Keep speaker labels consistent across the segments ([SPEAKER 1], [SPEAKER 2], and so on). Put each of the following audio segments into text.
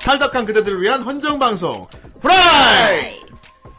[SPEAKER 1] 탈덕한 그대들을 위한 헌정 방송 프라이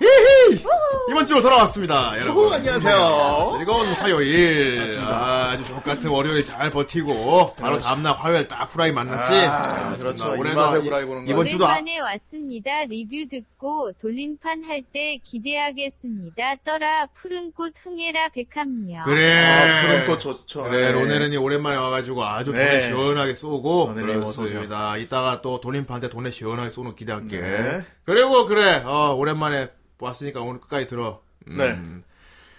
[SPEAKER 1] 히히 이번 주로 돌아왔습니다
[SPEAKER 2] 후,
[SPEAKER 1] 여러분
[SPEAKER 2] 안녕하세요.
[SPEAKER 1] 즐거운 화요일 아, 주 족같은 월요일 잘 버티고 바로 다음날 화요일 딱 후라이 만났지 잘 만났습니다.
[SPEAKER 2] 그렇죠. 이
[SPEAKER 1] 올해도
[SPEAKER 2] 맛에
[SPEAKER 1] 이-
[SPEAKER 2] 후라이 보는 거.
[SPEAKER 1] 이번 주도 아-
[SPEAKER 3] 오랜만에 왔습니다. 리뷰 듣고 돌림판 할 때 기대하겠습니다. 떠라 푸른 꽃 흥해라 백합녀.
[SPEAKER 1] 그래
[SPEAKER 2] 아, 그런 거 좋죠.
[SPEAKER 1] 그래
[SPEAKER 2] 네.
[SPEAKER 1] 네. 로네른이 오랜만에 와가지고 아주
[SPEAKER 2] 네.
[SPEAKER 1] 돈에 시원하게 쏘고
[SPEAKER 2] 로네른이 어서 오세요.
[SPEAKER 1] 그렇습니다 이따가 또 돌림판한테 돈에 시원하게 쏘는 거 기대할게
[SPEAKER 2] 네.
[SPEAKER 1] 그리고 그래 어, 오랜만에 왔으니까 오늘 끝까지 들어 음.
[SPEAKER 2] 네.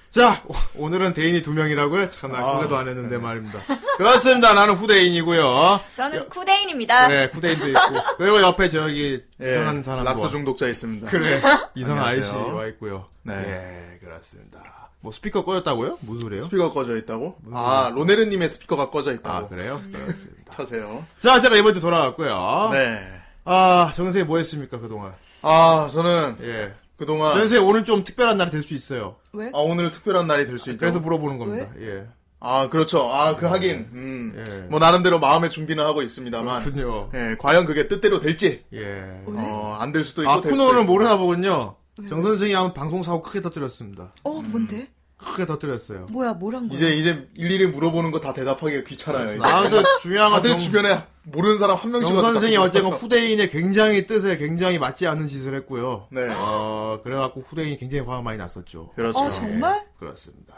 [SPEAKER 1] 자 오- 오늘은 대인이 두 명이라고요? 참나
[SPEAKER 2] 아,
[SPEAKER 1] 소개도 안 했는데 말입니다 그렇습니다 나는 후대인이고요
[SPEAKER 4] 저는 쿠데인입니다.
[SPEAKER 1] 그래 후대인도 있고 그리고 옆에 저기
[SPEAKER 2] 예,
[SPEAKER 1] 이상한 사람 뭐
[SPEAKER 2] 락서 중독자 있습니다.
[SPEAKER 1] 그래 이상한 아이씨
[SPEAKER 2] 안녕하세요.
[SPEAKER 1] 와 있고요
[SPEAKER 2] 네.
[SPEAKER 1] 예 그렇습니다 뭐 스피커 꺼졌다고요? 무슨 소리예요?
[SPEAKER 2] 스피커 꺼져 있다고? 아, 로네르님의 스피커가 꺼져 있다고.
[SPEAKER 1] 음. 아 그래요? 그렇습니다
[SPEAKER 2] 켜세요.
[SPEAKER 1] 자, 제가 이번 주 돌아왔고요.
[SPEAKER 2] 네.
[SPEAKER 1] 아, 정선생이 뭐 했습니까, 그동안?
[SPEAKER 2] 아, 저는
[SPEAKER 1] 예.
[SPEAKER 2] 그동안
[SPEAKER 1] 정선생이 오늘 좀 특별한 날이 될 수 있어요.
[SPEAKER 4] 왜?
[SPEAKER 2] 아, 오늘 특별한 날이 될 수 있죠.
[SPEAKER 1] 그래서 뭐- 물어보는 겁니다. 예.
[SPEAKER 2] 아, 그렇죠. 아, 그 하긴. 음.
[SPEAKER 1] 예.
[SPEAKER 2] 뭐 나름대로 마음의 준비는 하고 있습니다만.
[SPEAKER 1] 그렇군요.
[SPEAKER 2] 예, 과연 그게 뜻대로 될지
[SPEAKER 1] 예.
[SPEAKER 2] 어, 안 될 수도 네. 있고
[SPEAKER 1] 아,
[SPEAKER 2] 될 수도
[SPEAKER 1] 쿠노는
[SPEAKER 2] 있고.
[SPEAKER 1] 모르나 보군요. 정선생이 한번 방송사고 크게 터뜨렸습니다.
[SPEAKER 4] 어, 뭔데?
[SPEAKER 1] 크게 터뜨렸어요.
[SPEAKER 4] 뭐야, 뭐란 거야?
[SPEAKER 2] 이제 이제 일일이 물어보는 거 다 대답하기가 귀찮아요. 이제.
[SPEAKER 1] 아, 그 중요한 건
[SPEAKER 2] 다들
[SPEAKER 1] 정,
[SPEAKER 2] 주변에 모르는 사람 한 명씩 와서
[SPEAKER 1] 정선생이
[SPEAKER 2] 자꾸
[SPEAKER 1] 어쨌건
[SPEAKER 2] 봤어.
[SPEAKER 1] 후대인의 굉장히 뜻에 굉장히 맞지 않는 짓을 했고요.
[SPEAKER 2] 네.
[SPEAKER 1] 어, 그래갖고 후대인이 굉장히 화가 많이 났었죠.
[SPEAKER 2] 그렇죠.
[SPEAKER 4] 아, 정말?
[SPEAKER 1] 예, 그렇습니다.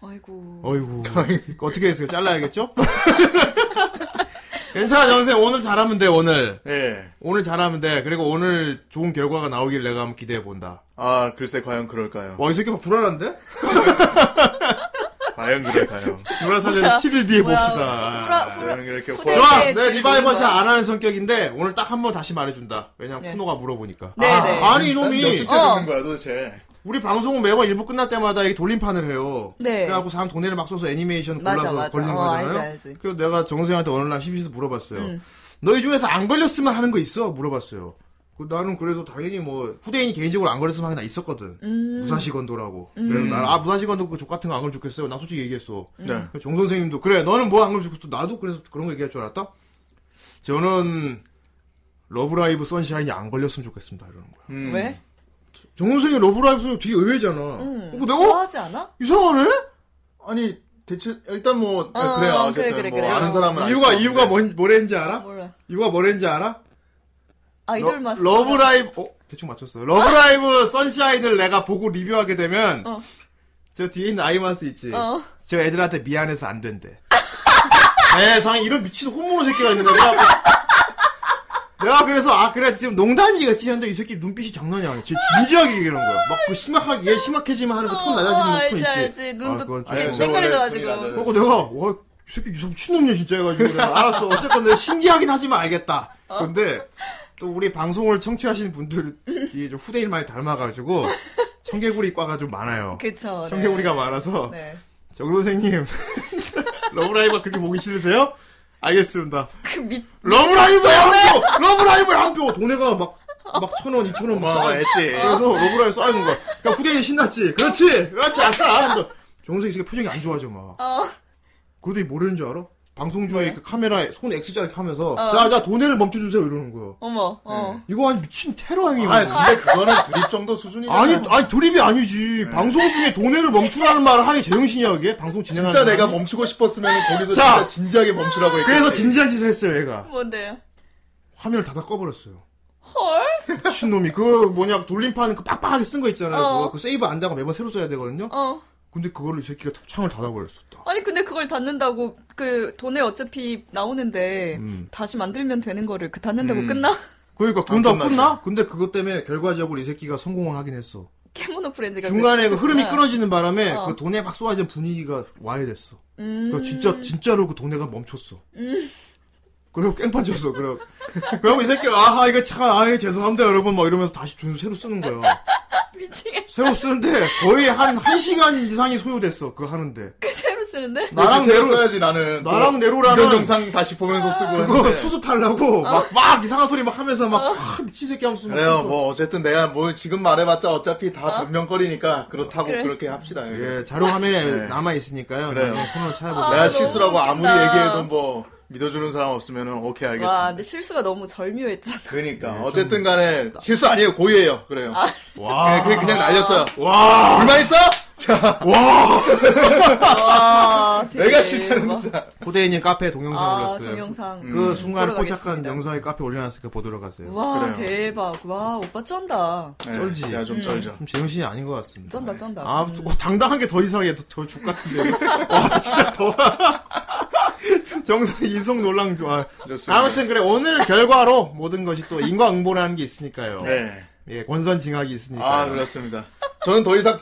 [SPEAKER 4] 아이고.
[SPEAKER 1] 어이구. 어떻게 했어요? 잘라야겠죠? 괜찮아, 정생. 오늘 잘하면 돼, 오늘.
[SPEAKER 2] 예.
[SPEAKER 1] 오늘 잘하면 돼. 그리고 오늘 좋은 결과가 나오길 내가 한번 기대해본다.
[SPEAKER 2] 아, 글쎄 과연 그럴까요?
[SPEAKER 1] 와, 이 새끼 막 불안한데?
[SPEAKER 2] 과연 그럴까요?
[SPEAKER 1] 불안 사전 10일 뒤에
[SPEAKER 4] 뭐야,
[SPEAKER 1] 봅시다.
[SPEAKER 4] 어,
[SPEAKER 1] 아,
[SPEAKER 4] 후라- 후라-
[SPEAKER 2] 과연 그렇게
[SPEAKER 4] 후대-
[SPEAKER 2] 호라-
[SPEAKER 1] 좋아! 내
[SPEAKER 4] 네, 네,
[SPEAKER 1] 리바이벌
[SPEAKER 4] 네.
[SPEAKER 1] 잘 안 하는 성격인데, 오늘 딱 한 번 다시 말해준다. 왜냐면
[SPEAKER 4] 네.
[SPEAKER 1] 쿠노가 물어보니까.
[SPEAKER 4] 네,
[SPEAKER 2] 아,
[SPEAKER 4] 네.
[SPEAKER 1] 아니,
[SPEAKER 2] 몇
[SPEAKER 1] 이놈이,
[SPEAKER 2] 주째
[SPEAKER 4] 어.
[SPEAKER 2] 듣는 거야 도대체?
[SPEAKER 1] 우리 방송은 매번 일부 끝날 때마다 이게 돌림판을 해요.
[SPEAKER 4] 네.
[SPEAKER 1] 그래갖고 사람 돈을 막 써서 애니메이션
[SPEAKER 4] 맞아,
[SPEAKER 1] 골라서
[SPEAKER 4] 맞아.
[SPEAKER 1] 걸리는
[SPEAKER 4] 어,
[SPEAKER 1] 거잖아요.
[SPEAKER 4] 알지, 알지.
[SPEAKER 1] 그래서 내가 정선생한테 어느 날 CBC에서 물어봤어요.
[SPEAKER 4] 음.
[SPEAKER 1] 너희 중에서 안 걸렸으면 하는 거 있어? 물어봤어요. 그 나는 그래서 당연히 뭐 후대인이 개인적으로 안 걸렸으면 하는 게 나 있었거든.
[SPEAKER 4] 음.
[SPEAKER 1] 무사시 건도라고. 그래서 나는 아 무사시 건도 그족 같은 거 안 걸면 좋겠어요. 나 솔직히 얘기했어.
[SPEAKER 2] 네.
[SPEAKER 1] 그래서 정 선생님도 그래 너는 뭐 안 걸면 좋겠어. 나도 그래서 그런 거 얘기할 줄 알았다. 저는 러브라이브 선샤인이 안 걸렸으면 좋겠습니다. 이러는 거야.
[SPEAKER 2] 음.
[SPEAKER 4] 왜?
[SPEAKER 1] 정 선생이 러브라이브 선샤인 되게 의외잖아.
[SPEAKER 4] 음.
[SPEAKER 1] 어, 내가 어?
[SPEAKER 4] 좋아하지 않아?
[SPEAKER 1] 이상하네?
[SPEAKER 2] 아니 대체 일단 뭐
[SPEAKER 4] 어,
[SPEAKER 2] 그래요.
[SPEAKER 4] 어,
[SPEAKER 2] 어쨌든
[SPEAKER 4] 그래, 그래,
[SPEAKER 2] 뭐
[SPEAKER 4] 그래요.
[SPEAKER 2] 아는 사람은 네. 알
[SPEAKER 1] 이유가
[SPEAKER 2] 수 없는데.
[SPEAKER 1] 이유가 뭔 뭐랬는지 알아?
[SPEAKER 4] 어, 몰라.
[SPEAKER 1] 이유가 뭐랬는지 알아?
[SPEAKER 4] 아이돌 마스터.
[SPEAKER 1] 러, 브라이브 어? 대충 맞췄어. 러브라이브 선샤인을 내가 보고 리뷰하게 되면
[SPEAKER 4] 어.
[SPEAKER 1] 저 뒤에 있는 아이마스 있지.
[SPEAKER 4] 어.
[SPEAKER 1] 저 애들한테 미안해서 안 된대. 아, 예, 세상에 이런 미친 호모로 새끼가 있는데 내가 그- 내가 그래서 아 그래 지금 농담이겠지 했는데 이 새끼 눈빛이 장난이 아니야. 진짜 진지하게 얘기하는 거야. 막 그 심각하게 얘 심각해지면 하는 그 톤
[SPEAKER 4] 어,
[SPEAKER 1] 낮아지는
[SPEAKER 4] 알지,
[SPEAKER 1] 톤 있지.
[SPEAKER 4] 알지.
[SPEAKER 1] 아,
[SPEAKER 4] 눈도
[SPEAKER 1] 그건 좀-
[SPEAKER 4] 땡-
[SPEAKER 2] 아니, 저 원래
[SPEAKER 4] 땡그래져가지고.
[SPEAKER 2] 눈이 낮아요.
[SPEAKER 1] 그리고 내가 와이 새끼 이 미친놈이야 진짜 해가지고 내가 알았어 어쨌건 내가 신기하긴 하지만 알겠다
[SPEAKER 4] 어?
[SPEAKER 1] 근데 또 우리 방송을 청취하시는 분들이 좀 후대인 많이 닮아가지고 청개구리과가 좀 많아요
[SPEAKER 4] 그쵸. 네.
[SPEAKER 1] 청개구리가 많아서
[SPEAKER 4] 네.
[SPEAKER 1] 정 선생님 러브라이브 그렇게 보기 싫으세요? 알겠습니다
[SPEAKER 4] 그 밑,
[SPEAKER 1] 러브라이브에 한표 러브라이브에 한표 돈에가 막막 천원 이천원 막
[SPEAKER 2] 뭐
[SPEAKER 4] 어.
[SPEAKER 1] 쌓여
[SPEAKER 2] 했지?
[SPEAKER 1] 그래서 러브라이브 쌓이는 거야 그러니까 후대인이 신났지 그렇지 그렇지 아싸 정선생이 지금 표정이 안 좋아져 막
[SPEAKER 4] 어,
[SPEAKER 1] 그래도 모르는 줄 알아? 방송주에 그 카메라에 손 X자를 하면서
[SPEAKER 4] 어.
[SPEAKER 1] 자자 돈을 멈춰주세요 이러는 거야.
[SPEAKER 4] 어머, 어.
[SPEAKER 1] 이거 아니 미친 테러 행위야.
[SPEAKER 2] 아니
[SPEAKER 1] 아니,
[SPEAKER 2] 근데 그거는 드립 정도 수준이야.
[SPEAKER 1] 아니 아니 돌입이 아니지. 방송 중에 돈을 멈추라는 말을 하니 제정신이야 이게 방송 진행하는.
[SPEAKER 2] 진짜
[SPEAKER 1] 사람이?
[SPEAKER 2] 내가 멈추고 싶었으면 거기서
[SPEAKER 1] 자.
[SPEAKER 2] 진짜 진지하게 멈추라고 했겠지.
[SPEAKER 1] 뭐 그래서 진지한 짓을 했어요 얘가.
[SPEAKER 4] 뭔데요?
[SPEAKER 1] 화면을 다 닦아버렸어요.
[SPEAKER 4] 헐?
[SPEAKER 1] 미친놈이 그 뭐냐 돌림판 그 빡빡하게 쓴 거 있잖아요.
[SPEAKER 4] 어.
[SPEAKER 1] 그거. 그 세이브 안 되고 매번 새로 써야 되거든요.
[SPEAKER 4] 어.
[SPEAKER 1] 근데 그거를 이 새끼가 창을 닫아버렸었다.
[SPEAKER 4] 아니, 근데 그걸 닫는다고, 그, 돈에 어차피 나오는데,
[SPEAKER 1] 음.
[SPEAKER 4] 다시 만들면 되는 거를 그 닫는다고 끝나?
[SPEAKER 1] 그러니까 그건 다
[SPEAKER 2] 끝나죠.
[SPEAKER 1] 끝나? 근데 그것 때문에 결과적으로 이 새끼가 성공을 하긴 했어.
[SPEAKER 4] 캐모노 프렌즈가.
[SPEAKER 1] 중간에 그
[SPEAKER 4] 그러니까 그랬구나.
[SPEAKER 1] 흐름이 끊어지는 바람에
[SPEAKER 4] 어.
[SPEAKER 1] 그 돈에 막 쏟아지는 분위기가 와야 됐어.
[SPEAKER 4] 음.
[SPEAKER 1] 그러니까 진짜 진짜로 그 돈에가 멈췄어. 그리고 깽판 쳤어. 그래. 그러면 이 새끼가 아하 이거 참 아예 죄송합니다 여러분 막 이러면서 다시 준 새로 쓰는 거야.
[SPEAKER 4] 미치겠
[SPEAKER 1] 새로 쓰는데 거의 한 1시간 이상이 소요됐어. 그거 하는데.
[SPEAKER 4] 그 새로 쓰는데?
[SPEAKER 1] 나랑
[SPEAKER 2] 나랑 내로
[SPEAKER 1] 내로
[SPEAKER 2] 써야지 나는.
[SPEAKER 1] 나랑
[SPEAKER 2] 라
[SPEAKER 1] 내로라는
[SPEAKER 2] 이전 영상 다시 보면서 쓰고.
[SPEAKER 1] 그거
[SPEAKER 2] 했는데.
[SPEAKER 1] 수습하려고 막 막 이상한 소리 막 하면서 막 아, 미친 새끼 하면서 막
[SPEAKER 2] 그래요.
[SPEAKER 1] 그거.
[SPEAKER 2] 뭐 어쨌든 내가 뭐 지금 말해봤자 어차피 다 변명거리니까 그렇다고
[SPEAKER 4] 그래.
[SPEAKER 2] 그렇게 합시다.
[SPEAKER 1] 예, 자료 화면에
[SPEAKER 2] 네.
[SPEAKER 1] 남아 있으니까요.
[SPEAKER 2] 그래요.
[SPEAKER 1] 코너를 찾아보자.
[SPEAKER 2] 내가
[SPEAKER 4] 아,
[SPEAKER 2] 실수라고
[SPEAKER 4] 너무
[SPEAKER 2] 아무리
[SPEAKER 4] 웃긴다.
[SPEAKER 2] 얘기해도 뭐 믿어주는 사람 없으면 오케이 알겠습니다.
[SPEAKER 4] 와, 근데 실수가 너무 절묘했잖아.
[SPEAKER 2] 그러니까
[SPEAKER 1] 네,
[SPEAKER 2] 어쨌든 간에 실수 아니에요 고의예요 그래요. 네,
[SPEAKER 1] 와.
[SPEAKER 2] 그냥, 그냥 날렸어요.
[SPEAKER 1] 와.
[SPEAKER 2] 불만 있어? 자
[SPEAKER 1] 와.
[SPEAKER 4] 와, 되게
[SPEAKER 2] 내가 싫다는
[SPEAKER 4] 막-
[SPEAKER 2] 거자.
[SPEAKER 1] 후대인님 카페에 동영상
[SPEAKER 4] 아,
[SPEAKER 1] 올렸어요.
[SPEAKER 4] 동영상.
[SPEAKER 2] 음.
[SPEAKER 1] 그 순간을
[SPEAKER 4] 보러
[SPEAKER 1] 포착한
[SPEAKER 4] 가겠습니다.
[SPEAKER 1] 영상이 카페에 올려놨으니까 보도록 갔어요.
[SPEAKER 4] 와,
[SPEAKER 2] 그래요.
[SPEAKER 4] 대박. 와, 오빠 쩐다.
[SPEAKER 1] 쩔지.
[SPEAKER 2] 네, 야좀 쩔죠.
[SPEAKER 1] 좀 제정신이 아닌 것 같습니다.
[SPEAKER 4] 음. 쩐다, 음. 쩐다.
[SPEAKER 1] 아, 또 당당한 게 더 이상해. 더 죽 같은데. 와, 진짜 더. 정상 인성 논란 좋아.
[SPEAKER 2] 좋습니다.
[SPEAKER 1] 아무튼 그래 오늘 결과로 모든 것이 또 인과응보라는 게 있으니까요.
[SPEAKER 2] 네.
[SPEAKER 1] 예, 권선징악이 있으니까.
[SPEAKER 2] 아 그렇습니다. 저는 더 이상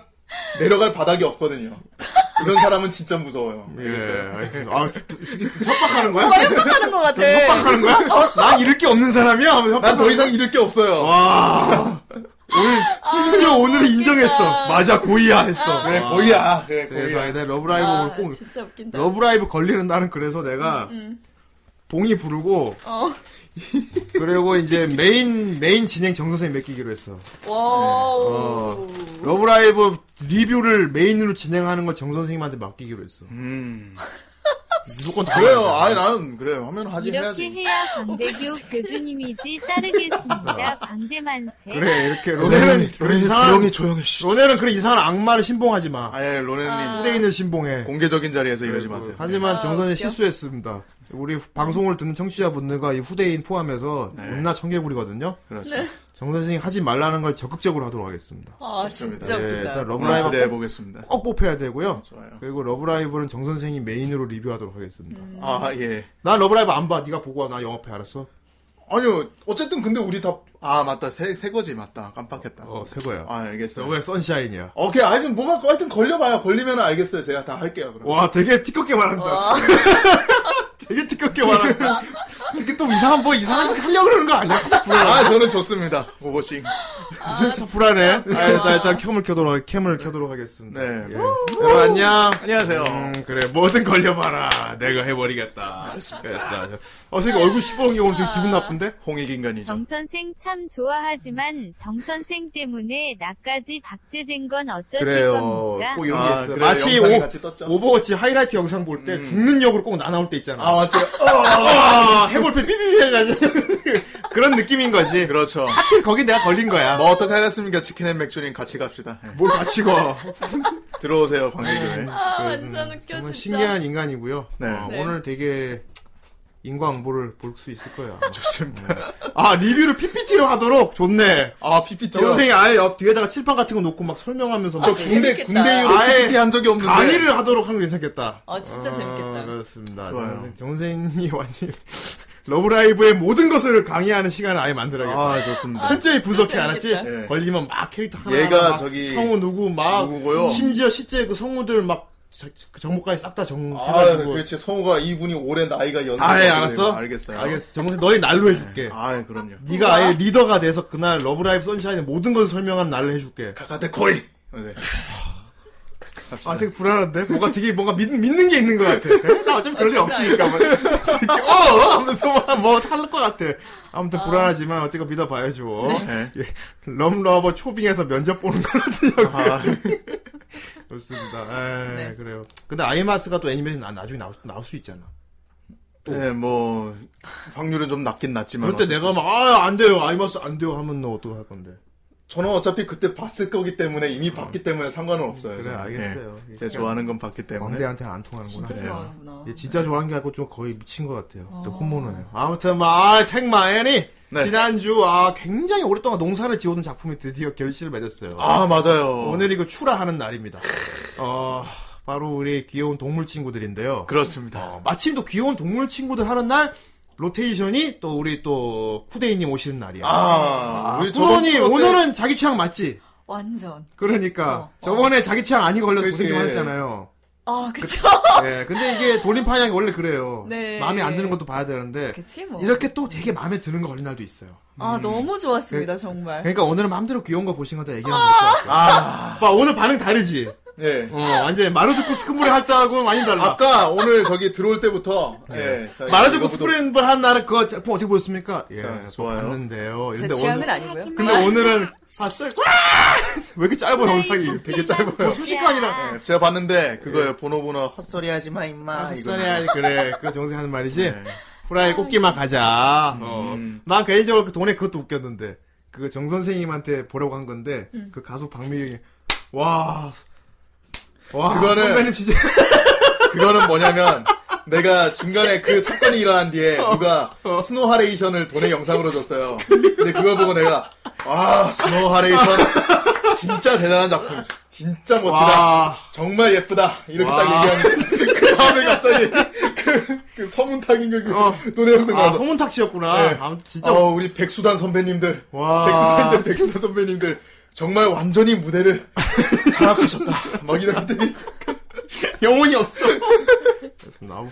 [SPEAKER 2] 내려갈 바닥이 없거든요. 이런 사람은 진짜 무서워요.
[SPEAKER 1] 예,
[SPEAKER 2] 알겠어요.
[SPEAKER 1] 알겠습니다. 아, 저- 저- 저기 협박하는 거야?
[SPEAKER 4] 오빠 협박하는 것 같아.
[SPEAKER 1] 협박하는 거야?
[SPEAKER 4] 어?
[SPEAKER 1] 난 잃을 게 없는 사람이야? 하면서
[SPEAKER 2] 난
[SPEAKER 1] 협박하는
[SPEAKER 2] 더 이상 잃을 게 없어요.
[SPEAKER 1] 아, 와. 아, 오늘,
[SPEAKER 4] 아,
[SPEAKER 1] 심지어
[SPEAKER 4] 그러니까.
[SPEAKER 1] 오늘은 인정했어. 맞아, 고의야 했어.
[SPEAKER 2] 그래 고의야. 그래
[SPEAKER 1] 아, 세상에,
[SPEAKER 2] 고의야.
[SPEAKER 1] 내 러브라이브 오늘
[SPEAKER 4] 아,
[SPEAKER 1] 꼭,
[SPEAKER 4] 진짜 음, 웃긴다.
[SPEAKER 1] 러브라이브 걸리는 날은 그래서 내가, 봉이 부르고,
[SPEAKER 4] 어.
[SPEAKER 1] 그리고 이제 메인, 메인 진행 정선생님 맡기기로 했어.
[SPEAKER 4] 와우.
[SPEAKER 1] 네. 러브라이브 리뷰를 메인으로 진행하는 걸 정선생님한테 맡기기로 했어.
[SPEAKER 2] 음.
[SPEAKER 1] 무조건 다. 해야
[SPEAKER 2] 그래요.
[SPEAKER 1] 돼.
[SPEAKER 2] 아니 나는 그래요. 하면 하지
[SPEAKER 3] 이렇게
[SPEAKER 2] 해야지.
[SPEAKER 3] 해야
[SPEAKER 1] 어,
[SPEAKER 3] 광대교 교주님이지 따르겠습니다. 광대만세.
[SPEAKER 1] 그래, 이렇게. 로넬은, 그런 이상한,
[SPEAKER 2] 조용히 씨.
[SPEAKER 1] 로넬은 그런 이상한 악마를 신봉하지 마.
[SPEAKER 2] 아예 로네님
[SPEAKER 1] 후대인을 신봉해.
[SPEAKER 2] 공개적인 자리에서 이러지 마세요.
[SPEAKER 1] 하지만
[SPEAKER 4] 아,
[SPEAKER 1] 정선이
[SPEAKER 4] 웃겨.
[SPEAKER 1] 실수했습니다. 우리 후- 방송을 듣는 청취자분들과 이 후대인 포함해서
[SPEAKER 2] 네.
[SPEAKER 1] 음나 청개구리거든요.
[SPEAKER 2] 그렇죠.
[SPEAKER 1] 정선 생이 하지 말라는 걸 적극적으로 하도록 하겠습니다.
[SPEAKER 4] 아, 진짜
[SPEAKER 1] 예,
[SPEAKER 4] 웃긴다.
[SPEAKER 1] 일단
[SPEAKER 2] 오늘
[SPEAKER 1] 러브라이브
[SPEAKER 2] 기대해 아, 네, 보겠습니다.
[SPEAKER 1] 꼭 뽑혀야 되고요.
[SPEAKER 2] 좋아요.
[SPEAKER 1] 그리고 러브라이브는 정 선생이 메인으로 리뷰하도록 하겠습니다.
[SPEAKER 2] 아 예.
[SPEAKER 1] 난 러브라이브 안 봐. 네가 보고 와. 나 영업해 알았어?
[SPEAKER 2] 아니요. 어쨌든 근데 우리 다 아 맞다 새 새거지 맞다 깜빡했다.
[SPEAKER 1] 어, 새 거야.
[SPEAKER 2] 아 알겠어요.
[SPEAKER 1] 너왜 선샤인이야?
[SPEAKER 2] 오케이. 하여튼 뭐가 하여튼 걸려봐요. 걸리면 알겠어요. 제가 다 할게요. 그럼.
[SPEAKER 1] 와, 되게 티껍게
[SPEAKER 4] 어.
[SPEAKER 1] 말한다. 되게 티껍게 말한다. 이게 또 이상한 뭐 이상한 짓 하려고 그러는 거 아니야?
[SPEAKER 2] 아 저는 좋습니다. 오버싱.
[SPEAKER 1] 진짜 불안해. 아, 일단, 일단 캠을 켜도록, 하- 캠을 켜도록 하겠습니다.
[SPEAKER 2] 네.
[SPEAKER 1] 예. 여러분, 안녕.
[SPEAKER 2] 안녕하세요.
[SPEAKER 1] 음, 그래. 뭐든 걸려봐라. 내가 해버리겠다. 그랬다. 어, 선생님 얼굴 시범이 오늘 되게 기분 나쁜데?
[SPEAKER 2] 홍익 인간이죠.
[SPEAKER 3] 정선생 참 좋아하지만 정선생 때문에 나까지 박제된 건 어쩌실
[SPEAKER 1] 그래요.
[SPEAKER 3] 겁니까?
[SPEAKER 1] 꼭 이런 게
[SPEAKER 2] 아,
[SPEAKER 1] 있어요.
[SPEAKER 2] 그래요.
[SPEAKER 1] 마치
[SPEAKER 2] 영상이
[SPEAKER 1] 오,
[SPEAKER 2] 같이 떴죠.
[SPEAKER 1] 오버워치 하이라이트 영상 볼 때 죽는 역으로 꼭 나 나올 때 있잖아.
[SPEAKER 2] 아 맞죠.
[SPEAKER 1] 아, 해골패 삐삐삐 해가지고. 그런 느낌인 거지.
[SPEAKER 2] 그렇죠.
[SPEAKER 1] 하필 거기 내가 걸린 거야.
[SPEAKER 2] 뭐 어떻게 하겠습니까? 치킨앤 맥주님 같이 갑시다. 예.
[SPEAKER 1] 뭘 같이 가.
[SPEAKER 2] 들어오세요 예. 광대교회.
[SPEAKER 1] 네.
[SPEAKER 4] 아, 완전 웃겨, 진짜.
[SPEAKER 1] 정말 신기한 인간이고요.
[SPEAKER 2] 네.
[SPEAKER 1] 어,
[SPEAKER 4] 네.
[SPEAKER 1] 오늘 되게 인과응보를 볼 수 있을 거야.
[SPEAKER 2] 좋습니다.
[SPEAKER 1] 아 리뷰를 PPT로 하도록 좋네.
[SPEAKER 2] 아 PPT요.
[SPEAKER 1] 선생이 아예 옆 뒤에다가 칠판 같은 거 놓고 막 설명하면서
[SPEAKER 2] 저
[SPEAKER 1] 막
[SPEAKER 2] 군대
[SPEAKER 4] 재밌겠다.
[SPEAKER 2] 군대 이후로
[SPEAKER 1] 아예
[SPEAKER 2] PPT 한 적이 없는데.
[SPEAKER 1] 강의를 하도록 하는 게 괜찮겠다.
[SPEAKER 4] 아, 진짜 재밌겠다.
[SPEAKER 1] 그렇습니다.
[SPEAKER 2] 좋아요.
[SPEAKER 1] 정선- 정선생이 완전 히 러브라이브의 모든 것을 강의하는 시간을 아예 만들어야겠다.
[SPEAKER 2] 아 좋습니다.
[SPEAKER 1] 철저히 분석해 알았지?
[SPEAKER 4] 재밌겠다.
[SPEAKER 2] 예.
[SPEAKER 1] 걸리면 막 캐릭터 하나
[SPEAKER 2] 얘가
[SPEAKER 1] 막
[SPEAKER 2] 저기
[SPEAKER 1] 성우 누구 막
[SPEAKER 2] 누구고요?
[SPEAKER 1] 심지어 실제 그 성우들 막 저- 그 정보까지 싹 다
[SPEAKER 2] 아,
[SPEAKER 1] 정해가지고 뭐
[SPEAKER 2] 그렇지. 성우가 이분이 올해 나이가 연세.
[SPEAKER 1] 아, 예, 알았어.
[SPEAKER 2] 뭐 알겠어요.
[SPEAKER 1] 알겠어. 정선 너희 날로 해줄게.
[SPEAKER 2] 아, 그럼요.
[SPEAKER 1] 네가 아예 리더가 돼서 그날 러브라이브 선샤인의 모든 걸 설명한 날로 해줄게.
[SPEAKER 2] 가가데 코이. 네.
[SPEAKER 1] 아, 되게 불안한데? 뭔가 되게 뭔가 믿, 믿는 게 있는 것 네? 같아. 에? 나 어차피 그럴 일 없으니까. 막. 이렇게 어! 어! 하면서 막 뭐, 탈것 같아. 아무튼 불안하지만 어쨌건 믿어봐야죠.
[SPEAKER 2] 네.
[SPEAKER 1] 예, 럼러버 초빙에서 면접 보는 거라더라고요.
[SPEAKER 2] 아,
[SPEAKER 1] 좋습니다. 에,
[SPEAKER 4] 네.
[SPEAKER 1] 그래요. 근데 아이마스가 또 애니메이션 나, 나중에 나올, 수- 나올 수 있잖아.
[SPEAKER 2] 네, 뭐 확률은 좀 낮긴 낮지만.
[SPEAKER 1] 그럴 때 내가 막, 아, 안 돼요. 아이마스 안 돼요. 하면 너 어떡할 건데.
[SPEAKER 2] 저는 어차피 그때 봤을 거기 때문에 이미 봤기 때문에 상관은 없어요.
[SPEAKER 1] 어. 그래,
[SPEAKER 2] 저는.
[SPEAKER 1] 알겠어요.
[SPEAKER 2] 예. 제가 좋아하는 건 봤기 때문에.
[SPEAKER 1] 광대한테는 안 통하는구나.
[SPEAKER 4] 진짜
[SPEAKER 1] 예.
[SPEAKER 4] 좋아하는구나.
[SPEAKER 1] 예, 진짜 좋아하는 게 아니고 좀 거의 미친 것 같아요.
[SPEAKER 4] 어.
[SPEAKER 1] 진짜 혼모노예요. 아무튼 뭐, 아, 택마애니
[SPEAKER 2] 네.
[SPEAKER 1] 지난주 아 굉장히 오랫동안 농사를 지어온 작품이 드디어 결실을 맺었어요.
[SPEAKER 2] 아, 맞아요.
[SPEAKER 1] 오늘이 그 출하하는 날입니다. 어 바로 우리 귀여운 동물 친구들인데요.
[SPEAKER 2] 그렇습니다.
[SPEAKER 1] 어, 마침 또 귀여운 동물 친구들 하는 날 로테이션이 또 우리 또 후대인님 오시는 날이야.
[SPEAKER 2] 아, 우리 저번
[SPEAKER 1] 후대인님
[SPEAKER 2] 프로 때-
[SPEAKER 1] 오늘은 자기 취향 맞지?
[SPEAKER 4] 완전.
[SPEAKER 1] 그러니까
[SPEAKER 4] 어, 어.
[SPEAKER 1] 저번에 자기 취향 아닌 거 걸려서
[SPEAKER 2] 그치.
[SPEAKER 1] 고생 좀 했잖아요.
[SPEAKER 4] 아, 그쵸.
[SPEAKER 1] 예, 근데 이게 돌림판이 원래 그래요.
[SPEAKER 4] 네.
[SPEAKER 1] 마음에 안 드는 것도 봐야 되는데
[SPEAKER 4] 그치, 뭐.
[SPEAKER 1] 이렇게 또 되게 마음에 드는 거 걸린 날도 있어요.
[SPEAKER 4] 아, 너무 좋았습니다, 정말.
[SPEAKER 1] 그러니까 오늘은 마음대로 귀여운 거 보신 거다 얘기하면 될 것 같아.
[SPEAKER 2] 아,
[SPEAKER 1] 봐, 오늘 반응 다르지?
[SPEAKER 2] 예.
[SPEAKER 1] 어, 완전 마르드코 스크물에 할 때하고는 많이 달라.
[SPEAKER 2] 아까 오늘 저기 들어올 때부터 예. 자,
[SPEAKER 1] 마르드코 뭐
[SPEAKER 2] 이거부터-
[SPEAKER 1] 스크린블 한 날은 그거 작품 어떻게 보셨습니까? 예,
[SPEAKER 2] 자,
[SPEAKER 1] 좋
[SPEAKER 2] 좋아요.
[SPEAKER 1] 봤는데요.
[SPEAKER 4] 제
[SPEAKER 1] 근데
[SPEAKER 4] 취향은
[SPEAKER 1] 오늘,
[SPEAKER 4] 아니고요.
[SPEAKER 1] 근데 오늘은 봤어요? 왜 이렇게 짧아 영상이?
[SPEAKER 2] 되게 짧아요.
[SPEAKER 1] 뭐 수식간이라.
[SPEAKER 2] 네, 제가 봤는데 그거예요. 보노 보노 헛소리 하지 마
[SPEAKER 1] 아,
[SPEAKER 2] 임마.
[SPEAKER 1] 헛소리야 그래 그거 정세 하는 말이지.
[SPEAKER 2] 이거는. 네.
[SPEAKER 4] 아,
[SPEAKER 1] 후라이 꽃길만 가자. 어.
[SPEAKER 2] 음.
[SPEAKER 1] 난 개인적으로 그 돈에 그것도 웃겼는데 그 정 선생님한테 보려고 한 건데
[SPEAKER 4] 음.
[SPEAKER 1] 그 가수 박미경이 와. 와,
[SPEAKER 2] 그거를-
[SPEAKER 1] 선배님 진짜
[SPEAKER 2] 그거는 뭐냐면 내가 중간에 그 사건이 일어난 뒤에 누가 스노하레이션을 돈의 영상으로 줬어요. 근데 그걸 보고 내가 아 스노하레이션 진짜 대단한 작품, 진짜 멋지다,
[SPEAKER 1] 와,
[SPEAKER 2] 정말 예쁘다 이렇게 딱
[SPEAKER 1] 와.
[SPEAKER 2] 얘기하는데 그 다음에 갑자기 그, 그 서문탁인가 그
[SPEAKER 1] 어.
[SPEAKER 2] 돈의 영상
[SPEAKER 1] 아,
[SPEAKER 2] 나와서
[SPEAKER 1] 서문탁 씨였구나.
[SPEAKER 2] 네.
[SPEAKER 1] 아무튼 진짜
[SPEAKER 2] 진짜 어, 우리 백수단 선배님들
[SPEAKER 1] 와.
[SPEAKER 2] 아. 백두산대 백수단 선배님들 정말 완전히 무대를 장악하셨다 막 이러더니
[SPEAKER 1] 영혼이 없어. 나우.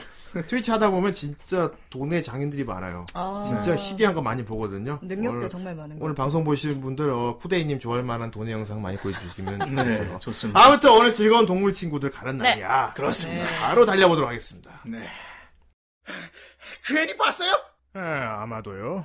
[SPEAKER 1] 트위치 하다 보면 진짜 돈의 장인들이 많아요.
[SPEAKER 4] 아,
[SPEAKER 1] 진짜 희귀한 거 많이 보거든요.
[SPEAKER 4] 능력자
[SPEAKER 1] 오늘,
[SPEAKER 4] 정말 많은 거.
[SPEAKER 1] 오늘 방송 보시는 분들 어, 쿠데이님 좋아할 만한 돈의 영상 많이 보여주시면 네, 좋겠고요.
[SPEAKER 2] 좋습니다
[SPEAKER 1] 아무튼 오늘 즐거운 동물 친구들 가는
[SPEAKER 4] 네.
[SPEAKER 1] 날이야.
[SPEAKER 2] 그렇습니다
[SPEAKER 1] 바로 달려보도록 하겠습니다.
[SPEAKER 2] 네. 괜히 봤어요?
[SPEAKER 1] 에, 네, 아마도요.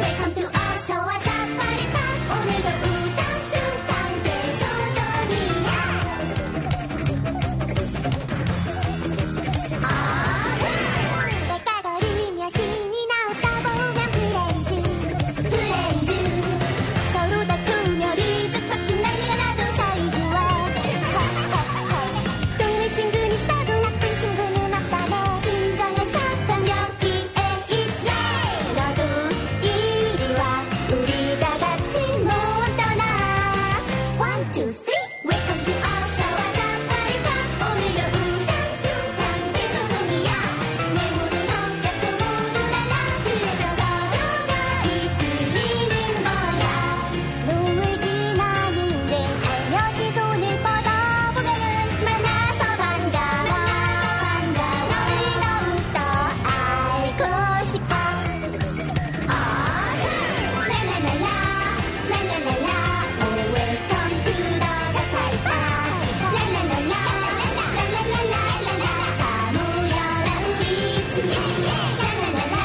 [SPEAKER 5] Welcome to 어서와 자파리빵 오늘도 우당 뚱땅 대소동이야 내가 거리며 신이 나왔다 보면 브레이즈 브레이즈 서로 다투며 뒤죽박죽 난리가 나도 사이좋아 허허허 동물 친구는 있어도 나쁜 친구는 없다네 진정한 사탕 여기에 있어 너도 이리와 우리 다 같이 모험 떠나 One, two, three Welcome to 어서와 자파리빵 오늘도 우당탕탕 대소동이야 내 모든 성격도 모두 달라 그래서 서로가 이끌리는 거야 노을 지나는데 살며시 손을 뻗어보면은 만나서 반가워 너를 더욱더 알고 싶어 라라라라 라라라라 Oh welcome to the 자파리파 라라라라 라라라라 라라라라 다 모여라 우리 친구 라라라라 라라라라 Oh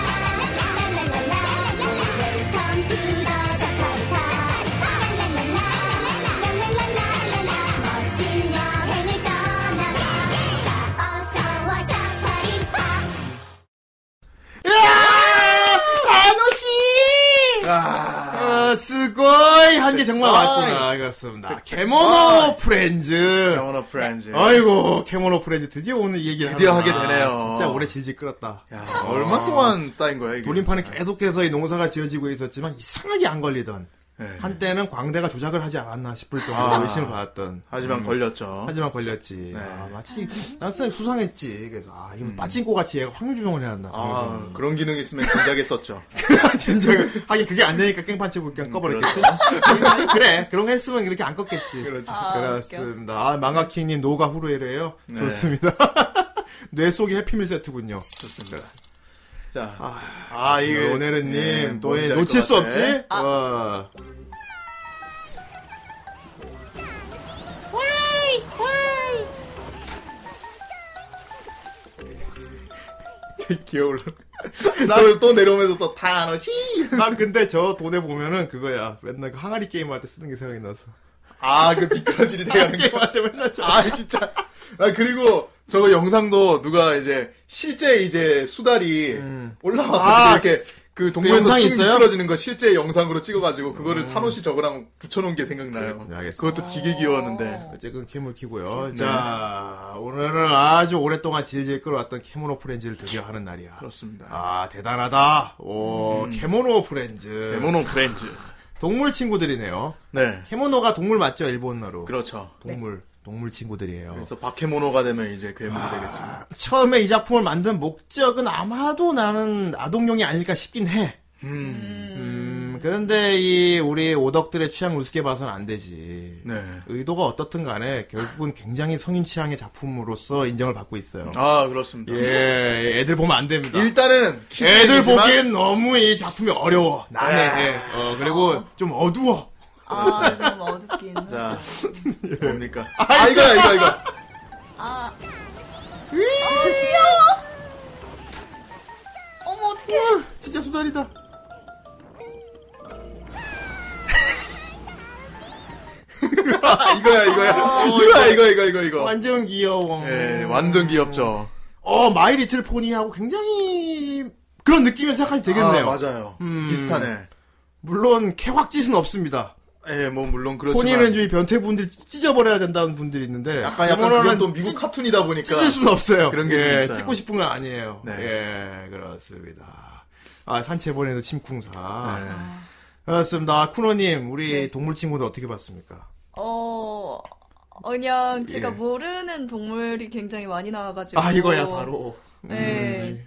[SPEAKER 5] welcome to the 자파리파 라라라라 라라라라 멋진 여행을 떠나봐 자 어서와 자파리파
[SPEAKER 1] 아, 스고이 한 게 정말
[SPEAKER 2] 스고이.
[SPEAKER 1] 왔구나. 이겼습니다. 캐모노 프렌즈.
[SPEAKER 2] 네. 아. 영원어 프렌즈.
[SPEAKER 1] 아이고, 캐모노 프렌즈 드디어 오늘 이 얘기를
[SPEAKER 2] 예. 드디어
[SPEAKER 1] 하는구나.
[SPEAKER 2] 하게 되네요.
[SPEAKER 1] 진짜 오래 질질 끌었다.
[SPEAKER 2] 야, 얼마 동안 쌓인 거야 이게?
[SPEAKER 1] 돌림판은 계속해서 이 농사가 지어지고 있었지만 이상하게 안 걸리던
[SPEAKER 2] 네.
[SPEAKER 1] 한때는 광대가 조작을 하지 않았나 싶을 정도로
[SPEAKER 2] 아.
[SPEAKER 1] 의심을 받았던
[SPEAKER 2] 하지만 네. 걸렸죠.
[SPEAKER 1] 음. 하지만 걸렸지. 아, 마치 난 생각이 수상했지. 그래서 아 이건 빠진코 같이 얘가 황주종을 해놨나.
[SPEAKER 2] 음. 아,
[SPEAKER 1] 정말.
[SPEAKER 2] 그런 기능 이 있으면 진작에 썼죠.
[SPEAKER 1] 진짜 하긴 그게 안 되니까 깽판 치고
[SPEAKER 2] 음,
[SPEAKER 1] 그냥 꺼버렸겠지. 그래 그런 거 했으면 이렇게 안 껐겠지.
[SPEAKER 2] 그렇죠.
[SPEAKER 4] 아,
[SPEAKER 1] 그렇습니다. 아, 망가킹님 노가 후루에래요.
[SPEAKER 2] 네.
[SPEAKER 1] 좋습니다. 뇌 속이 해피밀 세트군요.
[SPEAKER 2] 좋습니다. 자, 아, 이거
[SPEAKER 1] 오네르님 또
[SPEAKER 2] 뭔지
[SPEAKER 1] 예,
[SPEAKER 2] 알것
[SPEAKER 1] 놓칠 수
[SPEAKER 2] 같아.
[SPEAKER 1] 없지. 어.
[SPEAKER 2] 되게 귀여울라. 저또 내려오면서 또 타노시.
[SPEAKER 1] 난 근데 저 돈에 보면은 그거야. 맨날 그 항아리 게임 할 때 쓰는 게 생각이 나서.
[SPEAKER 2] 아, 그 미끄러지리 돼가는 거.
[SPEAKER 1] 게임 할 때 맨날 저.
[SPEAKER 2] 아 진짜. 아 그리고 저거 영상도 누가 이제 실제 이제 수달이 올라와
[SPEAKER 1] 아,
[SPEAKER 2] 아, 이렇게 그
[SPEAKER 1] 영상이
[SPEAKER 2] 동물에서 쭉
[SPEAKER 1] 있어요? 음.
[SPEAKER 2] 미끄러지는 거 실제 영상으로 찍어가지고 그거를 타노시 저거랑 붙여놓은 게 생각나요.
[SPEAKER 1] 그렇군요. 알겠습니다.
[SPEAKER 2] 그것도 되게 귀여웠는데.
[SPEAKER 1] 어쨌든 캠을 키고요. 자, 오늘은 아주 오랫동안 질질 끌어왔던 캐모노 프렌즈를 드디어 하는 날이야.
[SPEAKER 2] 그렇습니다.
[SPEAKER 1] 아, 대단하다. 오, 음. 캐모노 프렌즈.
[SPEAKER 2] 데모노 프렌즈.
[SPEAKER 1] 동물 친구들이네요.
[SPEAKER 2] 네.
[SPEAKER 1] 캐모노가 동물 맞죠? 일본어로.
[SPEAKER 2] 그렇죠.
[SPEAKER 1] 동물, 동물 친구들이에요.
[SPEAKER 2] 그래서 바케모노가 되면 이제 괴물이
[SPEAKER 1] 아.
[SPEAKER 2] 되겠죠.
[SPEAKER 1] 처음에 이 작품을 만든 목적은 아마도 나는 아동용이 아닐까 싶긴 해. 음, 그런데 이 우리 오덕들의 취향을 우습게 봐서는 안 되지.
[SPEAKER 2] 네.
[SPEAKER 1] 의도가 어떻든 간에 결국은 굉장히 성인 취향의 작품으로서 인정을 받고 있어요.
[SPEAKER 2] 아, 그렇습니다.
[SPEAKER 1] 예, 애들 보면 안 됩니다.
[SPEAKER 2] 일단은 네. 키즈
[SPEAKER 1] 애들
[SPEAKER 2] 얘기지만
[SPEAKER 1] 보기엔 너무 이 작품이 어려워. 난해. 예. 어, 그리고 좀 어두워.
[SPEAKER 4] 아, 좀 어둡긴.
[SPEAKER 2] 자,
[SPEAKER 4] 하죠.
[SPEAKER 1] 예.
[SPEAKER 2] 뭡니까? 아, 이거야, 이거, 이거.
[SPEAKER 4] 아. 아, 귀여워! 어머, 어떡해.
[SPEAKER 1] 진짜 수달이다.
[SPEAKER 2] 아, 이거야,
[SPEAKER 1] 어,
[SPEAKER 2] 이거야. 이거야, 이거, 이거, 이거, 이거.
[SPEAKER 1] 완전 귀여워.
[SPEAKER 2] 예, 완전 귀엽죠.
[SPEAKER 1] 어, 마이 리틀 포니하고 굉장히 그런 느낌을 생각하면 되겠네요. 음.
[SPEAKER 2] 아, 맞아요. 비슷하네.
[SPEAKER 1] 물론 캐확짓은 없습니다.
[SPEAKER 2] 예, 뭐, 물론 그렇지만.
[SPEAKER 1] 포니는 좀 변태분들 찢어버려야 된다는 분들이 있는데
[SPEAKER 2] 약간, 약간,
[SPEAKER 1] 그거는
[SPEAKER 2] 그건 또 미국 카툰이다 보니까.
[SPEAKER 1] 찢을 수는 없어요.
[SPEAKER 2] 그런 게좀
[SPEAKER 1] 예,
[SPEAKER 2] 있어요.
[SPEAKER 1] 찢고 싶은 건 아니에요.
[SPEAKER 2] 네.
[SPEAKER 1] 예, 그렇습니다. 아, 산채번에도 침쿵사. 아,
[SPEAKER 2] 네.
[SPEAKER 1] 그렇습니다. 아, 쿠노님, 우리
[SPEAKER 4] 네.
[SPEAKER 1] 동물 친구들 어떻게 봤습니까?
[SPEAKER 4] 어, 그냥 제가
[SPEAKER 1] 예.
[SPEAKER 4] 모르는 동물이 굉장히 많이 나와가지고.
[SPEAKER 1] 아, 이거야, 바로. 음,
[SPEAKER 4] 네.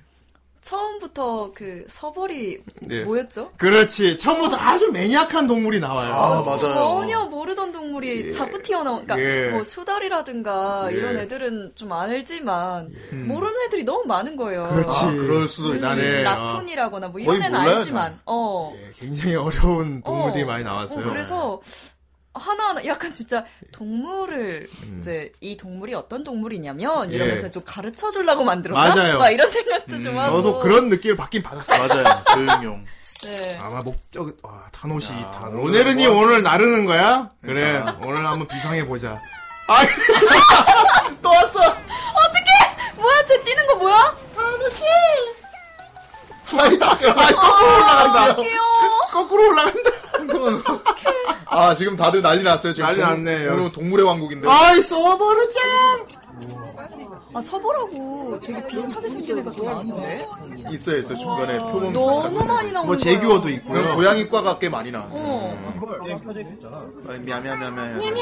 [SPEAKER 4] 처음부터 그 서벌이
[SPEAKER 1] 네.
[SPEAKER 4] 뭐였죠?
[SPEAKER 1] 그렇지. 처음부터 아주 매니악한 동물이 나와요.
[SPEAKER 2] 아, 맞아요.
[SPEAKER 4] 전혀 모르던 동물이 자꾸 튀어나오. 그러니까
[SPEAKER 1] 예.
[SPEAKER 4] 뭐 수달이라든가
[SPEAKER 1] 예.
[SPEAKER 4] 이런 애들은 좀 알지만 모르는 애들이 너무 많은 거예요.
[SPEAKER 1] 그렇지. 예,
[SPEAKER 2] 아, 그럴 수도 있지.
[SPEAKER 1] 나네. 아.
[SPEAKER 4] 라쿤이라거나 뭐
[SPEAKER 2] 거의
[SPEAKER 4] 이런 애는
[SPEAKER 2] 몰라요,
[SPEAKER 4] 알지만. 어.
[SPEAKER 1] 예, 굉장히 어려운 동물들이
[SPEAKER 4] 어.
[SPEAKER 1] 많이 나왔어요. 네. 음.
[SPEAKER 4] 어, 그래서 하나하나 약간 진짜 동물을 이제 이 동물이 어떤 동물이냐면 이러면서
[SPEAKER 1] 예.
[SPEAKER 4] 좀 가르쳐 주려고 만들었나?
[SPEAKER 1] 맞아요. 음,
[SPEAKER 4] 막 이런 생각도 좀 하고.
[SPEAKER 1] 저도 그런 느낌을 받긴 받았어요.
[SPEAKER 2] 맞아요. 조용용.
[SPEAKER 4] 네.
[SPEAKER 1] 아마 목적, 와, 타노시,
[SPEAKER 2] 야,
[SPEAKER 1] 타
[SPEAKER 2] 오늘
[SPEAKER 1] 오늘은이
[SPEAKER 2] 뭐-
[SPEAKER 1] 오늘 나르는 거야? 그래,
[SPEAKER 2] 그러니까.
[SPEAKER 1] 오늘 한번 비상해보자.
[SPEAKER 2] 또 왔어!
[SPEAKER 4] 뭐야, 쟤 뛰는 거 뭐야?
[SPEAKER 2] 아이, 나, 아이, 거꾸로 올라간다.
[SPEAKER 4] 귀여워.
[SPEAKER 1] 거꾸로 올라간다.
[SPEAKER 2] 아, 지금 다들 난리 났어요, 지금.
[SPEAKER 1] 난리
[SPEAKER 2] 동-
[SPEAKER 1] 났네, 여기.
[SPEAKER 2] 그리고 동물의 왕국인데.
[SPEAKER 1] 아이, 써버르짱!
[SPEAKER 4] 아, 서버라고 되게 비슷하게 생긴 애가 좀 많은데.
[SPEAKER 2] 있어요, 있어요. 중간에 표범.
[SPEAKER 4] 너무 많이 나오는
[SPEAKER 1] 뭐, 제규어도
[SPEAKER 4] 거야.
[SPEAKER 1] 있고요. 네.
[SPEAKER 2] 고양이과가 꽤 많이 나왔어요.
[SPEAKER 4] 어.
[SPEAKER 2] 아이, 미안, 미안, 미안, 미안. 미안.
[SPEAKER 4] 아,
[SPEAKER 2] 네.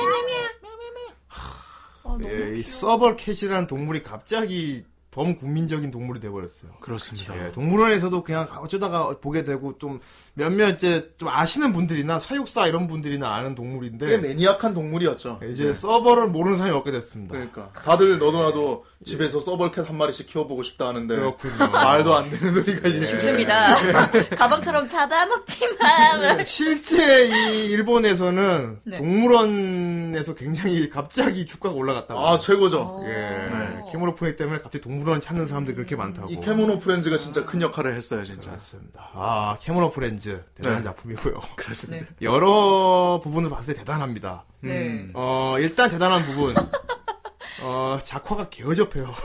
[SPEAKER 4] 너무
[SPEAKER 1] 예, 이 서벌캣이라는 동물이 갑자기 범국민적인 동물이 돼버렸어요.
[SPEAKER 2] 그렇습니다.
[SPEAKER 1] 예, 동물원에서도 그냥 어쩌다가 보게 되고 좀 몇몇 이제 좀 아시는 분들이나 사육사 이런 분들이나 아는
[SPEAKER 2] 꽤
[SPEAKER 1] 동물인데
[SPEAKER 2] 매니악한 동물이었죠.
[SPEAKER 1] 이제 서버를 모르는 사람이 없게 됐습니다.
[SPEAKER 2] 그러니까 다들 너도나도 집에서 서벌캣 한 마리씩 키워보고 싶다 하는데
[SPEAKER 1] 그렇군요.
[SPEAKER 2] 말도 안 되는 소리가 이미
[SPEAKER 4] 죽습니다. 가방처럼 잡아먹지 마.
[SPEAKER 1] 음. 실제 이 일본에는
[SPEAKER 4] 네.
[SPEAKER 1] 동물원에서 굉장히 갑자기 주가가 올라갔다고.
[SPEAKER 2] 아 최고죠.
[SPEAKER 1] 예, 네. 캐모노프레이 때문에 갑자기 동물원 찾는 사람들이 그렇게 많다고.
[SPEAKER 2] 이 캐모노 프렌즈가 진짜 큰 역할을 했어요
[SPEAKER 1] 네.
[SPEAKER 2] 진짜.
[SPEAKER 1] 맞습니다. 아, 캐모노 프렌즈 대단한
[SPEAKER 2] 네.
[SPEAKER 1] 작품이고요.
[SPEAKER 2] 그렇습니다.
[SPEAKER 4] 네.
[SPEAKER 1] 여러 부분을 봤을 때 대단합니다.
[SPEAKER 2] 음.
[SPEAKER 4] 네.
[SPEAKER 1] 어, 일단 대단한 부분. 어, 작화가 개어접해요.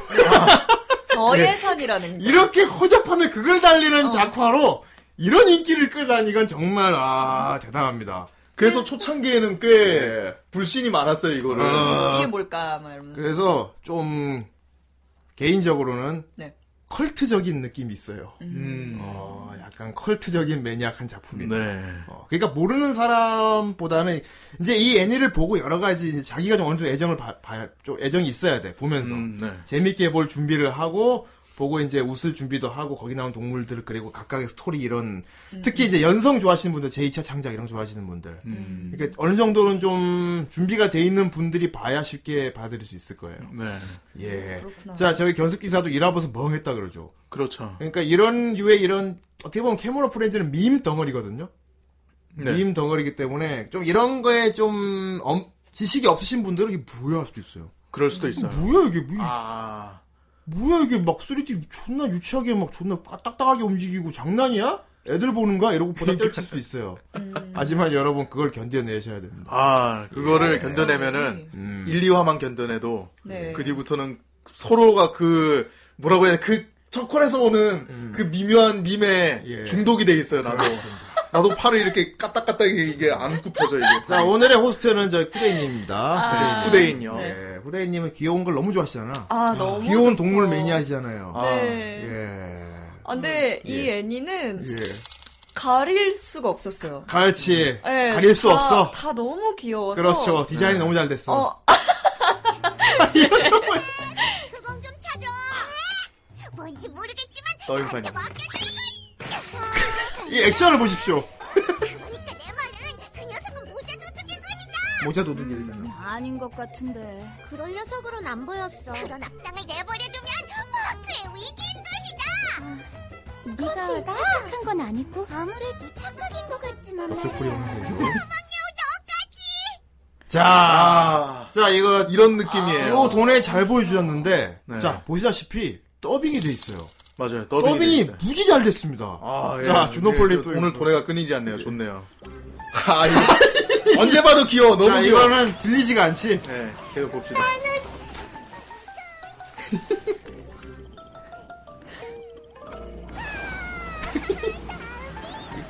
[SPEAKER 4] 저예산이라는 게.
[SPEAKER 1] 네. 이렇게 허접하면 그걸 달리는 작화로 이런 인기를 끌다니 이건 정말, 아, 대단합니다.
[SPEAKER 2] 그래서 초창기에는 꽤
[SPEAKER 1] 네.
[SPEAKER 2] 불신이 많았어요 이거를.
[SPEAKER 1] 어.
[SPEAKER 4] 이게 뭘까? 막 이러면서.
[SPEAKER 1] 그래서 좀, 개인적으로는
[SPEAKER 4] 네.
[SPEAKER 1] 컬트적인 느낌이 있어요.
[SPEAKER 2] 음.
[SPEAKER 1] 어, 약간 컬트적인 매니악한 작품이다.
[SPEAKER 2] 네.
[SPEAKER 1] 어, 그러니까 모르는 사람보다는 이제 이 애니를 보고 여러 가지 이제 자기가 좀 어느 정도 애정을 봐, 봐- 좀 애정이 있어야 돼 보면서
[SPEAKER 2] 음, 네.
[SPEAKER 1] 재밌게 볼 준비를 하고 보고 이제 웃을 준비도 하고 거기 나온 동물들 그리고 각각의 스토리 이런 특히 이제 연성 좋아하시는 분들 제2차 창작 이런 거 좋아하시는 분들
[SPEAKER 2] 음.
[SPEAKER 1] 그러니까 어느 정도는 좀 준비가 돼 있는 분들이 봐야 쉽게 받아들일 수 있을 거예요.
[SPEAKER 2] 네.
[SPEAKER 1] 예.
[SPEAKER 4] 그렇구나.
[SPEAKER 1] 자 저희 견습 기사도 일화보서 멍했다 그러죠.
[SPEAKER 2] 그렇죠.
[SPEAKER 1] 그러니까 이런 유의 이런 어떻게 보면 캐모노 프렌즈는 밈 덩어리거든요.
[SPEAKER 2] 네.
[SPEAKER 1] 밈 덩어리기 때문에 좀 이런 거에 좀 엄- 지식이 없으신 분들은 이게 뭐야 할 수도 있어요.
[SPEAKER 2] 그럴 수도 있어요.
[SPEAKER 1] 뭐야 이게 뭐,
[SPEAKER 2] 아.
[SPEAKER 1] 뭐야 이게 막 3D 존나 유치하게 막 존나 딱딱하게 움직이고 장난이야? 애들 보는 거야? 이러고 보다 떨칠 수도 있어요.
[SPEAKER 4] 음.
[SPEAKER 1] 하지만 여러분 그걸 견뎌내셔야 됩니다.
[SPEAKER 2] 아 그거를 견뎌내면은
[SPEAKER 1] 음.
[SPEAKER 2] 일 1, 2화만 견뎌내도
[SPEAKER 4] 네.
[SPEAKER 2] 그 뒤부터는 서로가 그 뭐라고 해야 돼? 그 첫콘에서 오는 그 미묘한 밈에
[SPEAKER 1] 음. 예.
[SPEAKER 2] 중독이 돼 있어요 나도 나도 팔을 이렇게 까딱까딱 이게 안 굽혀져 이게
[SPEAKER 1] 자 오늘의 호스트는 저희 쿠데이님입니다.
[SPEAKER 2] 네, 후대인요
[SPEAKER 1] 후대인. 예, 후대인님은 귀여운 걸 너무 좋아하시잖아.
[SPEAKER 4] 아, 너무
[SPEAKER 1] 귀여운
[SPEAKER 4] 좋죠.
[SPEAKER 1] 동물 매니아시잖아요.
[SPEAKER 2] 아.
[SPEAKER 4] 네.
[SPEAKER 1] 예.
[SPEAKER 4] 아, 근데 이
[SPEAKER 1] 예.
[SPEAKER 4] 애니는
[SPEAKER 1] 예.
[SPEAKER 4] 가릴 수가 없었어요.
[SPEAKER 1] 그렇지.
[SPEAKER 4] 예,
[SPEAKER 1] 가릴 수
[SPEAKER 4] 다-
[SPEAKER 1] 없어.
[SPEAKER 4] 다 너무 귀여워서.
[SPEAKER 1] 그렇죠. 디자인이
[SPEAKER 2] 네.
[SPEAKER 1] 너무 잘 됐어.
[SPEAKER 4] 어,
[SPEAKER 5] 그건 좀 찾아. 뭔지 모르겠지만
[SPEAKER 2] 떠임판이
[SPEAKER 5] 맡겨주는 걸.
[SPEAKER 1] 예.
[SPEAKER 5] 그러니까
[SPEAKER 1] 이 액션을 보십시오.
[SPEAKER 5] 그
[SPEAKER 1] 모자 도둑이잖아.
[SPEAKER 6] 아닌 것 같은데.
[SPEAKER 5] 그럴 녀석으론 안 보였어. 그런 악당을 내버려두면 파크의 위기인 것이다. 아, 네가 착각한 건 아니고 아무래도 착각인 것 같지만
[SPEAKER 1] 덕색 뿌리 없는
[SPEAKER 5] 말이야.
[SPEAKER 1] 거죠. 자,
[SPEAKER 2] 아,
[SPEAKER 1] 자 이거
[SPEAKER 2] 이런 느낌이에요.
[SPEAKER 1] 요 돈에 잘 보여주셨는데
[SPEAKER 2] 네.
[SPEAKER 1] 자 보시다시피 더빙이 돼 있어요.
[SPEAKER 2] 맞아요. 더빙이.
[SPEAKER 1] 더빙이
[SPEAKER 2] 돼 있어요.
[SPEAKER 1] 무지 잘 됐습니다.
[SPEAKER 2] 아, 예.
[SPEAKER 1] 자, 주노폴리 또 이거.
[SPEAKER 2] 오늘
[SPEAKER 1] 예.
[SPEAKER 2] 도래가 끊이지 않네요. 좋네요. 아, 이거. 언제 봐도 귀여워. 너무
[SPEAKER 1] 자
[SPEAKER 2] 귀여워.
[SPEAKER 1] 이거는 들리지가 않지.
[SPEAKER 2] 네, 계속 봅시다.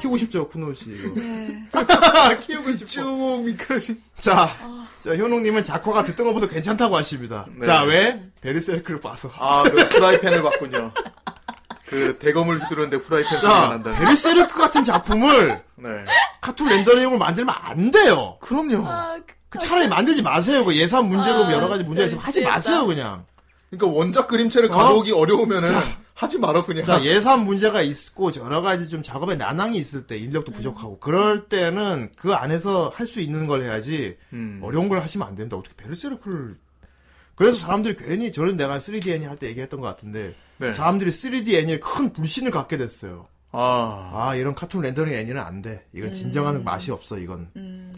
[SPEAKER 1] 키우고 싶죠 쿠노 씨. 이거. 키우고 싶죠.
[SPEAKER 2] 쭉 미끄러지.
[SPEAKER 1] 자, 자 현웅님은 작화 같은 뜬 것보다 괜찮다고 하십니다.
[SPEAKER 2] 네.
[SPEAKER 1] 자 왜 베르세르크를 봐서.
[SPEAKER 2] 아, 그 후라이팬을 봤군요. 그 대검을 휘두르는데 후라이팬 소리가
[SPEAKER 1] 자
[SPEAKER 2] 난다는.
[SPEAKER 1] 베르세르크 같은 작품을
[SPEAKER 2] 네.
[SPEAKER 1] 카툰 렌더링으로 만들면 안 돼요.
[SPEAKER 2] 그럼요.
[SPEAKER 4] 아, 그-
[SPEAKER 1] 그 차라리 만들지 마세요. 그 예산 문제로
[SPEAKER 4] 아,
[SPEAKER 1] 여러 가지 문제가 있으면 하지
[SPEAKER 4] 진짜.
[SPEAKER 1] 마세요, 그냥.
[SPEAKER 2] 그러니까 원작 그림체를 가져오기 어려우면은 하지 말아 그냥.
[SPEAKER 1] 자, 예산 문제가 있고 여러 가지 좀 작업에 난항이 있을 때
[SPEAKER 2] 음.
[SPEAKER 1] 인력도 부족하고 그럴 때는 그 안에서 할 수 있는 걸 해야지
[SPEAKER 2] 음.
[SPEAKER 1] 어려운 걸 하시면 안 됩니다. 어떻게 베르세르크를 그래서 사람들이 괜히 저는 내가 3D 애니 할 때 얘기했던 것 같은데
[SPEAKER 2] 네.
[SPEAKER 1] 사람들이 3D 애니에 큰 불신을 갖게 됐어요.
[SPEAKER 2] 아.
[SPEAKER 1] 아 이런 카툰 렌더링 애니는 안 돼. 이건 진정한 맛이 없어 이건.
[SPEAKER 4] 음,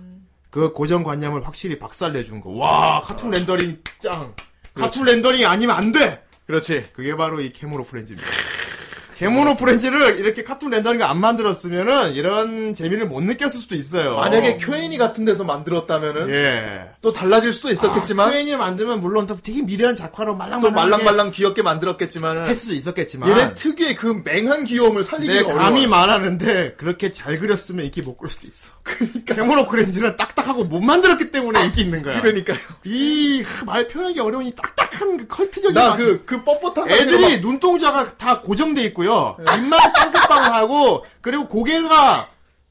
[SPEAKER 1] 그 고정관념을 확실히 박살내준 거. 와 카툰 렌더링 짱. 카툰 렌더링이 아니면 안 돼.
[SPEAKER 2] 그렇지.
[SPEAKER 1] 그게 바로 이 캐모노 프렌즈입니다. 캐모노 프렌즈를 이렇게 카툰 렌더링을 안 만들었으면은 이런 재미를 못 느꼈을 수도 있어요.
[SPEAKER 2] 만약에 쿄엔이 같은 데서 만들었다면은
[SPEAKER 1] 예.
[SPEAKER 2] 또 달라질 수도 있었겠지만
[SPEAKER 1] 아, 큐엔이 만들면 물론 또 되게 미려한 작화로 말랑말랑
[SPEAKER 2] 또 말랑말랑 귀엽게 만들었겠지만은
[SPEAKER 1] 했을 수도 있었겠지만
[SPEAKER 2] 얘네 특유의 그 맹한 귀여움을
[SPEAKER 1] 내
[SPEAKER 2] 살리기가 어려워.
[SPEAKER 1] 감히 말하는데 그렇게 잘 그렸으면 인기 못 그럴 수도 있어. 캐모노 프렌즈는 딱딱하고 못 만들었기 때문에 인기 있는 거야.
[SPEAKER 2] 그러니까요.
[SPEAKER 1] 이 말 표현하기 어려운 이 딱딱한 그 컬트적인
[SPEAKER 2] 나
[SPEAKER 1] 맛이
[SPEAKER 2] 그 그 뻣뻣한
[SPEAKER 1] 애들이 눈동자가 다 고정돼 있고요. 입만 빵긋빵을 하고 그리고 고개가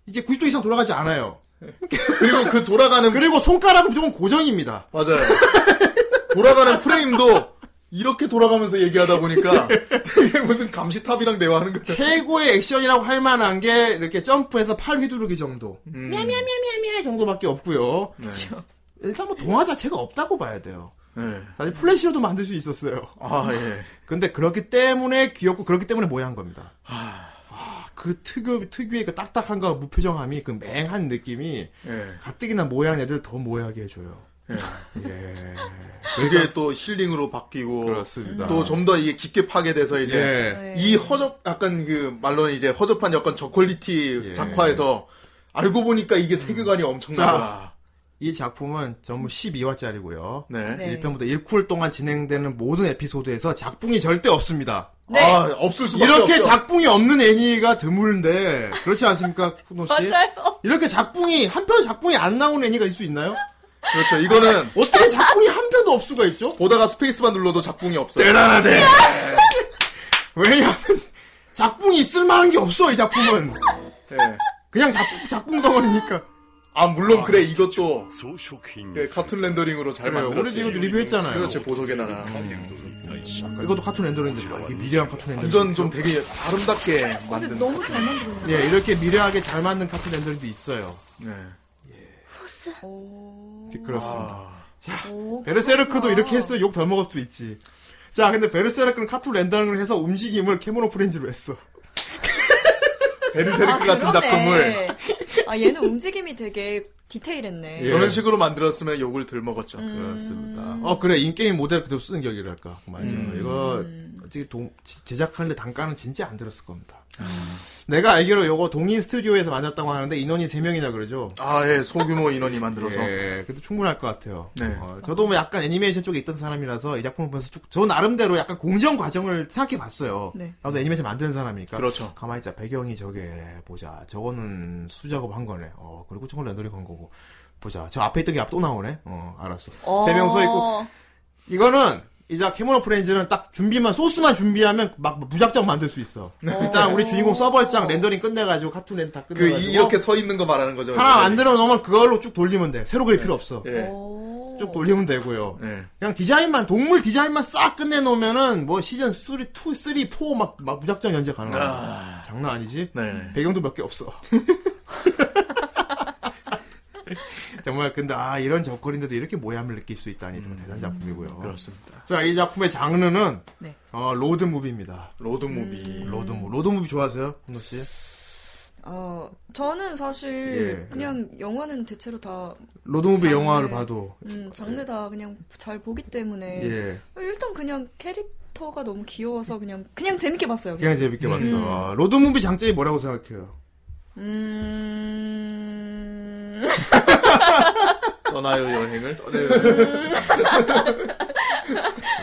[SPEAKER 1] 이제 90도 이상 돌아가지 않아요.
[SPEAKER 2] 그리고 그 돌아가는
[SPEAKER 1] 그리고 손가락은 무조건 고정입니다.
[SPEAKER 2] 맞아요. 돌아가는 프레임도 이렇게 돌아가면서 얘기하다 보니까 되게 무슨 감시탑이랑 대화하는 것 같아.
[SPEAKER 1] 최고의 액션이라고 할 만한 게 이렇게 점프해서 팔 휘두르기 정도. 뺨뺨 정도밖에 없고요.
[SPEAKER 4] 그렇죠.
[SPEAKER 1] 일단 뭐 동화 자체가 없다고 봐야 돼요.
[SPEAKER 2] 네.
[SPEAKER 1] 사실 플래시로도 만들 수 있었어요.
[SPEAKER 2] 아 예.
[SPEAKER 1] 근데 그렇기 때문에 귀엽고 그렇기 때문에 모양 겁니다. 아, 그 특유, 특유의 그 딱딱함과 무표정함이 그 맹한 느낌이
[SPEAKER 2] 예.
[SPEAKER 1] 가뜩이나 모양 애들 더 모양하게 해줘요.
[SPEAKER 2] 예.
[SPEAKER 1] 예.
[SPEAKER 2] 그게 또 힐링으로 바뀌고
[SPEAKER 1] 그렇습니다.
[SPEAKER 2] 또 좀 더 이게 깊게 파괴돼서 이제
[SPEAKER 1] 예.
[SPEAKER 4] 네.
[SPEAKER 2] 이 허접 약간 그 말로는 이제 허접한 약간 저퀄리티
[SPEAKER 1] 예. 음.
[SPEAKER 2] 작화에서 알고 보니까 이게 세계관이
[SPEAKER 1] 아.
[SPEAKER 2] 엄청나더라.
[SPEAKER 1] 이 작품은 전부 12화짜리고요.
[SPEAKER 2] 네.
[SPEAKER 4] 네.
[SPEAKER 1] 1편부터 1쿨 동안 진행되는 모든 에피소드에서 작품이 절대 없습니다.
[SPEAKER 4] 네.
[SPEAKER 2] 아 없을 수밖에
[SPEAKER 1] 이렇게
[SPEAKER 2] 없죠.
[SPEAKER 1] 작품이 없는 애니가 드물데 그렇지 않습니까, 쿠노 씨?
[SPEAKER 4] 맞아요.
[SPEAKER 1] 이렇게 작품이 한 편 작품이 안 나오는 애니가 있을 수 있나요?
[SPEAKER 2] 그렇죠. 이거는
[SPEAKER 1] 어떻게 작품이 한 편도 없을 수가 있죠?
[SPEAKER 2] 보다가 스페이스만 눌러도 작품이
[SPEAKER 1] 네.
[SPEAKER 2] 없어요.
[SPEAKER 1] 대단하대. 왜냐하면 작품이 있을 만한 게 없어 이 작품은.
[SPEAKER 2] 네.
[SPEAKER 1] 그냥 작품 작품 덩어리니까.
[SPEAKER 2] 아 물론 그래 이것도
[SPEAKER 7] 装飾品
[SPEAKER 2] 예, 카툰 렌더링으로 잘
[SPEAKER 1] 그렇죠. 그래요.
[SPEAKER 2] 그렇죠, 만들었어요.
[SPEAKER 1] 네, 우리 지금도 리뷰했잖아요. 음.
[SPEAKER 2] 그렇지 보석의 나라. 그렇죠.
[SPEAKER 1] 이것도 카툰 렌더링인데 이게 미려한 카툰 렌더링.
[SPEAKER 2] 음. 이건 좀 되게 아름답게
[SPEAKER 4] 근데
[SPEAKER 2] 만든.
[SPEAKER 4] 너무 잘 만들었네.
[SPEAKER 1] 예 이렇게 미려하게 잘 만든 카툰 렌더링도 있어요. 네,
[SPEAKER 2] 네.
[SPEAKER 4] 오.
[SPEAKER 1] 그렇습니다.
[SPEAKER 2] 아,
[SPEAKER 4] 오,
[SPEAKER 1] 베르세르크도
[SPEAKER 4] 그렇구나.
[SPEAKER 1] 이렇게 했으면 욕 덜 먹을 수도 있지. 자 근데 베르세르크는 카툰 렌더링을 해서 움직임을 캐모노 프렌즈로 했어.
[SPEAKER 2] 베르세르크 같은 작품을
[SPEAKER 4] 아, 그러네. 아 얘는 움직임이 되게 디테일했네.
[SPEAKER 1] 예. 음.
[SPEAKER 2] 저런 식으로 만들었으면 욕을 덜 먹었죠.
[SPEAKER 1] 그렇습니다.
[SPEAKER 2] 음.
[SPEAKER 1] 어 그래 인게임 모델 그대로 쓰는 격이랄까 맞아. 요 이거
[SPEAKER 2] 음.
[SPEAKER 1] 어떻게 동- 지- 제작하는데 단가는 진짜 안 들었을 겁니다.
[SPEAKER 2] 음.
[SPEAKER 1] 내가 알기로 이거 동인 스튜디오에서 만들었다고 하는데 인원이 3명이나 그러죠.
[SPEAKER 2] 아 예 소규모 인원이 만들어서.
[SPEAKER 1] 예, 그래도 충분할 것 같아요.
[SPEAKER 2] 네.
[SPEAKER 1] 어, 저도 뭐 약간 애니메이션 쪽에 있던 사람이라서 이 작품을 보면서 쭉, 저 나름대로 약간 공정 과정을 생각해 봤어요.
[SPEAKER 4] 네.
[SPEAKER 1] 나도 애니메이션 만드는 사람이니까.
[SPEAKER 2] 그렇죠.
[SPEAKER 1] 가만히 있자. 배경이 저게, 보자. 저거는 수작업 한 거네. 어, 그리고 저건 렌더링 한 거고. 보자. 저 앞에 있던 게 또 나오네. 어, 알았어. 세 명 서 있고, 이거는 이제 캐모노 프렌즈는 딱 준비만 소스만 준비하면 막 무작정 만들 수 있어. 일단 우리 주인공 서벌장 렌더링 끝내가지고 카툰 렌더 다
[SPEAKER 2] 그
[SPEAKER 1] 끝내가지고
[SPEAKER 2] 이- 이렇게 서 있는 거 말하는 거죠.
[SPEAKER 1] 뭐?
[SPEAKER 2] 네.
[SPEAKER 1] 하나 만들어 놓으면 그걸로 쭉 돌리면 돼. 새로 그릴 필요 없어.
[SPEAKER 2] 예.
[SPEAKER 1] 쭉 돌리면 되고요.
[SPEAKER 2] 예.
[SPEAKER 1] 그냥 디자인만 동물 디자인만 싹 끝내 놓으면은 뭐 시즌 3, 2, 3, 4막 막 무작정 연재 가능하다.
[SPEAKER 2] 아.
[SPEAKER 1] 장난 아니지?
[SPEAKER 2] 네.
[SPEAKER 1] 배경도 몇 개 없어. 정말 근데 아 이런 저거리인데도 이렇게 모양을 느낄 수 있다니 정말 대단한 작품이고요.
[SPEAKER 2] 음, 그렇습니다.
[SPEAKER 1] 자, 이 작품의 장르는
[SPEAKER 4] 네.
[SPEAKER 1] 어, 로드 무비입니다.
[SPEAKER 2] 로드 무비.
[SPEAKER 1] 로드 무 로드 무비 좋아하세요, 홍노 씨?
[SPEAKER 4] 어, 저는 사실
[SPEAKER 1] 예.
[SPEAKER 4] 그냥 영화는 대체로 다
[SPEAKER 1] 로드 무비
[SPEAKER 4] 장르.
[SPEAKER 1] 영화를 봐도
[SPEAKER 4] 음, 장르 다 그냥 잘 보기 때문에
[SPEAKER 1] 예,
[SPEAKER 4] 일단 그냥 캐릭터가 너무 귀여워서 그냥 그냥 재밌게 봤어요. 그냥.
[SPEAKER 1] 그냥 재밌게 봤어. 아, 로드 무비 장점이 뭐라고 생각해요?
[SPEAKER 4] 음.
[SPEAKER 2] 떠나요 여행을 네. 떠나요.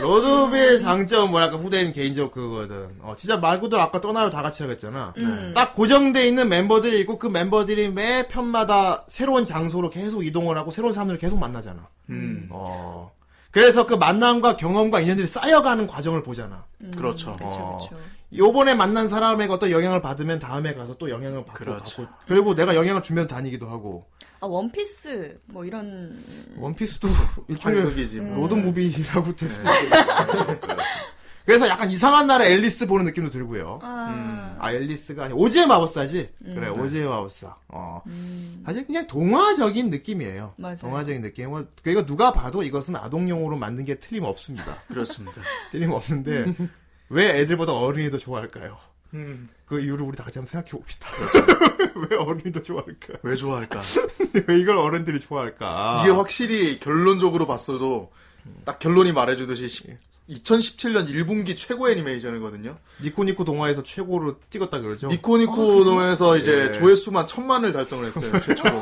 [SPEAKER 1] 로드 무비의 장점 뭐랄까 후대인 개인적 그거거든. 어, 진짜 말 그대로 아까 떠나요 다 같이 하겠잖아. 네.
[SPEAKER 4] 음.
[SPEAKER 1] 딱 고정돼 있는 멤버들이 있고 그 멤버들이 매 편마다 새로운 장소로 계속 이동을 하고 새로운 사람들을 계속 만나잖아.
[SPEAKER 2] 음,
[SPEAKER 1] 어. 그래서 그 만남과 경험과 인연들이 쌓여가는 과정을 보잖아.
[SPEAKER 2] 그렇죠.
[SPEAKER 1] 어.
[SPEAKER 4] 그렇죠.
[SPEAKER 1] 요번에 만난 사람에게 어떤 영향을 받으면 다음에 가서 또 영향을 받고,
[SPEAKER 2] 그렇죠.
[SPEAKER 1] 받고 그리고 내가 영향을 주면 다니기도 하고
[SPEAKER 4] 아, 원피스 뭐 이런
[SPEAKER 1] 원피스도 일종의
[SPEAKER 2] 환극이지 뭐. 네. 그렇죠.
[SPEAKER 1] 로드 무비라고 됐을 그래서 약간 이상한 나라 앨리스 보는 느낌도 들고요.
[SPEAKER 4] 아.
[SPEAKER 1] 아 앨리스가 아니 오즈의 마법사지.
[SPEAKER 2] 음.
[SPEAKER 1] 그래 오즈의 마법사. 어. 사실 그냥 동화적인 느낌이에요.
[SPEAKER 4] 음. 맞아요.
[SPEAKER 1] 동화적인 느낌이고 그러니까 누가 봐도 이것은 아동용으로 만든 게 틀림없습니다.
[SPEAKER 2] 그렇습니다.
[SPEAKER 1] 틀림없는데 왜 애들보다 어른이 더 좋아할까요?
[SPEAKER 2] 음,
[SPEAKER 1] 그 이유를 우리 다 같이 한번 생각해 봅시다. 왜 어른이 더 좋아할까?
[SPEAKER 2] 왜 좋아할까?
[SPEAKER 1] 왜 이걸 어른들이 좋아할까?
[SPEAKER 2] 이게 확실히 결론적으로 봤어도 딱 결론이 말해주듯이 2017년 1분기 최고 애니메이션이거든요.
[SPEAKER 1] 니코니코 동화에서 최고로 찍었다 아, 그러죠?
[SPEAKER 2] 니코니코노에서 이제
[SPEAKER 1] 예.
[SPEAKER 2] 조회수만 천만을 달성을 했어요. 최초로.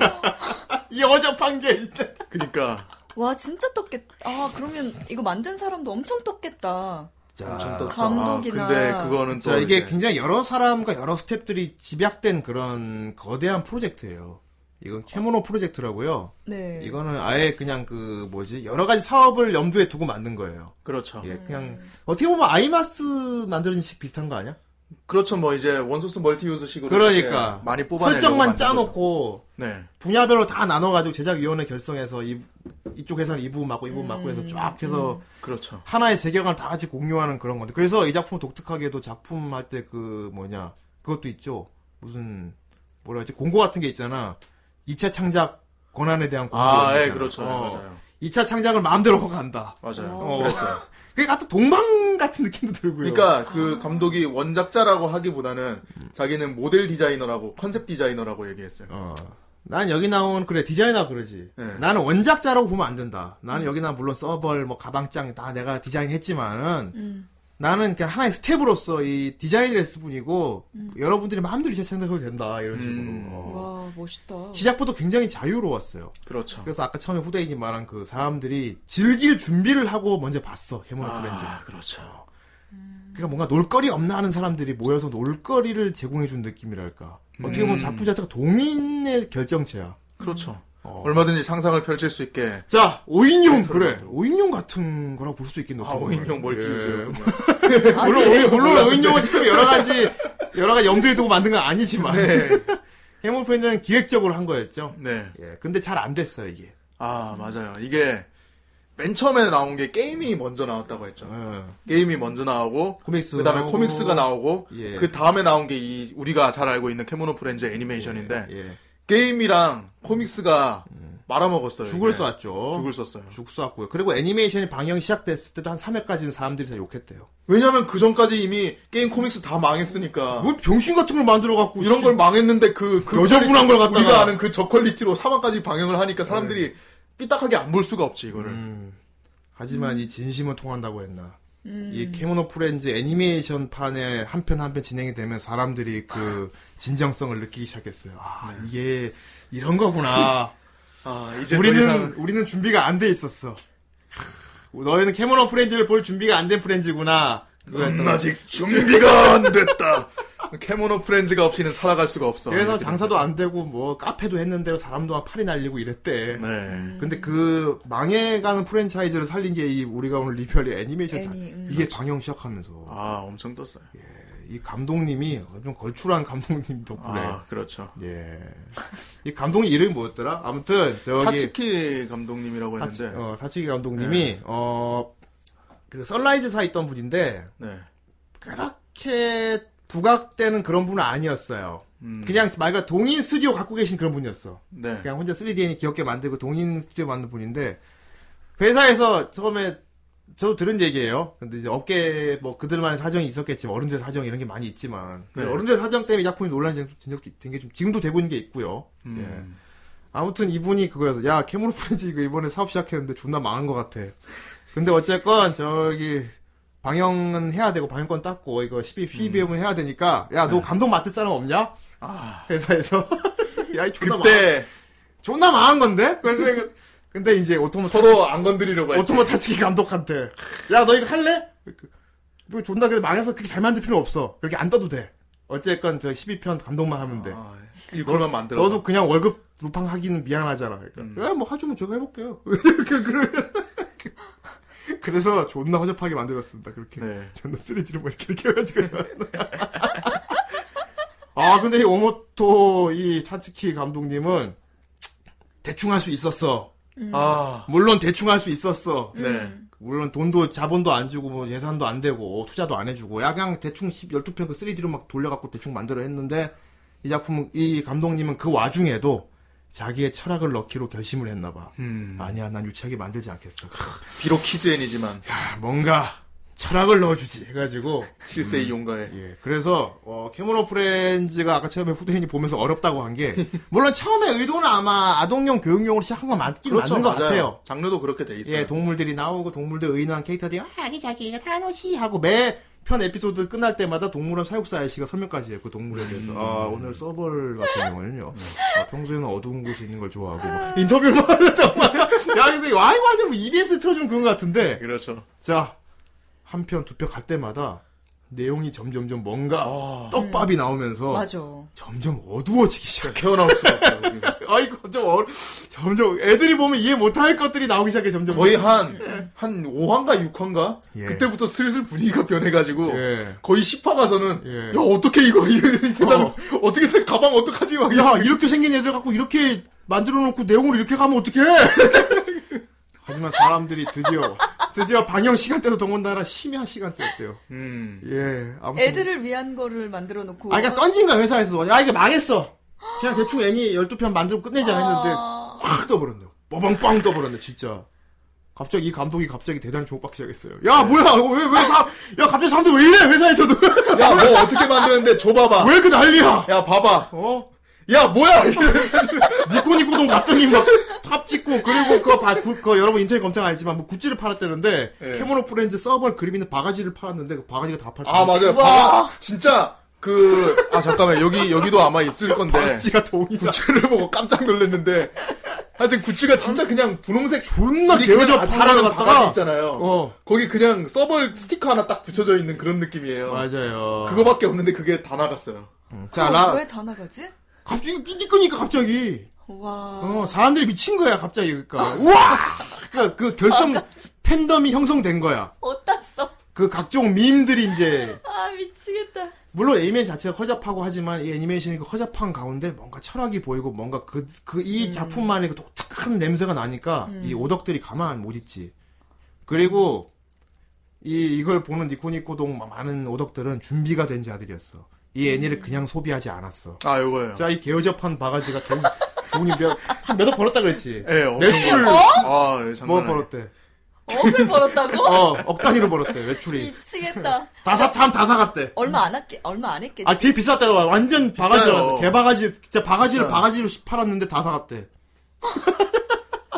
[SPEAKER 1] 이 어접한 게 있다.
[SPEAKER 2] 그러니까
[SPEAKER 4] 와, 진짜 떴겠다. 아, 그러면 이거 만든 사람도 엄청 떴겠다.
[SPEAKER 2] 엄청
[SPEAKER 1] 자,
[SPEAKER 2] 떴죠.
[SPEAKER 4] 감독이나.
[SPEAKER 2] 아, 근데 그거는 또
[SPEAKER 1] 아. 자 이게
[SPEAKER 2] 이제
[SPEAKER 1] 굉장히 여러 사람과 여러 스탭들이 집약된 그런 거대한 프로젝트예요. 이건 캐모노 프로젝트라고요.
[SPEAKER 4] 네.
[SPEAKER 1] 이거는 아예 그냥 그 뭐지 여러 가지 사업을 염두에 두고 만든 거예요.
[SPEAKER 2] 그렇죠.
[SPEAKER 1] 예, 그냥 어떻게 보면 아이마스 만드는 식 비슷한 거 아니야?
[SPEAKER 2] 그렇죠. 뭐 이제 원소스 멀티유즈식으로
[SPEAKER 1] 그러니까
[SPEAKER 2] 이렇게 많이 뽑아
[SPEAKER 1] 설정만 짜놓고
[SPEAKER 2] 네.
[SPEAKER 1] 분야별로 다 나눠가지고 제작위원회 결성해서 이, 이쪽 회사는 이 부분 맡고 이 부분 맡고 해서 쫙 해서
[SPEAKER 2] 그렇죠.
[SPEAKER 1] 하나의 세계관을 다 같이 공유하는 그런 건데 그래서 이 작품 독특하게도 작품 할 때 그 뭐냐 그것도 있죠 무슨 뭐라 하지 공고 같은 게 있잖아 2차 창작 권한에 대한 공고
[SPEAKER 2] 아, 예,
[SPEAKER 1] 있잖아.
[SPEAKER 2] 그렇죠.
[SPEAKER 1] 어,
[SPEAKER 2] 맞아요.
[SPEAKER 1] 2차 창작을 마음대로 허한다
[SPEAKER 2] 맞아요.
[SPEAKER 1] 어.
[SPEAKER 2] 그랬어요.
[SPEAKER 1] 그게 같은 동방 같은 느낌도 들고요
[SPEAKER 2] 그러니까 그 감독이 원작자라고 하기보다는 자기는 모델 디자이너라고 컨셉 디자이너라고 얘기했어요.
[SPEAKER 1] 어. 난 여기 나온 그래 디자이너 그러지.
[SPEAKER 2] 네.
[SPEAKER 1] 나는 원작자라고 보면 안 된다. 나는 여기 나 물론 서벌 뭐 가방장 다 내가 디자인했지만은 나는 그냥 하나의 스텝으로서 이 디자인을 했을 뿐이고 여러분들이 마음대로 이제 생각해도 된다 이런 식으로.
[SPEAKER 2] 음.
[SPEAKER 1] 어.
[SPEAKER 4] 와, 멋있다.
[SPEAKER 1] 시작부터 굉장히 자유로웠어요.
[SPEAKER 2] 그렇죠.
[SPEAKER 1] 그래서 아까 처음에 후대인이 말한 그 사람들이 즐길 준비를 하고 먼저 봤어 해머너 프렌즈.
[SPEAKER 2] 아, 그렇죠.
[SPEAKER 1] 그러니까 뭔가 놀거리 없나 하는 사람들이 모여서 놀거리를 제공해 준 느낌이랄까. 어떻게 보면
[SPEAKER 2] 음.
[SPEAKER 1] 작품 자체가 동인의 결정체야.
[SPEAKER 2] 그렇죠.
[SPEAKER 1] 어.
[SPEAKER 2] 얼마든지 상상을 펼칠 수 있게.
[SPEAKER 1] 자, 5인용, 그래. 5인용 같은 거라고 볼 수도 있겠네.
[SPEAKER 2] 네, 그렇죠.
[SPEAKER 1] 예.
[SPEAKER 2] 아, 5인용 아, 멀티유즈.
[SPEAKER 1] 물론,
[SPEAKER 2] 네.
[SPEAKER 1] 오인- 물론 5인용은 지금 여러 가지, 여러 가지 염두에 두고 만든 건 아니지만.
[SPEAKER 2] 네.
[SPEAKER 1] 해물팬은 기획적으로 한 거였죠.
[SPEAKER 2] 네.
[SPEAKER 1] 예, 근데 잘 안 됐어요, 이게.
[SPEAKER 2] 아, 맞아요. 이게 맨 처음에 나온 게 게임이 먼저 나왔다고 했죠.
[SPEAKER 1] 어,
[SPEAKER 2] 게임이 먼저 나오고
[SPEAKER 1] 코믹스.
[SPEAKER 2] 그다음에
[SPEAKER 1] 나오고.
[SPEAKER 2] 코믹스가 나오고
[SPEAKER 1] 예.
[SPEAKER 2] 그 다음에 나온 게 이 우리가 잘 알고 있는 캐모노 프렌즈 애니메이션인데
[SPEAKER 1] 예. 음.
[SPEAKER 2] 게임이랑 코믹스가 말아먹었어요.
[SPEAKER 1] 죽을
[SPEAKER 2] 이게.
[SPEAKER 1] 쏘았죠.
[SPEAKER 2] 네. 죽을 썼어요.
[SPEAKER 1] 죽 쏘았고요. 그리고 애니메이션이 방영이 시작됐을 때도 한 3회까지는 사람들이 다 욕했대요.
[SPEAKER 2] 왜냐면 그 전까지 이미 게임 코믹스 다 망했으니까
[SPEAKER 1] 뭐 병신 같은 걸 만들어갖고.
[SPEAKER 2] 아. 이런 걸 망했는데 그, 그
[SPEAKER 1] 여자분한 걸 갖다가. 네.
[SPEAKER 2] 우리가 아는 그 저퀄리티로 사막까지 방영을 하니까 사람들이 삐딱하게 안 볼 수가 없지 이거를.
[SPEAKER 1] 음, 하지만 이 진심은 통한다고 했나.
[SPEAKER 2] 음.
[SPEAKER 1] 이 캐모노 프렌즈 애니메이션 판에 한 편 한 편 진행이 되면 사람들이 그 진정성을 느끼기 시작했어요. 아, 이게 이런 거구나.
[SPEAKER 2] 아 네. 이제
[SPEAKER 1] 우리는
[SPEAKER 2] 더 이상
[SPEAKER 1] 우리는 준비가 안 돼 있었어. 크, 너희는 캐모노 프렌즈를 볼 준비가 안 된 프렌즈구나.
[SPEAKER 2] 난 아직 준비가 안 됐다. 캐모노 프렌즈가 없이는 살아갈 수가 없어.
[SPEAKER 1] 그래서 장사도 안 되고 뭐 카페도 했는데 사람도 막 팔이 날리고 이랬대.
[SPEAKER 2] 네.
[SPEAKER 1] 근데 그 망해가는 프랜차이즈를 살린 게 이 우리가 오늘 리뷰할 이 애니메이션 작-
[SPEAKER 4] 애니, 음.
[SPEAKER 2] 그렇죠.
[SPEAKER 1] 이게 방영 시작하면서
[SPEAKER 2] 아 엄청 떴어요.
[SPEAKER 1] 네. 이 감독님이 좀 걸출한 감독님 덕분에
[SPEAKER 2] 아 그렇죠.
[SPEAKER 1] 예. 이 감독님 이름이 뭐였더라? 아무튼 저기
[SPEAKER 2] 타츠키 감독님이라고 했는데. 네.
[SPEAKER 1] 타치- 어, 타치기 감독님이 어그 썬라이즈사 있던 분인데
[SPEAKER 2] 네.
[SPEAKER 1] 그렇게 부각되는 그런 분은 아니었어요. 그냥 말 그대로 동인 스튜디오 갖고 계신 그런 분이었어.
[SPEAKER 2] 음, 네.
[SPEAKER 1] 그냥 혼자 3D니 귀엽게 만들고 동인 스튜디오 만든 분인데 회사에서 처음에 저도 들은 얘기예요. 근데 이제 업계 뭐 그들만의 사정이 있었겠지만 어른들 사정 이런 게 많이 있지만 그
[SPEAKER 2] 네.
[SPEAKER 1] 어른들 사정 때문에 이 작품이 논란이 된 적도 된게좀 지금도 되고 있는 게 있고요. 예.
[SPEAKER 2] 음.
[SPEAKER 1] 아무튼 이분이 그거여서 야 캐모노 프렌즈 이거 이번에 사업 시작했는데 존나 망한 것 같아. 근데 어쨌건 저기 방영은 해야 되고 방영권 땄고 이거 12
[SPEAKER 2] 음.
[SPEAKER 1] 12회분 해야 되니까 야
[SPEAKER 2] 네.
[SPEAKER 1] 너 감독 맡을 사람 없냐?
[SPEAKER 2] 아.
[SPEAKER 1] 회사에서 야이 존나 망
[SPEAKER 2] 그때
[SPEAKER 1] 존나 망한 건데? 그래서 이거- 근데 이제 오토모
[SPEAKER 2] 서로 뭐 안 건드리려고 했지.
[SPEAKER 1] 오토모 타츠키 감독한테 야 너 이거 할래? 뭐 존나 그래 망해서 그렇게 잘 만들 필요 없어. 이렇게 안 떠도 돼. 어쨌건 저 12편 감독만 하면 돼.
[SPEAKER 2] 아, 이걸만 만들어.
[SPEAKER 1] 너도 그냥 월급 루팡 하기는 미안하잖아. 그러니까
[SPEAKER 2] 음.
[SPEAKER 1] 그래 뭐 해주면 제가 해볼게요. 이렇게 그러면 그래서 존나 허접하게 만들었습니다. 그렇게
[SPEAKER 2] 네.
[SPEAKER 1] 존나 3D로 뭐 이렇게 이렇게 해가지고 좋았나. 아 근데 이 오모토 이 차츠키 감독님은 대충 할 수 있었어.
[SPEAKER 2] 아.
[SPEAKER 1] 물론 대충 할 수 있었어.
[SPEAKER 2] 네.
[SPEAKER 1] 물론 돈도 자본도 안 주고 뭐 예산도 안 되고 투자도 안 해주고 야 그냥 대충 10, 12편 그 3D로 막 돌려갖고 대충 만들어 했는데 이 작품 이 감독님은 그 와중에도 자기의 철학을 넣기로 결심을 했나 봐.
[SPEAKER 2] 음.
[SPEAKER 1] 아니야 난 유치하게 만들지 않겠어.
[SPEAKER 2] 비록 키즈엔이지만
[SPEAKER 1] 아, 뭔가 철학을 넣어주지 해가지고
[SPEAKER 2] 7세 이용가에.
[SPEAKER 1] 예 그래서 어, 캐머런 프렌즈가 아까 처음에 후대인이 보면서 어렵다고 한 게 물론 처음에 의도는 아마 아동용 교육용으로 시작한 건 맞긴 맞는 것
[SPEAKER 2] 그렇죠, 맞아요.
[SPEAKER 1] 같아요.
[SPEAKER 2] 장르도 그렇게 돼 있어요.
[SPEAKER 1] 예, 동물들이 나오고 동물들 의인한 캐릭터들이 아, 아기 자기 이거 타노시 하고 매 편 에피소드 끝날 때마다 동물원 사육사 아저씨가 설명까지 해요. 그 동물에 대해서. 아,
[SPEAKER 2] 음.
[SPEAKER 1] 오늘 서벌 같은 경우는요. 아, 평소에는 어두운 곳에 있는 걸 좋아하고 막 인터뷰를 막 하다 막. 야, 근데 이거 아이고 한데 뭐 EBS 틀어준 그런 것 같은데.
[SPEAKER 2] 그렇죠.
[SPEAKER 1] 자, 한 편, 두 편 갈 때마다 내용이 점점점 뭔가
[SPEAKER 2] 아.
[SPEAKER 1] 떡밥이 나오면서
[SPEAKER 4] 맞아.
[SPEAKER 1] 점점 어두워지기 시작.
[SPEAKER 2] 태어나올 수가 없어요. 우리는.
[SPEAKER 1] 아이고 점점 어, 점점 애들이 보면 이해 못할 것들이 나오기 시작해 점점.
[SPEAKER 2] 거의 한, 한 5화인가 6화인가?
[SPEAKER 1] 예.
[SPEAKER 2] 그때부터 슬슬 분위기가 변해가지고,
[SPEAKER 1] 예.
[SPEAKER 2] 거의 10화 가서는,
[SPEAKER 1] 예.
[SPEAKER 2] 야, 어떻게 이거, 이, 세상, 어. 떻게 생, 가방 어떡하지? 막,
[SPEAKER 1] 야, 이렇게 생긴 애들 갖고 이렇게 만들어 놓고 내용을 이렇게 가면 어떡해! 하지만 사람들이 드디어, 드디어 방영 시간대도 더군다나 심야 시간대였대요.
[SPEAKER 2] 음.
[SPEAKER 1] 예, 아무튼.
[SPEAKER 4] 애들을 위한 거를 만들어 놓고.
[SPEAKER 1] 아, 그니까 던진 거야, 회사에서. 야, 이게 망했어! 그냥 대충 애니 12편 만들고 끝내자 했는데,
[SPEAKER 4] 아.
[SPEAKER 1] 확 떠버렸네. 빠방빵 떠버렸네, 진짜. 갑자기 이 감독이 갑자기 대단히 주목받기 시작했어요. 야,
[SPEAKER 2] 네.
[SPEAKER 1] 뭐야, 왜, 왜, 사, 야, 갑자기 사람들 왜 이래, 회사에서도.
[SPEAKER 2] 야, 뭐 어떻게 만드는데 줘봐봐.
[SPEAKER 1] 왜 이렇게 난리야!
[SPEAKER 2] 야, 봐봐.
[SPEAKER 1] 어?
[SPEAKER 2] 야, 뭐야!
[SPEAKER 1] 니코니코동 갔더니 막 탑 찍고 그리고 그거 봐, 구- 그거 여러분 인터넷 검색 안 했지만 뭐 굿즈를 팔았다는데
[SPEAKER 2] 예.
[SPEAKER 1] 캐모노 프렌즈 서벌 그림 있는 바가지를 팔았는데 그 바가지가 다 팔았다.
[SPEAKER 2] 아, 맞아요.
[SPEAKER 4] 우와.
[SPEAKER 2] 봐봐. 진짜, 그, 아, 잠깐만. 여기, 여기도 아마 있을 건데.
[SPEAKER 1] 바가지가 동이다.
[SPEAKER 2] 구찌를 보고 깜짝 놀랐는데. 하여튼 구찌가 진짜 그냥 분홍색
[SPEAKER 1] 존나
[SPEAKER 2] 우리 그냥
[SPEAKER 1] 개어접
[SPEAKER 2] 자라는
[SPEAKER 1] 팔아는
[SPEAKER 2] 바가지
[SPEAKER 1] 갔다가
[SPEAKER 2] 있잖아요.
[SPEAKER 1] 어
[SPEAKER 2] 거기 그냥 서벌 스티커 하나 딱 붙여져 있는 그런 느낌이에요.
[SPEAKER 1] 맞아요.
[SPEAKER 2] 그거밖에 없는데 그게 다 나갔어요.
[SPEAKER 1] 자,
[SPEAKER 4] 어,
[SPEAKER 1] 나
[SPEAKER 4] 왜다 나가지?
[SPEAKER 1] 갑자기 끼니꺼니까 갑자기
[SPEAKER 4] 와.
[SPEAKER 1] 어 사람들이 미친 거야 갑자기 그러니까 우와 그러니까 그 결성 팬덤이 형성된 거야.
[SPEAKER 4] 어땠어?
[SPEAKER 1] 그 각종 밈들이 이제
[SPEAKER 4] 아 미치겠다.
[SPEAKER 1] 물론 애니메이션 자체가 허접하고 하지만 이 애니메이션이 그 허접한 가운데 뭔가 철학이 보이고 뭔가 그 그 이 작품만의 그 독특한 냄새가 나니까 이 오덕들이 가만 못 있지. 그리고 이 이걸 보는 니코니코동 많은 오덕들은 준비가 된 자들이었어. 이 애니를 그냥 소비하지 않았어.
[SPEAKER 2] 아, 요거예요.
[SPEAKER 1] 자 이 개어접한 바가지가 돈 돈이 몇한몇억 벌었다 그랬지.
[SPEAKER 2] 예, 엄청
[SPEAKER 1] 어? 매출
[SPEAKER 2] 많아요. 아, 예, 장난
[SPEAKER 1] 뭐
[SPEAKER 2] 아니에요.
[SPEAKER 1] 벌었대?
[SPEAKER 4] 업을 벌었다고?
[SPEAKER 1] 어억 단위로 벌었대 매출이.
[SPEAKER 4] 미치겠다.
[SPEAKER 1] 다사 참 다사 갔대.
[SPEAKER 4] 얼마 안 할게. 얼마 안 했겠지.
[SPEAKER 1] 아, 되게 비쌌다. 완전 바가지라.
[SPEAKER 2] 비싸요.
[SPEAKER 1] 개바가지. 진짜 바가지를
[SPEAKER 2] 비싸요.
[SPEAKER 1] 바가지로 팔았는데 다 사갔대.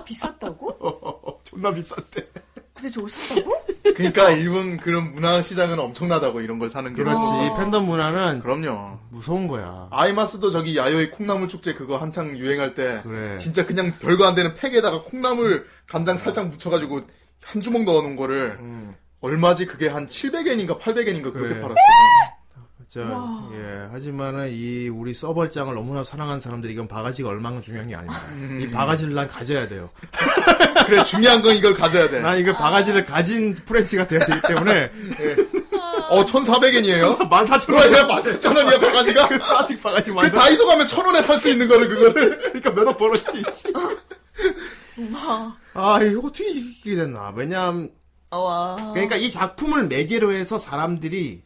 [SPEAKER 4] 비쌌다고?
[SPEAKER 1] 존나 비쌌대.
[SPEAKER 4] 근데 저걸 샀다고?
[SPEAKER 2] 그러니까 일본 그런 문화 시장은 엄청나다고 이런 걸 사는 게. 어.
[SPEAKER 1] 그렇지. 어. 팬덤 문화는
[SPEAKER 2] 그럼요.
[SPEAKER 1] 무서운 거야.
[SPEAKER 2] 아이마스도 저기 야요이 콩나물 축제 그거 한창 유행할 때
[SPEAKER 1] 그래.
[SPEAKER 2] 진짜 그냥 별거 안 되는 팩에다가 콩나물 간장 살짝 묻혀가지고 한 주먹 넣어놓은 거를 얼마지 그게 한 700엔인가 800엔인가 그렇게
[SPEAKER 1] 음. 그래.
[SPEAKER 2] 팔았어요.
[SPEAKER 1] 자,
[SPEAKER 4] 와.
[SPEAKER 1] 예. 하지만은 이 우리 서벌장을 너무나 사랑한 사람들이 이건 바가지가 얼마나 중요한 게 아닙니다.
[SPEAKER 2] 음.
[SPEAKER 1] 이 바가지를 난 가져야 돼요.
[SPEAKER 2] 그래 중요한 건 이걸 가져야 돼.
[SPEAKER 1] 난 이걸 바가지를 가진 프렌치가 돼야 되기 때문에
[SPEAKER 2] 어 1,400엔이에요.
[SPEAKER 1] 14,000원
[SPEAKER 2] 그래 맞았잖아 니가 바가지가.
[SPEAKER 1] 그 플라틱 바가지
[SPEAKER 2] 그
[SPEAKER 1] 만들어.
[SPEAKER 2] 다이소 가면 천 원에 살 수 있는 거를 그거를
[SPEAKER 1] 그러니까 몇 억 벌었지. 씨.
[SPEAKER 4] 와.
[SPEAKER 1] 아, 이거 어떻게 이렇게 됐나. 왜냐면
[SPEAKER 4] 어, 와.
[SPEAKER 1] 그러니까 이 작품을 매개로 해서 사람들이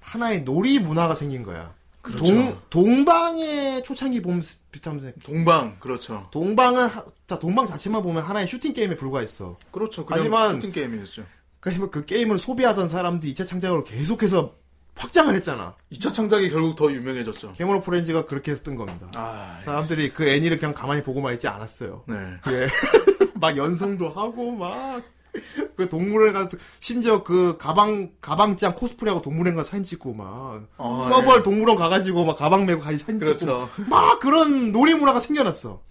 [SPEAKER 1] 하나의 놀이 문화가 생긴 거야. 동 동방의 초창기 봄 비슷하면서
[SPEAKER 2] 동방 그렇죠.
[SPEAKER 1] 동방은 하- 자 동방 자체만 보면 하나의 슈팅 게임에 불과했어.
[SPEAKER 2] 그렇죠. 그냥
[SPEAKER 1] 하지만-
[SPEAKER 2] 슈팅 게임이었죠.
[SPEAKER 1] 그러니까 그 게임을 소비하던 사람들이 2차 창작으로 계속해서 확장을 했잖아.
[SPEAKER 2] 2차 창작이 결국 더 유명해졌죠.
[SPEAKER 1] 캐머로 프렌즈가 그렇게 해서 뜬 겁니다.
[SPEAKER 2] 아,
[SPEAKER 1] 사람들이 그 애니를 그냥 가만히 보고만 있지 않았어요.
[SPEAKER 2] 네.
[SPEAKER 1] 예. 막 연승도 하고 막. 그 동물원 가서 심지어 그 가방 가방장 코스프레하고 동물원 가서 사진 찍고 막
[SPEAKER 2] 아,
[SPEAKER 1] 서벌 동물원 가가지고 막 가방 메고 같이 사진 찍고
[SPEAKER 2] 그렇죠.
[SPEAKER 1] 막 그런 놀이 문화가 생겨났어.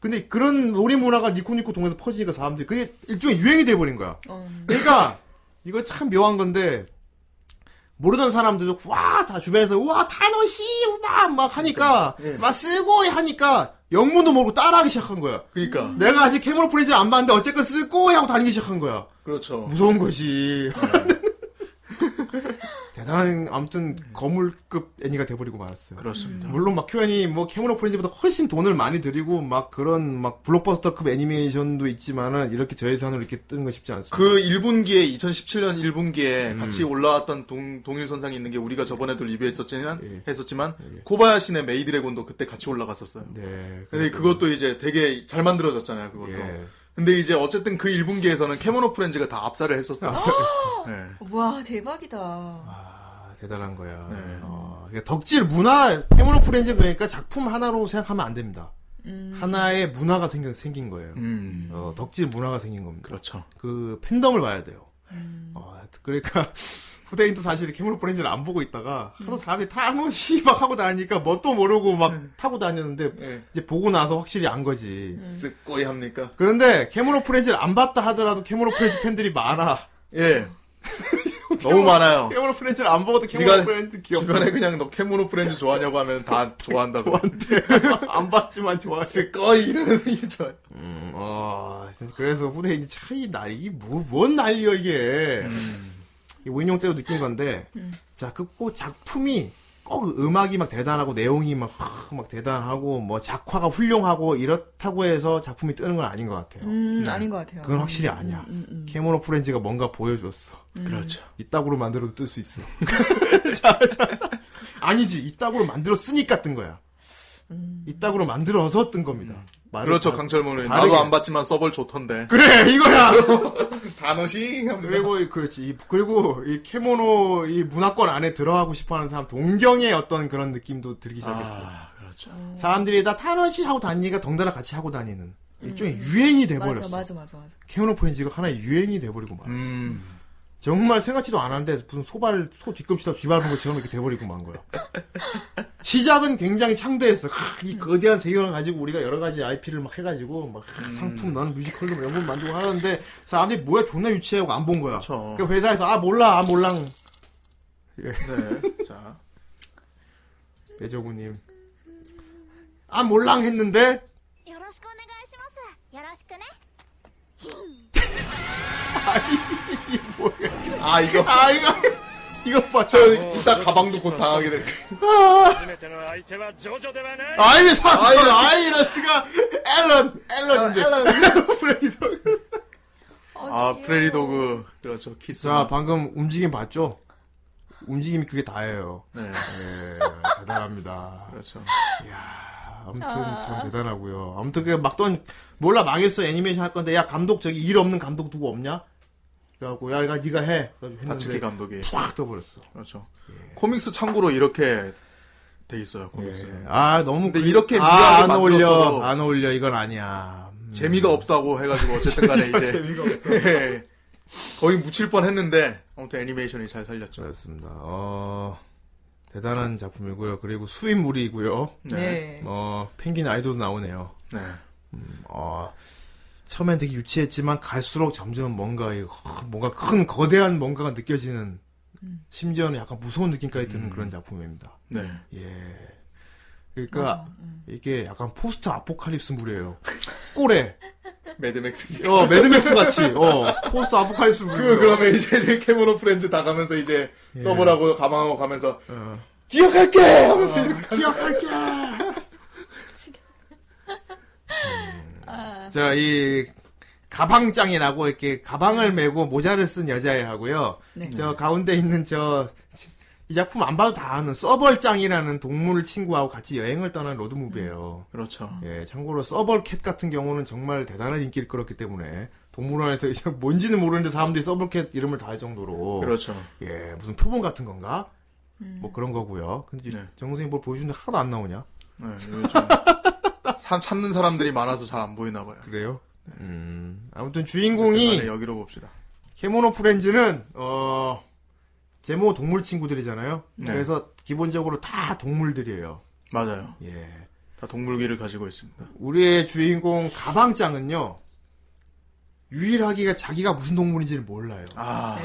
[SPEAKER 1] 근데 그런 놀이 문화가 니코니코 동에서 퍼지니까 사람들이 그게 일종의 유행이 돼버린 거야.
[SPEAKER 4] 어.
[SPEAKER 1] 그러니까 이거 참 묘한 건데 모르던 사람들도 와 다 주변에서 와 타노시 막막 하니까
[SPEAKER 2] 예.
[SPEAKER 1] 막 쓰고 하니까 영문도 모르고 따라하기 시작한 거야.
[SPEAKER 2] 그러니까
[SPEAKER 1] 내가 아직 캐머로 프리즈 안 봤는데 어쨌건 쓰고 하고 다니기 시작한 거야.
[SPEAKER 2] 그렇죠.
[SPEAKER 1] 무서운 것이
[SPEAKER 2] 네.
[SPEAKER 1] 대단한 아무튼 거물급 애니가 돼버리고 말았어요.
[SPEAKER 2] 그렇습니다.
[SPEAKER 1] 물론 막 큐엔이 뭐 캐머런 프렌즈보다 훨씬 돈을 많이 들이고 막 그런 막 블록버스터급 애니메이션도 있지만은 이렇게 저예산으로 이렇게 뜨는 건 쉽지 않습니다.
[SPEAKER 2] 그 1분기에 2017년 1분기에 같이 올라왔던 동, 동일선상이 있는 게 우리가 저번에도 리뷰했었지만 했었지만 코바야시네 메이드래곤도 그때 같이 올라갔었어요.
[SPEAKER 1] 네.
[SPEAKER 2] 근데 뭐 그것도 이제 되게 잘 만들어졌잖아요. 그것도.
[SPEAKER 1] 예.
[SPEAKER 2] 근데 이제 어쨌든 그 1분기에서는 캐모노 프렌즈가 다 압살을 했었어요. 네.
[SPEAKER 4] 와 대박이다.
[SPEAKER 1] 아, 대단한 거야.
[SPEAKER 2] 네.
[SPEAKER 1] 어, 그러니까 덕질 문화 캐머런 프렌즈 그러니까 작품 하나로 생각하면 안 됩니다. 하나의 문화가 생긴 생긴 거예요.
[SPEAKER 2] 음.
[SPEAKER 1] 어, 덕질 문화가 생긴 겁니다.
[SPEAKER 2] 그렇죠.
[SPEAKER 1] 그 팬덤을 봐야 돼요. 어, 그러니까 후대인도 사실 캐머런 프렌즈를 안 보고 있다가 하도 사람이 타고 씨막 하고 다니니까 뭣도 모르고 막
[SPEAKER 2] 음.
[SPEAKER 1] 타고 다녔는데
[SPEAKER 2] 예.
[SPEAKER 1] 이제 보고 나서 확실히 안 거지.
[SPEAKER 2] 음. 쓰꼬이 합니까?
[SPEAKER 1] 그런데 캐머런 프렌즈를 안 봤다 하더라도 캐머런 프렌즈 팬들이 많아.
[SPEAKER 2] 예. 너무 많아요.
[SPEAKER 1] 캐머런 프렌즈를 안 보고도 캐머런
[SPEAKER 2] 네가
[SPEAKER 1] 프렌즈 기억
[SPEAKER 2] 어. 주변에 그냥 너 캐모노 프렌즈 좋아하냐고 하면 다 좋아한다고.
[SPEAKER 1] 좋아한대. 안 봤지만 좋아해.
[SPEAKER 2] 쓰꺼이 이러는 게 좋아요.
[SPEAKER 1] 음, 어, 그래서 후대인이 차이 날, 이게 뭐, 뭔 난리야, 이게. 이 오인용 때도 느낀 건데, 자, 그, 꼭 작품이 꼭 음악이 막 대단하고 내용이 막, 하, 막 대단하고 뭐 작화가 훌륭하고 이렇다고 해서 작품이 뜨는 건 아닌 것 같아요.
[SPEAKER 4] 음 아닌 것 같아요.
[SPEAKER 1] 그건 확실히 아니야.
[SPEAKER 4] 음, 음,
[SPEAKER 1] 캐모노 프렌즈가 뭔가 보여줬어.
[SPEAKER 2] 그렇죠.
[SPEAKER 1] 이따구로 만들어도 뜰 수 있어. 아니지, 이따구로 만들었으니까 뜬 거야.
[SPEAKER 4] 음.
[SPEAKER 1] 이따구로 만들어서 뜬 겁니다. 말을
[SPEAKER 2] 그렇죠,
[SPEAKER 1] 다-
[SPEAKER 2] 강철모는.
[SPEAKER 1] 다르게.
[SPEAKER 2] 나도 안 봤지만 서벌 좋던데.
[SPEAKER 1] 그래, 이거야! 그
[SPEAKER 2] 단어시?
[SPEAKER 1] 그리고 이- 그렇지 이- 그리고 이 케모노 이 문화권 안에 들어가고 싶어하는 사람 동경의 어떤 그런 느낌도 들기 시작했어. 요
[SPEAKER 2] 아, 그렇죠.
[SPEAKER 4] 음.
[SPEAKER 1] 사람들이 다 타노시 하고 다니니까 덩달아 같이 하고 다니는 일종의 유행이 돼버렸어.
[SPEAKER 4] 맞아 맞아 맞아 맞아.
[SPEAKER 1] 케모노 포인지가 하나의 유행이 돼버리고 말. 음.
[SPEAKER 2] 음.
[SPEAKER 1] 정말 생각지도 않았는데 무슨 소발 소 뒤꿈치다 쥐밟은 것처럼 이렇게 돼버리고 만 거야. 시작은 굉장히 창대했어. 하, 이 거대한 세계관을 가지고 우리가 여러 가지 IP를 막 해가지고 막 하, 상품 난 뮤지컬로 막 연금 만들고 하는데 사람들이 뭐야 존나 유치하고 안 본 거야.
[SPEAKER 2] 그렇죠.
[SPEAKER 1] 그 회사에서 아 몰라 아 몰랑 예,
[SPEAKER 2] 네. 자.
[SPEAKER 1] 배정우님 아 몰랑 했는데
[SPEAKER 5] よろしくお願いしますよろしくね
[SPEAKER 1] 이게 뭐야
[SPEAKER 2] 아, 이거.
[SPEAKER 1] 아 이거 이거 봐 저.
[SPEAKER 2] 저, 이따 가방도 곧 당하게 될 거예요.
[SPEAKER 6] 全ての相手はジョジョではない
[SPEAKER 1] 아이리 사
[SPEAKER 2] 아이러스.
[SPEAKER 1] 아이러스가 앨런 아, 앨런인데 브레디도
[SPEAKER 2] 아, 프레리도그. 그렇죠. 키스.
[SPEAKER 1] 자 방금 움직임 봤죠 움직임이 그게 다예요
[SPEAKER 2] 네.
[SPEAKER 1] 예 대단합니다
[SPEAKER 2] 그렇죠.
[SPEAKER 1] 아무튼 참 대단하고요 아무튼 그 막던 몰라 망했어 애니메이션 할 건데 야 감독 저기 일 없는 감독 누구 없냐 그래갖고 야 이거 네가 해
[SPEAKER 2] 다츠키
[SPEAKER 1] 했는데 예.
[SPEAKER 2] 감독이.
[SPEAKER 1] 팍 떠버렸어
[SPEAKER 2] 그렇죠. 코믹스 참고로 이렇게 돼 있어요, 코믹스.
[SPEAKER 1] 예. 아 너무
[SPEAKER 2] 네. 근데 이렇게
[SPEAKER 1] 아, 안
[SPEAKER 2] 미안하게
[SPEAKER 1] 어울려
[SPEAKER 2] 만들었어도-
[SPEAKER 1] 안 어울려 이건 아니야 음.
[SPEAKER 2] 재미가 없다고 해가지고 어쨌든 간에 이제.
[SPEAKER 1] 없어
[SPEAKER 2] 예. 거의 묻힐 뻔 했는데, 아무튼 애니메이션이 잘 살렸죠.
[SPEAKER 1] 그렇습니다 어 대단한 작품이고요 그리고 수입물이고요
[SPEAKER 4] 네.
[SPEAKER 1] 어 펭귄 아이돌도 나오네요
[SPEAKER 2] 네.
[SPEAKER 1] 어 처음엔 되게 유치했지만 갈수록 점점 뭔가 이- 허, 뭔가 큰 거대한 뭔가가 느껴지는 심지어는 약간 무서운 느낌까지
[SPEAKER 2] 음.
[SPEAKER 1] 드는 그런 작품입니다
[SPEAKER 2] 네.
[SPEAKER 1] 예 그러니까 이게 약간 포스트 아포칼립스 물이에요 꼴에
[SPEAKER 2] 매드맥스.
[SPEAKER 1] 어, 매드맥스 같이, 어, 포스트 아포칼립스 물.
[SPEAKER 2] 그, 그러면 이제 캐모노 프렌즈 다 가면서 이제
[SPEAKER 1] 예.
[SPEAKER 2] 서버라고 가방하고 가면서
[SPEAKER 1] 어.
[SPEAKER 2] 기억할게! 하면서 이렇게.
[SPEAKER 1] 기억할게! 음. 자, 이, 가방장이라고 이렇게 가방을 메고 모자를 쓴 여자애 하고요.
[SPEAKER 4] 네.
[SPEAKER 1] 저 가운데 있는 저, 이 작품 안 봐도 다 아는 서벌짱이라는 동물 친구하고 같이 여행을 떠난 로드무비예요.
[SPEAKER 2] 그렇죠.
[SPEAKER 1] 예, 참고로 서벌캣 같은 경우는 정말 대단한 인기를 끌었기 때문에 동물원에서 이제 뭔지는 모르는데 사람들이 서벌캣 이름을 다 할 정도로
[SPEAKER 2] 그렇죠.
[SPEAKER 1] 예, 무슨 표본 같은 건가? 뭐 그런 거고요. 근데
[SPEAKER 2] 네.
[SPEAKER 1] 정선생이 뭘 보여주는데 하나도 안 나오냐?
[SPEAKER 2] 네, 요즘 사- 찾는 사람들이 많아서 잘 안 보이나 봐요. 네,
[SPEAKER 1] 그래요? 음, 아무튼
[SPEAKER 2] 그때만에
[SPEAKER 1] 주인공이
[SPEAKER 2] 여기로 봅시다.
[SPEAKER 1] 케모노 프렌즈는 어 제모 동물 친구들이잖아요.
[SPEAKER 2] 네.
[SPEAKER 1] 그래서 기본적으로 다 동물들이에요.
[SPEAKER 2] 맞아요.
[SPEAKER 1] 예.
[SPEAKER 2] 다 동물기를 가지고 있습니다.
[SPEAKER 1] 우리의 주인공 가방장은요. 유일하기가 자기가 무슨 동물인지를 몰라요.
[SPEAKER 2] 아,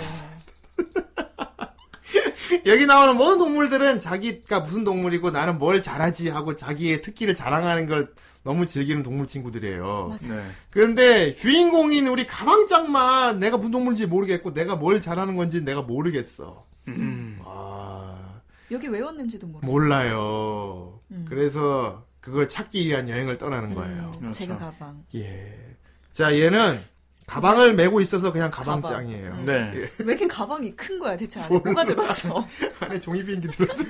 [SPEAKER 1] 여기 나오는 모든 동물들은 자기가 무슨 동물이고 나는 뭘 잘하지 하고 자기의 특기를 자랑하는 걸 너무 즐기는 동물 친구들이에요.
[SPEAKER 2] 네.
[SPEAKER 1] 그런데 주인공인 우리 가방장만 내가 무슨 동물인지 모르겠고 내가 뭘 잘하는 건지 내가 모르겠어.
[SPEAKER 2] 음,
[SPEAKER 1] 아,
[SPEAKER 4] 여기 왜 왔는지도 모르죠.
[SPEAKER 1] 몰라요. 그래서 그걸 찾기 위한 여행을 떠나는 거예요.
[SPEAKER 4] 음, 제가
[SPEAKER 2] 그렇죠.
[SPEAKER 4] 가방.
[SPEAKER 1] 예. 자, 얘는 가방을 메고 있어서 그냥 가방장이에요. 음.
[SPEAKER 4] 가방.
[SPEAKER 1] 예.
[SPEAKER 2] 네.
[SPEAKER 4] 왜 이렇게 가방이 큰 거야 대체 안에 뭐가 들었어?
[SPEAKER 1] 안에 종이 비행기 들었어.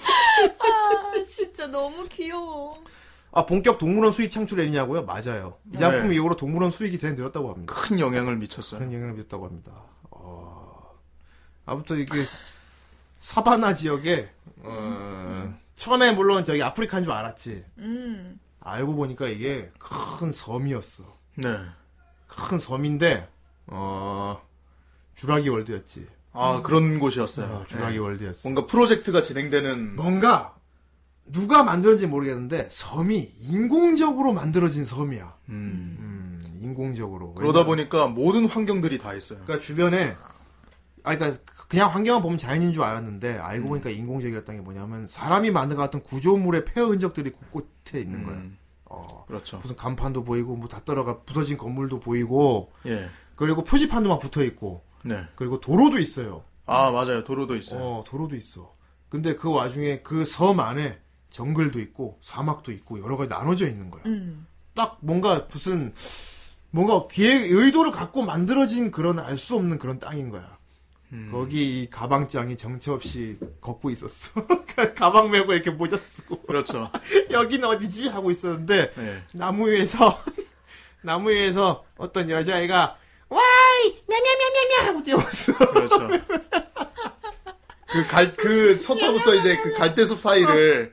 [SPEAKER 4] 아 진짜 너무 귀여워.
[SPEAKER 1] 아, 본격 동물원 수익 창출했냐고요? 맞아요. 이 작품
[SPEAKER 2] 네.
[SPEAKER 1] 이후로 동물원 수익이 되게 늘었다고 합니다.
[SPEAKER 2] 큰 영향을 미쳤어요.
[SPEAKER 1] 큰 영향을 미쳤다고 합니다. 어... 아무튼 이게 사바나 지역에 어... 처음에 물론 저기 아프리카인 줄 알았지.
[SPEAKER 4] 음.
[SPEAKER 1] 알고 보니까 이게 큰 섬이었어.
[SPEAKER 2] 네.
[SPEAKER 1] 큰 섬인데 어... 주라기 월드였지.
[SPEAKER 2] 아, 그런
[SPEAKER 1] 어,
[SPEAKER 2] 곳이었어요.
[SPEAKER 1] 주라기
[SPEAKER 2] 네.
[SPEAKER 1] 월드였어.
[SPEAKER 2] 뭔가 프로젝트가 진행되는
[SPEAKER 1] 뭔가 누가 만들었는지 모르겠는데 섬이 인공적으로 만들어진 섬이야.
[SPEAKER 2] 음.
[SPEAKER 1] 음, 인공적으로.
[SPEAKER 2] 그러다 보니까 모든 환경들이 다 있어요.
[SPEAKER 1] 그러니까 주변에 아 그러니까 그냥 환경만 보면 자연인 줄 알았는데 알고 보니까 인공적이었던 게 뭐냐면 사람이 만든 것 같은 구조물의 폐허 흔적들이 곳곳에 있는 거야.
[SPEAKER 2] 음,
[SPEAKER 1] 어.
[SPEAKER 2] 그렇죠.
[SPEAKER 1] 무슨 간판도 보이고 뭐 다 떨어가 부서진 건물도 보이고
[SPEAKER 2] 예.
[SPEAKER 1] 그리고 표지판도 막 붙어 있고
[SPEAKER 2] 네.
[SPEAKER 1] 그리고 도로도 있어요.
[SPEAKER 2] 아, 맞아요. 도로도 있어요.
[SPEAKER 1] 어, 도로도 있어. 근데 그 와중에 그 섬 안에 정글도 있고 사막도 있고 여러 가지 나눠져 있는 거야.
[SPEAKER 4] 음.
[SPEAKER 1] 딱 뭔가 무슨 뭔가 기획 의도를 갖고 만들어진 그런 알 수 없는 그런 땅인 거야. 음. 거기 이 가방장이 정체 없이 걷고 있었어. 가방 메고 이렇게 모자 쓰고
[SPEAKER 2] 그렇죠.
[SPEAKER 1] 여긴 어디지 하고 있었는데
[SPEAKER 2] 네.
[SPEAKER 1] 나무 위에서 나무 위에서 어떤 여자애가 와이 мямямямя냐 하고 뛰어왔어.
[SPEAKER 2] 그렇죠. 그 갈, 그, 첫 타부터 이제 그 갈대숲 사이를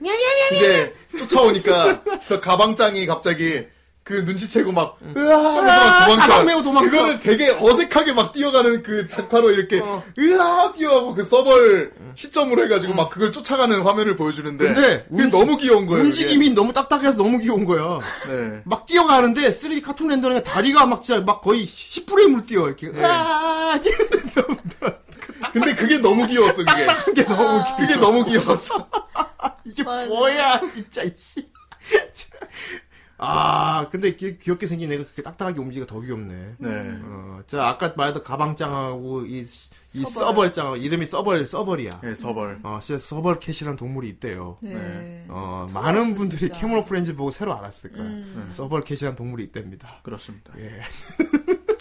[SPEAKER 2] 이제 쫓아오니까 저 가방장이 갑자기 그 눈치채고 막, 으아!
[SPEAKER 1] 으아,
[SPEAKER 2] 하면서 도망쳐.
[SPEAKER 1] 가방 메고 도망쳐.
[SPEAKER 2] 그거를 되게 어색하게 막 뛰어가는 그 작화로 이렇게,
[SPEAKER 1] 어.
[SPEAKER 2] 으아! 뛰어가고 그 서벌 시점으로 해가지고 막 그걸 쫓아가는 화면을 보여주는데.
[SPEAKER 1] 근데
[SPEAKER 2] 그게
[SPEAKER 1] 네. 움직-
[SPEAKER 2] 너무 귀여운 거예요. 그게.
[SPEAKER 1] 움직임이 너무 딱딱해서 너무 귀여운 거야.
[SPEAKER 2] 네.
[SPEAKER 1] 막 뛰어가는데 3D 카툰 렌더링에 다리가 막 진짜 막 거의 10프레임을 뛰어 이렇게
[SPEAKER 4] 네.
[SPEAKER 1] 으아 뛰는데 너무
[SPEAKER 2] 근데 그게 너무 귀여웠어, 그게.
[SPEAKER 1] 이게 너무 웃겨.
[SPEAKER 2] 그게 너무 귀여웠어.
[SPEAKER 1] 이게
[SPEAKER 4] 아. 맞아.
[SPEAKER 1] 뭐야 진짜 이씨 아 근데 귀, 귀엽게 생긴 애가 그렇게 딱딱하게 움직이가 더 귀엽네
[SPEAKER 2] 네.
[SPEAKER 1] 어, 자 아까 말했던 가방장하고 이, 이
[SPEAKER 4] 서벌.
[SPEAKER 1] 서벌장 이름이 서벌 서벌이야
[SPEAKER 2] 네, 서벌.
[SPEAKER 1] 어 진짜 서벌캣이란 동물이 있대요
[SPEAKER 4] 네.
[SPEAKER 2] 네.
[SPEAKER 1] 어
[SPEAKER 4] 처음
[SPEAKER 1] 많은
[SPEAKER 4] 알았어,
[SPEAKER 1] 분들이
[SPEAKER 4] 진짜.
[SPEAKER 1] 캐모노 프렌즈 보고 새로 알았을 거야
[SPEAKER 4] 음.
[SPEAKER 1] 서벌캣이란 동물이 있답니다
[SPEAKER 2] 그렇습니다.
[SPEAKER 1] 예.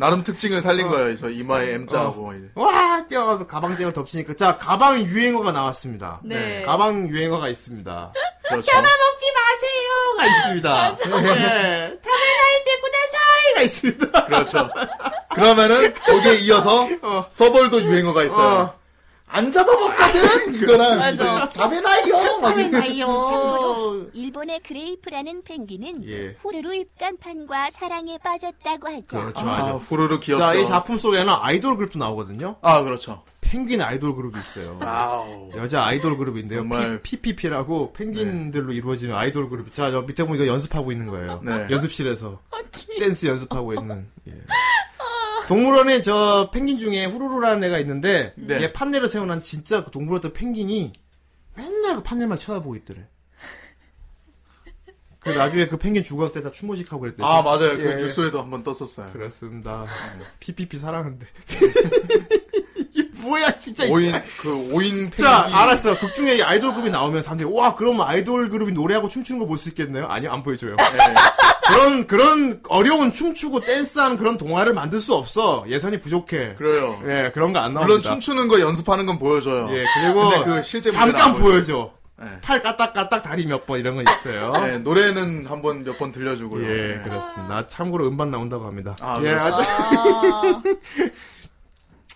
[SPEAKER 2] 나름 특징을 살린 거예요. 저 이마에 M자하고.
[SPEAKER 1] 어.
[SPEAKER 2] 이제.
[SPEAKER 1] 와 뛰어가서 가방장을 덮치니까 자 가방 유행어가 나왔습니다
[SPEAKER 4] 네.
[SPEAKER 1] 가방 유행어가 있습니다
[SPEAKER 2] 그렇죠.
[SPEAKER 1] 어. 먹지 마세요가 있습니다. 네. 타메나이 데쿠다사이가 있습니다.
[SPEAKER 2] 그렇죠. 그러면은 거기에 이어서
[SPEAKER 1] 어.
[SPEAKER 2] 서벌도 유행어가 있어요.
[SPEAKER 1] 어. 안 잡아먹거든?
[SPEAKER 2] 이거랑
[SPEAKER 4] 맞아.
[SPEAKER 2] 다메나이요. 막 이런-
[SPEAKER 1] 참고로.
[SPEAKER 7] 일본의 그레이프라는 펭귄은
[SPEAKER 1] 예.
[SPEAKER 7] 후루루 입간판과 사랑에 빠졌다고 하죠.
[SPEAKER 1] 그렇죠.
[SPEAKER 2] 아,
[SPEAKER 1] 아,
[SPEAKER 2] 후루루 귀엽죠.
[SPEAKER 1] 자, 이 작품 속에는 아이돌 그룹도 나오거든요.
[SPEAKER 2] 아, 그렇죠.
[SPEAKER 1] 펭귄 아이돌 그룹이 있어요.
[SPEAKER 2] 아우.
[SPEAKER 1] 여자 아이돌 그룹인데요.
[SPEAKER 2] 정말.
[SPEAKER 1] PPP라고 펭귄들로 이루어지는 아이돌 그룹. 자, 저 밑에 보니까 연습하고 있는 거예요.
[SPEAKER 2] 네.
[SPEAKER 1] 연습실에서. 댄스 연습하고 있는. 예. 동물원에 저 펭귄 중에 후루루라는 애가 있는데
[SPEAKER 2] 네.
[SPEAKER 1] 얘 판넬을 세워놓은 진짜 그 동물원에 펭귄이 맨날 그 판넬만 쳐다보고 있더래. 그 나중에 그 펭귄 죽었을 때 다 추모식하고 그랬대.
[SPEAKER 2] 아, 맞아요. 그
[SPEAKER 1] 예.
[SPEAKER 2] 뉴스에도 한번 떴었어요.
[SPEAKER 1] 그렇습니다. 네. PPP 사랑한대. 이게 뭐야 진짜. 이-
[SPEAKER 2] 5인 그 5인
[SPEAKER 1] 자,
[SPEAKER 2] 펭귄.
[SPEAKER 1] 알았어. 극 중에 이 아이돌 그룹이 나오면 사람들이, 와, 그럼 아이돌 그룹이 노래하고 춤추는 거 볼 수 있겠네요? 아니요, 안 보여줘요.
[SPEAKER 2] 네.
[SPEAKER 1] 그런 그런 어려운 춤추고 댄스하는 그런 동화를 만들 수 없어. 예산이 부족해.
[SPEAKER 2] 그래요.
[SPEAKER 1] 예, 그런 거 안 나옵니다.
[SPEAKER 2] 물론 춤추는 거 연습하는 건 보여줘요.
[SPEAKER 1] 예, 그리고
[SPEAKER 2] 근데 그 실제 무대는
[SPEAKER 1] 잠깐
[SPEAKER 2] 안 보여줘요.
[SPEAKER 1] 보여줘.
[SPEAKER 2] 예.
[SPEAKER 1] 팔 까딱까딱 다리 몇 번 이런 거 있어요.
[SPEAKER 2] 예, 노래는 한 번 몇 번 들려주고요.
[SPEAKER 1] 예, 그렇습니다. 참고로 음반 나온다고 합니다.
[SPEAKER 2] 네. 아,
[SPEAKER 1] 예,
[SPEAKER 2] 그렇죠.
[SPEAKER 1] 아주
[SPEAKER 4] 아,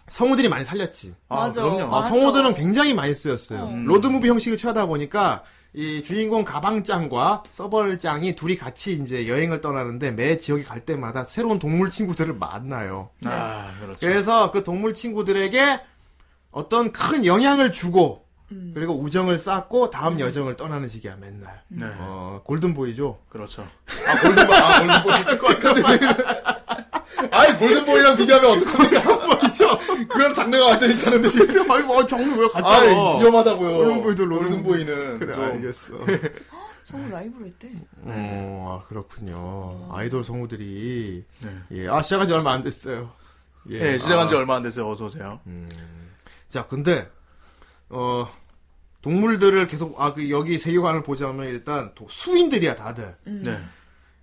[SPEAKER 1] 성우들이 많이 살렸지.
[SPEAKER 2] 아,
[SPEAKER 4] 맞아.
[SPEAKER 2] 그럼요.
[SPEAKER 1] 아,
[SPEAKER 4] 맞아.
[SPEAKER 1] 성우들은 굉장히 많이 쓰였어요.
[SPEAKER 2] 음.
[SPEAKER 1] 로드무비 형식을 취하다 보니까 이 주인공 가방짱과 서벌짱이 둘이 같이 이제 여행을 떠나는데 매 지역에 갈 때마다 새로운 동물 친구들을 만나요.
[SPEAKER 2] 아, 그렇죠.
[SPEAKER 1] 그래서 그 동물 친구들에게 어떤 큰 영향을 주고 그리고 우정을 쌓고 다음 여정을 떠나는 시기야 맨날.
[SPEAKER 2] 네.
[SPEAKER 1] 어, 골든보이죠.
[SPEAKER 2] 그렇죠. 아, 골든보이, 아, 골든보이. 갑자기. 아이, 골든보이랑 비교하면 어떡합니까?
[SPEAKER 1] 골든보이죠.
[SPEAKER 2] 그럼 장르가 완전히 다른데 지금.
[SPEAKER 1] 아니 뭐 장르 왜
[SPEAKER 2] 아이, 예,
[SPEAKER 1] 같잖아.
[SPEAKER 2] 위험하다고요.
[SPEAKER 1] 골든보이도 로드보이.
[SPEAKER 2] 골든보이는.
[SPEAKER 1] 그래
[SPEAKER 2] 좀.
[SPEAKER 1] 알겠어.
[SPEAKER 4] 성우 라이브로 했대.
[SPEAKER 1] 어, 아, 그렇군요. 아이돌 성우들이
[SPEAKER 2] 네.
[SPEAKER 1] 예, 아 시작한 지 얼마 안 됐어요.
[SPEAKER 2] 예, 시작한 지
[SPEAKER 1] 아, 음.
[SPEAKER 2] 얼마 안 됐어요. 어서오세요.
[SPEAKER 1] 자, 근데 어 동물들을 계속 아 그 여기 세계관을 보자면 일단 도- 수인들이야 다들.
[SPEAKER 2] 네.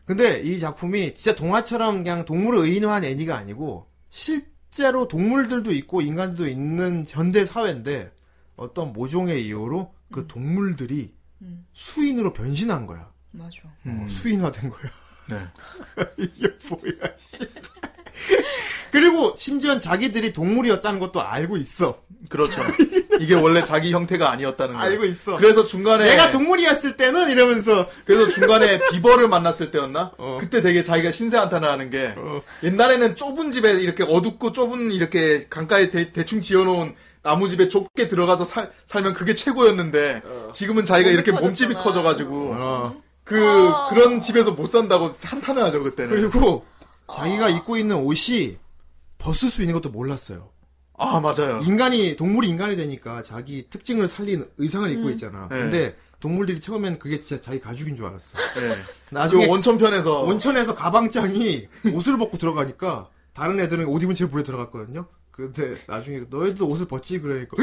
[SPEAKER 1] 근데 이 작품이 진짜 동화처럼 그냥 동물을 의인화한 애니가 아니고 실제로 동물들도 있고 인간들도 있는 현대 사회인데 어떤 모종의 이유로 그 동물들이
[SPEAKER 4] 음.
[SPEAKER 1] 수인으로 변신한 거야.
[SPEAKER 4] 맞아.
[SPEAKER 1] 어, 수인화된 거야.
[SPEAKER 2] 음. 네.
[SPEAKER 1] 이게 뭐야, 씨. 그리고 심지어 자기들이 동물이었다는 것도 알고 있어.
[SPEAKER 2] 그렇죠. 이게 원래 자기 형태가 아니었다는 거.
[SPEAKER 1] 알고 있어.
[SPEAKER 2] 그래서 중간에
[SPEAKER 1] 내가 동물이었을 때는 이러면서
[SPEAKER 2] 그래서 중간에 비버를 만났을 때였나?
[SPEAKER 1] 어.
[SPEAKER 2] 그때 되게 자기가 신세 한탄하는 게
[SPEAKER 1] 어.
[SPEAKER 2] 옛날에는 좁은 집에 이렇게 어둡고 좁은 이렇게 강가에 대, 충 지어놓은 나무 집에 좁게 들어가서 살, 살면 그게 최고였는데 지금은 자기가 이렇게 몸집이
[SPEAKER 4] 커졌잖아.
[SPEAKER 2] 커져가지고
[SPEAKER 1] 어.
[SPEAKER 2] 그 그런 집에서 못 산다고 한탄을 하죠 그때는.
[SPEAKER 1] 그리고
[SPEAKER 2] 아.
[SPEAKER 1] 자기가 입고 있는 옷이 벗을 수 있는 것도 몰랐어요.
[SPEAKER 2] 아 맞아요.
[SPEAKER 1] 인간이 동물이 인간이 되니까 자기 특징을 살린 의상을 입고 있잖아.
[SPEAKER 2] 네.
[SPEAKER 1] 근데 동물들이 처음엔 그게 진짜 자기 가죽인 줄 알았어.
[SPEAKER 2] 예.
[SPEAKER 1] 나중에
[SPEAKER 2] 그 원천
[SPEAKER 1] 어.
[SPEAKER 2] 편에서
[SPEAKER 1] 온천에서 가방장이 옷을 벗고 들어가니까 다른 애들은 옷 입은 채 물에 들어갔거든요. 근데 나중에 너희들도 옷을 벗지 그러니까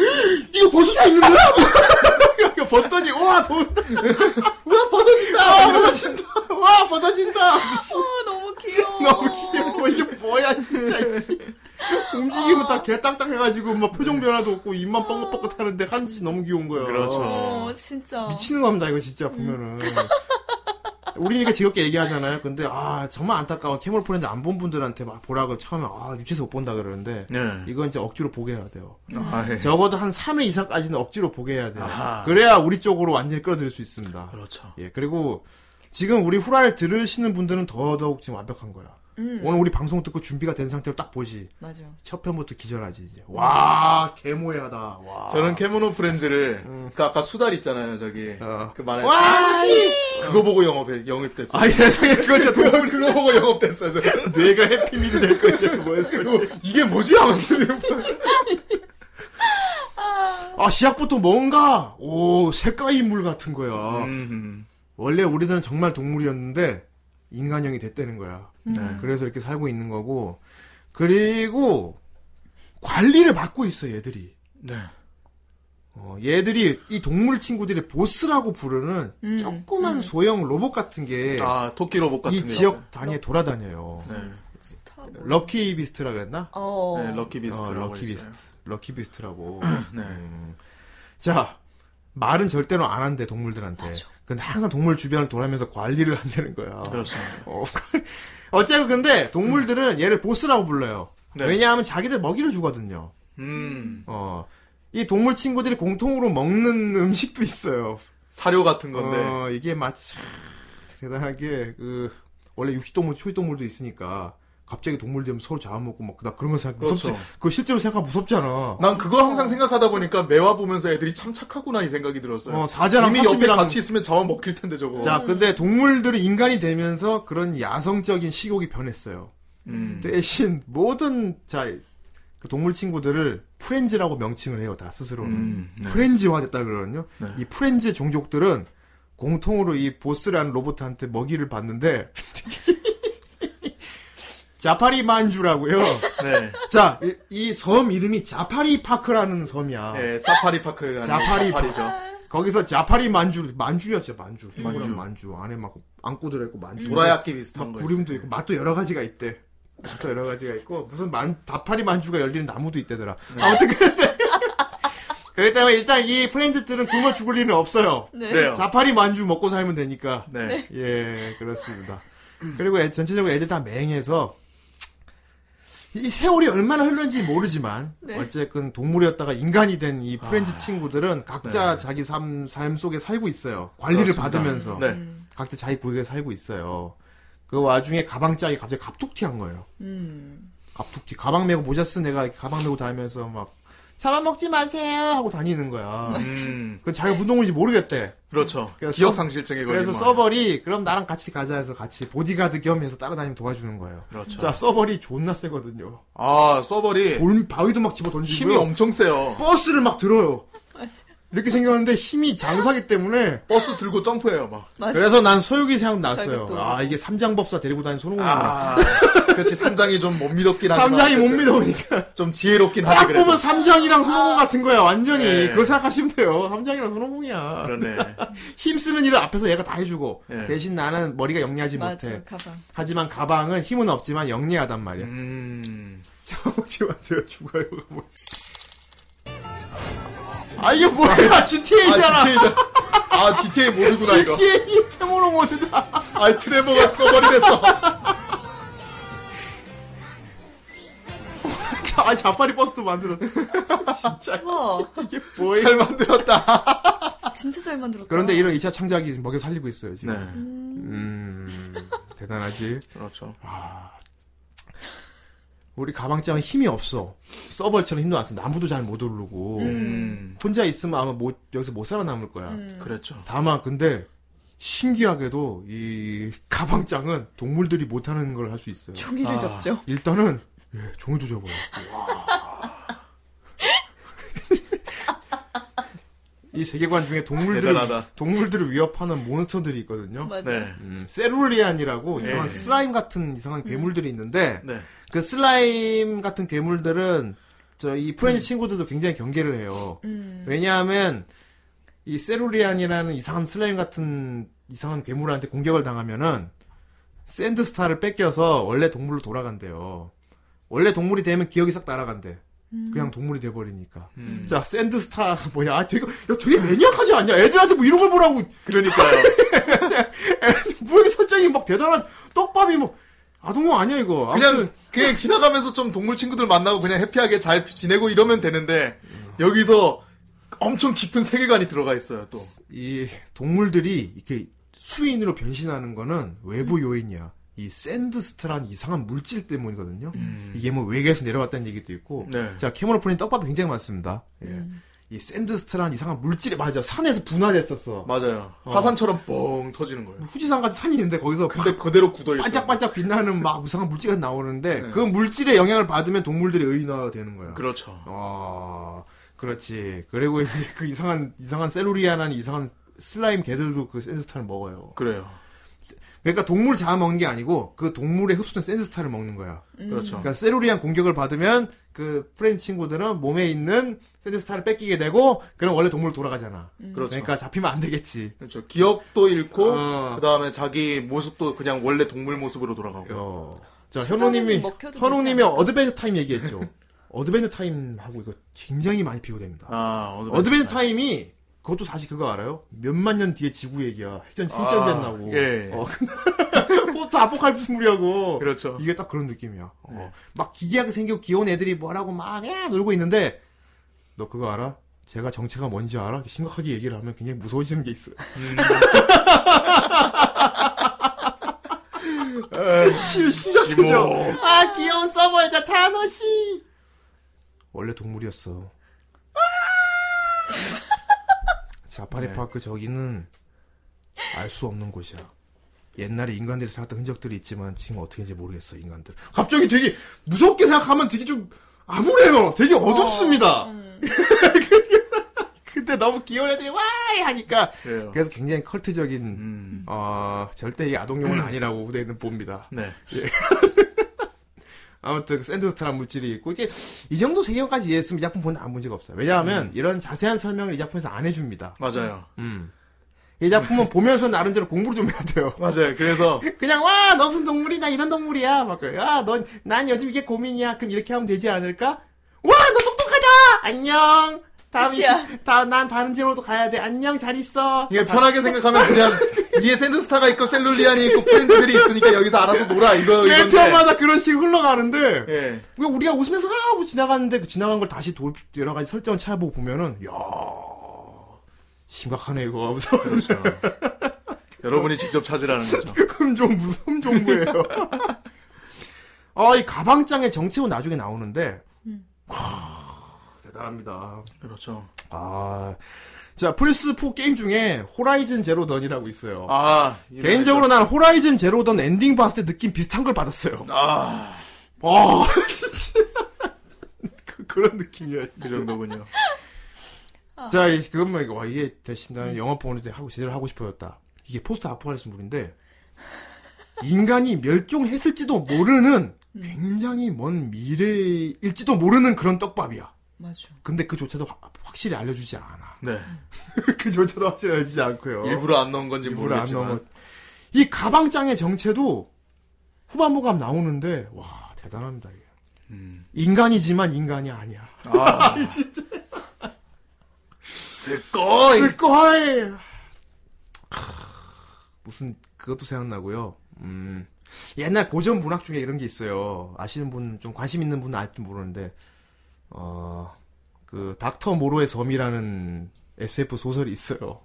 [SPEAKER 1] 이거 벗을 수 있는 거야? 이거 벗더니 우와 돈 우와 벗어진다 벗어진다 와 벗어진다
[SPEAKER 4] 아, 너무 귀여워.
[SPEAKER 1] 너무 귀여워 이게 뭐야 진짜 이씨. 움직이면 다개 딱딱해가지고 막 표정 변화도 없고 입만 뻥긋뻥긋 하는데 하는 짓이 너무 귀여운 거야
[SPEAKER 2] 그렇죠.
[SPEAKER 4] 어, 진짜.
[SPEAKER 1] 미치는 겁니다, 이거 진짜
[SPEAKER 2] 음.
[SPEAKER 1] 보면은. 우리니까 즐겁게 얘기하잖아요. 근데, 아, 정말 안타까워. 캐몰 프렌즈 안 본 분들한테 막 보라고 처음에, 아, 유치에서 못 본다 그러는데,
[SPEAKER 2] 네.
[SPEAKER 1] 이건 이제 억지로 보게 해야 돼요.
[SPEAKER 2] 아, 예.
[SPEAKER 1] 적어도 한 3회 이상까지는 억지로 보게 해야 돼요.
[SPEAKER 2] 아하.
[SPEAKER 1] 그래야 우리 쪽으로 완전히 끌어들일 수 있습니다.
[SPEAKER 2] 그렇죠.
[SPEAKER 1] 예, 그리고 지금 우리 후라이를 들으시는 분들은 더더욱 지금 완벽한 거야.
[SPEAKER 4] 음.
[SPEAKER 1] 오늘 우리 방송 듣고 준비가 된 상태로 딱 보지.
[SPEAKER 4] 맞아.
[SPEAKER 1] 첫 편부터 기절하지, 이제. 와, 개모야다. 와.
[SPEAKER 2] 음. 저는 캐모노 프렌즈를 그 아까 수달 있잖아요 저기
[SPEAKER 1] 어.
[SPEAKER 2] 그 만화
[SPEAKER 1] 와, 씨!
[SPEAKER 2] 그거 보고 영업해 영입됐어.
[SPEAKER 1] 아이 세상에, 그거 진짜
[SPEAKER 2] 그거, 그거 보고 영업됐어. 저.
[SPEAKER 1] 뇌가 해피밀이 될 것이야. 음, 뭐야,
[SPEAKER 2] 그거 이게 뭐지 하면서
[SPEAKER 1] 아, 시작부터 뭔가, 오, 색깔 인물 같은 거야.
[SPEAKER 2] 음.
[SPEAKER 1] 원래 우리들은 정말 동물이었는데, 인간형이 됐다는 거야.
[SPEAKER 2] 네.
[SPEAKER 1] 그래서 이렇게 살고 있는 거고, 그리고, 관리를 받고 있어, 얘들이.
[SPEAKER 2] 네.
[SPEAKER 1] 어, 얘들이, 이 동물 친구들이 보스라고 부르는,
[SPEAKER 4] 음,
[SPEAKER 1] 조그만 소형 로봇 같은 게,
[SPEAKER 2] 아 토끼 로봇 같은
[SPEAKER 1] 이
[SPEAKER 2] 거.
[SPEAKER 1] 지역 단위에 돌아다녀요.
[SPEAKER 2] 네.
[SPEAKER 4] 스타.
[SPEAKER 1] 럭키 비스트라 그랬나?
[SPEAKER 4] 어.
[SPEAKER 2] 네, 럭키 비스트라고
[SPEAKER 1] 어, 럭키
[SPEAKER 2] 있어요.
[SPEAKER 1] 비스트. 럭키 비스트라고.
[SPEAKER 2] 네.
[SPEAKER 1] 음. 자, 말은 절대로 안 한대, 동물들한테. 근데 항상 동물 주변을 돌아면서 관리를 한다는 거야.
[SPEAKER 2] 음. 그렇습니다.
[SPEAKER 1] 어, 어쨌든 근데 동물들은 얘를 보스라고 불러요.
[SPEAKER 2] 음. 네.
[SPEAKER 1] 왜냐하면 자기들 먹이를 주거든요.
[SPEAKER 2] 음.
[SPEAKER 1] 어. 이 동물 친구들이 공통으로 먹는 음식도 있어요.
[SPEAKER 2] 사료 같은 건데.
[SPEAKER 1] 어, 이게 마치 대단한 게그 원래 육식동물, 초식동물도 있으니까 갑자기 동물들 서로 잡아먹고 막 그다 그런 거 생각 무섭지.
[SPEAKER 2] 그렇죠.
[SPEAKER 1] 그거 실제로 생각하면 무섭잖아.
[SPEAKER 2] 난 그거 항상 생각하다 보니까 매화 보면서 애들이 참 착하구나 이 생각이 들었어요.
[SPEAKER 1] 어, 사자랑
[SPEAKER 2] 네. 이미 옆에
[SPEAKER 1] 사슴이랑
[SPEAKER 2] 같이 있으면 자원 먹힐 텐데 저거.
[SPEAKER 1] 자, 근데 동물들은 인간이 되면서 그런 야성적인 식욕이 변했어요.
[SPEAKER 2] 음.
[SPEAKER 1] 대신 모든 자, 그 동물 친구들을 프렌즈라고 명칭을 해요, 다 스스로는.
[SPEAKER 2] 음, 네.
[SPEAKER 1] 프렌즈화 됐다 그러거든요.
[SPEAKER 2] 네.
[SPEAKER 1] 이 프렌즈 종족들은 공통으로 이 보스라는 로봇한테 먹이를 받는데 자파리 만주라고요.
[SPEAKER 2] 네.
[SPEAKER 1] 자, 이 섬 이름이 자파리 파크라는 섬이야.
[SPEAKER 2] 네. 예, 사파리 파크.
[SPEAKER 1] 아. 사파리 아.
[SPEAKER 2] 파크죠.
[SPEAKER 1] 거기서 자파리 만주, 만주야, 진짜 만주. 만주.
[SPEAKER 2] 만주.
[SPEAKER 1] 만주. 안에 막 안고 들어있고 만주.
[SPEAKER 2] 도라야끼 비슷한
[SPEAKER 1] 막
[SPEAKER 2] 거.
[SPEAKER 1] 구림도 있고 맛도 여러 가지가 있대. 맛도 여러 가지가 있고 무슨 만 다파리 만주가 열리는 나무도 있대더라. 아무튼 그런데 그렇기 때문에 일단 이 프렌즈들은 굶어 죽을 일은 없어요.
[SPEAKER 4] 네.
[SPEAKER 2] 그래요.
[SPEAKER 1] 자파리 만주 먹고 살면 되니까.
[SPEAKER 2] 네.
[SPEAKER 1] 예, 그렇습니다. 그리고 애- 전체적으로 애들 다 맹해서 이 세월이 얼마나 흘렀는지 모르지만
[SPEAKER 4] 네.
[SPEAKER 1] 어쨌든 동물이었다가 인간이 된 이 프렌즈
[SPEAKER 2] 아.
[SPEAKER 1] 친구들은 각자 자기 삶, 삶 속에 살고 있어요. 관리를
[SPEAKER 2] 네. 그렇습니다.
[SPEAKER 1] 받으면서 음.
[SPEAKER 2] 네.
[SPEAKER 1] 각자 자기 구역에 살고 있어요. 그 와중에 가방짝이 갑자기 갑툭튀한 거예요.
[SPEAKER 4] 음.
[SPEAKER 1] 갑툭튀 가방 메고 모자 쓴 애가 이렇게 가방 메고 다니면서 막 잡아먹지 마세요 하고 다니는 거야.
[SPEAKER 2] 음,
[SPEAKER 1] 그 자기가 무슨 동물인지 모르겠대.
[SPEAKER 2] 그렇죠.
[SPEAKER 1] 그래서
[SPEAKER 2] 기억
[SPEAKER 1] 서-
[SPEAKER 2] 상실증에 걸린
[SPEAKER 1] 그래서
[SPEAKER 2] 뭐.
[SPEAKER 1] 서벌이 그럼 나랑 같이 가자 해서 같이 보디가드 겸해서 따라다니면 도와주는 거예요.
[SPEAKER 2] 그렇죠.
[SPEAKER 1] 자 서벌이 존나 세거든요.
[SPEAKER 2] 아 서벌이
[SPEAKER 1] 돌 바위도 막 집어 던지고
[SPEAKER 2] 힘이 엄청 세요.
[SPEAKER 1] 버스를 막 들어요.
[SPEAKER 4] 맞아.
[SPEAKER 1] 이렇게 생겼는데 힘이 장사기 때문에
[SPEAKER 2] 버스 들고 점프해요 막.
[SPEAKER 4] 맞아.
[SPEAKER 1] 그래서 난 서유기 생각났어요.
[SPEAKER 4] 서유기 또.
[SPEAKER 1] 아 이게 삼장법사 데리고 다니는 손흥민이구나.
[SPEAKER 2] 아, 그렇지 삼장이 좀 못 믿었긴 하지만
[SPEAKER 1] 삼장이 못
[SPEAKER 2] 어쨌든
[SPEAKER 1] 믿어오니까
[SPEAKER 2] 좀 지혜롭긴
[SPEAKER 1] 딱
[SPEAKER 2] 하지 그래도.
[SPEAKER 1] 보면 삼장이랑
[SPEAKER 4] 아.
[SPEAKER 1] 손오공 같은 거야 완전히
[SPEAKER 2] 예.
[SPEAKER 1] 그거 생각하시면 돼요 삼장이랑 손오공이야
[SPEAKER 2] 그러네.
[SPEAKER 1] 힘쓰는 일을 앞에서 얘가 다 해주고
[SPEAKER 2] 예.
[SPEAKER 1] 대신 나는 머리가 영리하지
[SPEAKER 4] 맞아.
[SPEAKER 1] 못해
[SPEAKER 4] 가방.
[SPEAKER 1] 하지만 가방은 힘은 없지만 영리하단 말이야
[SPEAKER 2] 음.
[SPEAKER 1] 잡아먹지 마세요 죽어요 뭐. 아 이게 뭐야 GTA잖아
[SPEAKER 2] 아 GTA 아 GTA 모르구나 이거.
[SPEAKER 1] GTA 캐모노 모드다
[SPEAKER 2] 아 트레버가 써버리랬어.
[SPEAKER 1] 아 자파리 버스도 만들었어 진짜
[SPEAKER 4] 와,
[SPEAKER 1] 이게 뭐야
[SPEAKER 2] 잘 만들었다.
[SPEAKER 4] 진짜 잘 만들었다.
[SPEAKER 1] 그런데 이런 2차 창작이 먹여 살리고 있어요 지금
[SPEAKER 2] 네.
[SPEAKER 1] 음 대단하지
[SPEAKER 2] 그렇죠.
[SPEAKER 1] 우리 가방장은 힘이 없어. 서벌처럼 힘도 안 써. 나무도 잘 못 오르고.
[SPEAKER 2] 음.
[SPEAKER 1] 혼자 있으면 아마 못, 여기서 못 살아남을 거야.
[SPEAKER 2] 그랬죠.
[SPEAKER 1] 다만, 근데, 신기하게도, 이, 가방장은 동물들이 못하는 걸 할 수 있어요.
[SPEAKER 4] 종이를
[SPEAKER 2] 아.
[SPEAKER 4] 접죠.
[SPEAKER 1] 일단은, 예, 종이도 접어요. 이 세계관 중에 동물들을,
[SPEAKER 2] 대단하다.
[SPEAKER 1] 동물들을 위협하는 몬스터들이 있거든요.
[SPEAKER 4] 맞아.
[SPEAKER 2] 네.
[SPEAKER 1] 음, 세룰리안이라고
[SPEAKER 2] 네.
[SPEAKER 1] 이상한 슬라임 같은 이상한 괴물들이 있는데,
[SPEAKER 2] 네.
[SPEAKER 1] 그 슬라임 같은 괴물들은 저 이 프렌즈 친구들도 굉장히 경계를 해요.
[SPEAKER 4] 음.
[SPEAKER 1] 왜냐하면 이 세루리안이라는 이상한 슬라임 같은 이상한 괴물한테 공격을 당하면은 샌드스타를 뺏겨서 원래 동물로 돌아간대요. 원래 동물이 되면 기억이 싹 날아간대. 그냥 동물이 돼버리니까.
[SPEAKER 2] 음.
[SPEAKER 1] 자, 샌드스타, 뭐야, 아, 되게, 야, 되게 매니악하지 않냐? 애들한테 뭐 이런 걸 보라고,
[SPEAKER 2] 그러니까요.
[SPEAKER 1] 뭐이 설정이 막 대단한 떡밥이 막, 아동용 아니야, 이거. 아무튼,
[SPEAKER 2] 그냥 그냥 지나가면서 좀 동물 친구들 만나고 그냥 해피하게 잘 지내고 이러면 되는데 여기서 엄청 깊은 세계관이 들어가 있어요 또.
[SPEAKER 1] 이 동물들이 이렇게 수인으로 변신하는 거는
[SPEAKER 2] 음.
[SPEAKER 1] 외부 요인이야. 이 샌드스트란 이상한 물질 때문이거든요. 이게 뭐 외계에서 내려왔다는 얘기도 있고.
[SPEAKER 2] 음. 네. 음.
[SPEAKER 1] 자, 캐모노프린 떡밥이 굉장히 많습니다. 예. 이 샌드스트란 이상한 물질이 맞아. 산에서 분화됐었어.
[SPEAKER 2] 맞아요. 화산처럼 뻥 터지는 거예요.
[SPEAKER 1] 후지산 같은 산이 있는데 거기서 막
[SPEAKER 2] 근데 그대로 굳어 있어요.
[SPEAKER 1] 반짝반짝 빛나는 막 이상한 물질이 나오는데
[SPEAKER 2] 네.
[SPEAKER 1] 그 물질의 영향을 받으면 동물들이 의인화가 되는 거야.
[SPEAKER 2] 그렇죠.
[SPEAKER 1] 어, 그렇지. 그리고 이제 그 이상한, 이상한 셀루리아라는 이상한 슬라임 개들도 그 샌드스타를 먹어요.
[SPEAKER 2] 그래요.
[SPEAKER 1] 그러니까 동물 자아 먹는 게 아니고 그 동물에 흡수된 샌드스타를 먹는 거야.
[SPEAKER 2] 그렇죠.
[SPEAKER 1] 그러니까 셀루리안 공격을 받으면 그 프렌치 친구들은 몸에 있는 샌드스타를 뺏기게 되고 그럼 원래 동물로 돌아가잖아.
[SPEAKER 4] 음.
[SPEAKER 2] 그렇죠.
[SPEAKER 1] 그러니까 잡히면 안 되겠지.
[SPEAKER 2] 그렇죠. 기억도 잃고
[SPEAKER 1] 어.
[SPEAKER 2] 그다음에 자기 모습도 그냥 원래 동물 모습으로 돌아가고.
[SPEAKER 1] 어. 자, 현우님이,
[SPEAKER 4] 먹혀도
[SPEAKER 1] 현우님이
[SPEAKER 4] 되지 않을까?
[SPEAKER 1] 어드벤처 타임 얘기했죠. 어드벤처 타임하고 이거 굉장히 많이 비교됩니다.
[SPEAKER 2] 아,
[SPEAKER 1] 어드벤처 타임이 그것도 사실 그거 알아요? 몇만 년 뒤에 지구 얘기야. 핵전
[SPEAKER 2] 아,
[SPEAKER 1] 핵전지 나고.
[SPEAKER 2] 예.
[SPEAKER 1] 어, 포스트 아포칼립스물이하고.
[SPEAKER 2] 그렇죠. 네.
[SPEAKER 1] 이게 딱 그런 느낌이야. 어, 막 기괴하게 생기고 귀여운 애들이 뭐라고 막 야, 놀고 있는데 너 그거 알아? 제가 정체가 뭔지 알아? 이렇게 심각하게 얘기를 하면 굉장히 무서워지는 게 있어요.
[SPEAKER 2] 음.
[SPEAKER 1] 실 심각해져.
[SPEAKER 2] 지모.
[SPEAKER 1] 아 귀여운 서버자 타노시. 원래 동물이었어.
[SPEAKER 2] 아!
[SPEAKER 1] 자파리
[SPEAKER 2] 네.
[SPEAKER 1] 파크 저기는 알 수 없는 곳이야. 옛날에 인간들이 살았던 흔적들이 있지만 지금 어떻게인지 모르겠어 인간들. 갑자기 되게 무섭게 생각하면 되게 좀 암울해요. 되게 어둡습니다.
[SPEAKER 2] 음.
[SPEAKER 1] 근데 너무 귀여운 애들이 와 하니까
[SPEAKER 2] 그래요.
[SPEAKER 1] 그래서 굉장히 컬트적인
[SPEAKER 2] 음.
[SPEAKER 1] 어 절대 이 아동용은 아니라고 후대는 봅니다.
[SPEAKER 2] 네.
[SPEAKER 1] 아무튼 샌드스트란 물질이 있고 이게 이 정도 세계관까지 이해했으면 이 작품 보는 아무 문제가 없어요.
[SPEAKER 2] 음.
[SPEAKER 1] 왜냐하면 이런 자세한 설명을 이 작품에서 안 해줍니다.
[SPEAKER 2] 맞아요.
[SPEAKER 1] 이 작품은 보면서 나름대로 공부를 좀 해야 돼요.
[SPEAKER 2] 맞아요. 그래서
[SPEAKER 1] 그냥 와, 너 무슨 동물이나 이런 동물이야. 막 그래. 아, 넌난 요즘 이게 고민이야. 그럼 이렇게 하면 되지 않을까? 와, 너 똑똑하다. 안녕. 다음 이
[SPEAKER 4] 끝이야.
[SPEAKER 1] 시- 다, 난 다른 제로도 가야 돼. 안녕, 잘 있어.
[SPEAKER 2] 이게 편하게 생각하면 그냥 이게 샌드스타가 있고 셀룰리안이 있고 프렌드들이 있으니까 여기서 알아서 놀아 이거
[SPEAKER 1] 매
[SPEAKER 2] 이건데.
[SPEAKER 1] 편마다 네, 그런 식으로 흘러가는데
[SPEAKER 2] 예.
[SPEAKER 1] 왜 우리가 웃으면서 아 하고 지나갔는데 그 지나간 걸 다시 돌 여러 가지 설정을 찾아보고 보면은 야 심각하네 이거 하면서
[SPEAKER 2] 그렇죠. 여러분이 직접 찾으라는 거죠.
[SPEAKER 1] 흠종부 흠종부예요. 아이 가방장의 정체는 나중에 나오는데 와, 대단합니다.
[SPEAKER 2] 그렇죠.
[SPEAKER 1] 아, 자, 플스4 게임 중에 호라이즌 제로던이라고 있어요.
[SPEAKER 2] 아 이거
[SPEAKER 1] 개인적으로 난 호라이즌 제로던 엔딩 봤을 때 느낌 비슷한 걸 받았어요.
[SPEAKER 2] 알죠. 아
[SPEAKER 1] 아, 진짜. 그- 그런 느낌이야.
[SPEAKER 2] 이 정도군요.
[SPEAKER 1] 자, 이- 그건 뭐, 이거, 와, 이게 대신 나는 영화 보는데 하고, 제대로 하고 싶어졌다. 이게 포스트 아포칼립스 물인데, 인간이 멸종했을지도 모르는, 굉장히 먼 미래일지도 모르는 그런 떡밥이야.
[SPEAKER 4] 맞아.
[SPEAKER 1] 근데 그조차도 확- 확실히 알려주지 않아.
[SPEAKER 2] 네.
[SPEAKER 1] 그조차도 확실히 알려주지 않고요.
[SPEAKER 2] 어. 일부러 안 넣은 건지
[SPEAKER 1] 일부러 안
[SPEAKER 2] 모르겠지만.
[SPEAKER 1] 넘어. 이 가방장의 정체도 후반부 감 나오는데 와 대단합니다. 이게.
[SPEAKER 2] 음.
[SPEAKER 1] 인간이지만 인간이 아니야.
[SPEAKER 2] 아 진짜.
[SPEAKER 1] 아,
[SPEAKER 2] 쓸거
[SPEAKER 1] 쓸거이 무슨 그것도 생각나고요. 음. 옛날 고전 문학 중에 이런 게 있어요. 아시는 분, 좀 관심 있는 분은 알지 모르는데, 어, 그, 닥터 모로의 섬이라는 SF 소설이 있어요.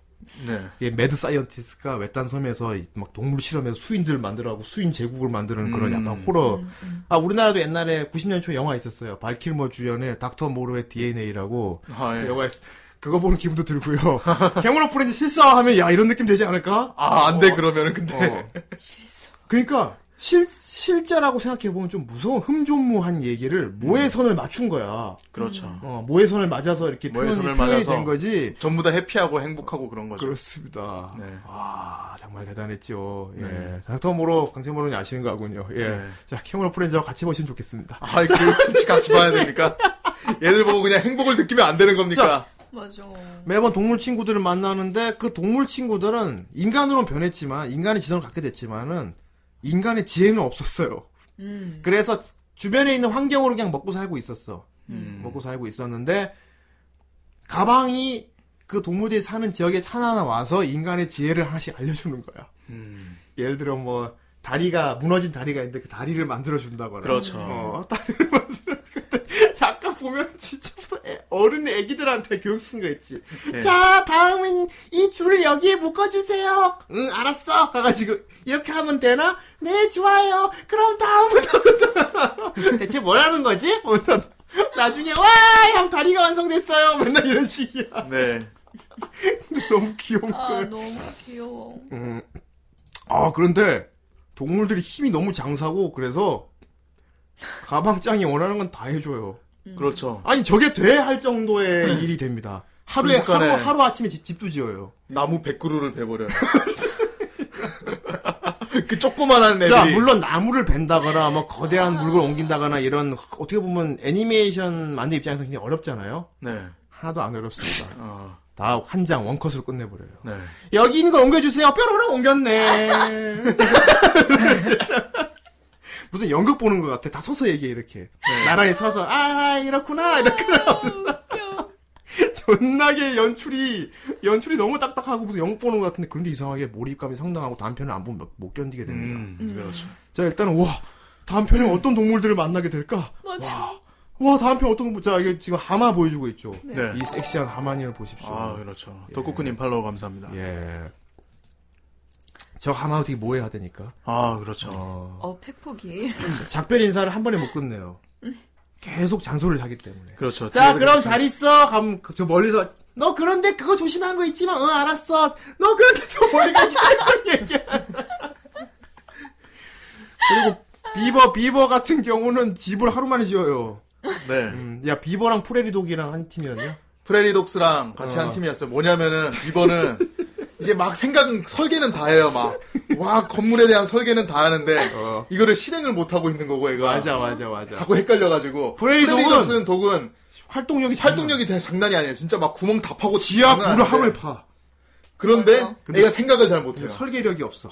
[SPEAKER 2] 네.
[SPEAKER 1] 이 매드 사이언티스트가 외딴 섬에서 이- 막 동물 실험해서 수인들 만들어하고 수인 제국을 만드는 그런
[SPEAKER 2] 음.
[SPEAKER 1] 약간 호러. 아 우리나라도 옛날에 90년 초 영화 있었어요. 발킬머 주연의 닥터 모로의 DNA라고
[SPEAKER 2] 아, 예.
[SPEAKER 1] 영화 있- 그거 보는 기분도 들고요. 캐머런 프렌즈 실사하면 야 이런 느낌 되지 않을까?
[SPEAKER 2] 아, 안 돼, 그러면은, 근데.
[SPEAKER 1] 어.
[SPEAKER 4] 실수.
[SPEAKER 1] 그러니까 실 실제라고 생각해 보면 좀 무서운 흠존무한 얘기를
[SPEAKER 2] 음.
[SPEAKER 1] 모의 선을 맞춘 거야.
[SPEAKER 2] 그렇죠.
[SPEAKER 1] 어, 모의 선을 맞아서 이렇게
[SPEAKER 2] 모의
[SPEAKER 1] 표현이,
[SPEAKER 2] 선을
[SPEAKER 1] 표현이
[SPEAKER 2] 맞아서.
[SPEAKER 1] 된 거지.
[SPEAKER 2] 전부 다 해피하고 행복하고 그런 거죠.
[SPEAKER 1] 그렇습니다.
[SPEAKER 2] 네.
[SPEAKER 1] 와 정말 대단했죠. 예.
[SPEAKER 2] 네.
[SPEAKER 1] 닥터 모로 강세 모로는 아시는 거군요. 예.
[SPEAKER 2] 네.
[SPEAKER 1] 자 캐머런 프렌즈와 같이 보시면 좋겠습니다.
[SPEAKER 2] 아, 그, 같이 봐야 됩니까? 얘들 보고 그냥 행복을 느끼면 안 되는 겁니까?
[SPEAKER 4] 맞아.
[SPEAKER 1] 매번 동물 친구들을 만나는데 그 동물 친구들은 인간으로는 변했지만 인간의 지성을 갖게 됐지만은 인간의 지혜는 없었어요.
[SPEAKER 4] 음.
[SPEAKER 1] 그래서 주변에 있는 환경으로 그냥 먹고 살고 있었어.
[SPEAKER 2] 음.
[SPEAKER 1] 먹고 살고 있었는데 가방이 그 동물들이 사는 지역에 하나하나 와서 인간의 지혜를 하나씩 알려주는 거야.
[SPEAKER 2] 음,
[SPEAKER 1] 예를 들어 뭐 다리가 무너진 다리가 있는데 그 다리를 만들어 준다거나
[SPEAKER 2] 그렇죠.
[SPEAKER 1] 어, 다리를 만들어 근데 잠깐 보면 진짜 무슨 애- 어른 애기들한테 교육신 거 있지
[SPEAKER 2] 네.
[SPEAKER 1] 자 다음은 이 줄을 여기에 묶어주세요 응 알았어 가가지고 이렇게 하면 되나 네 좋아요 그럼 다음은 대체 뭐라는 거지 보면 나중에 와 하면 다리가 완성됐어요 맨날 이런 식이야
[SPEAKER 2] 네.
[SPEAKER 1] 너무 귀여운
[SPEAKER 4] 아
[SPEAKER 1] 거야
[SPEAKER 4] 너무 귀여워.
[SPEAKER 1] 음. 아, 그런데 동물들이 힘이 너무 장사고 그래서 가방장이 원하는 건 다 해줘요.
[SPEAKER 2] 그렇죠.
[SPEAKER 1] 아니 저게 돼 할 정도의 일이 됩니다. 하루에 하루
[SPEAKER 2] 그러니까네.
[SPEAKER 1] 하루 아침에 집, 집도 지어요.
[SPEAKER 2] 나무 100그루를 베버려요. 그 조그만한 애들이.
[SPEAKER 1] 네, 자, 물론 나무를 벤다거나 뭐 거대한 물건을 옮긴다거나 이런 어떻게 보면 애니메이션 만든 입장에서 굉장히 어렵잖아요.
[SPEAKER 2] 네.
[SPEAKER 1] 하나도 안 어렵습니다.
[SPEAKER 2] 어,
[SPEAKER 1] 다 한 장 원컷으로 끝내버려요.
[SPEAKER 2] 네.
[SPEAKER 1] 여기 있는 거 옮겨주세요. 뾰로로 옮겼네. 무슨 연극 보는 것 같아. 다 서서 얘기해, 이렇게. 나란히 서서, 아, 이렇구나, 이렇구나. 존나게 연출이, 연출이 너무 딱딱하고 무슨 연극 보는 것 같은데, 그런데 이상하게 몰입감이 상당하고 다음 편을 안 보면 못- 못 견디게 됩니다.
[SPEAKER 2] 음, 그렇죠.
[SPEAKER 1] 자, 일단은, 와, 다음 편에 어떤 동물들을 만나게 될까?
[SPEAKER 4] 맞아.
[SPEAKER 1] 와, 다음 편 어떤, 동물- 자, 이게 지금 하마 보여주고 있죠.
[SPEAKER 2] 네.
[SPEAKER 1] 이 섹시한 하마니를 보십시오.
[SPEAKER 2] 아, 그렇죠. 덕구크님 팔로우 감사합니다.
[SPEAKER 1] 예. 저 하마 어떻게 뭐 해야 되니까?
[SPEAKER 2] 아, 그렇죠.
[SPEAKER 4] 어 팩폭이.
[SPEAKER 1] 작별 인사를 한 번에 못 끝내요. 계속 잔소리를 하기 때문에.
[SPEAKER 2] 그렇죠.
[SPEAKER 1] 자, 그럼 잘 있어. 그럼 저 멀리서 너 그런데 그거 조심한 거 있지만, 응 알았어. 너 그런데 저 멀리 가지 말고 얘기해. 그리고 비버 비버 같은 경우는 집을 하루 만에 지어요.
[SPEAKER 2] 네.
[SPEAKER 1] 음, 야 비버랑 프레리독이랑 한 팀이었냐?
[SPEAKER 2] 프레리독스랑 같이
[SPEAKER 1] 어.
[SPEAKER 2] 한 팀이었어요. 뭐냐면은 이번은 이제 막 생각은 설계는 다 해요 막 와 건물에 대한 설계는 다 하는데
[SPEAKER 1] 어.
[SPEAKER 2] 이거를 실행을 못 하고 있는 거고 얘가
[SPEAKER 1] 맞아, 맞아, 맞아.
[SPEAKER 2] 자꾸 헷갈려가지고
[SPEAKER 1] 프레리 독은- 음.
[SPEAKER 2] 독은 독은
[SPEAKER 1] 활동력이 네. 활동력
[SPEAKER 2] 활동력이 대- 장난이 아니에요 진짜 막 구멍 다 파고
[SPEAKER 1] 지하
[SPEAKER 2] 장난
[SPEAKER 1] 구를
[SPEAKER 2] 아닌데.
[SPEAKER 1] 함을 음. 파.
[SPEAKER 2] 그런데
[SPEAKER 4] 맞아.
[SPEAKER 1] 근데
[SPEAKER 2] 애가 생각을 잘 못해요
[SPEAKER 1] 근데 설계력이 없어.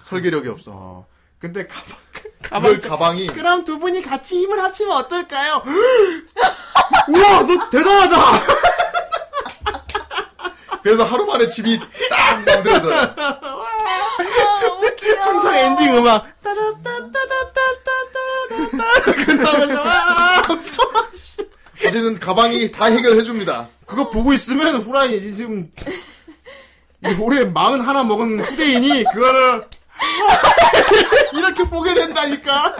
[SPEAKER 2] 설계력이 없어
[SPEAKER 1] 어. 근데 가방
[SPEAKER 2] 가방,
[SPEAKER 1] 가방
[SPEAKER 2] 가방이
[SPEAKER 1] 그럼 두 분이 같이 힘을 합치면 어떨까요? 우와, 너 대단하다.
[SPEAKER 2] 그래서 하루 만에 집이 딱 만들어져요
[SPEAKER 1] 항상 엔딩 음악 따다따다따다따다따다 그나면서 와.
[SPEAKER 2] 어쨌든 가방이 다 해결해 줍니다
[SPEAKER 1] 그거 보고 있으면 후라이 지금 이 올해 마흔 하나 먹은 후대인이 그거를 이렇게 보게 된다니까.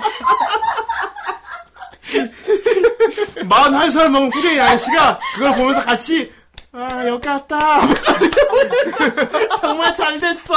[SPEAKER 1] 마흔 한 살 먹은 후대인 아저씨가 그걸 보면서 같이 아 여기 왔다. 정말 잘 됐어.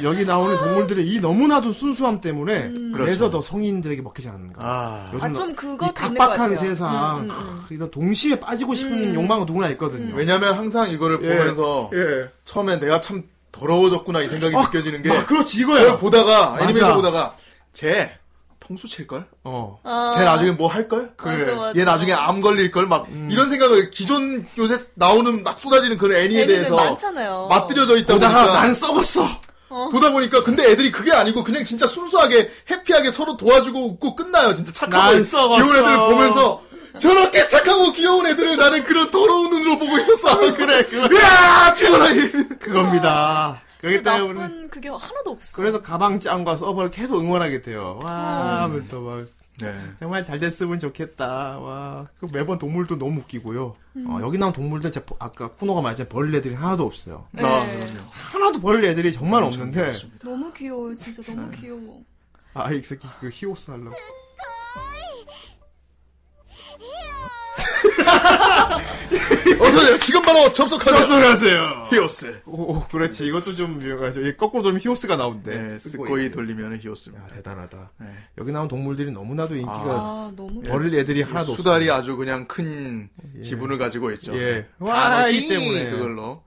[SPEAKER 1] 이, 여기 나오는 동물들의 이 너무나도 순수함 때문에 그래서 더 성인들에게 먹히지 않는가.
[SPEAKER 2] 아
[SPEAKER 1] 요즘
[SPEAKER 4] 아, 좀 그것도
[SPEAKER 1] 이
[SPEAKER 4] 있는 것
[SPEAKER 1] 각박한
[SPEAKER 4] 같아요.
[SPEAKER 1] 세상
[SPEAKER 4] 음.
[SPEAKER 1] 크, 이런 동시에 빠지고 싶은 욕망은 누구나 있거든요.
[SPEAKER 2] 왜냐면 항상 이거를
[SPEAKER 1] 예.
[SPEAKER 2] 보면서
[SPEAKER 1] 예.
[SPEAKER 2] 처음에 내가 참 더러워졌구나 이 생각이
[SPEAKER 1] 어,
[SPEAKER 2] 느껴지는 게
[SPEAKER 1] 막 그렇지
[SPEAKER 2] 그걸
[SPEAKER 1] 이거야.
[SPEAKER 2] 보다가
[SPEAKER 1] 맞아.
[SPEAKER 2] 애니메이션 보다가 쟤 통수 칠걸?
[SPEAKER 1] 어.
[SPEAKER 4] 아,
[SPEAKER 2] 쟤 나중에 뭐 할걸?
[SPEAKER 4] 맞아,
[SPEAKER 1] 그래.
[SPEAKER 4] 맞아.
[SPEAKER 2] 얘 나중에 암 걸릴걸? 막
[SPEAKER 1] 음.
[SPEAKER 2] 이런 생각을 기존 요새 나오는 막 쏟아지는 그런 애니에
[SPEAKER 4] 애니는
[SPEAKER 2] 대해서
[SPEAKER 4] 많잖아요.
[SPEAKER 2] 맞들여져 있다
[SPEAKER 1] 보다가
[SPEAKER 2] 보니까
[SPEAKER 1] 난 썩었어.
[SPEAKER 2] 보다 보니까 근데 애들이 그게 아니고 그냥 진짜 순수하게 해피하게 서로 도와주고 웃고 끝나요 진짜 착하고
[SPEAKER 1] 난 썩었어.
[SPEAKER 2] 귀여운 애들 보면서 저렇게 착하고 귀여운 애들을 나는 그런 더러운 눈으로 보고 있었어
[SPEAKER 1] 그래 그
[SPEAKER 2] 으아 죽어라 이
[SPEAKER 1] 그겁니다. 그렇기
[SPEAKER 4] 진짜
[SPEAKER 1] 때문에 그렇죠.
[SPEAKER 4] 나쁜 그게 하나도 없어.
[SPEAKER 1] 그래서 가방짱과 서버를 계속 응원하게 돼요. 와
[SPEAKER 4] 음.
[SPEAKER 1] 하면서 막
[SPEAKER 2] 네.
[SPEAKER 1] 정말 잘 됐으면 좋겠다. 와. 그 매번 동물도 너무 웃기고요.
[SPEAKER 4] 음.
[SPEAKER 1] 어, 여기 나온 동물들 진짜 보- 아까 쿠노가 말했지만 벌레들이 하나도 없어요.
[SPEAKER 4] 네.
[SPEAKER 2] 아, 그럼요.
[SPEAKER 1] 하나도 벌레들이 정말 없는데
[SPEAKER 4] 너무 귀여워요, 진짜 너무
[SPEAKER 1] 네.
[SPEAKER 4] 귀여워.
[SPEAKER 1] 아, 이 새끼 그 히오스 하려고.
[SPEAKER 2] 어서오세요 지금 바로 접속하세요
[SPEAKER 1] 하세요.
[SPEAKER 2] 히오스
[SPEAKER 1] 오, 오, 그렇지. 이것도 좀 유명하죠. 이게 거꾸로 돌면 히오스가 나온대.
[SPEAKER 2] 네, 스코이 돌리면 히오스입니다
[SPEAKER 1] 야, 아, 대단하다.
[SPEAKER 2] 네. 예.
[SPEAKER 1] 여기 나온 동물들이 너무나도 인기가
[SPEAKER 4] 아, 너무 귀여워.
[SPEAKER 1] 버릴 애들이 하나도 없어.
[SPEAKER 2] 수달이 아주 그냥 큰 지분을 가지고 있죠 네.
[SPEAKER 1] 예.
[SPEAKER 2] 와,
[SPEAKER 1] 이
[SPEAKER 2] 이
[SPEAKER 1] 때문에.
[SPEAKER 2] 때문에 그걸로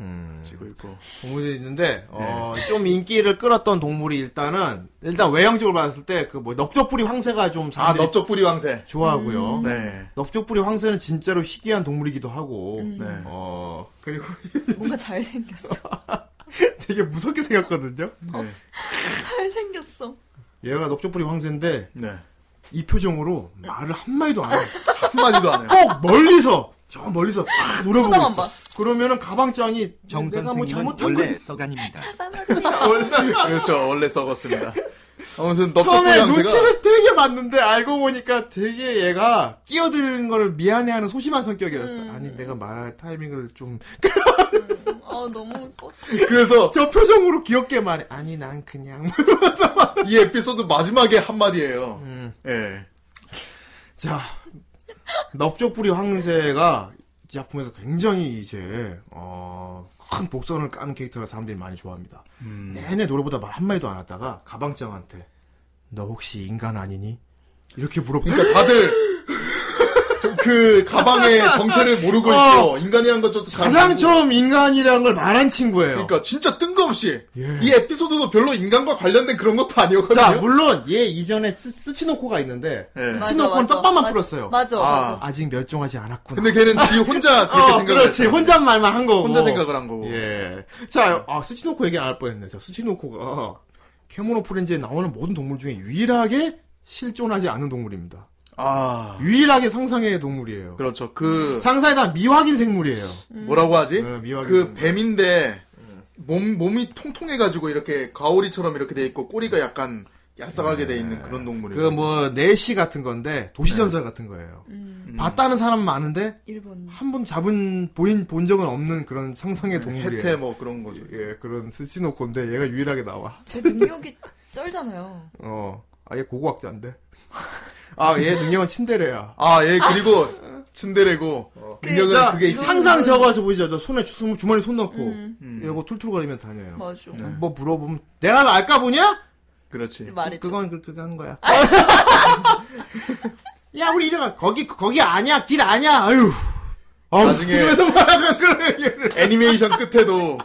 [SPEAKER 1] 음,
[SPEAKER 2] 지고 있고
[SPEAKER 1] 동물이 있는데 어,
[SPEAKER 2] 네.
[SPEAKER 1] 좀 인기를 끌었던 동물이 일단은 일단 외형적으로 봤을 때 그 뭐 넓적뿌리 황새가 좀
[SPEAKER 2] 아
[SPEAKER 1] 사람들이
[SPEAKER 2] 넓적뿌리 왕새
[SPEAKER 1] 좋아하고요.
[SPEAKER 2] 네
[SPEAKER 1] 넓적뿌리 황새는 진짜로 희귀한 동물이기도 하고.
[SPEAKER 2] 네.
[SPEAKER 1] 어 그리고
[SPEAKER 4] 뭔가 잘생겼어.
[SPEAKER 1] 되게 무섭게 생겼거든요.
[SPEAKER 2] 네.
[SPEAKER 4] 잘생겼어.
[SPEAKER 1] 얘가 넓적뿌리 황새인데
[SPEAKER 2] 네.
[SPEAKER 1] 이 표정으로
[SPEAKER 2] 음.
[SPEAKER 1] 말을 한 마디도 안 해.
[SPEAKER 2] 한마디도 안 해요
[SPEAKER 1] 꼭 멀리서 저 멀리서 딱 노려보고
[SPEAKER 4] 아, 쳐다만
[SPEAKER 1] 있어.
[SPEAKER 4] 봐.
[SPEAKER 1] 그러면은 가방장이
[SPEAKER 8] 정
[SPEAKER 1] 내가 뭐
[SPEAKER 8] 선생님은
[SPEAKER 1] 잘못한 거
[SPEAKER 8] 원래 써간입니다.
[SPEAKER 2] 그렇죠. 원래 썩었습니다. 아무튼 넓적
[SPEAKER 1] 처음에
[SPEAKER 2] 불량새가
[SPEAKER 1] 눈치를 되게 봤는데 알고 보니까 되게 얘가 끼어드는 거를 미안해하는 소심한 성격이었어.
[SPEAKER 4] 음.
[SPEAKER 1] 아니 내가 말할 타이밍을 좀 저
[SPEAKER 4] 아, 너무 예뻤어.
[SPEAKER 2] 그래서
[SPEAKER 1] 표정으로 귀엽게 말해. 아니 난 그냥
[SPEAKER 2] 이 에피소드 마지막에 한마디예요.
[SPEAKER 1] 음.
[SPEAKER 2] 예.
[SPEAKER 1] 자 넓적부리 황새가 이 작품에서 굉장히 이제 어, 큰 복선을 까는 캐릭터라 사람들이 많이 좋아합니다.
[SPEAKER 2] 음.
[SPEAKER 1] 내내 노래보다 말 한마디도 안 하다가 가방장한테 너 혹시 인간 아니니? 이렇게 물어보니까
[SPEAKER 2] 그러니까 다들 좀그 가방의 정체를 모르고
[SPEAKER 1] 어.
[SPEAKER 2] 있고 인간이란 것도 잘
[SPEAKER 1] 그러니까 가장
[SPEAKER 2] 모르고.
[SPEAKER 1] 처음 인간이라는 걸 말한 친구예요.
[SPEAKER 2] 그러니까 진짜 뜬금없이 이 에피소드도 별로 인간과 관련된 그런 것도 아니었거든요.
[SPEAKER 1] 예. 자, 물론 얘 이전에 스, 스치노코가 있는데
[SPEAKER 2] 예.
[SPEAKER 1] 맞아, 치노콘
[SPEAKER 4] 맞아.
[SPEAKER 1] 떡밥만
[SPEAKER 4] 맞아.
[SPEAKER 1] 그 풀었어요.
[SPEAKER 4] 맞아, 맞아.
[SPEAKER 1] 아, 직 멸종하지 않았구나.
[SPEAKER 2] 근데 걔는 지 혼자 그렇게
[SPEAKER 1] 어,
[SPEAKER 2] 생각을
[SPEAKER 1] 그렇지.
[SPEAKER 2] 했어요.
[SPEAKER 1] 혼잣말만 한 거고.
[SPEAKER 2] 혼자 생각을 한 거고.
[SPEAKER 1] 예. 자, 아, 스치노코 얘기 안 할 뻔했네. 자, 스치노코가 캐모노 프렌즈에 나오는 모든 동물 중에 유일하게 실존하지 않은 동물입니다.
[SPEAKER 2] 아
[SPEAKER 1] 유일하게 상상의 동물이에요.
[SPEAKER 2] 그렇죠. 그
[SPEAKER 1] 상상에 다 미확인 생물이에요.
[SPEAKER 2] 뭐라고 하지?
[SPEAKER 1] 네, 미확인
[SPEAKER 2] 그
[SPEAKER 1] 동물.
[SPEAKER 2] 뱀인데
[SPEAKER 1] 예.
[SPEAKER 2] 몸 몸이 통통해가지고 이렇게 가오리처럼 이렇게 돼 있고 꼬리가 약간 얄쌍하게 돼 있는 그런 동물이에요.
[SPEAKER 1] 그 뭐 내시 같은 건데 도시전설 같은 거예요. 봤다는 사람 많은데
[SPEAKER 4] 일본.
[SPEAKER 1] 한 번 잡은 보인 본 적은 없는 그런 상상의 동물이에요.
[SPEAKER 2] 해태 뭐 그런 거죠.
[SPEAKER 1] 네, 예, 그런 스치노코인데 얘가 유일하게 나와.
[SPEAKER 4] 제 능력이 쩔잖아요.
[SPEAKER 1] 어, 아얘 고고학자인데. 아, 얘 능력은 친데레야.
[SPEAKER 2] 아, 예, 그리고, 츤데레고, 능력은
[SPEAKER 1] 자,
[SPEAKER 2] 그게 있죠.
[SPEAKER 1] 항상 저거 저 보이죠? 저 손에 주, 주머니 손 넣고
[SPEAKER 4] 음.
[SPEAKER 1] 이러고 툴툴거리면 다녀요.
[SPEAKER 4] 맞아.
[SPEAKER 1] 뭐 물어보면 내가 알까 보냐?
[SPEAKER 2] 그렇지.
[SPEAKER 4] 말이죠.
[SPEAKER 1] 네. 그건 그렇게 한 거야. 야, 우리 이래가 거기 거기 아니야 길 아니야. 아유. 아,
[SPEAKER 2] 나중에-
[SPEAKER 1] 그래서 말하던 그런 얘기를.
[SPEAKER 2] 애니메이션 끝에도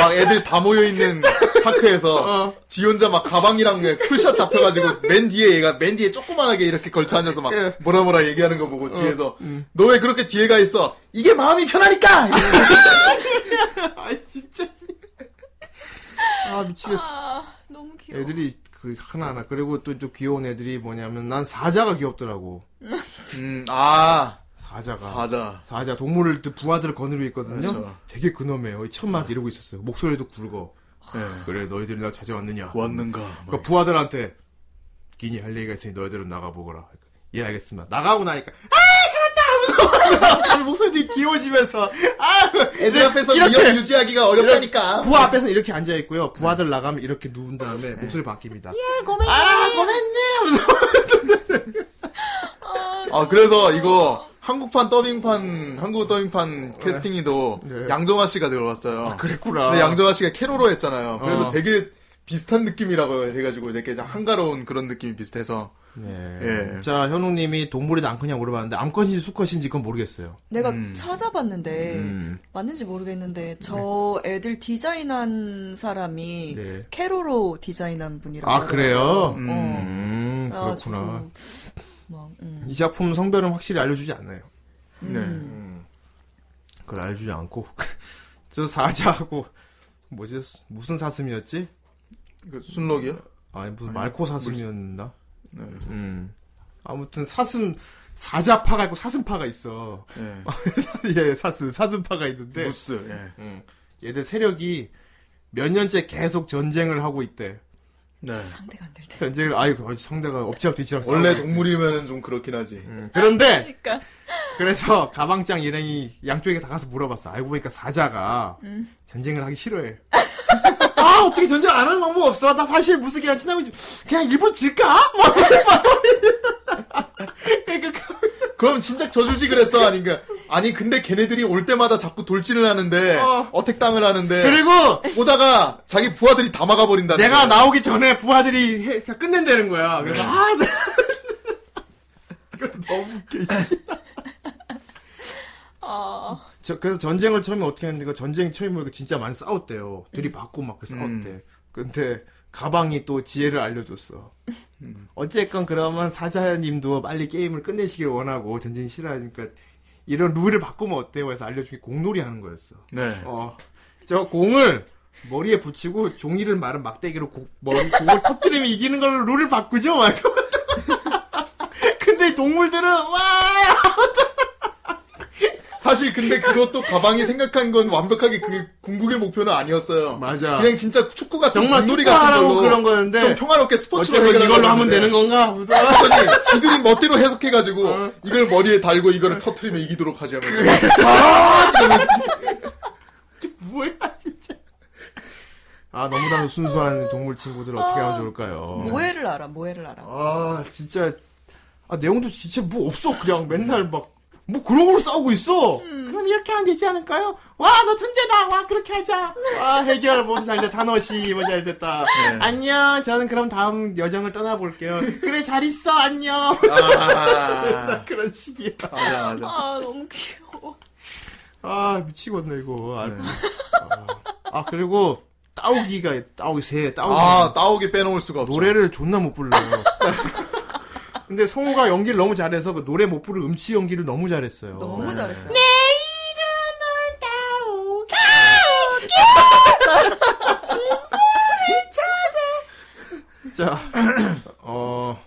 [SPEAKER 2] 막 애들 다 모여 있는 파크에서
[SPEAKER 1] 어.
[SPEAKER 2] 지 혼자 막 가방이랑 그냥 풀샷 잡혀가지고 맨 뒤에 얘가 맨 뒤에 조그만하게 이렇게 걸쳐 앉아서 막
[SPEAKER 1] 예. 어. 음.
[SPEAKER 2] 뭐라 뭐라 얘기하는 거 보고 뒤에서 너 왜 그렇게 뒤에 가 있어? 이게 마음이 편하니까. 이러면서
[SPEAKER 1] 아, 진짜. 아, 미치겠어.
[SPEAKER 4] 아, 너무 귀여워.
[SPEAKER 1] 애들이 그 하나하나. 그리고 또 좀 귀여운 애들이 뭐냐면 난 사자가 귀엽더라고.
[SPEAKER 2] 음, 아
[SPEAKER 1] 사자가.
[SPEAKER 2] 사자.
[SPEAKER 1] 사자 동물을 또 부하들을 거느리고 있거든요.
[SPEAKER 2] 그렇죠.
[SPEAKER 1] 되게 그놈해요. 처음 막 이러고 있었어요. 목소리도 굵어.
[SPEAKER 2] 예.
[SPEAKER 1] 그래 너희들이 날 찾아왔느냐?
[SPEAKER 2] 왔는가?
[SPEAKER 1] 그러니까 부하들한테 기니 할 얘기가 있으니 너희들은 나가보거라. 예 알겠습니다. 나가고 나니까 아 살았다 무서워. 목소리도 귀여워지면서 아
[SPEAKER 2] 애들 앞에서
[SPEAKER 1] 이렇게.
[SPEAKER 2] 미역 유지하기가 어렵다니까.
[SPEAKER 1] 부하 앞에서 이렇게 앉아 있고요. 부하들 나가면 이렇게 누운 다음에 목소리 바뀝니다. 예 고맙네. 아 고맙네. 하면서
[SPEAKER 2] 아 그래서 이거 한국판 더빙판 한국 더빙판 캐스팅이도
[SPEAKER 1] 어, 네. 아,
[SPEAKER 2] 양정화 씨가 들어갔어요.
[SPEAKER 1] 그랬구나.
[SPEAKER 2] 근데 양정아 씨가 캐로로 했잖아요. 그래서
[SPEAKER 1] 어.
[SPEAKER 2] 되게 비슷한 느낌이라고 해가지고 이렇게 그냥 한가로운 그런 느낌이 비슷해서
[SPEAKER 1] 네.
[SPEAKER 2] 예.
[SPEAKER 1] 자 현웅님이 동물이 남컷이냐 물어봤는데 암컷인지 수컷인지 그건 모르겠어요.
[SPEAKER 4] 내가
[SPEAKER 2] 음.
[SPEAKER 4] 찾아봤는데
[SPEAKER 1] 음. 네.
[SPEAKER 4] 맞는지 모르겠는데 저 애들 디자인한 사람이
[SPEAKER 1] 네.
[SPEAKER 4] 캐로로 디자인한 분이라고.
[SPEAKER 1] 아 그래요?
[SPEAKER 4] 하더라고요. 어.
[SPEAKER 1] 음,
[SPEAKER 4] 그래가지고
[SPEAKER 1] 그렇구나.
[SPEAKER 4] 막, 음.
[SPEAKER 1] 이 작품 성별은 확실히 알려주지 않아요.
[SPEAKER 2] 네.
[SPEAKER 1] 그걸 알려주지 않고 저 사자하고 뭐지 무슨 사슴이었지?
[SPEAKER 2] 그 순록이요?
[SPEAKER 1] 아니 무슨 말코 사슴이었나?
[SPEAKER 2] 네.
[SPEAKER 1] 음. 아무튼 사슴 사자파가 있고 사슴파가 있어.
[SPEAKER 2] 네.
[SPEAKER 1] 예, 사슴 사슴파가 있는데
[SPEAKER 2] 무스. 예.
[SPEAKER 1] 음. 얘들 세력이 몇 년째 계속 전쟁을 하고 있대.
[SPEAKER 2] 네.
[SPEAKER 4] 상대가 안 될 때.
[SPEAKER 1] 전쟁을 아유 그 상대가 엎치락 뒤치락 싸우고
[SPEAKER 2] 원래
[SPEAKER 1] 있지.
[SPEAKER 2] 동물이면은 좀 그렇긴 하지.
[SPEAKER 1] 네. 음. 그런데
[SPEAKER 4] 그러니까
[SPEAKER 1] 그래서 가방장 일행이 양쪽에 다 가서 물어봤어. 알고 보니까 사자가
[SPEAKER 4] 음.
[SPEAKER 1] 전쟁을 하기 싫어해. 아 어떻게 전쟁 안 하는 방법 없어? 나 사실 무슨 그냥 친하고 있지. 그냥 일본 질까? 뭐 그러니까
[SPEAKER 2] 그럼 진작 저주지 그랬어 아닌가? 아니 근데 걔네들이 올 때마다 자꾸 돌진을 하는데
[SPEAKER 1] 어.
[SPEAKER 2] 어. 택당을 하는데
[SPEAKER 1] 그리고
[SPEAKER 2] 오다가 자기 부하들이 다 막아버린다는
[SPEAKER 1] 내가
[SPEAKER 2] 거예요.
[SPEAKER 1] 나오기 전에 부하들이 해- 다 끝낸다는 거야. 그래서
[SPEAKER 2] 네.
[SPEAKER 1] 아 나- 이것도 너무 웃겨. 이씨.
[SPEAKER 2] 어.
[SPEAKER 4] 아,
[SPEAKER 1] 저, 그래서 전쟁을 처음에 어떻게 했는데 그 전쟁 처음에 보니까 진짜 많이 싸웠대요. 들이받고 막 그래서
[SPEAKER 2] 음.
[SPEAKER 1] 싸웠대. 근데 가방이 또 지혜를 알려줬어.
[SPEAKER 2] 음.
[SPEAKER 1] 어쨌건 그러면 사자님도 빨리 게임을 끝내시길 원하고 전쟁 싫어하니까 이런 룰을 바꾸면 어때요? 그래서 알려주기 공놀이 하는 거였어.
[SPEAKER 2] 네.
[SPEAKER 1] 어. 저 공을 머리에 붙이고 종이를 마른 막대기로 고, 머리, 공을 터뜨리면 이기는 걸로 룰을 바꾸죠? 막. 이러고. 근데 동물들은, 와!
[SPEAKER 2] 사실 근데 그것도 가방이 생각한 건 완벽하게 그 궁극의 목표는 아니었어요.
[SPEAKER 1] 맞아.
[SPEAKER 2] 그냥 진짜 축구 같은
[SPEAKER 1] 정말
[SPEAKER 2] 공놀이 같은
[SPEAKER 1] 축구하라고
[SPEAKER 2] 걸로
[SPEAKER 1] 그런 거였는데.
[SPEAKER 2] 좀 평화롭게 스포츠로
[SPEAKER 1] 어쨌든 이걸로
[SPEAKER 2] 해결하려고
[SPEAKER 1] 하면
[SPEAKER 2] 했는데.
[SPEAKER 1] 되는 건가?
[SPEAKER 2] 그랬더니 지들이 멋대로 해석해가지고
[SPEAKER 1] 어.
[SPEAKER 2] 이걸 머리에 달고 이거를 터트리면 이기도록 하지 하면서
[SPEAKER 1] 뭐야, 진짜. 아, 너무나 순수한 동물 친구들 어떻게 하면 좋을까요?
[SPEAKER 4] 모해를 알아, 모해를 알아.
[SPEAKER 1] 아, 진짜. 아, 내용도 진짜 뭐 없어. 그냥 맨날 막. 뭐 그런 걸로 싸우고 있어. 그럼 이렇게 하면 되지 않을까요? 와, 너 천재다. 와, 그렇게 하자. 와, 해결 모두 잘 됐다. 단어시 모두 잘 됐다.
[SPEAKER 2] 네.
[SPEAKER 1] 안녕. 저는 그럼 다음 여정을 떠나볼게요. 그래, 잘 있어. 안녕.
[SPEAKER 2] 아,
[SPEAKER 1] 그런 식이야.
[SPEAKER 2] 맞아 맞아
[SPEAKER 4] 아, 너무
[SPEAKER 1] 어.
[SPEAKER 4] 귀여워.
[SPEAKER 1] 아, 미치겠네, 이거. 아, 아, 그리고 따오기가, 따오기 새, 따오기.
[SPEAKER 2] 아 따오기 빼놓을 수가 없죠
[SPEAKER 1] 노래를 존나 못 불러요. 근데 성우가 연기를 너무 잘해서 그 노래 못 부를 음치 연기를 너무 잘했어요. 네.
[SPEAKER 4] 너무 잘했어요.
[SPEAKER 3] 네.
[SPEAKER 1] 자, 어,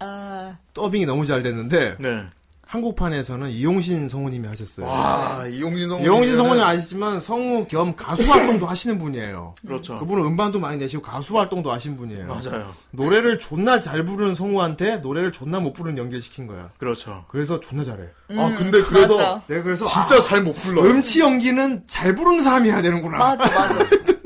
[SPEAKER 4] 아,
[SPEAKER 1] 더빙이 너무 잘 됐는데,
[SPEAKER 2] 네.
[SPEAKER 1] 한국판에서는 이용신 성우님이 하셨어요.
[SPEAKER 2] 와 아, 네. 이용진 성우
[SPEAKER 1] 이용신 성우님 아시지만 성우 겸 가수 활동도 하시는 분이에요.
[SPEAKER 2] 그렇죠
[SPEAKER 1] 그분은 음반도 많이 내시고 가수 활동도 하신 분이에요.
[SPEAKER 2] 맞아요
[SPEAKER 1] 노래를 존나 잘 부르는 성우한테 노래를 존나 못 부르는 연기를 시킨 거야.
[SPEAKER 2] 그렇죠
[SPEAKER 1] 그래서 존나 잘해.
[SPEAKER 2] 아 근데 그래서
[SPEAKER 4] 맞아.
[SPEAKER 1] 내가 그래서
[SPEAKER 2] 진짜 잘 못 불러
[SPEAKER 1] 아, 음치 연기는 잘 부르는 사람이 해야 되는구나.
[SPEAKER 4] 맞아, 맞아.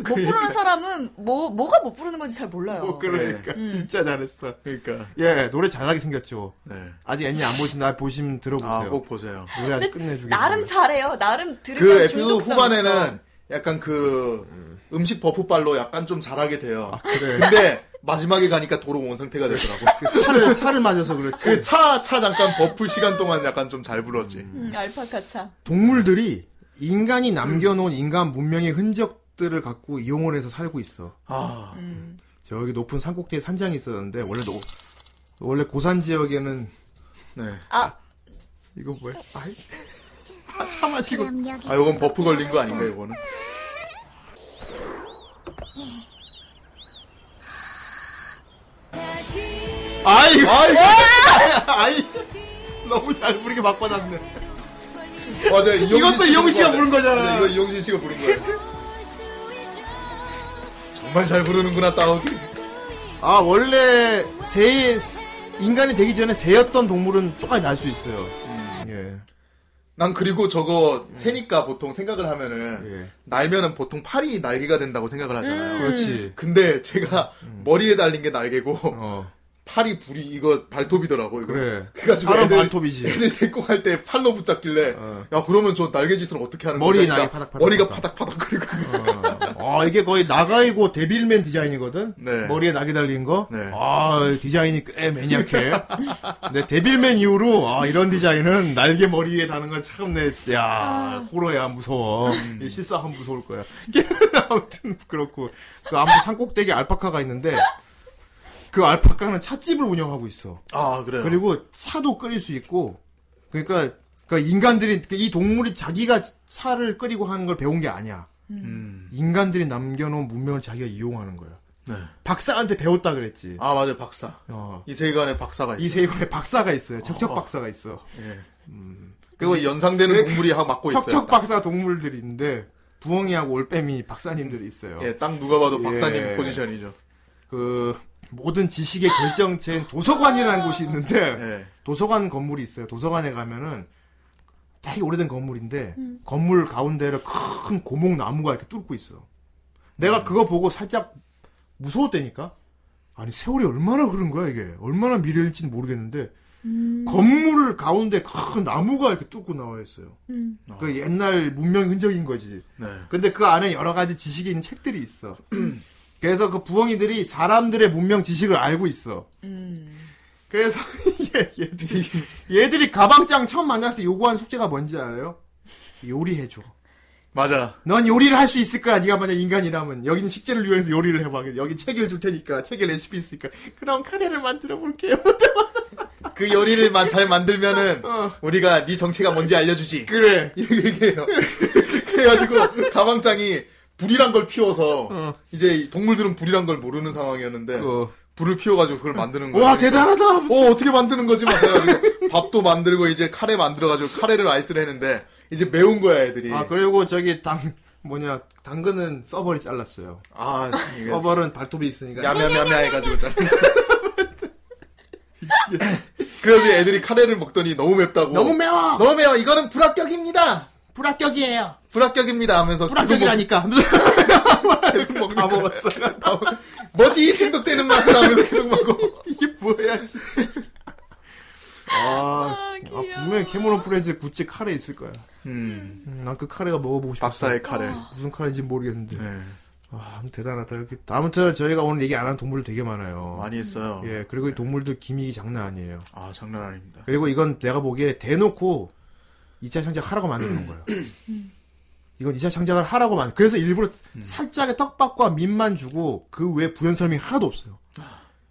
[SPEAKER 4] 못 부르는 사람은 뭐 뭐가 못 부르는 건지 잘 몰라요.
[SPEAKER 1] 뭐 그러니까
[SPEAKER 4] 네.
[SPEAKER 1] 진짜 잘했어.
[SPEAKER 2] 그러니까
[SPEAKER 1] 예, 노래 잘나게 생겼죠.
[SPEAKER 2] 네.
[SPEAKER 1] 아직 애니 안 보신 나 보시면 들어보세요.
[SPEAKER 2] 아꼭 보세요
[SPEAKER 1] 노래 아주 끝내주게.
[SPEAKER 4] 나름 잘해요. 나름 들으면
[SPEAKER 2] 그 에피소드
[SPEAKER 4] 중독성
[SPEAKER 2] 후반에는
[SPEAKER 4] 있어.
[SPEAKER 2] 약간 그 음식 버프발로 약간 좀 잘하게 돼요
[SPEAKER 1] 아, 그래.
[SPEAKER 2] 근데 마지막에 가니까 도로 온 상태가 되더라고.
[SPEAKER 1] 그 차를 차를 마셔서 그렇지.
[SPEAKER 2] 그 차, 차 잠깐 버프 시간 동안 약간 좀 잘 불었지.
[SPEAKER 4] 음, 알파카차.
[SPEAKER 1] 동물들이 인간이 남겨놓은 인간 문명의 흔적들을 갖고 이용을 해서 살고 있어.
[SPEAKER 2] 아,
[SPEAKER 4] 음.
[SPEAKER 1] 저기 높은 산 꼭대에 산장이 있었는데 원래 노, 원래 고산 지역에는
[SPEAKER 2] 네.
[SPEAKER 4] 아,
[SPEAKER 1] 이거 뭐야? 아이, 아, 차 마시고
[SPEAKER 5] 그럼 여기
[SPEAKER 2] 아, 요건 버프 걸린 거 아닌가, 요거는?
[SPEAKER 1] 아이
[SPEAKER 2] 아이,
[SPEAKER 1] 아이 너무 잘 부르게 바꿔놨네.
[SPEAKER 2] 맞아.
[SPEAKER 1] 이것도 이용진 씨가 부른 거잖아.
[SPEAKER 2] 네, 이거 이용진 씨가 부른 거야. 정말 잘 부르는구나, 따오기.
[SPEAKER 1] 아 원래 새 인간이 되기 전에 새였던 동물은 똑같이 날 수 있어요.
[SPEAKER 2] 음.
[SPEAKER 1] 예.
[SPEAKER 2] 난 그리고 저거 새니까 보통 생각을 하면은,
[SPEAKER 1] 예. 음.
[SPEAKER 2] 날면은 보통 팔이 날개가 된다고 생각을 하잖아요.
[SPEAKER 1] 그렇지.
[SPEAKER 2] 근데 제가 머리에 달린 게 날개고,
[SPEAKER 1] 음. 어
[SPEAKER 2] 팔이 불이, 이거 발톱이더라고, 이거.
[SPEAKER 1] 그래.
[SPEAKER 2] 그래가지고
[SPEAKER 1] 사람
[SPEAKER 2] 애들,
[SPEAKER 1] 발톱이지.
[SPEAKER 2] 애들 데리고 갈 때 팔로 붙잡길래,
[SPEAKER 1] 어.
[SPEAKER 2] 야, 그러면 저 날개짓을 어떻게 하는
[SPEAKER 1] 머리에
[SPEAKER 2] 거야?
[SPEAKER 1] 날개
[SPEAKER 2] 그러니까
[SPEAKER 1] 파닥파닥
[SPEAKER 2] 머리가
[SPEAKER 1] 파닥.
[SPEAKER 2] 파닥파닥거리고.
[SPEAKER 1] 어, 이게 거의 나가이고 데빌맨 디자인이거든.
[SPEAKER 2] 네.
[SPEAKER 1] 머리에 낙이 달린 거.
[SPEAKER 2] 네.
[SPEAKER 1] 아 디자인이 꽤 매니악해. 근데 데빌맨 이후로 아 이런 디자인은 날개 머리 위에 다는 건 참내 야 호러야 무서워.
[SPEAKER 2] 음.
[SPEAKER 1] 이 실사하면 무서울 거야. 아무튼 그렇고 그 아무 산꼭대기 알파카가 있는데 그 알파카는 찻집을 운영하고 있어.
[SPEAKER 2] 아, 그래요.
[SPEAKER 1] 그리고 차도 끓일 수 있고 그러니까 그러니까 인간들이 그러니까 이 동물이 자기가 차를 끓이고 하는 걸 배운 게 아니야.
[SPEAKER 2] 음.
[SPEAKER 1] 인간들이 남겨놓은 문명을 자기가 이용하는 거야.
[SPEAKER 2] 네.
[SPEAKER 1] 박사한테 배웠다 그랬지.
[SPEAKER 2] 아, 맞아요, 박사.
[SPEAKER 1] 어.
[SPEAKER 2] 이 세계관에 박사가 있어요.
[SPEAKER 1] 이 세이버에 박사가 있어요. 척척 박사가 있어.
[SPEAKER 2] 아. 예. 그거 연상되는
[SPEAKER 1] 그-
[SPEAKER 2] 동물이 하고 막고 있어요.
[SPEAKER 1] 척척
[SPEAKER 2] 딱.
[SPEAKER 1] 박사 동물들이 있는데 부엉이하고 올빼미 박사님들이 있어요.
[SPEAKER 2] 예, 딱 누가 봐도
[SPEAKER 1] 예.
[SPEAKER 2] 박사님 포지션이죠.
[SPEAKER 1] 그 모든 지식의 결정체인 도서관이라는 곳이 있는데
[SPEAKER 2] 예.
[SPEAKER 1] 도서관 건물이 있어요. 도서관에 가면은 되게 오래된 건물인데 건물 가운데를 큰 고목 나무가 이렇게 뚫고 있어. 내가 그거 보고 살짝 무서웠다니까. 아니 세월이 얼마나 흐른 거야 이게 얼마나 미래일지는 모르겠는데 건물 가운데 큰 나무가 이렇게 뚫고 나와 있어요.
[SPEAKER 4] 음.
[SPEAKER 1] 그 옛날 문명 흔적인 거지.
[SPEAKER 2] 네.
[SPEAKER 1] 근데 그 안에 여러 가지 지식이 있는 책들이 있어. 그래서 그 부엉이들이 사람들의 문명 지식을 알고 있어. 그래서 얘, 얘들이 얘들이 가방장 처음 만났을 때 요구한 숙제가 뭔지 알아요? 요리해줘.
[SPEAKER 2] 맞아.
[SPEAKER 1] 넌 요리를 할 수 있을 거야. 네가 만약 인간이라면 여기는 식재를 이용해서 요리를 해봐. 여기 책을 줄 테니까 책에 레시피 있으니까. 그럼 카레를 만들어 볼게요.
[SPEAKER 2] 그 요리를 만- 잘 만들면은
[SPEAKER 1] 어.
[SPEAKER 2] 우리가 네 정체가 뭔지 알려주지.
[SPEAKER 1] 그래.
[SPEAKER 2] 이렇게 얘기해요. 그래가지고 가방장이 불이란 걸 피워서
[SPEAKER 1] 어.
[SPEAKER 2] 이제 동물들은 불이란 걸 모르는 상황이었는데
[SPEAKER 1] 어.
[SPEAKER 2] 불을 피워가지고 그걸 만드는 거예요.
[SPEAKER 1] 와 대단하다.
[SPEAKER 2] 어 어떻게 만드는 거지 막 해가지고 밥도 만들고 이제 카레 만들어가지고 카레를 아이스를 했는데 이제 매운 거야 애들이.
[SPEAKER 1] 아 그리고 저기 당 뭐냐 당근은 서벌이 잘랐어요. 뭐.
[SPEAKER 2] 아, 이게
[SPEAKER 1] 서벌은 발톱이 있으니까.
[SPEAKER 2] 야매야매 해가지고 잘. 그래가지고 애들이 카레를 먹더니 너무 맵다고.
[SPEAKER 1] 너무 매워.
[SPEAKER 2] 너무 매워. 이거는 불합격입니다.
[SPEAKER 1] 불합격이에요.
[SPEAKER 2] 불합격입니다 하면서
[SPEAKER 1] 불합격이라니까.
[SPEAKER 2] 계속 먹- 계속
[SPEAKER 1] 다
[SPEAKER 2] 먹는
[SPEAKER 1] 먹었어.
[SPEAKER 2] 다 먹- 뭐지 이 중독되는 맛을 하면서 계속 먹고.
[SPEAKER 1] 이게 뭐야, 진짜. 아, 아, 분명히 캐모런 프렌즈 굿즈 카레 있을 거야.
[SPEAKER 2] 음,
[SPEAKER 1] 난 그 카레가 먹어보고 싶어.
[SPEAKER 2] 박사의 카레.
[SPEAKER 1] 무슨 카레인지 모르겠는데.
[SPEAKER 2] 네,
[SPEAKER 1] 아, 대단하다. 이렇게. 아무튼 저희가 오늘 얘기 안 한 동물 되게 많아요.
[SPEAKER 2] 많이 네. 했어요.
[SPEAKER 1] 예, 그리고 이 동물들 기믹이 장난 아니에요.
[SPEAKER 2] 아 장난 아닙니다.
[SPEAKER 1] 그리고 이건 내가 보기에 대놓고 2차 창작 하라고 만드는 거예요.
[SPEAKER 2] 음.
[SPEAKER 1] 이건 2차 창작을 하라고 만 그래서 일부러 살짝의 떡밥과 민만 주고 그 외에 부연 설명이 하나도 없어요.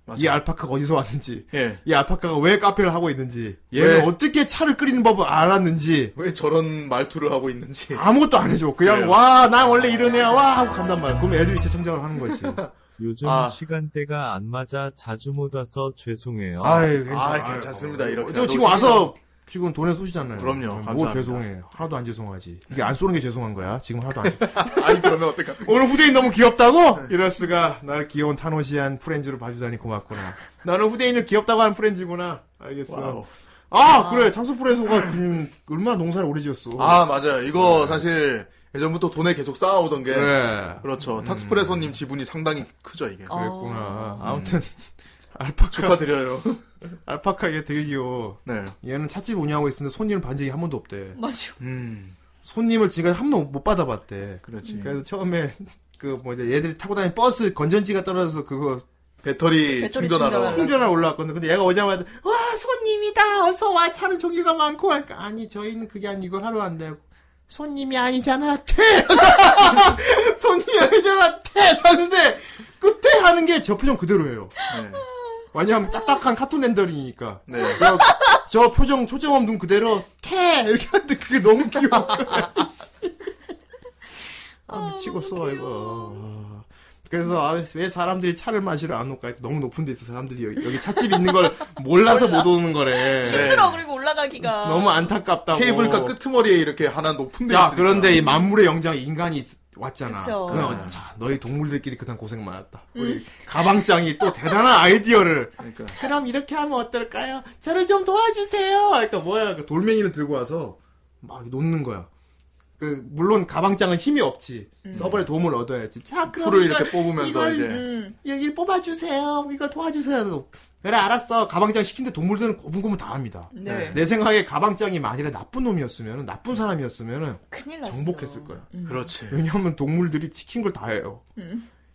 [SPEAKER 2] 맞아요.
[SPEAKER 1] 이 알파카가 어디서 왔는지,
[SPEAKER 2] 예.
[SPEAKER 1] 이 알파카가 왜 카페를 하고 있는지, 얘는
[SPEAKER 2] 왜?
[SPEAKER 1] 어떻게 차를 끓이는 법을 알았는지
[SPEAKER 2] 왜 저런 말투를 하고 있는지.
[SPEAKER 1] 아무것도 안 해줘. 그냥
[SPEAKER 2] 그래요.
[SPEAKER 1] 와, 난 원래 이런 애야. 와 하고 간단 말이야. 그럼 애들이 2차 창작을 하는 거지.
[SPEAKER 8] 요즘
[SPEAKER 2] 아.
[SPEAKER 8] 시간대가 안 맞아 자주 못 와서 죄송해요.
[SPEAKER 1] 예, 아유,
[SPEAKER 2] 아, 괜찮습니다. 이렇게
[SPEAKER 1] 저 지금 와서 지금 돈에 쏘시잖아요.
[SPEAKER 2] 그럼요.
[SPEAKER 1] 뭐
[SPEAKER 2] 감사합니다.
[SPEAKER 1] 죄송해. 하나도 안 죄송하지. 이게 안 쏘는 게 죄송한 거야. 지금 하나도 안.
[SPEAKER 2] 아니 그러면 어떡하?
[SPEAKER 1] 오늘 후대인 너무 귀엽다고? 이럴 수가. 나를 귀여운 타노시한 프렌즈로 봐주다니 고맙구나. 나는 후대인을 귀엽다고 하는 프렌즈구나. 알겠어.
[SPEAKER 2] 와우.
[SPEAKER 1] 아, 그래. 탄소프레소가 그 얼마나 농사를 오래 지었어.
[SPEAKER 2] 아 맞아요.
[SPEAKER 1] 네.
[SPEAKER 2] 이거 사실 예전부터 돈에 계속 쌓아오던 게.
[SPEAKER 1] 그래.
[SPEAKER 2] 그렇죠. 탁스프레소님 지분이 상당히 크죠 이게.
[SPEAKER 1] 아,
[SPEAKER 4] 어.
[SPEAKER 1] 그랬구나. 아무튼 음. 알파카
[SPEAKER 2] 축하드려요.
[SPEAKER 1] 알파카 얘 되게 귀여워.
[SPEAKER 2] 네.
[SPEAKER 1] 얘는 찻집 운영하고 있었는데 손님을 반 적이 한 번도 없대.
[SPEAKER 4] 맞아.
[SPEAKER 2] 음,
[SPEAKER 1] 손님을 지금 한 번도 못 받아봤대.
[SPEAKER 2] 그렇지.
[SPEAKER 1] 뭐 그래서 처음에 그 뭐지 얘들이 타고 다니는 버스 건전지가 떨어져서 그거
[SPEAKER 2] 배터리,
[SPEAKER 4] 배터리
[SPEAKER 2] 충전하러.
[SPEAKER 4] 충전하러.
[SPEAKER 1] 충전을 올라왔거든. 근데 얘가 오자마자 와 손님이다. 어서 와 차는 종류가 많고 할까. 아니 저희는 그게 아니 이걸 하러 왔는데 손님이 아니잖아. 퇴. 손님이 아니잖아. 퇴. 하는데 끝에 하는 게 저 표정 그대로예요. 왜냐하면 딱딱한 카툰 렌더링이니까.
[SPEAKER 2] 네. 네.
[SPEAKER 1] 저, 저 표정 초점업 눈 그대로 퇴 이렇게 하는데 그게 너무 귀여워. 아 미치겠어 이거. 아. 그래서 아, 왜 사람들이 차를 마시러 안 올까? 너무 높은 데 있어 사람들이 여기, 여기 찻집 있는 걸 몰라서 못 오는 거래.
[SPEAKER 2] 네.
[SPEAKER 4] 힘들어 그리고 올라가기가
[SPEAKER 1] 너무 안타깝다고.
[SPEAKER 2] 케이블카 끄트머리에 이렇게 하나 높은 데
[SPEAKER 1] 자
[SPEAKER 2] 있으니까.
[SPEAKER 1] 그런데 이 만물의 영장 인간이 있- 왔잖아.
[SPEAKER 4] 그쵸. 음.
[SPEAKER 1] 그냥 자, 너희 동물들끼리 그동안 고생 많았다. 우리 가방장이 또 대단한 아이디어를
[SPEAKER 2] 그러니까.
[SPEAKER 1] 그럼 이렇게 하면 어떨까요? 저를 좀 도와주세요. 그러니까 뭐야? 그 돌멩이를 들고 와서 막 놓는 거야. 그 물론 가방장은 힘이 없지. 서버의 도움을 얻어야지. 자, 그럼
[SPEAKER 2] 풀을
[SPEAKER 1] 이걸-
[SPEAKER 2] 음. 이렇게 뽑으면서
[SPEAKER 1] 이걸-
[SPEAKER 2] 이제
[SPEAKER 4] 음,
[SPEAKER 1] 여기 뽑아주세요. 이거 도와주세요. 그래서 그래 알았어. 가방장 시킨데 동물들은 고분고분 다 합니다.
[SPEAKER 4] 네.
[SPEAKER 1] 내 생각에 가방장이 만일에 나쁜 놈이었으면 나쁜 사람이었으면
[SPEAKER 4] 큰일 났어.
[SPEAKER 1] 정복했을 거야.
[SPEAKER 2] 음. 그렇지.
[SPEAKER 1] 왜냐하면 동물들이 시킨 걸 다 해요.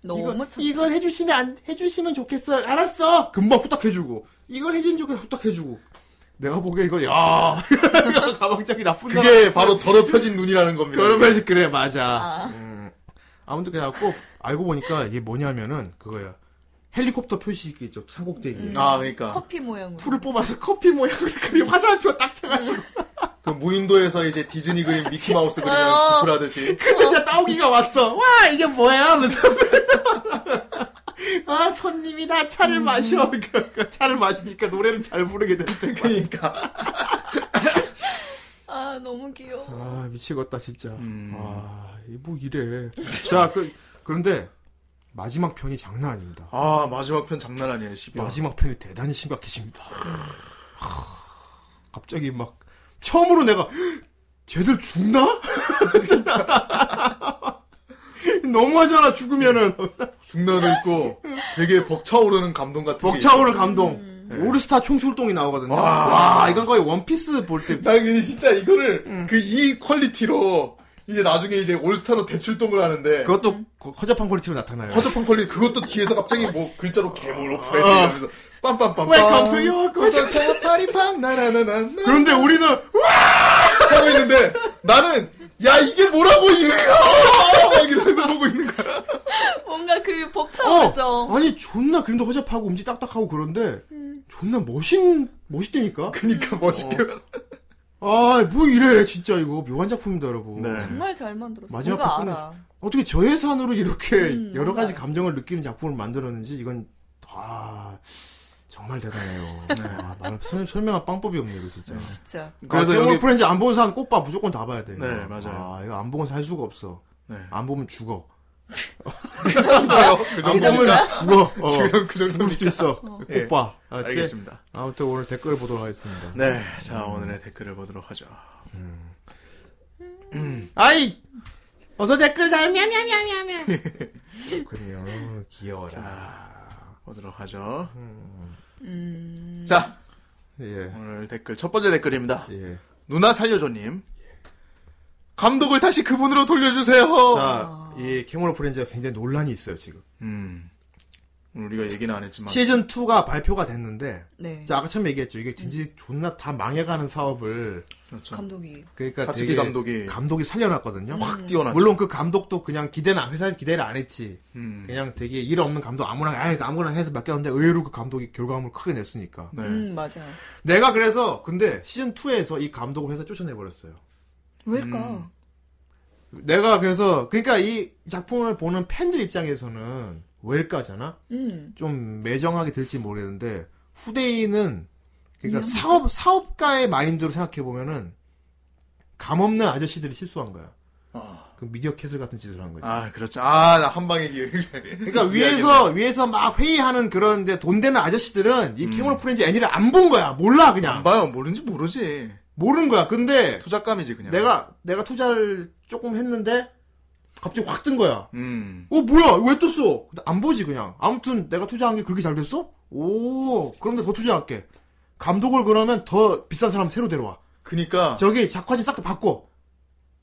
[SPEAKER 4] 너무 참.
[SPEAKER 1] 이걸 해주시면 안, 해주시면 좋겠어. 알았어. 금방 후딱 해주고. 이걸 해주면 좋겠어. 후딱 해주고. 내가 보기에 이거, 야 가방장이 나쁜 네.
[SPEAKER 2] 그게 바로 더럽혀진 눈이라는 겁니다.
[SPEAKER 1] 여러분이 그래, 맞아.
[SPEAKER 4] 아,
[SPEAKER 1] 아무튼 그래갖고, 알고 보니까 이게 뭐냐면은, 그거야. 헬리콥터 표시기 있죠. 산꼭대기.
[SPEAKER 4] 음.
[SPEAKER 1] 에
[SPEAKER 2] 아, 그러니까
[SPEAKER 4] 커피 모양으로.
[SPEAKER 1] 어. 풀을 뽑아서 커피 모양으로 그림 화살표 딱
[SPEAKER 4] 음.
[SPEAKER 1] 쳐가지고.
[SPEAKER 2] 그 무인도에서 이제 디즈니 그림 미키 마우스 그림
[SPEAKER 4] 어.
[SPEAKER 2] 구출하듯이
[SPEAKER 1] 근데 진짜 따오기가 왔어. 와, 이게 뭐야? 하면서. 아, 손님이다. 차를
[SPEAKER 4] 음.
[SPEAKER 1] 마셔. 그러니까 차를 마시니까 노래를 잘 부르게 됐대.
[SPEAKER 2] 그러니까
[SPEAKER 4] 아, 너무 귀여워.
[SPEAKER 1] 아, 미치겠다, 진짜.
[SPEAKER 2] 음.
[SPEAKER 1] 아, 이뭐 이래. 자, 그, 그런데, 마지막 편이 장난 아닙니다.
[SPEAKER 2] 아 마지막 편 장난 아니에요. 씨발.
[SPEAKER 1] 마지막 편이 대단히 심각해집니다. 하, 갑자기 막, 처음으로 내가, 쟤들 죽나? 너무하잖아, 죽으면은.
[SPEAKER 2] 중면도 있고 되게 벅차오르는 감동 같은 게
[SPEAKER 1] 벅차오를 감동.
[SPEAKER 2] 음.
[SPEAKER 1] 올스타 총출동이 나오거든요. 와, 이건 거의 원피스 볼 때.
[SPEAKER 2] 있어요. 난 근데 진짜 이거를 그 이 퀄리티로 이제 나중에 이제 올스타로 대출동을 하는데
[SPEAKER 1] 그것도 거- 허접한 퀄리티로 나타나요.
[SPEAKER 2] 음. 네. 허접한 퀄리티 그것도 뒤에서 갑자기 뭐 글자로 개몰로 프레이 이러면서 빰빰빰빰
[SPEAKER 1] Welcome to your
[SPEAKER 2] 고전차 파리팡 나나나나
[SPEAKER 1] 그런데 우리는
[SPEAKER 2] 하고 있는데 나는 야 이게 뭐라고 이래요 막 이러면서 보고 있는 거야
[SPEAKER 4] 뭔가 그
[SPEAKER 1] 어,
[SPEAKER 4] 벅차오르죠.
[SPEAKER 1] 아니 존나 그림도 허접하고 움직 딱딱하고 그런데 존나 멋있 멋있다니까.
[SPEAKER 2] 그러니까 멋있게
[SPEAKER 1] 아, 뭐 이래 진짜 이거 묘한 작품이다, 여러분.
[SPEAKER 2] 네.
[SPEAKER 4] 정말 잘 만들었어.
[SPEAKER 1] 마지막
[SPEAKER 4] 뭔가
[SPEAKER 1] 부분은-
[SPEAKER 4] 알아.
[SPEAKER 1] 어떻게 저예산으로 이렇게
[SPEAKER 4] 음,
[SPEAKER 1] 여러 가지
[SPEAKER 4] 맞아요.
[SPEAKER 1] 감정을 느끼는 작품을 만들었는지 이건 아 정말 대단해요. 아, 말- 설- 설명할 방법이 없네 이거 진짜.
[SPEAKER 4] 진짜.
[SPEAKER 1] 그래서
[SPEAKER 2] 그래서
[SPEAKER 1] 아, 여기
[SPEAKER 2] 여기-
[SPEAKER 1] 프렌즈 안 본 사람 꼭 봐. 무조건 다 봐야 돼. 이거.
[SPEAKER 2] 네, 맞아요.
[SPEAKER 1] 아, 이거 안 보면 살 수가 없어.
[SPEAKER 2] 네.
[SPEAKER 1] 안 보면 죽어.
[SPEAKER 2] 좋아요 그
[SPEAKER 1] 안
[SPEAKER 2] 정도면
[SPEAKER 1] 보면 죽어. 어.
[SPEAKER 2] 지금 그
[SPEAKER 1] 죽을 수도
[SPEAKER 2] 정도면
[SPEAKER 1] 있어. 꼭 봐. 알았지?
[SPEAKER 2] 알겠습니다
[SPEAKER 1] 아무튼 오늘 댓글을 보도록 하겠습니다.
[SPEAKER 2] 네자 오늘의 댓글을 보도록 하죠
[SPEAKER 1] 아이! 어서 댓글 달미야미야미야미야 그래요. 귀여워라.
[SPEAKER 2] 보도록 하죠
[SPEAKER 4] 음.
[SPEAKER 2] 자
[SPEAKER 1] 예.
[SPEAKER 2] 오늘 댓글 첫 번째 댓글입니다
[SPEAKER 1] 예.
[SPEAKER 2] 누나 살려줘님 감독을 다시 그분으로 돌려주세요
[SPEAKER 1] 자, 이 캐모노 프렌즈가 굉장히 논란이 있어요, 지금.
[SPEAKER 2] 음 오늘 우리가 얘기는 안 했지만
[SPEAKER 1] 시즌2가 발표가 됐는데,
[SPEAKER 4] 네.
[SPEAKER 1] 자, 아까 처음 얘기했죠. 이게 진짜 존나 다 망해가는 사업을,
[SPEAKER 2] 그렇죠.
[SPEAKER 4] 감독이.
[SPEAKER 1] 그러니까
[SPEAKER 2] 하츠키
[SPEAKER 1] 되게
[SPEAKER 2] 감독이.
[SPEAKER 1] 감독이 살려놨거든요.
[SPEAKER 2] 확 뛰어났죠
[SPEAKER 1] 물론 그 감독도 그냥 기대는 안- 회사에서 기대를 안 했지.
[SPEAKER 2] 음.
[SPEAKER 1] 그냥 되게 일 없는 감독 아무나 아예 아무거나 해서 맡겼는데 의외로 그 감독이 결과물을 크게 냈으니까.
[SPEAKER 2] 네.
[SPEAKER 4] 음, 맞아.
[SPEAKER 1] 내가 그래서 근데 시즌 2에서 이 감독을 회사 쫓아내 버렸어요.
[SPEAKER 4] 왜일까?
[SPEAKER 2] 음.
[SPEAKER 1] 내가 그래서 그러니까 이 작품을 보는 팬들 입장에서는 왜일까잖아.
[SPEAKER 4] 음.
[SPEAKER 1] 좀 매정하게 들지 모르겠는데 후대인은 그러니까 사업 사업가의 마인드로 생각해 보면은 감 없는 아저씨들이 실수한 거야.
[SPEAKER 2] 아,
[SPEAKER 1] 그 미디어 캐슬 같은 짓을 한 거지.
[SPEAKER 2] 아 그렇죠 아나 한방의 기회
[SPEAKER 1] 그러니까 위에서 위에서 막 회의하는 그런데 돈 되는 아저씨들은 이 캐모노 프렌즈 애니를 안 본 거야. 몰라
[SPEAKER 2] 안
[SPEAKER 1] 그냥
[SPEAKER 2] 봐요 모르는지 모르지
[SPEAKER 1] 모르는 거야. 근데
[SPEAKER 2] 투자감이지 그냥
[SPEAKER 1] 내가 내가 투자를 조금 했는데 갑자기 확 뜬 거야.
[SPEAKER 2] 음
[SPEAKER 1] 어 뭐야 왜 떴어? 근데 안 보지 그냥. 아무튼 내가 투자한 게 그렇게 잘 됐어? 오 그럼 내가 더 투자할게. 감독을 그러면 더 비싼 사람 새로 데려와.
[SPEAKER 2] 그니까
[SPEAKER 1] 저기 작화진 싹 다 바꿔.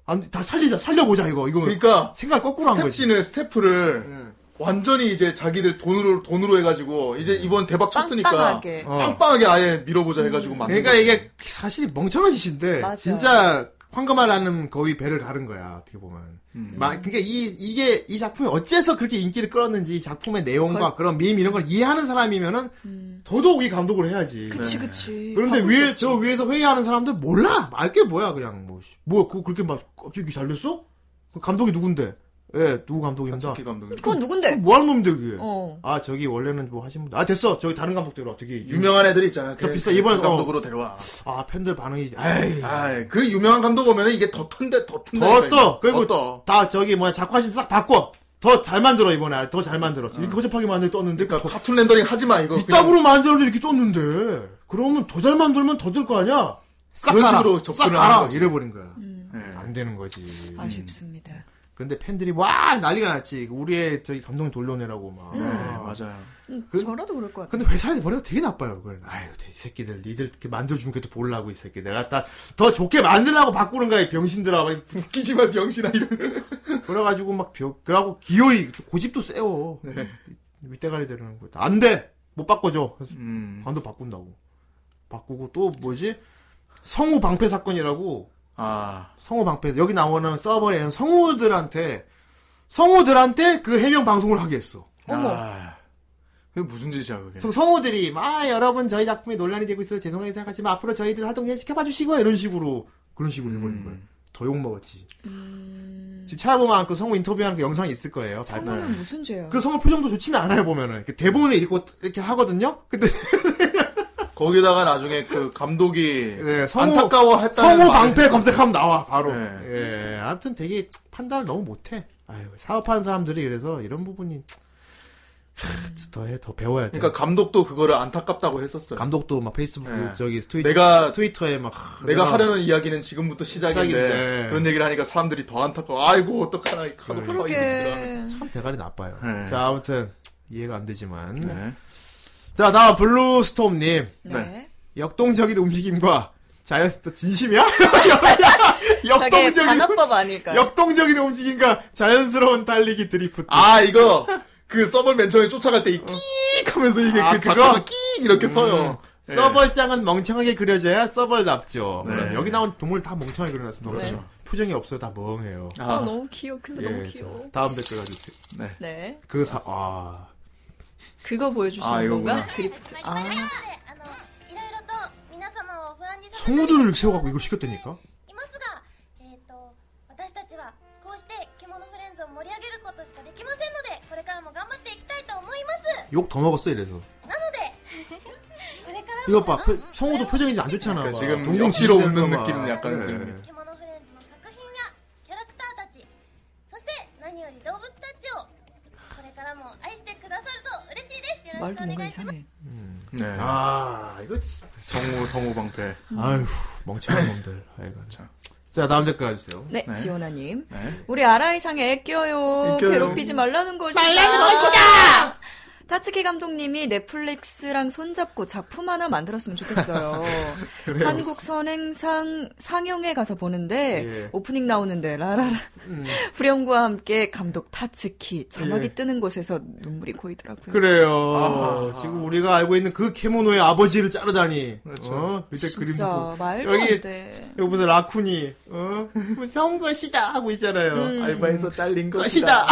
[SPEAKER 1] 안, 다 살리자 살려보자 이거 이거.
[SPEAKER 2] 그니까
[SPEAKER 1] 생각 음. 거꾸로 한 거지. 음.
[SPEAKER 2] 스텝진을 스태프를 완전히 이제 자기들 돈으로 돈으로 해가지고 이제 이번 대박 쳤으니까
[SPEAKER 4] 빵빵하게.
[SPEAKER 1] 음. 어.
[SPEAKER 2] 빵빵하게 아예 밀어보자 해가지고 만든
[SPEAKER 1] 그러니까 이게 사실 멍청한 짓인데
[SPEAKER 4] 맞아.
[SPEAKER 1] 진짜 황금알라는 거의 배를 가른 거야 어떻게 보면.
[SPEAKER 2] 음.
[SPEAKER 1] 막 그러니까 이 이게 이 작품이 어째서 그렇게 인기를 끌었는지 이 작품의 내용과 그런 밈 이런 걸 이해하는 사람이면은 더더욱 이 감독을 해야지.
[SPEAKER 4] 음. 그치 그치.
[SPEAKER 1] 네. 그런데
[SPEAKER 4] 바꿀 수
[SPEAKER 1] 위에
[SPEAKER 4] 없지.
[SPEAKER 1] 저 위에서 회의하는 사람들 몰라 알게 뭐야 그냥 뭐뭐 그거 그렇게 막 갑자기 잘 됐어? 그 감독이 누군데? 예 누구 감독입니다.
[SPEAKER 2] 기 감독님.
[SPEAKER 4] 그건 누군데?
[SPEAKER 1] 뭐 하는 놈인데 그게?
[SPEAKER 4] 어.
[SPEAKER 1] 아 저기 원래는 뭐 하신 분아 됐어 저기 다른 감독대로
[SPEAKER 2] 음.
[SPEAKER 1] 되게 유명
[SPEAKER 2] 유명한 애들 있잖아.
[SPEAKER 1] 저
[SPEAKER 2] 그
[SPEAKER 1] 비싸, 이번에
[SPEAKER 2] 그 감독으로 데려와.
[SPEAKER 1] 아 팬들 반응이 에이
[SPEAKER 2] 아, 그 유명한 감독 오면 은 이게 더 턴데 더 턴다.
[SPEAKER 1] 더
[SPEAKER 2] 이거야,
[SPEAKER 1] 떠.
[SPEAKER 2] 이거.
[SPEAKER 1] 그리고
[SPEAKER 2] 더 떠.
[SPEAKER 1] 다 저기 뭐야 작화신 싹 바꿔 더 잘 만들어 이번에 더 잘 만들어 이렇게 허접하게 만들 떴는데
[SPEAKER 2] 그러니까
[SPEAKER 1] 더-
[SPEAKER 2] 카툰 렌더링 하지 마 이거. 그냥
[SPEAKER 1] 이따구로 만들었는데 이렇게 떴는데 그러면 더 잘 만들면 더 들 거 아니야 싹
[SPEAKER 2] 그런
[SPEAKER 1] 가라
[SPEAKER 2] 식으로
[SPEAKER 1] 싹
[SPEAKER 2] 접근을 하는
[SPEAKER 1] 가라
[SPEAKER 2] 거지.
[SPEAKER 1] 이래버린 거야
[SPEAKER 2] 예.
[SPEAKER 1] 안 되는 거지
[SPEAKER 4] 아쉽습니다.
[SPEAKER 1] 근데 팬들이 와 난리가 났지 우리의 저기 감정 돌려내라고 막
[SPEAKER 2] 네,
[SPEAKER 1] 아.
[SPEAKER 2] 맞아요.
[SPEAKER 4] 음,
[SPEAKER 1] 그-
[SPEAKER 4] 저라도 그럴 것 같아.
[SPEAKER 1] 근데 회사에서 버려도 되게 나빠요, 그걸. 아유, 이 새끼들, 니들 이렇게 만들어준 것도 보려고, 이 새끼. 내가 다 더 좋게 만들라고 바꾸는 거야, 이 병신들아. 막
[SPEAKER 2] 웃기지 마 병신아 이런.
[SPEAKER 1] 그래가지고 막 벼, 그러고 기어이 또 고집도 세워. 윗대가리 되는 거야. 안 돼! 못 바꿔줘. 그래서
[SPEAKER 2] 음.
[SPEAKER 1] 관도 바꾼다고. 바꾸고 또 뭐지? 성우 방패 사건이라고.
[SPEAKER 2] 아,
[SPEAKER 1] 성우 방패. 여기 나오는 서버에 있는 성우들한테 성우들한테 그 해명 방송을 하게 했어.
[SPEAKER 4] 어머.
[SPEAKER 2] 아. 그게 무슨 짓이야 그게.
[SPEAKER 1] 그래서 성우들이 막 아, 여러분 저희 작품이 논란이 되고 있어서 죄송하게 생각하지만 앞으로 저희들 활동 좀 지켜봐 주시고 이런 식으로 그런 식으로
[SPEAKER 2] 음.
[SPEAKER 1] 해버린 거예요. 더 욕 먹었지. 지금 찾아보면 그 성우 인터뷰하는 그 영상이 있을 거예요. 발표.
[SPEAKER 4] 음. 성우는 무슨 죄야?
[SPEAKER 1] 그 성우 표정도 좋지는 않아요 보면은 이렇게 대본을 읽고 이렇게 하거든요. 근데
[SPEAKER 2] 거기다가 나중에 그 감독이
[SPEAKER 1] 네, 성우
[SPEAKER 2] 안타까워했다는
[SPEAKER 1] 성우
[SPEAKER 2] 말을
[SPEAKER 1] 방패
[SPEAKER 2] 했어.
[SPEAKER 1] 검색하면 나와 바로.
[SPEAKER 2] 네.
[SPEAKER 1] 예, 아무튼 되게 판단을 너무 못해. 아유 사업하는 사람들이 그래서 이런 부분이 더해 더 배워야 돼.
[SPEAKER 2] 그러니까 감독도 그거를 안타깝다고 했었어요.
[SPEAKER 1] 감독도 막 페이스북
[SPEAKER 2] 네.
[SPEAKER 1] 저기 트위,
[SPEAKER 2] 내가
[SPEAKER 1] 트위터에 막 하,
[SPEAKER 2] 내가 하려는 이야기는 지금부터 시작인데,
[SPEAKER 1] 시작인데.
[SPEAKER 2] 그런 얘기를 하니까 사람들이 더 안타까워. 아이고 어떡하나 이 카드
[SPEAKER 1] 그러게.
[SPEAKER 2] 파워 이 새끼들아.
[SPEAKER 4] 그러게.
[SPEAKER 1] 참 대가리 나빠요.
[SPEAKER 2] 네.
[SPEAKER 1] 자, 아무튼 이해가 안 되지만.
[SPEAKER 2] 네.
[SPEAKER 1] 자, 다음 블루스톰 님.
[SPEAKER 4] 네.
[SPEAKER 1] 역동적인 움직임과 자연스럽 진심이야?
[SPEAKER 4] 저게
[SPEAKER 1] 역동적인 움-
[SPEAKER 4] 단어법 아닐까요?
[SPEAKER 1] 역동적인 움직임과 자연스러운 달리기 드리프트.
[SPEAKER 2] 아 이거 그 서벌 맨 처음에 쫓아갈 때 이 끼익 하면서 이게
[SPEAKER 1] 아,
[SPEAKER 2] 그
[SPEAKER 1] 그거?
[SPEAKER 2] 작가가 끼익 이렇게
[SPEAKER 1] 음,
[SPEAKER 2] 서요. 예.
[SPEAKER 1] 서벌장은 멍청하게 그려져야 서벌답죠.
[SPEAKER 2] 네.
[SPEAKER 1] 물론 여기 나온 동물 다 멍청하게 그려놨습니다.
[SPEAKER 4] 그렇죠.
[SPEAKER 1] 네. 표정이 없어요. 다 멍해요.
[SPEAKER 4] 아,
[SPEAKER 2] 아,
[SPEAKER 4] 너무 귀여워. 근데
[SPEAKER 1] 예,
[SPEAKER 4] 너무
[SPEAKER 1] 자,
[SPEAKER 4] 귀여워.
[SPEAKER 1] 다음 댓글 가주세요.
[SPEAKER 4] 네.
[SPEAKER 1] 그 사, 아.
[SPEAKER 4] 그거 보여주시는
[SPEAKER 2] 아, 이거구나.
[SPEAKER 4] 건가? 드리프트. 아,
[SPEAKER 5] あのいろいろと皆様を不安にさせてい
[SPEAKER 1] 성우들을 세워갖고 이걸 시켰다니까?
[SPEAKER 5] ますが、えっ、と私たちはこうして獣フレンズを盛り上げることしかできませんので、これからも頑張っていきたいと思います。
[SPEAKER 1] 욕 더 먹었어, 이래서.
[SPEAKER 5] これからも
[SPEAKER 1] 이것 봐. 표- 성우도 표정이 안 좋잖아.
[SPEAKER 2] 그러니까
[SPEAKER 1] 막.
[SPEAKER 2] 지금
[SPEAKER 1] 동정
[SPEAKER 2] 억지로
[SPEAKER 1] 지지되는
[SPEAKER 2] 웃는
[SPEAKER 1] 거 봐.
[SPEAKER 2] 느낌은 약간
[SPEAKER 1] 네.
[SPEAKER 2] 느낌이에요.
[SPEAKER 5] 獣フレンズの作品やキャラクターたち、そして何より動物たちをこれからも愛してくださると嬉しいです。よろ
[SPEAKER 4] 말도
[SPEAKER 5] しくお
[SPEAKER 4] 뭔가
[SPEAKER 5] 願いします。
[SPEAKER 4] 이상해.
[SPEAKER 2] 네.
[SPEAKER 1] 아, 이거 진
[SPEAKER 2] 성우 성우 방패.
[SPEAKER 1] 아휴, 멍청한 놈들. 하여간.
[SPEAKER 2] 음. 자.
[SPEAKER 1] 자, 다음 댓글 가주세요.
[SPEAKER 4] 네,
[SPEAKER 2] 네.
[SPEAKER 4] 지원아님.
[SPEAKER 2] 네.
[SPEAKER 4] 우리 아라이상에 애껴요.
[SPEAKER 2] 애껴요.
[SPEAKER 4] 괴롭히지 말라는 것이다. 말라는 것이다! 타츠키 감독님이 넷플릭스랑 손잡고 작품 하나 만들었으면 좋겠어요. 한국 선행상 상영회 가서 보는데
[SPEAKER 1] 예. 음.
[SPEAKER 4] 오프닝 나오는데 라라라 후렴구와 함께 감독 타츠키 자막이
[SPEAKER 1] 예.
[SPEAKER 4] 뜨는 곳에서 눈물이 고이더라고요.
[SPEAKER 1] 그래요.
[SPEAKER 2] 아하.
[SPEAKER 1] 지금 우리가 알고 있는 그 케모노의 아버지를 자르다니.
[SPEAKER 2] 그렇죠.
[SPEAKER 1] 어? 밑에 그림도.
[SPEAKER 4] 진짜 말도
[SPEAKER 1] 여기-
[SPEAKER 4] 안 돼.
[SPEAKER 1] 여기 보세요, 라쿤이. 어? 무서운 것이다. 하고 있잖아요.
[SPEAKER 4] 음.
[SPEAKER 2] 알바에서 잘린
[SPEAKER 1] 것이다.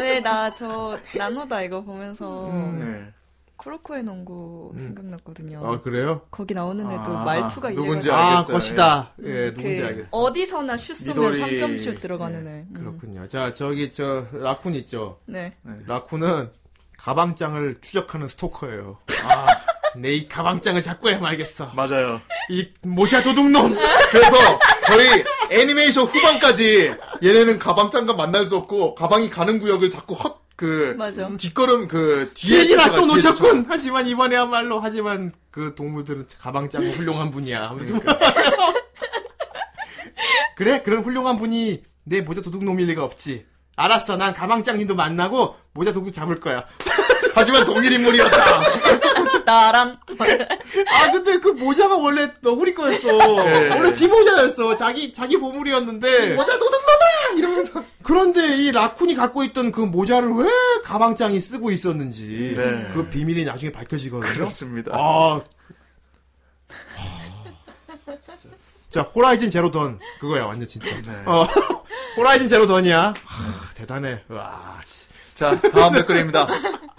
[SPEAKER 4] 네, 나 저 나노다 이거 보면서
[SPEAKER 1] 음.
[SPEAKER 2] 네.
[SPEAKER 4] 크로코의 농구 생각났거든요.
[SPEAKER 1] 아, 그래요?
[SPEAKER 4] 거기 나오는 애도
[SPEAKER 2] 아,
[SPEAKER 4] 말투가
[SPEAKER 2] 누군지
[SPEAKER 4] 이해가 안
[SPEAKER 1] 아,
[SPEAKER 2] 알겠어요.
[SPEAKER 1] 것이다. 예,
[SPEAKER 4] 돼.
[SPEAKER 1] 누군지
[SPEAKER 4] 그
[SPEAKER 1] 알겠어.
[SPEAKER 4] 어디서나 슛 쏘면
[SPEAKER 2] 미도리.
[SPEAKER 4] 3점슛 들어가는 애. 음.
[SPEAKER 1] 그렇군요. 자, 저기, 저, 라쿤 있죠?
[SPEAKER 4] 네.
[SPEAKER 1] 라쿤은 가방장을 추적하는 스토커예요. 아, 내 이 가방장을 잡고 해야말겠어.
[SPEAKER 2] 맞아요.
[SPEAKER 1] 이 모자 도둑놈.
[SPEAKER 2] 그래서 거의 애니메이션 후반까지 얘네는 가방 장과 만날 수 없고 가방이 가는 구역을 자꾸 헛그
[SPEAKER 4] 맞아.
[SPEAKER 2] 뒷걸음 그 뒤에
[SPEAKER 1] 지혜기나
[SPEAKER 2] 쫓아가,
[SPEAKER 1] 또
[SPEAKER 2] 뒤에
[SPEAKER 1] 놓쳤군. 하지만 이번에야말로 하지만 그 동물들은 가방장은 훌륭한 분이야. 하면서
[SPEAKER 2] 그러니까.
[SPEAKER 1] 그래 그런 훌륭한 분이 내 모자 도둑놈일 리가 없지. 알았어 난 가방장님도 만나고 모자 도둑 잡을 거야.
[SPEAKER 2] 쫓아가. 하지만 동일 인물이었다.
[SPEAKER 4] 따란.
[SPEAKER 1] 아 근데 그 모자가 원래 너구리 거였어.
[SPEAKER 2] 네.
[SPEAKER 1] 원래 지 모자였어. 자기 자기 보물이었는데.
[SPEAKER 2] 모자 도둑놈아! 이러면서.
[SPEAKER 1] 그런데 이 라쿤이 갖고 있던 그 모자를 왜 가방장이 쓰고 있었는지
[SPEAKER 2] 네.
[SPEAKER 1] 그 비밀이 나중에 밝혀지거든요.
[SPEAKER 2] 그렇습니다.
[SPEAKER 1] 아. 자, 호라이즌 제로 던. 그거야, 완전 진짜.
[SPEAKER 2] 네.
[SPEAKER 1] 어. 호라이즌 제로 던이야. 하, 대단해. 와, 씨.
[SPEAKER 2] 자, 다음 댓글입니다.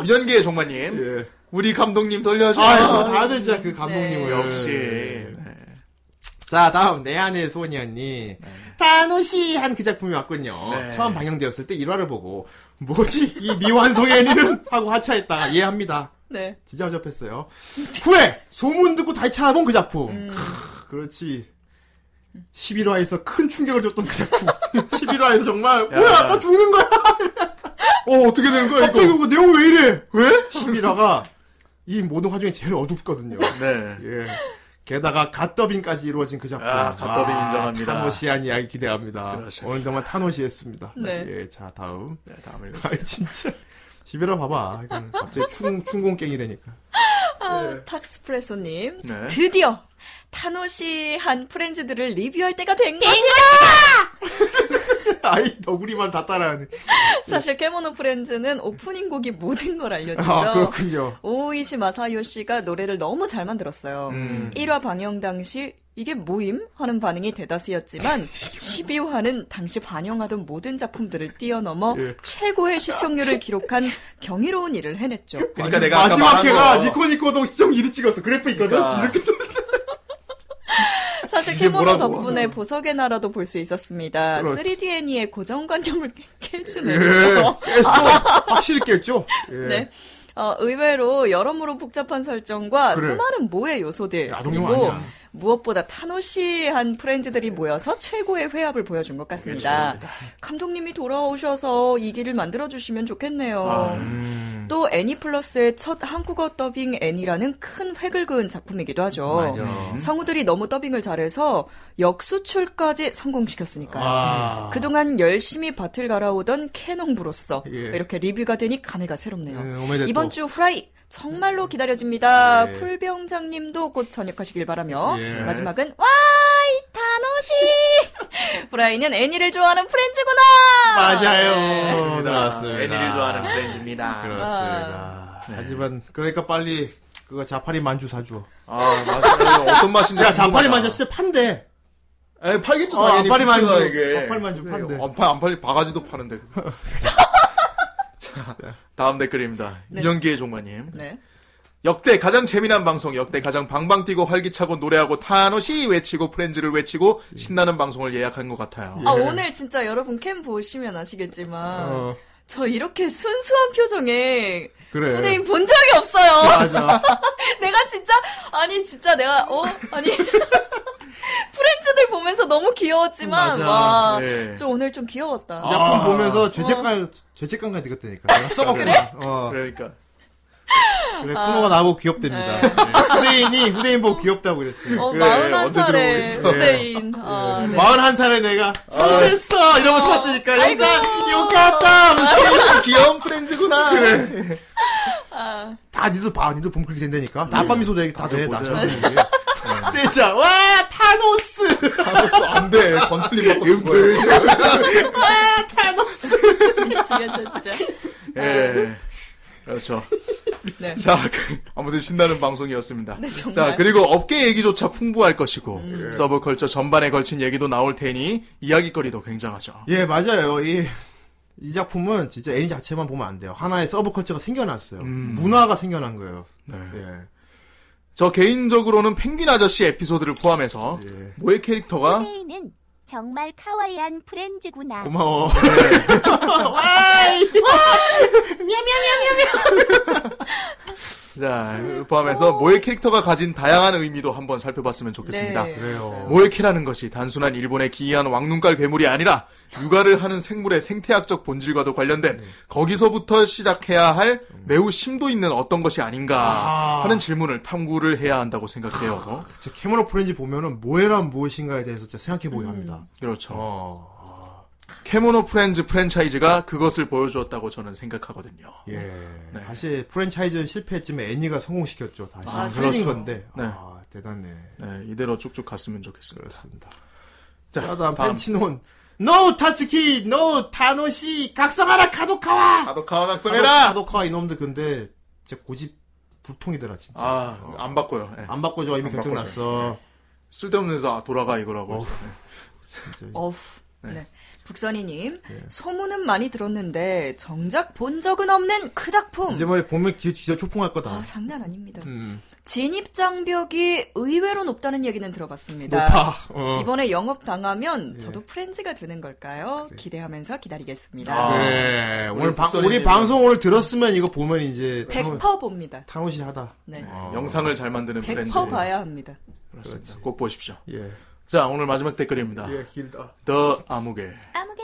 [SPEAKER 2] 유년기의 종마님.
[SPEAKER 1] 예.
[SPEAKER 2] 우리 감독님 돌려줘.
[SPEAKER 1] 아이고, 다들 진짜 그 감독님을.
[SPEAKER 2] 네. 역시. 네.
[SPEAKER 1] 자, 다음, 내 안의 소녀니. 타노시 한 그 작품이 왔군요.
[SPEAKER 2] 네.
[SPEAKER 1] 처음 방영되었을 때 1화를 보고, 뭐지? 이 미완성의 애니는? 하고 하차했다가 이해합니다.
[SPEAKER 4] 네.
[SPEAKER 1] 진짜 어접했어요. 후에 소문 듣고 다시 찾아본 그 작품. 크, 그렇지. 11화에서 큰 충격을 줬던 그 작품. 11화에서 정말 뭐야 아빠 죽는 거야.
[SPEAKER 2] 어, 어떻게 되는 거야,
[SPEAKER 1] 갑자기
[SPEAKER 2] 이거?
[SPEAKER 1] 이거 내용 왜 이래?
[SPEAKER 2] 왜?
[SPEAKER 1] 11화가 이 모든 화 중에 제일 어둡거든요.
[SPEAKER 2] 네.
[SPEAKER 1] 예. 게다가 갓더빙까지 이루어진 그 작품.
[SPEAKER 2] 아, 갓더빙 인정합니다.
[SPEAKER 1] 타노시한 이야기 기대합니다.
[SPEAKER 2] 그렇습니다.
[SPEAKER 1] 오늘 정말 타노시했습니다.
[SPEAKER 4] 네.
[SPEAKER 1] 예, 자 다음.
[SPEAKER 2] 네, 다음 읽어.
[SPEAKER 1] 아 진짜 11화 봐봐. 이건 갑자기 충 충공깽이 되니까.
[SPEAKER 4] 아, 탁스프레소님.
[SPEAKER 2] 네.
[SPEAKER 4] 드디어 타노시 한 프렌즈들을 리뷰할 때가 된 것이다.
[SPEAKER 1] 아이 너구리만 다 따라하네.
[SPEAKER 4] 사실 캐모노 프렌즈는 오프닝 곡이 모든 걸 알려주죠.
[SPEAKER 1] 아 그렇군요.
[SPEAKER 4] 오이시 마사요 씨가 노래를 너무 잘 만들었어요.
[SPEAKER 2] 음.
[SPEAKER 4] 1화 방영 당시 이게 뭐임? 하는 반응이 대다수였지만 12화는 당시 반영하던 모든 작품들을 뛰어넘어
[SPEAKER 1] 예.
[SPEAKER 4] 최고의 시청률을 기록한 경이로운 일을 해냈죠.
[SPEAKER 2] 그러니까
[SPEAKER 1] 마지-
[SPEAKER 2] 내가 아까
[SPEAKER 1] 마지막
[SPEAKER 2] 말한
[SPEAKER 1] 회가
[SPEAKER 2] 거.
[SPEAKER 1] 니코니코동 시청 1위 찍었어. 그래프 있거든.
[SPEAKER 2] 그러니까.
[SPEAKER 1] 이렇게
[SPEAKER 4] 사실
[SPEAKER 2] 이게
[SPEAKER 4] 캐모노
[SPEAKER 2] 뭐라고.
[SPEAKER 4] 덕분에 보석의 나라도 볼 수 있었습니다.
[SPEAKER 1] 그렇-
[SPEAKER 4] 3DN이의 고정관념을 깨주는
[SPEAKER 1] 예.
[SPEAKER 4] 죠
[SPEAKER 1] 깼죠. 확실히 깼죠. 예.
[SPEAKER 4] 네. 어, 의외로 여러모로 복잡한 설정과
[SPEAKER 1] 그래.
[SPEAKER 4] 수많은 모의 요소들
[SPEAKER 1] 야, 동료
[SPEAKER 4] 그리고
[SPEAKER 1] 아니야.
[SPEAKER 4] 무엇보다 타노시한 프렌즈들이 모여서 최고의 회합을 보여준 것 같습니다. 감독님이 돌아오셔서 이 길을 만들어 주시면 좋겠네요.
[SPEAKER 1] 아, 음.
[SPEAKER 4] 또 애니플러스의 첫 한국어 더빙 애니라는 큰 획을 그은 작품이기도 하죠.
[SPEAKER 2] 어.
[SPEAKER 4] 성우들이 너무 더빙을 잘해서 역수출까지 성공시켰으니까요.
[SPEAKER 1] 아.
[SPEAKER 4] 그동안 열심히 밭을 갈아오던 캐농부로서
[SPEAKER 1] 예.
[SPEAKER 4] 이렇게 리뷰가 되니 감회가 새롭네요.
[SPEAKER 1] 음, 오메데토.
[SPEAKER 4] 이번 주 후라이
[SPEAKER 1] 음.
[SPEAKER 4] 정말로 기다려집니다.
[SPEAKER 1] 예.
[SPEAKER 4] 풀병장님도 곧 전역하시길 바라며
[SPEAKER 1] 예.
[SPEAKER 4] 마지막은 와이 타노시 후라이는 애니를 좋아하는 프렌즈구나.
[SPEAKER 1] 맞아요.
[SPEAKER 4] 네.
[SPEAKER 1] 어, 나왔습니다.
[SPEAKER 2] 애니를 아. 좋아하는 프렌즈입니다.
[SPEAKER 1] 그렇습니다. 하지만 그러니까 빨리 그거 자파리 만주 사줘.
[SPEAKER 2] 아, 맞아요. 어떤 맛인지.
[SPEAKER 1] 야 자파리
[SPEAKER 2] 궁금하다.
[SPEAKER 1] 만주 진짜 판대.
[SPEAKER 2] 에 팔겠죠,
[SPEAKER 1] 어,
[SPEAKER 2] 당연히.
[SPEAKER 1] 앞발이
[SPEAKER 2] 부츠가
[SPEAKER 1] 만져.
[SPEAKER 2] 아, 이게. 네, 어.
[SPEAKER 1] 앞발 만져 판대.
[SPEAKER 2] 안 팔, 안 팔리, 바가지도 파는데. 자, 다음 댓글입니다.
[SPEAKER 4] 네.
[SPEAKER 2] 유년기의 종마님.
[SPEAKER 1] 예.
[SPEAKER 4] 네.
[SPEAKER 2] 역대 가장 재미난 방송, 역대 가장 방방 뛰고 활기차고 노래하고 타노시 외치고 프렌즈를 외치고 신나는 방송을 예약한 것 같아요.
[SPEAKER 4] 아 오늘 진짜 여러분 캠 보시면 아시겠지만
[SPEAKER 1] 어,
[SPEAKER 4] 저 이렇게 순수한 표정에
[SPEAKER 1] 그래.
[SPEAKER 4] 후대인 본 적이 없어요. 내가 진짜 아니 진짜 내가 어 아니 프렌즈들 보면서 너무 귀여웠지만
[SPEAKER 1] 음, 맞아. 아,
[SPEAKER 4] 와저
[SPEAKER 2] 예.
[SPEAKER 4] 오늘 좀 귀여웠다.
[SPEAKER 1] 이 작품 보면서 죄책감 죄책감까지 느꼈다니까. 내가 써먹구나. 어.
[SPEAKER 2] 그러니까.
[SPEAKER 1] 아, 그래 쿠노가 나보고 귀엽답니다. 네. 후대인이 후대인 보고 귀엽다고 그랬어요.
[SPEAKER 4] 어,
[SPEAKER 2] 그래,
[SPEAKER 4] 마흔한
[SPEAKER 2] 언제
[SPEAKER 4] 살에
[SPEAKER 2] 들어오겠어. 예.
[SPEAKER 4] 후대인. 아, 네.
[SPEAKER 1] 41살에 내가 잘했어 이러고 살았다니까
[SPEAKER 4] 아이고.
[SPEAKER 1] 용감 용감다
[SPEAKER 2] 아, 귀여운 프렌즈구나. 예,
[SPEAKER 1] 다 니도 봐 니도 보면 그렇게 된다니까 다 아빠 미소도 예. 다돼나
[SPEAKER 2] 네, 보자.
[SPEAKER 1] 네. 세자 와 타노스
[SPEAKER 2] 알았어, 안 돼. 건틀림 받고 죽어
[SPEAKER 4] 미치겠다, 진짜.
[SPEAKER 2] 예. 그렇죠.
[SPEAKER 4] 네.
[SPEAKER 2] 자, 그, 아무튼 신나는 방송이었습니다.
[SPEAKER 4] 정말.
[SPEAKER 2] 자, 그리고 업계 얘기조차 풍부할 것이고,
[SPEAKER 1] 예.
[SPEAKER 2] 서브컬처 전반에 걸친 얘기도 나올 테니, 이야기거리도 굉장하죠.
[SPEAKER 1] 예 맞아요 이, 이 작품은 진짜 애니 자체만 보면 안 돼요 하나의 서브컬처가 생겨났어요 문화가 생겨난 거예요 예.
[SPEAKER 2] 저 개인적으로는 펭귄 아저씨 에피소드를 포함해서,
[SPEAKER 1] 예.
[SPEAKER 2] 모의 캐릭터가,
[SPEAKER 7] 후대인은 어? 정말 카와이한 프렌즈구나.
[SPEAKER 1] 고마워
[SPEAKER 2] 자, 포함해서 모의 캐릭터가 가진 다양한 의미도 한번 살펴봤으면 좋겠습니다.
[SPEAKER 4] 네,
[SPEAKER 1] 그래요.
[SPEAKER 4] 맞아요.
[SPEAKER 2] 모에케라는 것이 단순한 일본의 기이한 왕눈깔 괴물이 아니라 육아를 하는 생물의 생태학적 본질과도
[SPEAKER 1] 네.
[SPEAKER 2] 관련된 거기서부터 시작해야 할 매우 심도 있는 어떤 것이 아닌가
[SPEAKER 1] 음. 아하. 아.
[SPEAKER 2] 하는 질문을 탐구를 해야 한다고 생각해요.
[SPEAKER 1] 제
[SPEAKER 4] 음.
[SPEAKER 1] 캐모노 프렌즈 보면은 모해란 무엇인가에 대해서 진짜 생각해보게 합니다
[SPEAKER 2] 그렇죠.
[SPEAKER 1] 어.
[SPEAKER 2] 캐모노 프렌즈 프랜차이즈가 그것을 보여주었다고 저는 생각하거든요.
[SPEAKER 1] 예. 다시 프랜차이즈는 실패했지만 애니가 성공시켰죠. 다시
[SPEAKER 4] 맞아요.
[SPEAKER 1] 틀린 건데.
[SPEAKER 2] 네.
[SPEAKER 1] 아, 대단해.
[SPEAKER 2] 네, 이대로 쭉쭉 갔으면 좋겠습니다.
[SPEAKER 1] 그렇습니다.
[SPEAKER 2] 자,
[SPEAKER 1] 자, 다음
[SPEAKER 2] 다음.
[SPEAKER 1] 펜치논. No 타츠키, no 타노시, 각성하라 카도카와.
[SPEAKER 2] 가도카와 각성해라!
[SPEAKER 1] 카도카와 이놈들 근데 진짜 고집 불통이더라 진짜.
[SPEAKER 2] 아,
[SPEAKER 1] 어.
[SPEAKER 2] 안 바꿔요. 예.
[SPEAKER 1] 안 바꿔줘 이미
[SPEAKER 2] 안
[SPEAKER 1] 결정 났어.
[SPEAKER 2] 쓸데없는 데서 아, 돌아가 이거라고.
[SPEAKER 1] 어후.
[SPEAKER 4] 어후. 네. 북선이님,
[SPEAKER 2] 예.
[SPEAKER 4] 소문은 많이 들었는데, 정작 본 적은 없는 그 작품!
[SPEAKER 2] 뭐-
[SPEAKER 1] 이제 말에 보면 진짜, 진짜 초풍할 거다.
[SPEAKER 4] 아, 장난 아닙니다.
[SPEAKER 1] 음,
[SPEAKER 4] 진입장벽이 의외로 높다는 얘기는 들어봤습니다.
[SPEAKER 1] 높아. 어.
[SPEAKER 4] 이번에 영업 당하면 저도
[SPEAKER 1] 예.
[SPEAKER 4] 프렌즈가 되는 걸까요? 기대하면서 기다리겠습니다.
[SPEAKER 2] 아.
[SPEAKER 1] 그래. 네. 오늘 방,
[SPEAKER 2] 북선이
[SPEAKER 1] 우리
[SPEAKER 2] 지금-
[SPEAKER 1] 방송 오늘 들었으면 이거 보면 이제
[SPEAKER 4] 100% 봅니다.
[SPEAKER 1] 타노시 하다.
[SPEAKER 4] 네.
[SPEAKER 2] 예. 영상을 잘 만드는 아, 프렌즈.
[SPEAKER 4] 100% 봐야 합니다.
[SPEAKER 2] 그렇습니다. 꼭 보십시오.
[SPEAKER 1] 예.
[SPEAKER 2] 자, 오늘 마지막 댓글입니다.
[SPEAKER 1] 예, 길다.
[SPEAKER 2] 더 아무개.
[SPEAKER 5] 아무개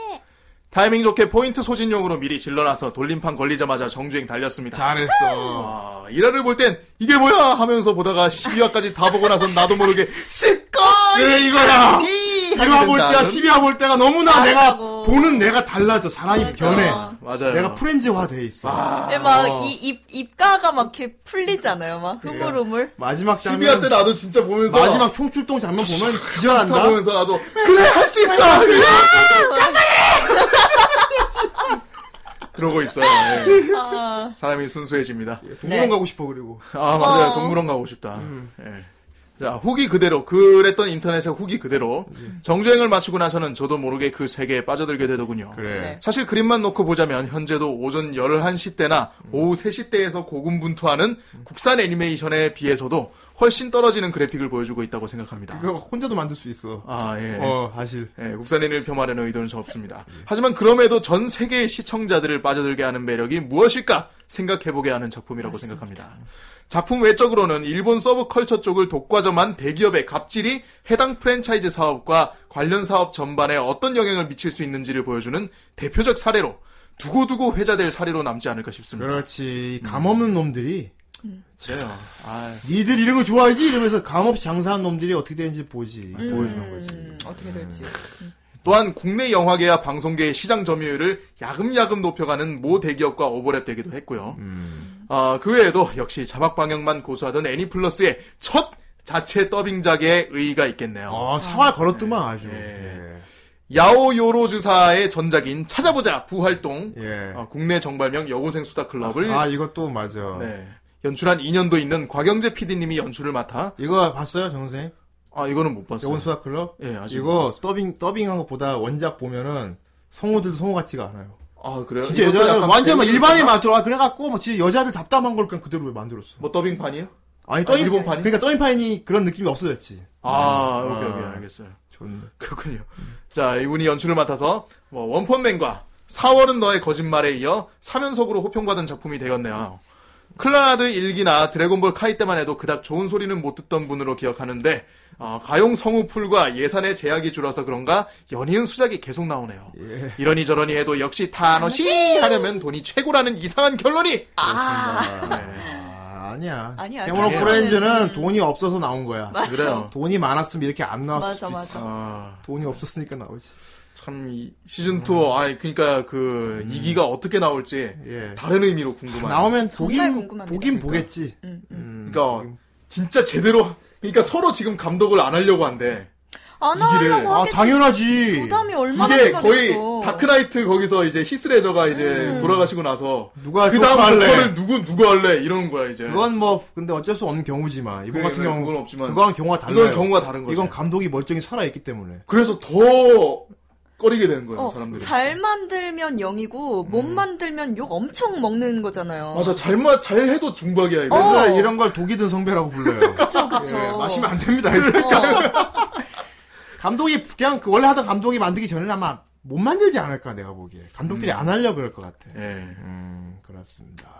[SPEAKER 2] 타이밍 좋게 포인트 소진용으로 미리 질러놔서 돌림판 걸리자마자 정주행 달렸습니다.
[SPEAKER 1] 잘했어.
[SPEAKER 2] 아, 일화를 볼 땐 이게 뭐야 하면서 보다가 12화까지 다 보고 나선 나도 모르게
[SPEAKER 1] 예, 이거야.
[SPEAKER 2] 씨! 하게
[SPEAKER 1] 1화 볼 때와
[SPEAKER 2] 된다는-
[SPEAKER 1] 12화 볼 때가 너무나 내가
[SPEAKER 4] 다르다고.
[SPEAKER 1] 보는 내가 달라져. 사람이 변해.
[SPEAKER 2] 맞아요.
[SPEAKER 1] 내가 프렌즈화 돼 있어.
[SPEAKER 2] 아.
[SPEAKER 4] 예, 막이입 입가가 막 이렇게 풀리잖아요. 막
[SPEAKER 2] 그러니까.
[SPEAKER 4] 흐물흐물.
[SPEAKER 1] 마지막 장면
[SPEAKER 2] 12화 때 나도 진짜 보면서
[SPEAKER 1] 마지막 총출동 장면 보면
[SPEAKER 2] 스타
[SPEAKER 1] 기절한다.
[SPEAKER 2] 보면서 나도 그래 할 수 있어 그래! 그러고 있어요. 예.
[SPEAKER 4] 아,
[SPEAKER 2] 사람이 순수해집니다.
[SPEAKER 1] 동물원
[SPEAKER 4] 네.
[SPEAKER 1] 가고 싶어 그리고.
[SPEAKER 2] 아 맞아요
[SPEAKER 4] 어.
[SPEAKER 2] 동물원 가고 싶다.
[SPEAKER 1] 음.
[SPEAKER 2] 예. 자 후기 그대로 그랬던 인터넷의 후기 그대로
[SPEAKER 1] 음.
[SPEAKER 2] 정주행을 마치고 나서는 저도 모르게 그 세계에 빠져들게 되더군요.
[SPEAKER 4] 네.
[SPEAKER 2] 사실 그림만 놓고 보자면 현재도 오전 11시 때나 오후 3시 때에서 고군분투하는 국산 애니메이션에 비해서도 훨씬 떨어지는 그래픽을 보여주고 있다고 생각합니다.
[SPEAKER 1] 그거 혼자도 만들 수 있어.
[SPEAKER 2] 아 예.
[SPEAKER 1] 어, 사실.
[SPEAKER 2] 예, 국산 애니를 폄하하려는 의도는 저 없습니다. 하지만 그럼에도 전 세계의 시청자들을 빠져들게 하는 매력이 무엇일까 생각해보게 하는 작품이라고 생각합니다. 작품 외적으로는 일본 서브컬처 쪽을 독과점한 대기업의 갑질이 해당 프랜차이즈 사업과 관련 사업 전반에 어떤 영향을 미칠 수 있는지를 보여주는 대표적 사례로 두고두고 회자될 사례로 남지 않을까 싶습니다.
[SPEAKER 1] 그렇지. 감 없는 놈들이
[SPEAKER 2] 그래요. 아,
[SPEAKER 1] 니들 이런 거 좋아하지 이러면서 감 없이 장사한 놈들이 어떻게 되는지 보지. 보여주는 거지.
[SPEAKER 4] 음, 어떻게 될지.
[SPEAKER 2] 또한 국내 영화계와 방송계의 시장 점유율을 야금야금 높여가는 모 대기업과 오버랩되기도 했고요. 아, 그 외에도 역시 자막 방영만 고수하던 애니플러스의 첫 자체 더빙작에 의의가 어, 있겠네요.
[SPEAKER 1] 아, 사활 걸었더만 아주.
[SPEAKER 2] 예. 야오요로즈사의 전작인 찾아보자 부활동
[SPEAKER 1] 예. 예.
[SPEAKER 2] 어, 국내 정발명 여고생 수다 클럽을
[SPEAKER 1] 아, 이것도 맞아.
[SPEAKER 2] 네, 연출한 인연도 있는 곽영재 PD님이 연출을 맡아
[SPEAKER 1] 이거 봤어요, 정생?
[SPEAKER 2] 아 이거는 못 봤어요.
[SPEAKER 1] 여군수학 클럽?
[SPEAKER 2] 예, 아직 못
[SPEAKER 1] 이거
[SPEAKER 2] 봤어요.
[SPEAKER 1] 더빙 더빙한 것보다 원작 보면은 성우들도 성우 같지가 않아요.
[SPEAKER 2] 아 그래요?
[SPEAKER 1] 진짜
[SPEAKER 2] 이것도
[SPEAKER 1] 여자들
[SPEAKER 2] 약간
[SPEAKER 1] 완전 막
[SPEAKER 2] 배우들
[SPEAKER 1] 일반인
[SPEAKER 2] 생각?
[SPEAKER 1] 만들어. 아, 그래갖고 막 진짜 여자들 잡담한 걸 그냥 그대로 만들었어.
[SPEAKER 2] 뭐 더빙판이요?
[SPEAKER 1] 아니
[SPEAKER 2] 아, 일본판이?
[SPEAKER 1] 그러니까 더빙판이 그런 느낌이 없어졌지.
[SPEAKER 2] 아 오케이 오케이
[SPEAKER 1] 아.
[SPEAKER 2] 알겠어요.
[SPEAKER 1] 좋네.
[SPEAKER 2] 그렇군요. 자, 이분이 연출을 맡아서 뭐 원펀맨과 4월은 너의 거짓말에 이어 3연속으로 호평받은 작품이 되었네요. 클라나드 일기나 드래곤볼 카이 때만 해도 그닥 좋은 소리는 못 듣던 분으로 기억하는데 어, 가용 성우풀과 예산의 제약이 줄어서 그런가 연이은 수작이 계속 나오네요. 이러니 저러니 해도 역시 타노시 하려면 돈이 최고라는 이상한 결론이 아, 네.
[SPEAKER 1] 아, 아니야.
[SPEAKER 4] 아니야,
[SPEAKER 1] 캐모노
[SPEAKER 4] 아니야.
[SPEAKER 1] 프렌즈는 돈이 없어서 나온 거야.
[SPEAKER 4] 맞아.
[SPEAKER 2] 그래요.
[SPEAKER 1] 돈이 많았으면 이렇게 안 나왔을
[SPEAKER 4] 맞아,
[SPEAKER 1] 수도
[SPEAKER 4] 맞아.
[SPEAKER 1] 있어.
[SPEAKER 2] 아,
[SPEAKER 1] 돈이 없었으니까 나오지.
[SPEAKER 2] 참, 이 시즌 2, 아니, 그니까, 그, 이기가 어떻게 나올지,
[SPEAKER 1] 예.
[SPEAKER 2] 다른 의미로 궁금하네요.
[SPEAKER 1] 나오면
[SPEAKER 4] 정말
[SPEAKER 1] 보긴
[SPEAKER 4] 궁금합니다. 그러니까.
[SPEAKER 1] 보긴 보겠지. 음.
[SPEAKER 2] 그러니까 진짜 제대로 그러니까 서로 지금 감독을 안 하려고 한대.
[SPEAKER 4] 안
[SPEAKER 2] 이기를-
[SPEAKER 4] 하려고
[SPEAKER 1] 아
[SPEAKER 4] 하겠지.
[SPEAKER 1] 당연하지.
[SPEAKER 4] 부담이 얼마나
[SPEAKER 2] 이게
[SPEAKER 4] 심하겠어.
[SPEAKER 2] 거의 다크나이트 거기서 이제 히스레저가 이제
[SPEAKER 4] 음.
[SPEAKER 2] 돌아가시고 나서
[SPEAKER 1] 누가
[SPEAKER 2] 그 다음
[SPEAKER 1] 조커할래?
[SPEAKER 2] 조커를 누구 누구 할래 이러는 거야 이제.
[SPEAKER 1] 그건 뭐 근데 어쩔 수 없는 경우지만 이번
[SPEAKER 2] 그래,
[SPEAKER 1] 같은
[SPEAKER 2] 그래,
[SPEAKER 1] 경우
[SPEAKER 2] 그러니까 그건 없지만
[SPEAKER 1] 그거랑 경우가 달라요.
[SPEAKER 2] 이건 경우가 다른 거지.
[SPEAKER 1] 이건 감독이 멀쩡히 살아있기 때문에.
[SPEAKER 2] 그래서 더 꺼리게 되는 거예요
[SPEAKER 4] 어,
[SPEAKER 2] 사람들이.
[SPEAKER 4] 잘 만들면 0이고, 못 만들면 욕 엄청 먹는 거잖아요.
[SPEAKER 2] 맞아 잘만 잘 해도 중박이야 이거.
[SPEAKER 1] 그래서
[SPEAKER 4] 어.
[SPEAKER 1] 이런 걸 독이 든 성배라고 불러요.
[SPEAKER 4] 그쵸, 그쵸.
[SPEAKER 1] 예, 마시면 안 됩니다. 애들.
[SPEAKER 4] 어,
[SPEAKER 1] 감독이 그냥 그 원래 하던 감독이 만들기 전에는 아마 못 만들지 않을까 내가 보기에. 감독들이
[SPEAKER 2] 음.
[SPEAKER 1] 안 하려 그럴 것 같아.
[SPEAKER 2] 예.
[SPEAKER 1] 음 그렇습니다.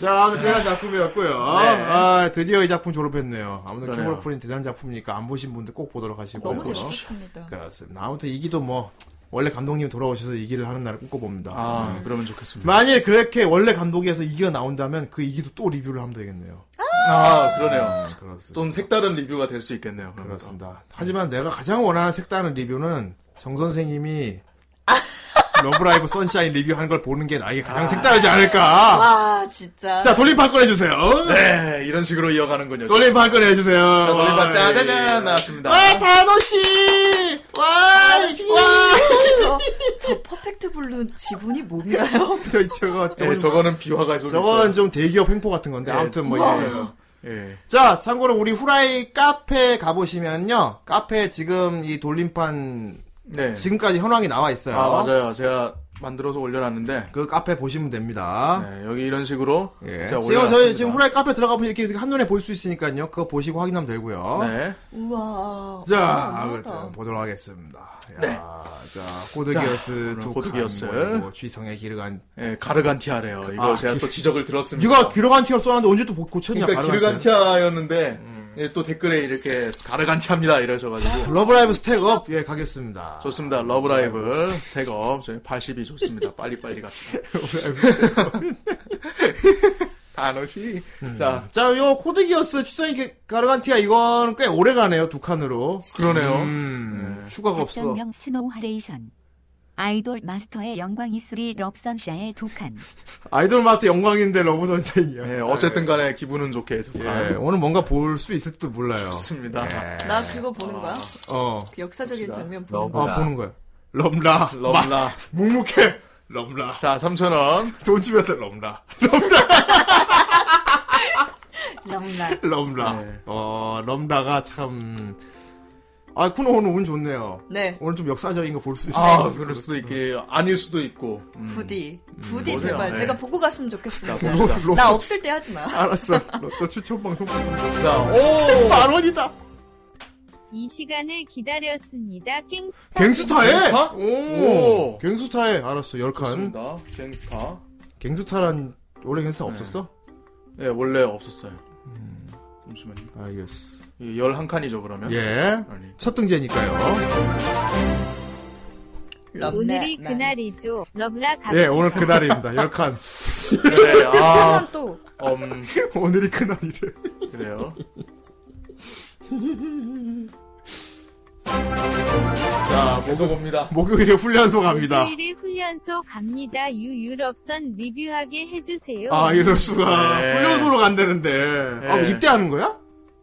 [SPEAKER 1] 자, 아무튼 대단한 작품이었고요.
[SPEAKER 2] 네.
[SPEAKER 1] 아, 드디어 이 작품 졸업했네요. 아무튼
[SPEAKER 2] 그러네요.
[SPEAKER 1] 킹오브 프린 대단한 작품이니까 안 보신 분들 꼭 보도록 하시고요.
[SPEAKER 4] 너무 재밌었습니다.
[SPEAKER 1] 그러니까. 그렇습니다. 아무튼 이기도 뭐 원래 감독님 돌아오셔서 이기를 하는 날을 꿈꿔봅니다.
[SPEAKER 2] 아 그러면 좋겠습니다.
[SPEAKER 1] 만일 그렇게 원래 감독이어서 이기가 나온다면 그 이기도 또 리뷰를 하면 되겠네요.
[SPEAKER 2] 아 그러네요.
[SPEAKER 1] 음, 그렇습니다.
[SPEAKER 2] 좀 색다른 리뷰가 될 수 있겠네요. 그러면 또.
[SPEAKER 1] 그렇습니다. 하지만 내가 가장 원하는 색다른 리뷰는 정 선생님이 러브라이브 선샤인 리뷰하는 걸 보는 게 나에게
[SPEAKER 4] 아.
[SPEAKER 1] 가장 색다르지 않을까.
[SPEAKER 4] 와 진짜.
[SPEAKER 1] 자, 돌림판 꺼내주세요.
[SPEAKER 2] 네, 이런 식으로 이어가는군요.
[SPEAKER 1] 돌림판 꺼내주세요.
[SPEAKER 2] 자, 아, 돌림판
[SPEAKER 1] 와,
[SPEAKER 2] 짜자잔
[SPEAKER 1] 예.
[SPEAKER 2] 나왔습니다.
[SPEAKER 1] 와, 다노씨! 와, 와!
[SPEAKER 4] 저, 저 퍼펙트 블루 지분이 뭔가요?
[SPEAKER 1] 저, 저거,
[SPEAKER 2] 네,
[SPEAKER 1] 저거.
[SPEAKER 2] 저거는 비화가 좀
[SPEAKER 1] 저건
[SPEAKER 2] 있어요.
[SPEAKER 1] 좀 대기업 횡포 같은 건데,
[SPEAKER 2] 예.
[SPEAKER 1] 아무튼 뭐
[SPEAKER 2] 우와.
[SPEAKER 1] 있어요.
[SPEAKER 2] 예.
[SPEAKER 1] 자, 참고로 우리 후라이 카페 가보시면요. 카페 지금 이 돌림판
[SPEAKER 2] 네.
[SPEAKER 1] 지금까지 현황이 나와 있어요.
[SPEAKER 2] 아 맞아요. 제가 만들어서 올려놨는데
[SPEAKER 1] 그 카페 보시면 됩니다.
[SPEAKER 2] 네, 여기 이런 식으로
[SPEAKER 1] 예.
[SPEAKER 2] 제가
[SPEAKER 1] 지금
[SPEAKER 2] 올려놨습니다.
[SPEAKER 1] 저희 지금 후라이 카페 들어가 보면 이렇게 한눈에 볼 수 있으니까요. 그거 보시고 확인하면 되고요.
[SPEAKER 2] 네.
[SPEAKER 4] 우와.
[SPEAKER 1] 자,
[SPEAKER 4] 어마어마하다.
[SPEAKER 1] 아무튼 보도록 하겠습니다. 야, 자, 코드기어스
[SPEAKER 2] 오늘
[SPEAKER 1] 두
[SPEAKER 2] 코드기어스.
[SPEAKER 1] 칸, 뭐 취성의 기르간
[SPEAKER 2] 예, 가르간티아래요. 이걸
[SPEAKER 1] 아,
[SPEAKER 2] 제가
[SPEAKER 1] 기-
[SPEAKER 2] 또 지적을 들었습니다.
[SPEAKER 1] 네가 기르간티어 써놨는데 언제 또 고- 고쳤냐?
[SPEAKER 2] 그러니까
[SPEAKER 1] 가르간티아. 음.
[SPEAKER 2] 기르간티아였는데 예, 또 댓글에 이렇게 가르간티아입니다 이러셔가지고
[SPEAKER 1] 러브라이브 스택업 예 가겠습니다.
[SPEAKER 2] 좋습니다. 러브라이브 스택업 저희 80이 좋습니다. 빨리 빨리 갑시다. 단어시 자
[SPEAKER 1] 자, 요 코드기어스 취성의 기- 가르간티아 이건 꽤 오래 가네요 두 칸으로.
[SPEAKER 2] 그러네요.
[SPEAKER 1] 음, 추가가 없어.
[SPEAKER 9] 작성명 스노우 하레이션. 아이돌 마스터의 영광이 쓰리 럽선샤의 두 칸.
[SPEAKER 1] 아이돌 마스터 영광인데 러브 선생이야.
[SPEAKER 2] 예, 어쨌든간에 기분은 좋게 두
[SPEAKER 1] 예,
[SPEAKER 2] 칸.
[SPEAKER 1] 오늘 뭔가 볼 수 있을지도 몰라요.
[SPEAKER 2] 좋습니다.
[SPEAKER 4] 나 그거 보는 거야?
[SPEAKER 1] 어.
[SPEAKER 4] 그 역사적인
[SPEAKER 2] 봅시다.
[SPEAKER 4] 장면 보는
[SPEAKER 8] 러브.
[SPEAKER 4] 거야?
[SPEAKER 1] 아, 보는 거야. 럼라. 마-
[SPEAKER 2] 러브라
[SPEAKER 1] 묵묵해. 럼라.
[SPEAKER 2] 자 3천 원.
[SPEAKER 1] 돈 주면서 럼라.
[SPEAKER 4] 영락.
[SPEAKER 1] 럼라.
[SPEAKER 2] 네.
[SPEAKER 1] 어, 럼라가 참. 아, 쿠노 오늘 운 좋네요.
[SPEAKER 4] 네.
[SPEAKER 1] 오늘 좀 역사적인 거 볼 수 그렇죠. 있어요.
[SPEAKER 2] 아 그럴 수도 있게 아닐 수도 있고. 음.
[SPEAKER 4] 부디. 부디
[SPEAKER 2] 보세요.
[SPEAKER 4] 제발.
[SPEAKER 2] 네.
[SPEAKER 4] 제가 보고 갔으면
[SPEAKER 2] 자,
[SPEAKER 4] 좋겠습니다.
[SPEAKER 1] 로, 로,
[SPEAKER 4] 나 없을 때 하지 마.
[SPEAKER 1] 알았어. 로또 추천 방송.
[SPEAKER 2] 자 오.
[SPEAKER 1] 만원이다.
[SPEAKER 3] 이 시간을 기다렸습니다. 갱스터.
[SPEAKER 1] 갱스타에?
[SPEAKER 2] 갱스타?
[SPEAKER 1] 오.
[SPEAKER 2] 오.
[SPEAKER 1] 갱스타에. 알았어. 열칸
[SPEAKER 2] 좋습니다. 갱스타.
[SPEAKER 1] 갱스타란, 원래 갱스타
[SPEAKER 2] 네.
[SPEAKER 1] 없었어?
[SPEAKER 2] 예, 원래 없었어요. 음. 잠시만요.
[SPEAKER 1] 알겠어.
[SPEAKER 2] 이게 11칸이죠, 그러면?
[SPEAKER 1] 예.
[SPEAKER 2] 아니.
[SPEAKER 1] 첫 등재니까요.
[SPEAKER 4] 럽네.
[SPEAKER 3] 오늘이
[SPEAKER 4] 네.
[SPEAKER 3] 그날이죠. 러브라 갑시다.
[SPEAKER 1] 예, 오늘 그날입니다. 열칸
[SPEAKER 2] 네, 아,
[SPEAKER 4] 그러면 또
[SPEAKER 2] 음,
[SPEAKER 1] 오늘이 그날이래.
[SPEAKER 2] 그래요. 자, 보고 봅니다.
[SPEAKER 1] 목요일에 훈련소 갑니다.
[SPEAKER 3] 일요일에 훈련소 갑니다. 유유럽선 리뷰하게 해주세요.
[SPEAKER 1] 아, 이럴 수가.
[SPEAKER 2] 네.
[SPEAKER 1] 훈련소로 간다는데. 아,
[SPEAKER 2] 네.
[SPEAKER 1] 입대하는 거야?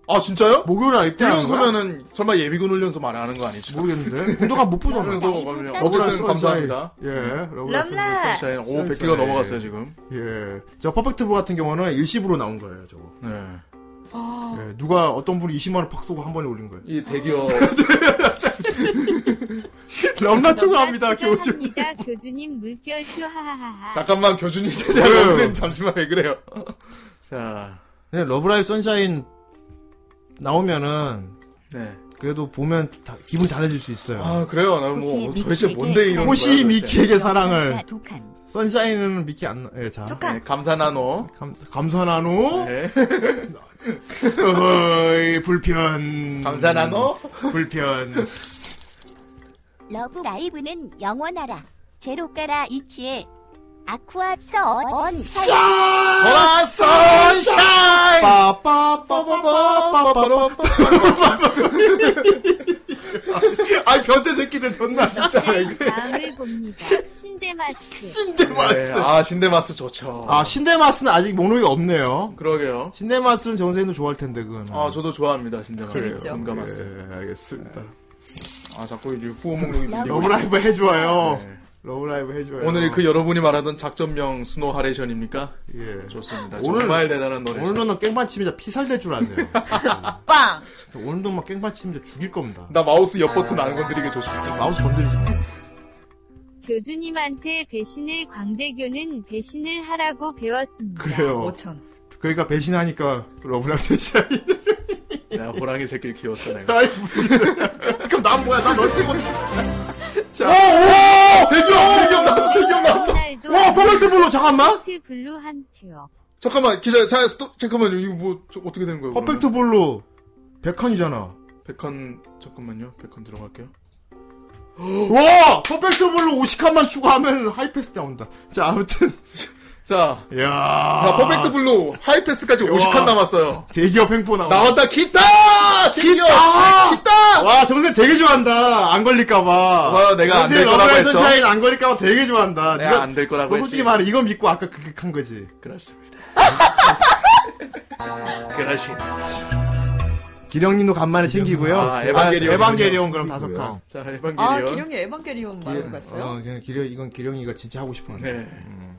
[SPEAKER 2] 아, 진짜요?
[SPEAKER 1] 목요일 날 입대하는 거야?
[SPEAKER 2] 훈련소면은 설마 예비군 훈련소 말하는 거 아니죠?
[SPEAKER 1] 모르겠는데. 운동안 못 보잖아.
[SPEAKER 4] 네,
[SPEAKER 2] 훈련소 가면 어쨌든 감사합니다.
[SPEAKER 1] 예,
[SPEAKER 4] 럼라.
[SPEAKER 1] 러브라.
[SPEAKER 2] 자, 오, 100개가 넘어갔어요, 지금.
[SPEAKER 1] 예. 저 퍼펙트 볼 같은 경우는 일시부로 나온 거예요, 저거.
[SPEAKER 2] 네.
[SPEAKER 1] 예, 누가 어떤 분이 20만원 팍 쏘고 한 번에 올린 거예요.
[SPEAKER 2] 이 대기업.
[SPEAKER 1] 럼라 추가합니다,
[SPEAKER 3] 추가합니다.
[SPEAKER 1] 교수.
[SPEAKER 3] 교주님. 교주님 물결 슈하하하하.
[SPEAKER 1] 아,
[SPEAKER 2] 잠깐만,
[SPEAKER 1] 네.
[SPEAKER 2] 교준이 제자
[SPEAKER 1] 왜요?
[SPEAKER 2] 여러분, 잠시만, 왜 그래요? 자,
[SPEAKER 1] 네, 러브라이브 선샤인 나오면은,
[SPEAKER 2] 네.
[SPEAKER 1] 그래도 보면 다- 기분이 달라질 수 있어요.
[SPEAKER 2] 아, 그래요? 나 뭐, 도대체 뭔데 이런
[SPEAKER 1] 호시
[SPEAKER 2] 거야, 도대체.
[SPEAKER 1] 미키에게
[SPEAKER 9] 럽선샤
[SPEAKER 1] 사랑을.
[SPEAKER 9] 두 칸.
[SPEAKER 1] 선샤인은 미키 안, 나- 예, 자.
[SPEAKER 4] 두
[SPEAKER 2] 네,
[SPEAKER 4] 칸.
[SPEAKER 2] 감사 나노.
[SPEAKER 1] 감, 감사 나누.
[SPEAKER 2] 네.
[SPEAKER 1] 어이, 불편.
[SPEAKER 2] 감사 나노.
[SPEAKER 1] 불편.
[SPEAKER 7] 러브 라이브는 영원하라. 제로가라 이치에 아쿠아 서언
[SPEAKER 1] 아, 선샤인! 빠빠빠빠빠빠빠. 아, 변태 새끼들 존나 진짜.
[SPEAKER 3] 다음을 봅니다. 신데마스.
[SPEAKER 2] 네, 아, 신데마스 좋죠.
[SPEAKER 1] 아, 신데마스는 아직 목록이 없네요.
[SPEAKER 2] 그러게요.
[SPEAKER 1] 신데마스는 정세인도 좋아할 텐데, 그건.
[SPEAKER 2] 아, 저도 좋아합니다, 신데마스.
[SPEAKER 4] 재밌죠.
[SPEAKER 2] 공감하세요.
[SPEAKER 1] 예, 알겠습니다.
[SPEAKER 2] 아, 자꾸 이제 후보 목록이 밀리고.
[SPEAKER 1] 러브라이브 해줘요.
[SPEAKER 2] 네.
[SPEAKER 1] 러브라이브 해줘요.
[SPEAKER 2] 오늘이 그 여러분이 말하던 작전명 스노 하레이션입니까?
[SPEAKER 1] 예.
[SPEAKER 2] 좋습니다.
[SPEAKER 1] 오늘-
[SPEAKER 2] 정말 대단한 노래.
[SPEAKER 1] 오늘도 나 깽받침이자 피살될 줄 아세요.
[SPEAKER 4] 빵.
[SPEAKER 1] 오늘도 막 깽받침이자 죽일 겁니다.
[SPEAKER 2] 나 마우스 옆 버튼 안 건드리게 조심하세요.
[SPEAKER 1] 마우스 건드리지 마.
[SPEAKER 3] 교주님한테 배신을 광대교는 배신을 하라고 배웠습니다.
[SPEAKER 4] 어,
[SPEAKER 1] 그래요.
[SPEAKER 4] 5천.
[SPEAKER 1] 그러니까 배신하니까 러브라이브 대신
[SPEAKER 2] 내가 호랑이 새끼를 키웠어, 내가.
[SPEAKER 1] 아이 무슨 그럼 난 뭐야 난 널 찍어
[SPEAKER 2] 오! 대기업! 대기업 나왔어, 대기업 나왔어!
[SPEAKER 3] 호날두
[SPEAKER 1] 와 뭐- 퍼펙트 블루 잠깐만
[SPEAKER 3] 퍼펙트 블루 한 표.
[SPEAKER 2] 잠깐만, 기자, 사, 스톱, 잠깐만요. 이거 뭐, 저, 어떻게 되는 거예요? 그러면?
[SPEAKER 1] 퍼펙트 블루 백한이잖아
[SPEAKER 2] 백한 잠깐만요. 백한 들어갈게요. 음.
[SPEAKER 1] 와 퍼펙트 블루 50칸만 추가하면 하이패스 나온다 자 아무튼
[SPEAKER 2] 자,
[SPEAKER 1] 이야.
[SPEAKER 2] 아, 퍼펙트 블루 하이패스까지 50칸 남았어요.
[SPEAKER 1] 대기업 횡포 나와.
[SPEAKER 2] 나왔다 기타! 드디어!
[SPEAKER 1] 기타!
[SPEAKER 2] 기타!
[SPEAKER 1] 와, 정선 되게 좋아한다. 안 걸릴까봐.
[SPEAKER 2] 와, 내가 안될 거라고 했죠?
[SPEAKER 1] 선샤인 안 걸릴까봐 되게 좋아한다.
[SPEAKER 2] 내가
[SPEAKER 1] 네가-
[SPEAKER 2] 안될 거라고
[SPEAKER 1] 너 솔직히
[SPEAKER 2] 했지.
[SPEAKER 1] 말해, 이거 믿고 아까 그렇게 한 거지.
[SPEAKER 2] 그렇습니다. 그러시네.
[SPEAKER 1] 기령님도 간만에 챙기고요.
[SPEAKER 2] 아,
[SPEAKER 1] 알았어,
[SPEAKER 2] 에반게리온.
[SPEAKER 1] 에반게리온 그럼 다섯 칸.
[SPEAKER 2] 자,
[SPEAKER 4] 아,
[SPEAKER 2] 에반게리온.
[SPEAKER 4] 기룡이
[SPEAKER 2] 예.
[SPEAKER 4] 에반게리온 말고 갔어요?
[SPEAKER 1] 어, 그냥 기령, 이건 기령이가 진짜 하고 싶었는데.
[SPEAKER 2] 네.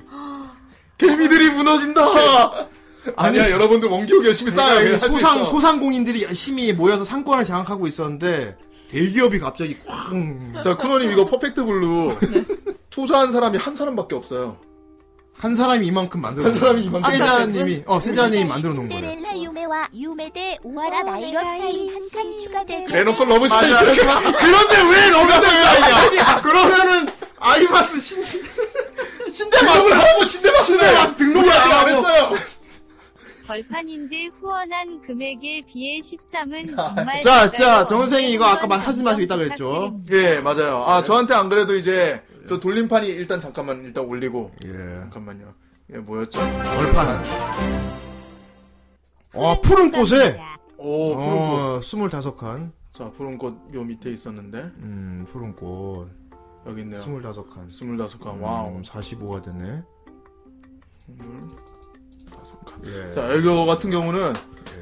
[SPEAKER 2] 개미들이 무너진다!
[SPEAKER 1] 네.
[SPEAKER 2] 아니야, 여러분들 원기옥 열심히 쌓아요.
[SPEAKER 1] 그러니까
[SPEAKER 2] 그냥
[SPEAKER 1] 이
[SPEAKER 2] 할수
[SPEAKER 1] 소상,
[SPEAKER 2] 있어.
[SPEAKER 1] 소상공인들이 열심히 모여서 상권을 장악하고 있었는데, 대기업이 갑자기 쾅!
[SPEAKER 2] 자, 쿠노님 이거 퍼펙트 블루.
[SPEAKER 1] 네.
[SPEAKER 2] 투자한 사람이 한 사람밖에 없어요.
[SPEAKER 1] 한 사람이 이만큼 만들어
[SPEAKER 2] 한 사람이 이만큼.
[SPEAKER 1] 세자님이, 어, 세자님이 만들어 놓은 거예요.
[SPEAKER 7] 시데렐라 아, 유메와 유메대 우아라 나이럿 사이 한 칸 추가될
[SPEAKER 2] 그래놓고 러브시타인.
[SPEAKER 1] 맞아.
[SPEAKER 2] 그런데 왜
[SPEAKER 1] 아니야. 그러면은 아이마스 신 신대마스
[SPEAKER 2] 등록을 하고 신대마스는
[SPEAKER 1] 신대마스 등록을
[SPEAKER 2] 아직 안
[SPEAKER 1] 하고.
[SPEAKER 2] 했어요.
[SPEAKER 3] 벌판인데 후원한 금액에 비해 13은 정말
[SPEAKER 1] 자,
[SPEAKER 3] 작아요.
[SPEAKER 1] 자, 정 선생님 이거 아까
[SPEAKER 3] 후원
[SPEAKER 1] 말 하지 마시고 있다 그랬죠?
[SPEAKER 3] 부탁드립니다.
[SPEAKER 2] 예, 맞아요. 아, 저한테 안 그래도 이제 저 돌림판이 일단 잠깐만 일단 올리고
[SPEAKER 1] 예.
[SPEAKER 2] 잠깐만요. 예, 뭐였죠?
[SPEAKER 1] 벌판. 어 푸른 꽃에
[SPEAKER 2] 오, 아, 푸른 꽃.
[SPEAKER 1] 어 스물다섯 칸.
[SPEAKER 2] 자, 푸른 꽃 요 밑에 있었는데
[SPEAKER 1] 음 푸른 꽃
[SPEAKER 2] 여기 있네요.
[SPEAKER 1] 스물다섯 음. 칸.
[SPEAKER 2] 스물다섯 칸.
[SPEAKER 1] 와우
[SPEAKER 2] 와우.
[SPEAKER 1] 45가 되네.
[SPEAKER 2] 스물다섯 칸.
[SPEAKER 1] 예.
[SPEAKER 2] 자, 애교 같은 경우는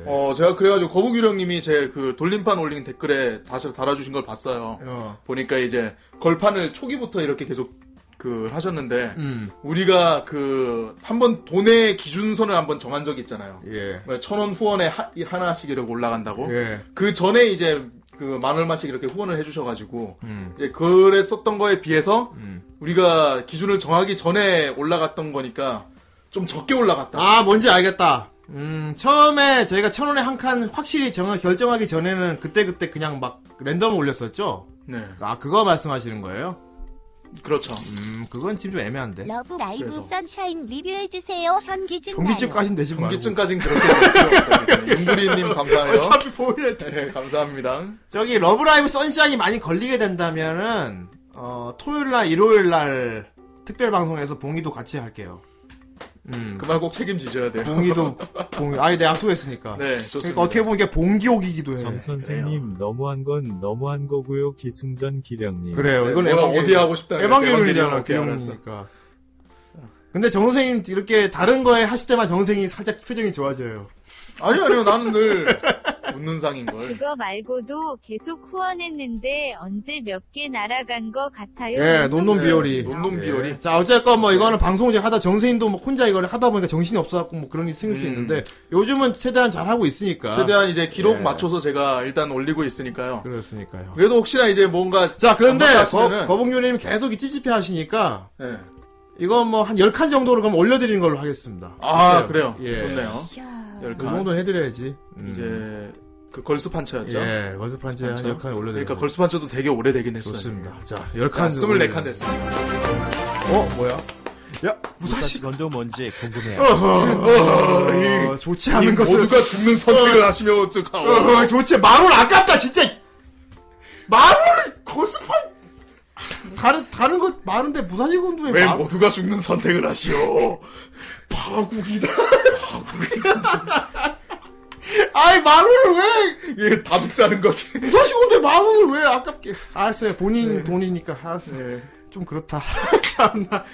[SPEAKER 2] 어, 제가 그래가지고 거북유령님이 제 그 돌림판 올린 댓글에 다시 달아주신 걸 봤어요.
[SPEAKER 1] 어.
[SPEAKER 2] 보니까 이제 걸판을 초기부터 이렇게 계속 그 하셨는데
[SPEAKER 1] 음.
[SPEAKER 2] 우리가 그 한번 돈의 기준선을 한번 정한 적이 있잖아요. 뭐
[SPEAKER 1] 예.
[SPEAKER 2] 천 원 후원에 하, 하나씩 이렇게 올라간다고.
[SPEAKER 1] 예.
[SPEAKER 2] 그 전에 이제 그 만 얼마씩 이렇게 후원을 해주셔가지고
[SPEAKER 1] 음.
[SPEAKER 2] 이제 그랬었던 거에 비해서
[SPEAKER 1] 음.
[SPEAKER 2] 우리가 기준을 정하기 전에 올라갔던 거니까 좀 적게 올라갔다.
[SPEAKER 1] 아 뭔지 알겠다. 음 처음에 저희가 천 원에 한 칸 확실히 정 결정하기 전에는 그때 그때 그냥 막 랜덤 올렸었죠.
[SPEAKER 2] 네,
[SPEAKER 1] 아 그거 말씀하시는 거예요?
[SPEAKER 2] 그렇죠.
[SPEAKER 1] 음 그건 지금 좀 애매한데.
[SPEAKER 7] 러브 라이브
[SPEAKER 2] 그래서.
[SPEAKER 7] 선샤인 리뷰해주세요. 현기증 나요.
[SPEAKER 1] 전기증까지는 되지 말고. 아,
[SPEAKER 2] 전기증까지는 그렇게 할 필요 없어요. 윤구리님 감사해요.
[SPEAKER 1] 어차피 보일 때.
[SPEAKER 2] 네, 감사합니다.
[SPEAKER 1] 저기 러브라이브 선샤인이 많이 걸리게 된다면은 어 토요일 날 일요일 날 특별 방송에서 봉이도 같이 할게요. 음.
[SPEAKER 2] 그 말 꼭 책임지셔야 돼요.
[SPEAKER 1] 봉이도 봉이 아니 내가 약속했으니까.
[SPEAKER 2] 네, 좋습니다.
[SPEAKER 1] 그러니까 어떻게 보면 이게 봉기옥이기도 해.
[SPEAKER 8] 정 선생님 너무한 건 너무한 거고요. 기승전 기령님.
[SPEAKER 1] 그래요. 이건
[SPEAKER 2] 뭐가 어디 하고 싶다는
[SPEAKER 1] 에반게리온이잖아.
[SPEAKER 2] 오케이, 알았어.
[SPEAKER 1] 기억이니까. 근데 정 선생님 이렇게 다른 거에 하실 때만 정 선생이 살짝 표정이 좋아져요.
[SPEAKER 2] 아니요, 아니요, 나는 늘 웃는 상인 걸.
[SPEAKER 3] 그거 말고도 계속 후원했는데 언제 몇 개 날아간 거 같아요.
[SPEAKER 1] 예, 논논
[SPEAKER 2] 네,
[SPEAKER 1] 비오리.
[SPEAKER 2] 논논
[SPEAKER 1] 예.
[SPEAKER 2] 비오리. 예.
[SPEAKER 1] 자, 어쨌건 뭐 이거는 방송을 이제 하다 정세인도 뭐 혼자 이걸 하다 보니까 정신이 없어갖고 뭐 그런 일이 생길 수
[SPEAKER 2] 음.
[SPEAKER 1] 있는데 요즘은 최대한 잘 하고 있으니까.
[SPEAKER 2] 최대한 이제 기록
[SPEAKER 1] 예.
[SPEAKER 2] 맞춰서 제가 일단 올리고 있으니까요.
[SPEAKER 1] 그렇으니까요.
[SPEAKER 2] 그래도 혹시나 이제 뭔가
[SPEAKER 1] 자, 그런데
[SPEAKER 2] 한번
[SPEAKER 1] 거,
[SPEAKER 2] 하시면은-
[SPEAKER 1] 거북유님 계속 이 찝찝해 하시니까
[SPEAKER 2] 예.
[SPEAKER 1] 이건 뭐 한 10칸 정도로 그럼 올려드리는 걸로 하겠습니다.
[SPEAKER 2] 아 그래요.
[SPEAKER 1] 예.
[SPEAKER 2] 좋네요.
[SPEAKER 4] 이야.
[SPEAKER 1] 그
[SPEAKER 2] 열칸
[SPEAKER 1] 정도는 해드려야지. 음.
[SPEAKER 2] 이제 그 걸스 판처였죠.
[SPEAKER 1] 예, 월스판지 한
[SPEAKER 2] 그렇죠.
[SPEAKER 1] 10칸 올려드리고.
[SPEAKER 2] 그러니까 걸스 판처도 되게 오래되긴 했어요.
[SPEAKER 1] 좋습니다. 자,
[SPEAKER 2] 자,
[SPEAKER 1] 10칸.
[SPEAKER 2] 24칸 됐습니다.
[SPEAKER 1] 어, 뭐야? 야, 무사시.
[SPEAKER 10] 건도 뭔지 궁금해요.
[SPEAKER 1] 어, 좋지 않은 것을.
[SPEAKER 2] 모두가 죽는 선택을 하시면 어떡하오.
[SPEAKER 1] 어, 좋지. 만원 아깝다, 진짜. 만원을 거스판. 다른 다른 것 많은데 무사시 건도에
[SPEAKER 2] 왜
[SPEAKER 1] 만-
[SPEAKER 2] 모두가 죽는 선택을 하시오. 파국이다.
[SPEAKER 1] 아이 만원을 왜
[SPEAKER 2] 예, 다 죽자는 거지.
[SPEAKER 1] 무사시 건도에 만원을 왜 아깝게? 알았어요. 본인 돈이니까 알았어요.
[SPEAKER 2] 네.
[SPEAKER 1] 좀 그렇다. 참나.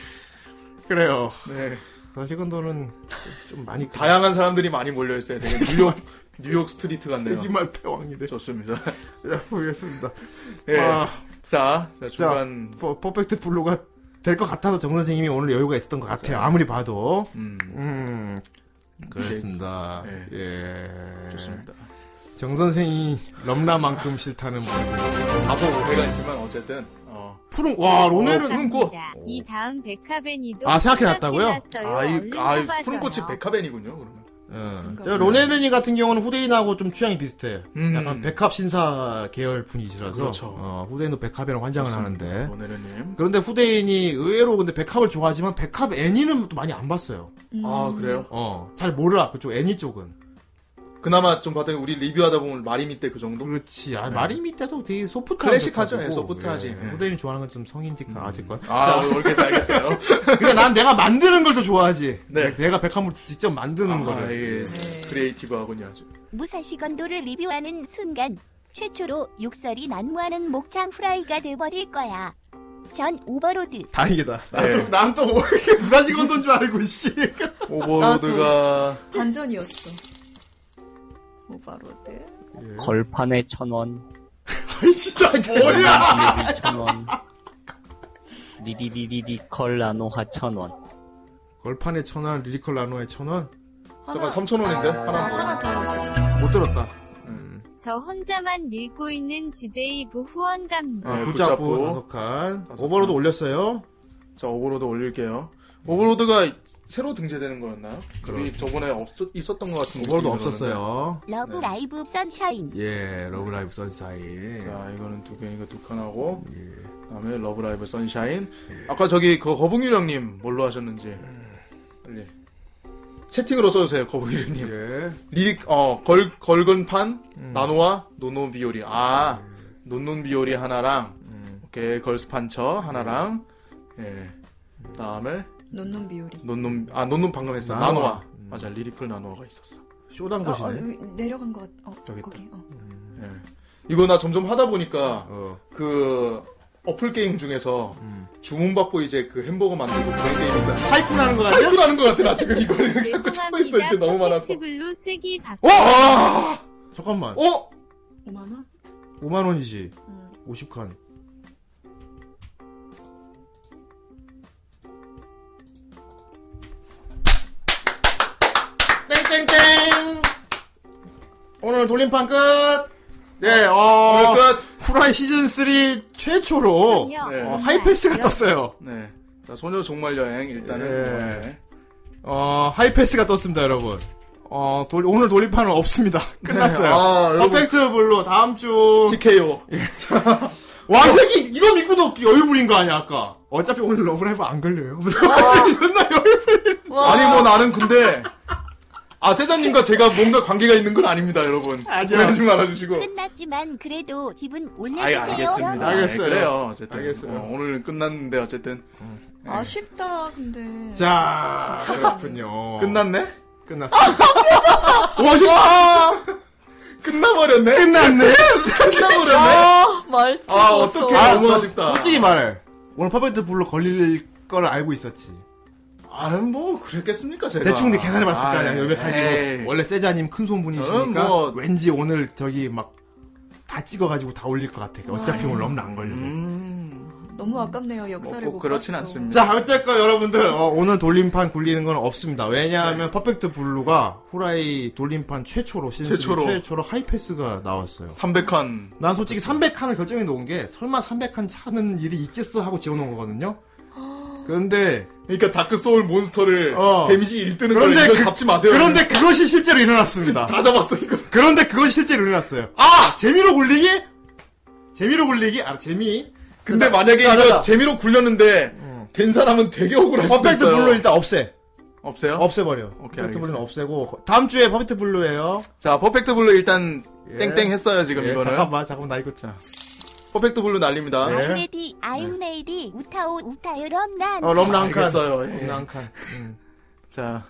[SPEAKER 1] 그래요.
[SPEAKER 2] 네.
[SPEAKER 1] 무사시 건도는 좀 많이
[SPEAKER 2] 다양한 사람들이 많이 몰려있어요. 되게 뉴욕, 뉴욕 스트리트 같네요.
[SPEAKER 1] 세지말 패왕이래.
[SPEAKER 2] 좋습니다.
[SPEAKER 1] 자, 보겠습니다.
[SPEAKER 2] 예.
[SPEAKER 1] 아,
[SPEAKER 2] 자,
[SPEAKER 1] 자,
[SPEAKER 2] 자, 중간.
[SPEAKER 1] 퍼- 퍼펙트 블루가 될 것 같아서 정 선생님이 오늘 여유가 있었던 것 같아요. 아무리 봐도.
[SPEAKER 2] 그렇죠. 음,
[SPEAKER 1] 음, 그렇습니다.
[SPEAKER 2] 예.
[SPEAKER 1] 예.
[SPEAKER 2] 좋습니다.
[SPEAKER 1] 정 선생이 럼라만큼 싫다는 분.
[SPEAKER 2] 다소 오해가 네. 있지만 어쨌든, 어.
[SPEAKER 1] 푸른 와 음. 로네는
[SPEAKER 2] 푸른 꽃.
[SPEAKER 3] 이 다음 백화벤이도
[SPEAKER 1] 아, 생각해놨다고요?
[SPEAKER 3] 생각해놨어요.
[SPEAKER 2] 아, 이,
[SPEAKER 3] 얼른
[SPEAKER 2] 아, 이
[SPEAKER 3] 뽑아줘요.
[SPEAKER 2] 푸른 꽃이 백화벤이군요, 그러면.
[SPEAKER 1] 어. 저 로네르니 같은 경우는 후대인하고 좀 취향이 비슷해.
[SPEAKER 2] 그러니까. 음.
[SPEAKER 1] 약간 백합 신사 계열 분이시라서
[SPEAKER 2] 그렇죠.
[SPEAKER 1] 어, 후대인도 백합이랑 환장을 하는데.
[SPEAKER 2] 원혜련님.
[SPEAKER 1] 그런데 후대인이 의외로 근데 백합을 좋아하지만 백합 애니는 또 많이 안 봤어요.
[SPEAKER 2] 아, 그래요?
[SPEAKER 1] 어, 잘 몰라 그쪽 애니 쪽은.
[SPEAKER 2] 그나마 좀 봤더니 우리 리뷰하다 보면 마리미 때 그 정도?
[SPEAKER 1] 그렇지. 아, 마리미 때도 되게 소프트한.
[SPEAKER 2] 클래식하죠.
[SPEAKER 1] 것 같고.
[SPEAKER 2] 예, 소프트하지. 예.
[SPEAKER 1] 후대인이 좋아하는 건 좀 성인틱한 아직건.
[SPEAKER 2] 아, 이렇게 알겠어요.
[SPEAKER 1] 근데 난 내가 만드는 걸 더 좋아하지.
[SPEAKER 2] 네.
[SPEAKER 1] 내가 백화물 직접 만드는
[SPEAKER 2] 아,
[SPEAKER 1] 거를.
[SPEAKER 2] 예. 크리에이티브하군요, 아주.
[SPEAKER 7] 무사시 건도를 리뷰하는 순간 최초로 욕설이 난무하는 목장 후라이가 돼버릴 거야. 전 오버로드.
[SPEAKER 1] 다행이다.
[SPEAKER 2] 예.
[SPEAKER 1] 난또 뭐 이렇게 부사직 건돈 줄 알고, 씨.
[SPEAKER 2] 오버로드가
[SPEAKER 4] 반전이었어. 오바로드.
[SPEAKER 10] 어, 걸판에 천 원,
[SPEAKER 1] 아이, 진짜
[SPEAKER 2] 네.
[SPEAKER 1] 뭐야!
[SPEAKER 10] 리리리 천 원, 리리리리리 컬라노하 천 원.
[SPEAKER 1] 걸판에 천 원, 리리컬 라노에 천 원?
[SPEAKER 2] 잠깐
[SPEAKER 4] 하나,
[SPEAKER 2] 3,000원인데 하나
[SPEAKER 4] 아, 하나 더 있었어.
[SPEAKER 1] 못 들었다.
[SPEAKER 3] 저 혼자만 밀고 있는 DJ 부 후원갑니다.
[SPEAKER 2] 네,
[SPEAKER 1] 붙잡고
[SPEAKER 2] 붙잡고.
[SPEAKER 1] 다섯 칸. 아,
[SPEAKER 2] 다섯
[SPEAKER 1] 오버로드
[SPEAKER 2] 칸.
[SPEAKER 1] 올렸어요.
[SPEAKER 2] 자 오버로드 올릴게요. 오버로드가 새로 등재되는 거였나요?
[SPEAKER 1] 그럼.
[SPEAKER 2] 우리 저번에 없었 있었던 것 같은
[SPEAKER 1] 그렇죠. 오버로드
[SPEAKER 2] 느낌이
[SPEAKER 1] 없었어요.
[SPEAKER 7] 러브 라이브 선샤인.
[SPEAKER 1] 예, 러브라이브 선사인.
[SPEAKER 2] 들었는데. 자 이거는 두 개니까 두 칸하고
[SPEAKER 1] 예.
[SPEAKER 2] 그다음에 러브라이브 선샤인. 아까 저기 그 거북유령님 뭘로 하셨는지 빨리 채팅으로 써주세요 거북유령님.
[SPEAKER 1] 예. 음.
[SPEAKER 2] 리릭 어걸 걸근판 나노와 노노 비오리 아
[SPEAKER 1] 예.
[SPEAKER 2] 논논 비오리 하나랑
[SPEAKER 1] 음.
[SPEAKER 2] 오케이 걸스판처 하나랑 예 다음에
[SPEAKER 4] 논논 비오리.
[SPEAKER 2] 논논 아 논논 방금 했어
[SPEAKER 1] 나노아. 음. 아,
[SPEAKER 2] 나노아, 맞아 리리클 나노아가 있었어
[SPEAKER 1] 쇼단
[SPEAKER 4] 어, 어,
[SPEAKER 1] 것이네.
[SPEAKER 4] 여기 내려간 것 같, 어,
[SPEAKER 2] 여기 있다.
[SPEAKER 4] 거기. 어.
[SPEAKER 2] 예 이거 나 점점 하다 보니까
[SPEAKER 1] 어.
[SPEAKER 2] 그 어플 게임 중에서 주문 받고 이제 그 햄버거 만들고 그런 게임 있잖아
[SPEAKER 1] 타이푼하는 거 아니야?
[SPEAKER 2] 탈출하는 것 같아 나 지금 이걸 자꾸 찾고 있어
[SPEAKER 3] 죄송합니다.
[SPEAKER 2] 이제 너무 많아서
[SPEAKER 3] 포켓블루 쓰기
[SPEAKER 1] 어,
[SPEAKER 3] 박
[SPEAKER 2] 와
[SPEAKER 1] 잠깐만.
[SPEAKER 2] 어?
[SPEAKER 4] 5만 원?
[SPEAKER 1] 5만 원이지.
[SPEAKER 4] 음.
[SPEAKER 1] 50칸. 땡땡땡! 오늘 돌림판 끝!
[SPEAKER 2] 예,
[SPEAKER 1] 네, 어,
[SPEAKER 2] 오늘 끝
[SPEAKER 1] 후라이 시즌3 최초로
[SPEAKER 2] 네.
[SPEAKER 1] 어, 하이패스가 떴어요.
[SPEAKER 2] 네. 자, 소녀 종말 여행 일단은
[SPEAKER 1] 예.
[SPEAKER 2] 이번에.
[SPEAKER 1] 어, 하이패스가 떴습니다, 여러분. 어, 돌- 오늘 돌림판은 없습니다.
[SPEAKER 2] 네.
[SPEAKER 1] 끝났어요.
[SPEAKER 2] 아, 여러분
[SPEAKER 1] 퍼펙트 블루 다음 주
[SPEAKER 2] TKO.
[SPEAKER 1] 왕색이 이거 믿고도 여유 부린 거 아니야 아까 어차피 오늘 러브라이브 안 걸려요 존나 여유
[SPEAKER 2] 아니 뭐 나는 근데 아 세자님과 제가 뭔가 관계가 있는 건 아닙니다, 여러분.
[SPEAKER 1] 아니요.
[SPEAKER 2] 오해하지 말아주시고.
[SPEAKER 7] 끝났지만 그래도 집은
[SPEAKER 2] 아예
[SPEAKER 7] 올려주세요.
[SPEAKER 2] 알겠습니다.
[SPEAKER 1] 알겠어요.
[SPEAKER 2] 네, 그래요. 어쨌든
[SPEAKER 1] 알겠어요.
[SPEAKER 2] 어, 오늘 끝났는데 어쨌든 네.
[SPEAKER 4] 아쉽다, 근데.
[SPEAKER 1] 자 그렇군요
[SPEAKER 2] 끝났네.
[SPEAKER 1] 어.
[SPEAKER 2] 아,
[SPEAKER 1] 끝났어 와
[SPEAKER 2] 끝나버렸네.
[SPEAKER 1] 끝났네
[SPEAKER 2] 끝나버렸네.
[SPEAKER 4] 아, 말투.
[SPEAKER 2] 아
[SPEAKER 4] 좋았어.
[SPEAKER 2] 어떻게
[SPEAKER 1] 아,
[SPEAKER 2] 너무
[SPEAKER 1] 너
[SPEAKER 2] 아쉽다.
[SPEAKER 1] 솔직히 말해 오늘 퍼펙트 블루 걸릴 걸 알고 있었지
[SPEAKER 2] 아뭐 그랬겠습니까 제가.
[SPEAKER 1] 대충 근 계산해 봤을 거 아니야
[SPEAKER 2] 아이, 예.
[SPEAKER 1] 여백하지고
[SPEAKER 2] 에이.
[SPEAKER 1] 원래 세자님 큰 손분이시니까
[SPEAKER 2] 저는 뭐-
[SPEAKER 1] 왠지 오늘 저기 막 다 찍어가지고 다 올릴 것 같아 어차피 오늘 러브는 안 걸려
[SPEAKER 2] 음.
[SPEAKER 4] 너무 아깝네요,
[SPEAKER 2] 뭐
[SPEAKER 4] 역사를
[SPEAKER 2] 꼭
[SPEAKER 4] 못
[SPEAKER 2] 그렇진
[SPEAKER 4] 봤어.
[SPEAKER 2] 않습니다.
[SPEAKER 1] 자, 어쨌건 여러분들, 어, 오늘 돌림판 굴리는 건 없습니다.
[SPEAKER 2] 네.
[SPEAKER 1] 왜냐하면 퍼펙트 블루가 후라이 돌림판 최초로, 시즌 최초로.
[SPEAKER 2] 최초로.
[SPEAKER 1] 최초로 하이패스가 나왔어요.
[SPEAKER 2] 300칸
[SPEAKER 1] 난 솔직히 300칸을 결정해 놓은 게, 설마 300칸 차는 일이 있겠어? 하고 지어 놓은 거거든요? 그런데,
[SPEAKER 2] 그러니까 다크 소울 몬스터를
[SPEAKER 1] 어.
[SPEAKER 2] 데미지 1 뜨는 걸
[SPEAKER 1] 그런데
[SPEAKER 2] 그러니까 이걸
[SPEAKER 1] 그-
[SPEAKER 2] 잡지 마세요.
[SPEAKER 1] 그런데 그것이 실제로 일어났습니다.
[SPEAKER 2] 다 잡았어 이거.
[SPEAKER 1] 그런데 그것이 실제로 일어났어요. 아! 재미로 굴리기? 재미로 굴리기? 아, 재미.
[SPEAKER 2] 근데 만약에
[SPEAKER 1] 자, 자, 자.
[SPEAKER 2] 이거 재미로 굴렸는데 된 사람은 되게 억울할 수도
[SPEAKER 1] 퍼펙트
[SPEAKER 2] 있어요.
[SPEAKER 1] 블루 일단 없애.
[SPEAKER 2] 없어요?
[SPEAKER 1] 없애버려.
[SPEAKER 2] 오케이,
[SPEAKER 1] 퍼펙트 블루는
[SPEAKER 2] 알겠습니다.
[SPEAKER 1] 없애고, 다음 주에 퍼펙트 블루예요
[SPEAKER 2] 자 퍼펙트 블루 일단
[SPEAKER 1] 예.
[SPEAKER 2] 땡땡 했어요 지금
[SPEAKER 1] 예,
[SPEAKER 2] 이거는.
[SPEAKER 1] 잠깐만, 잠깐만, 나 이거 자.
[SPEAKER 2] 퍼펙트 블루 날립니다.
[SPEAKER 1] 네.
[SPEAKER 7] I'm ready, I'm ready. 우타오 우타요 럼난.
[SPEAKER 1] 어, 럼라 한 칸.
[SPEAKER 2] 알겠어요. 예.
[SPEAKER 1] 럼라 한 칸.
[SPEAKER 2] 자.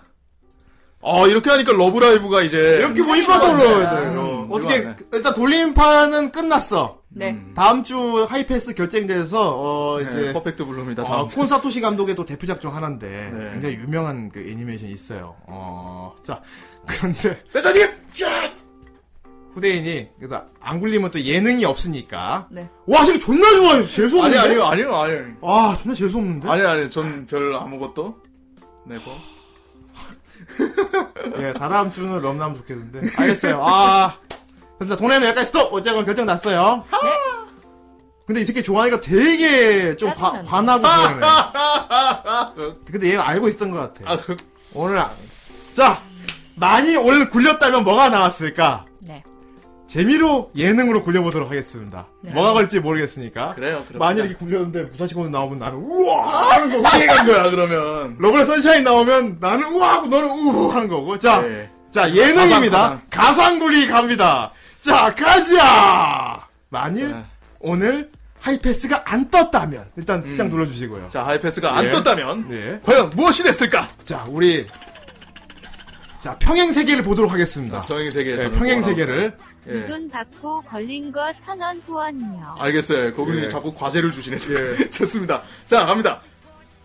[SPEAKER 2] 어 이렇게 하니까 러브라이브가 이제
[SPEAKER 1] 이렇게
[SPEAKER 2] 음,
[SPEAKER 1] 보니까 또
[SPEAKER 2] 음,
[SPEAKER 1] 어떻게
[SPEAKER 2] 이거 안 돼.
[SPEAKER 1] 일단 돌림판은 끝났어.
[SPEAKER 4] 네.
[SPEAKER 1] 다음 주 하이패스 결정돼서 어
[SPEAKER 2] 네,
[SPEAKER 1] 이제
[SPEAKER 2] 퍼펙트 블루입니다. 다음
[SPEAKER 1] 어, 콘사토시 감독의 또 대표작 중 하나인데
[SPEAKER 2] 네.
[SPEAKER 1] 굉장히 유명한 그 애니메이션이 있어요. 어, 자 그런데
[SPEAKER 2] 세자님.
[SPEAKER 1] 후대인이 그다 안 굴리면 또 예능이 없으니까
[SPEAKER 4] 네.
[SPEAKER 1] 와 지금 존나 좋아요. 재수
[SPEAKER 2] 아니
[SPEAKER 1] 없는데.
[SPEAKER 2] 아니요 아니요 아니요.
[SPEAKER 1] 아 존나 재수 없는데.
[SPEAKER 2] 아니 아니 전 별 아무것도 내고
[SPEAKER 1] 예 다다음 주는 럼남 좋겠는데. 알겠어요. 아 그래서 돈에는 약간 스톱 어쨌건 결정 났어요.
[SPEAKER 4] 네.
[SPEAKER 1] 근데 이 새끼 좋아하니까 되게 좀 과,
[SPEAKER 4] 짜증난다.
[SPEAKER 1] 관하고 그러네. 근데 얘가 알고 있던 것 같아. 그
[SPEAKER 2] 아, 흑.
[SPEAKER 1] 오늘 안- 자 많이 오늘 굴렸다면 뭐가 나왔을까?
[SPEAKER 4] 네.
[SPEAKER 1] 재미로 예능으로 굴려보도록 하겠습니다.
[SPEAKER 4] 네.
[SPEAKER 1] 뭐가 걸릴지 모르겠으니까.
[SPEAKER 2] 그래요. 그럼
[SPEAKER 1] 많이
[SPEAKER 2] 그냥
[SPEAKER 1] 이렇게 굴렸는데 무사시콘 나오면 나는 우와.
[SPEAKER 2] 하는 거 우리가 한 거야 그러면.
[SPEAKER 1] 러브라 선샤인 나오면 나는 우와 하고 너는 우후 하는 거고. 자
[SPEAKER 2] 네.
[SPEAKER 1] 자, 예능입니다.
[SPEAKER 2] 가상,
[SPEAKER 1] 가상구리 갑니다. 자, 가자! 만일
[SPEAKER 2] 자.
[SPEAKER 1] 오늘 하이패스가 안 떴다면, 일단 시작 눌러주시고요.
[SPEAKER 2] 자, 하이패스가 안
[SPEAKER 1] 예.
[SPEAKER 2] 떴다면
[SPEAKER 1] 네.
[SPEAKER 2] 과연 무엇이 됐을까?
[SPEAKER 1] 자, 우리, 자, 평행세계를 보도록 하겠습니다.
[SPEAKER 2] 평행 세계에서
[SPEAKER 1] 네, 평행세계를.
[SPEAKER 2] 예.
[SPEAKER 3] 돈 받고 걸린 거 천 원 후원요.
[SPEAKER 2] 알겠어요. 거기
[SPEAKER 1] 예.
[SPEAKER 2] 자꾸 과제를 주시네.
[SPEAKER 1] 예.
[SPEAKER 2] 좋습니다. 자, 갑니다.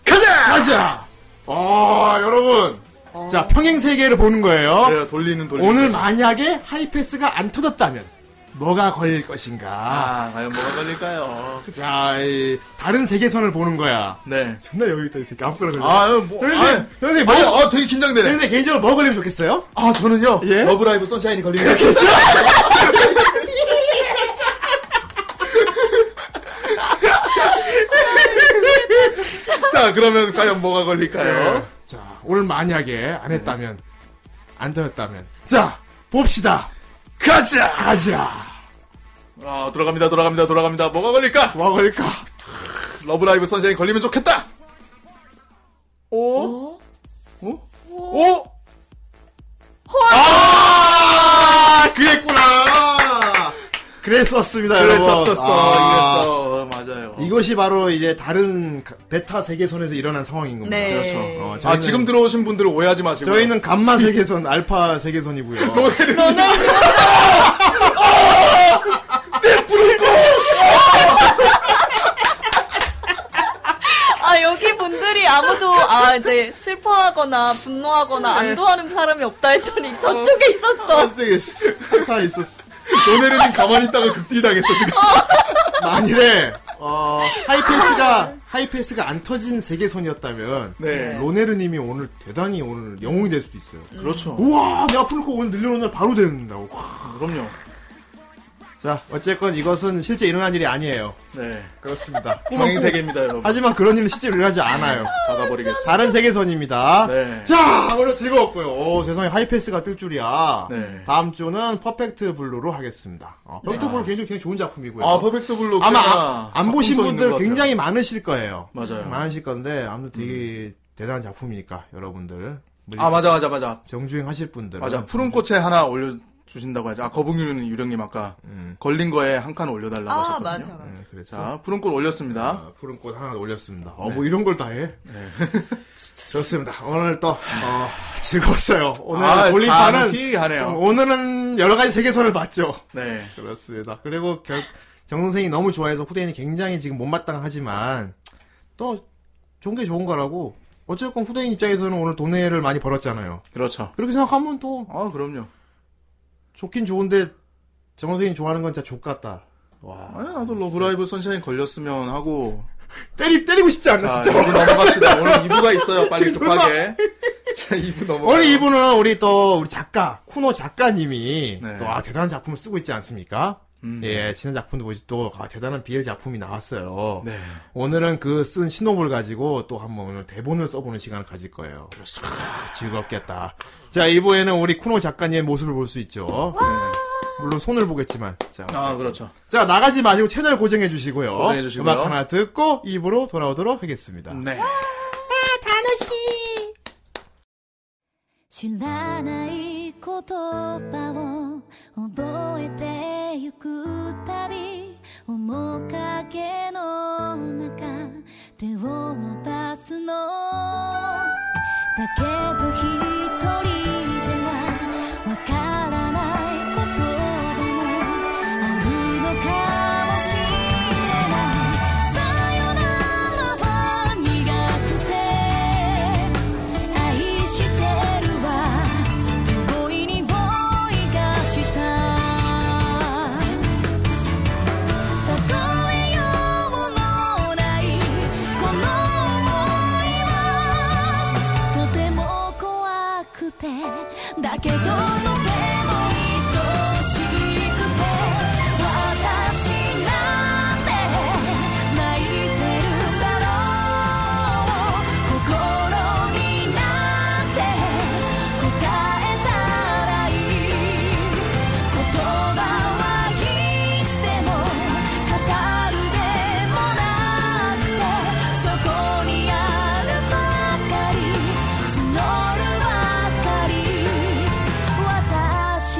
[SPEAKER 1] 가자! 가자! 어, 여러분. 네, 자, 평행세계를 보는 거예요.
[SPEAKER 2] 그래요. 돌리는 돌리는.
[SPEAKER 1] 오늘
[SPEAKER 2] 거죠.
[SPEAKER 1] 만약에 하이패스가 안 터졌다면, 뭐가 걸릴 것인가.
[SPEAKER 2] 아, 과연 뭐가 걸릴까요?
[SPEAKER 1] 자, 이, 다른 세계선을 보는 거야.
[SPEAKER 2] 네.
[SPEAKER 1] 존나 여유 있다 이 새끼 아무거나 걸려.
[SPEAKER 2] 아,
[SPEAKER 1] 저
[SPEAKER 2] 뭐,
[SPEAKER 1] 선생님,
[SPEAKER 2] 아니,
[SPEAKER 1] 저 선생님,
[SPEAKER 2] 아니,
[SPEAKER 1] 뭐-
[SPEAKER 2] 아, 되게 긴장되네.
[SPEAKER 1] 근데 개인적으로 뭐 걸리면 좋겠어요?
[SPEAKER 2] 아, 저는요.
[SPEAKER 1] 예?
[SPEAKER 2] 러브라이브 선샤인이 걸리면 자, 그러면 과연 뭐가 걸릴까요?
[SPEAKER 1] 어? 자, 오늘 만약에 안 했다면 안 되었다면 자 봅시다. 가자 가자.
[SPEAKER 2] 아, 돌아갑니다. 돌아갑니다. 돌아갑니다. 뭐가 걸릴까?
[SPEAKER 1] 뭐 걸릴까?
[SPEAKER 2] 러브라이브 선샤인 걸리면 좋겠다. 오?
[SPEAKER 4] 어?
[SPEAKER 2] 오?
[SPEAKER 4] 어?
[SPEAKER 2] 오?
[SPEAKER 1] 아 그랬구나. 그랬었습니다, 여러분.
[SPEAKER 2] 그랬었었어.
[SPEAKER 1] 아,
[SPEAKER 2] 이랬어. 맞아요.
[SPEAKER 1] 이것이 바로 이제 다른 가- 베타 세계선에서 일어난 상황인 겁니다.
[SPEAKER 4] 네.
[SPEAKER 1] 그렇죠. 어,
[SPEAKER 2] 아,
[SPEAKER 1] 저희는-
[SPEAKER 2] 지금 들어오신 분들 오해하지 마시고.
[SPEAKER 1] 저희는 감마 세계선, 알파 세계선이고요.
[SPEAKER 2] 뭐,
[SPEAKER 4] 아 여기 분들이 아무도 아 이제 슬퍼하거나 분노하거나
[SPEAKER 2] 네.
[SPEAKER 4] 안도하는 사람이 없다 했더니 저쪽에 있었어.
[SPEAKER 1] 갑자기 살아 있었어.
[SPEAKER 2] 노네르님 가만히 있다가 극딜 당했어, 지금. 아,
[SPEAKER 1] 만일에 어, 하이패스가 하이패스가 안 터진 세계선이었다면
[SPEAKER 2] 네.
[SPEAKER 1] 로네르님이 오늘 대단히 오늘 영웅이 될 수도 있어요.
[SPEAKER 2] 그렇죠.
[SPEAKER 1] 우와, 내가 풀코 오늘 늘려놓은 날 바로 된다고. 와.
[SPEAKER 2] 그럼요.
[SPEAKER 1] 자, 어쨌건 이것은 실제 일어난 일이 아니에요.
[SPEAKER 2] 네.
[SPEAKER 1] 그렇습니다.
[SPEAKER 2] 평행세계입니다, 여러분.
[SPEAKER 1] 하지만 그런 일은 실제로 일어나지 않아요.
[SPEAKER 2] 받아버리겠습니다.
[SPEAKER 1] 다른 세계선입니다.
[SPEAKER 2] 네.
[SPEAKER 1] 자, 오늘 즐거웠고요. 오, 세상에 하이패스가 뜰 줄이야.
[SPEAKER 2] 네.
[SPEAKER 1] 다음 주는 퍼펙트 블루로 하겠습니다. 어, 퍼펙트 블루 굉장히, 굉장히 좋은 작품이고요.
[SPEAKER 2] 아, 퍼펙트 블루.
[SPEAKER 1] 아마
[SPEAKER 2] 꽤나
[SPEAKER 1] 아- 안 보신
[SPEAKER 2] 작품성 있는
[SPEAKER 1] 분들
[SPEAKER 2] 것 같아요.
[SPEAKER 1] 굉장히 많으실 거예요.
[SPEAKER 2] 맞아요. 음.
[SPEAKER 1] 많으실 건데 아무튼 되게 대단한 작품이니까 여러분들
[SPEAKER 2] 아, 맞아, 맞아, 맞아.
[SPEAKER 1] 정주행 하실 분들
[SPEAKER 2] 맞아. 푸른 꽃에 하나 올려주신다고 하죠. 아, 거북이는 유령님 아까
[SPEAKER 1] 음.
[SPEAKER 2] 걸린 거에 한 칸 올려달라고
[SPEAKER 4] 아
[SPEAKER 2] 하셨거든요.
[SPEAKER 4] 맞아 맞아.
[SPEAKER 1] 네, 그래서
[SPEAKER 2] 자, 네. 푸른 꽃 올렸습니다.
[SPEAKER 1] 아, 푸른 꽃 하나 올렸습니다. 어, 뭐 이런 걸 다 해.
[SPEAKER 2] 네.
[SPEAKER 1] 좋습니다. 오늘 또 어, 즐거웠어요. 오늘
[SPEAKER 2] 아,
[SPEAKER 1] 돌림판은 좀
[SPEAKER 2] 희하네요.
[SPEAKER 1] 오늘은 여러 가지 세계선을 봤죠.
[SPEAKER 2] 네.
[SPEAKER 1] 그렇습니다. 그리고 결, 정 선생이 너무 좋아해서 후대인이 굉장히 지금 못마땅하지만 또 좋은 게 좋은 거라고 어쨌건 후대인 입장에서는 오늘 돈을 많이 벌었잖아요.
[SPEAKER 2] 그렇죠.
[SPEAKER 1] 그렇게 생각하면 또
[SPEAKER 2] 아, 그럼요.
[SPEAKER 1] 좋긴 좋은데 정 선생이 좋아하는 건 진짜 족 같다. 와
[SPEAKER 2] 아니, 나도
[SPEAKER 1] 음.
[SPEAKER 2] 러브라이브 선샤인 걸렸으면 하고.
[SPEAKER 1] 때리 때리고 싶지 않나
[SPEAKER 2] 자,
[SPEAKER 1] 진짜. 뭐-
[SPEAKER 2] 2부 넘어갑시다. 오늘 2부가 있어요. 빨리
[SPEAKER 1] 정말.
[SPEAKER 2] 급하게. 자, 2부 넘어.
[SPEAKER 1] 오늘 이분은 우리 또 우리 작가 쿠노 작가님이
[SPEAKER 2] 네.
[SPEAKER 1] 또 아, 대단한 작품을 쓰고 있지 않습니까?
[SPEAKER 2] 음.
[SPEAKER 1] 예, 지난 작품도 보시 또 아, 대단한 BL 작품이 나왔어요.
[SPEAKER 2] 네.
[SPEAKER 1] 오늘은 그 쓴 신호물 가지고 또 한번 오늘 대본을 써보는 시간을 가질 거예요. 아, 즐겁겠다. 자, 2부에는 우리 쿠노 작가님의 모습을 볼 수 있죠. 네. 물론 손을 보겠지만. 자,
[SPEAKER 2] 아, 그렇죠.
[SPEAKER 1] 자, 나가지 마시고 채널 고정해 주시고요.
[SPEAKER 2] 고정해 주시고요.
[SPEAKER 1] 음악 하나 듣고 2부로 돌아오도록 하겠습니다.
[SPEAKER 2] 네.
[SPEAKER 5] 知らない言葉を覚えてゆくたび面影の中手を伸ばすのだけど一人ではわからないことでもあるのかもしれないさよならは苦くて愛してるわ遠い匂いがした例えようのないこの想いはとても怖くてだけどとても愛しくて私なんて泣いてるだろう心になんて答えたらいい言葉はいつでも語るでもなくてそこにあるばかり募るばかり「私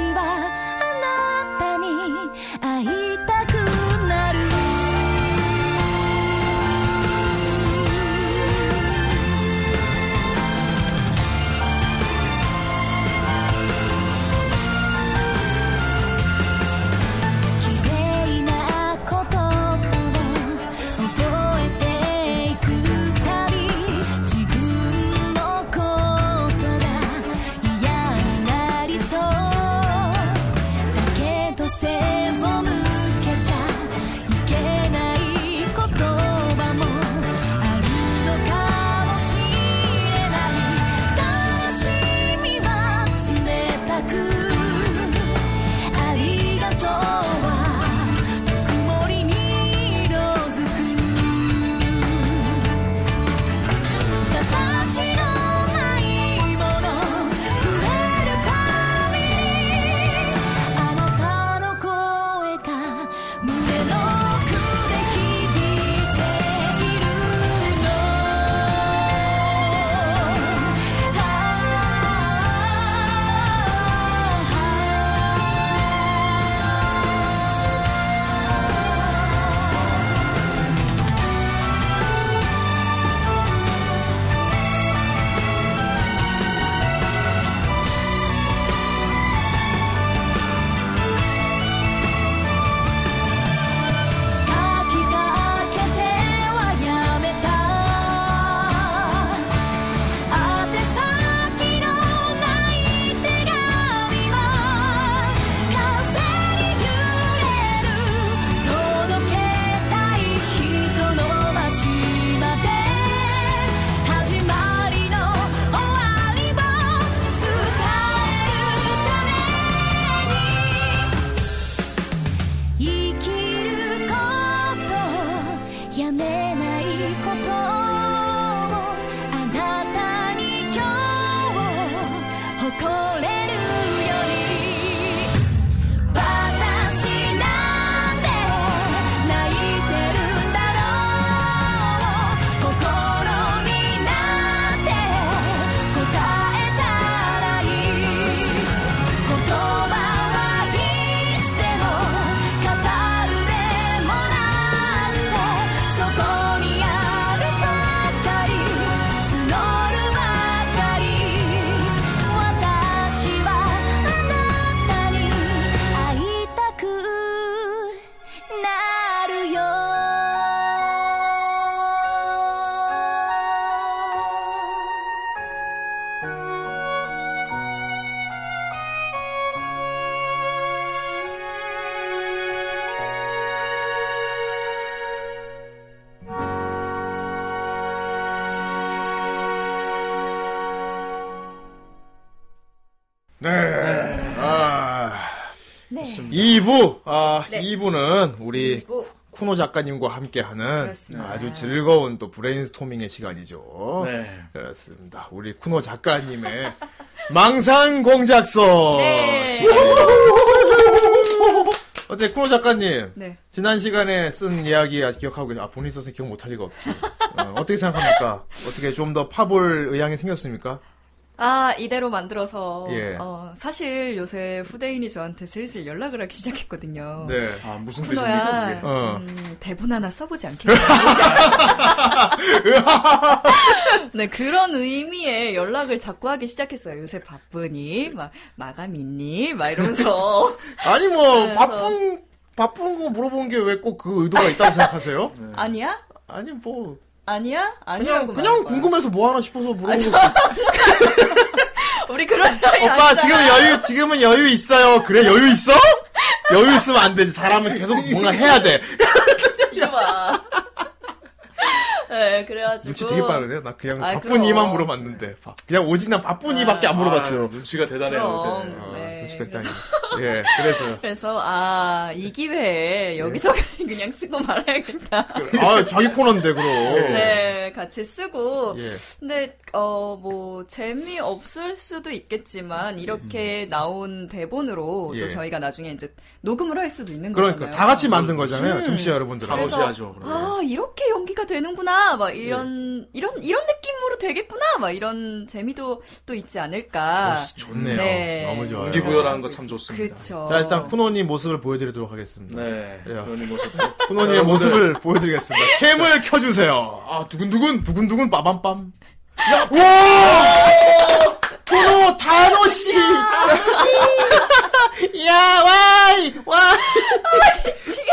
[SPEAKER 5] の想いは」
[SPEAKER 1] 네. 아,
[SPEAKER 4] 네.
[SPEAKER 1] 2부, 아,
[SPEAKER 4] 네.
[SPEAKER 1] 2부는
[SPEAKER 2] 네.
[SPEAKER 1] 우리
[SPEAKER 4] 그리고
[SPEAKER 1] 쿠노 작가님과 함께하는
[SPEAKER 4] 그렇습니다.
[SPEAKER 1] 아주 즐거운 또 브레인스토밍의 시간이죠.
[SPEAKER 2] 네.
[SPEAKER 1] 그렇습니다. 우리 쿠노 작가님의 망상 공작서.
[SPEAKER 4] 네.
[SPEAKER 1] 시간이에요. 어때, 쿠노 작가님?
[SPEAKER 4] 네.
[SPEAKER 1] 지난 시간에 쓴 이야기 아직 기억하고 계세요? 아, 본인 써서 기억 못할 리가 없지. 어, 떻게 생각합니까? 어떻게 좀 더 파볼 의향이 생겼습니까?
[SPEAKER 4] 아 이대로 만들어서
[SPEAKER 1] 예.
[SPEAKER 4] 어, 사실 요새 후대인이 저한테 슬슬 연락을 하기 시작했거든요.
[SPEAKER 1] 네.
[SPEAKER 2] 아, 무슨 뜻입니까,
[SPEAKER 4] 쿠너야
[SPEAKER 2] 그게?
[SPEAKER 1] 어.
[SPEAKER 4] 음, 대본 하나 써보지 않겠냐. 네 그런 의미의 연락을 자꾸 하기 시작했어요. 요새
[SPEAKER 1] 네.
[SPEAKER 4] 바쁘니 막 마감 있니 막 이러면서
[SPEAKER 1] 아니, 뭐,
[SPEAKER 4] 네, 그래서-
[SPEAKER 1] 바쁜, 바쁜 거 물어보는 게 왜 꼭 그 의도가 있다고 생각하세요?
[SPEAKER 2] 네.
[SPEAKER 4] 아니야
[SPEAKER 1] 아니, 뭐.
[SPEAKER 4] 아니야
[SPEAKER 1] 네. 그냥,
[SPEAKER 4] 아니라고
[SPEAKER 1] 그냥
[SPEAKER 4] 말해봐요.
[SPEAKER 1] 궁금해서 뭐 하나 싶어서
[SPEAKER 4] 아,
[SPEAKER 1] 물어보고.
[SPEAKER 4] 저- 우리 그런 사이
[SPEAKER 1] 오빠, 지금
[SPEAKER 4] 아니잖아.
[SPEAKER 1] 여유, 지금은 여유 있어요. 그래, 여유 있어? 여유 있으면 안 되지. 사람은 계속 뭔가 해야 돼.
[SPEAKER 4] 이거 봐. 네 그래가지고
[SPEAKER 1] 눈치 되게 빠르네요. 나 그냥
[SPEAKER 4] 아이,
[SPEAKER 1] 바쁜
[SPEAKER 4] 그럼.
[SPEAKER 1] 이만 물어봤는데. 바- 그냥 오직 난 바쁜 이밖에 안 물어봤어요.
[SPEAKER 2] 아, 눈치가 대단해요,
[SPEAKER 4] 그럼,
[SPEAKER 2] 요새.
[SPEAKER 1] 아,
[SPEAKER 4] 네.
[SPEAKER 1] 눈치 백단이. 예, 그래서.
[SPEAKER 4] 그래서 아 이
[SPEAKER 1] 네.
[SPEAKER 4] 기회에 여기서 그냥 쓰고 말아야겠다.
[SPEAKER 1] 아, 자기 코너인데, 그럼.
[SPEAKER 4] 네, 같이 쓰고.
[SPEAKER 1] 예.
[SPEAKER 4] 근데 어 뭐 재미 없을 수도 있겠지만 이렇게 나온 대본으로
[SPEAKER 1] 음, 예.
[SPEAKER 4] 또 저희가 나중에 이제 녹음을 할 수도 있는
[SPEAKER 1] 그러니까,
[SPEAKER 4] 거잖아요.
[SPEAKER 1] 다 같이 만든 거잖아요.
[SPEAKER 4] 음.
[SPEAKER 1] 청취자 여러분들.
[SPEAKER 2] 바로
[SPEAKER 4] 그래서-
[SPEAKER 2] 지하죠, 그러면.
[SPEAKER 4] 아 이렇게 연기가 되는구나 막 이런
[SPEAKER 1] 예.
[SPEAKER 4] 이런 이런 느낌으로 되겠구나 막 이런 재미도 또 있지 않을까.
[SPEAKER 1] 좋네요.
[SPEAKER 4] 네.
[SPEAKER 1] 너무 좋아요.
[SPEAKER 2] 무기부여라는 거 참 좋습니다.
[SPEAKER 4] 그렇죠.
[SPEAKER 1] 자, 일단 쿠노님 모습을 보여드리도록 하겠습니다.
[SPEAKER 2] 네.
[SPEAKER 1] 그래요.
[SPEAKER 2] 그런 모습.
[SPEAKER 1] 쿠노님 모습을 보여드리겠습니다. 캠을 켜주세요.
[SPEAKER 2] 아, 두근두근!
[SPEAKER 1] 두근두근 빠밤빰. 야, 와! 쿠노 다노씨! 야, 와이! 와이!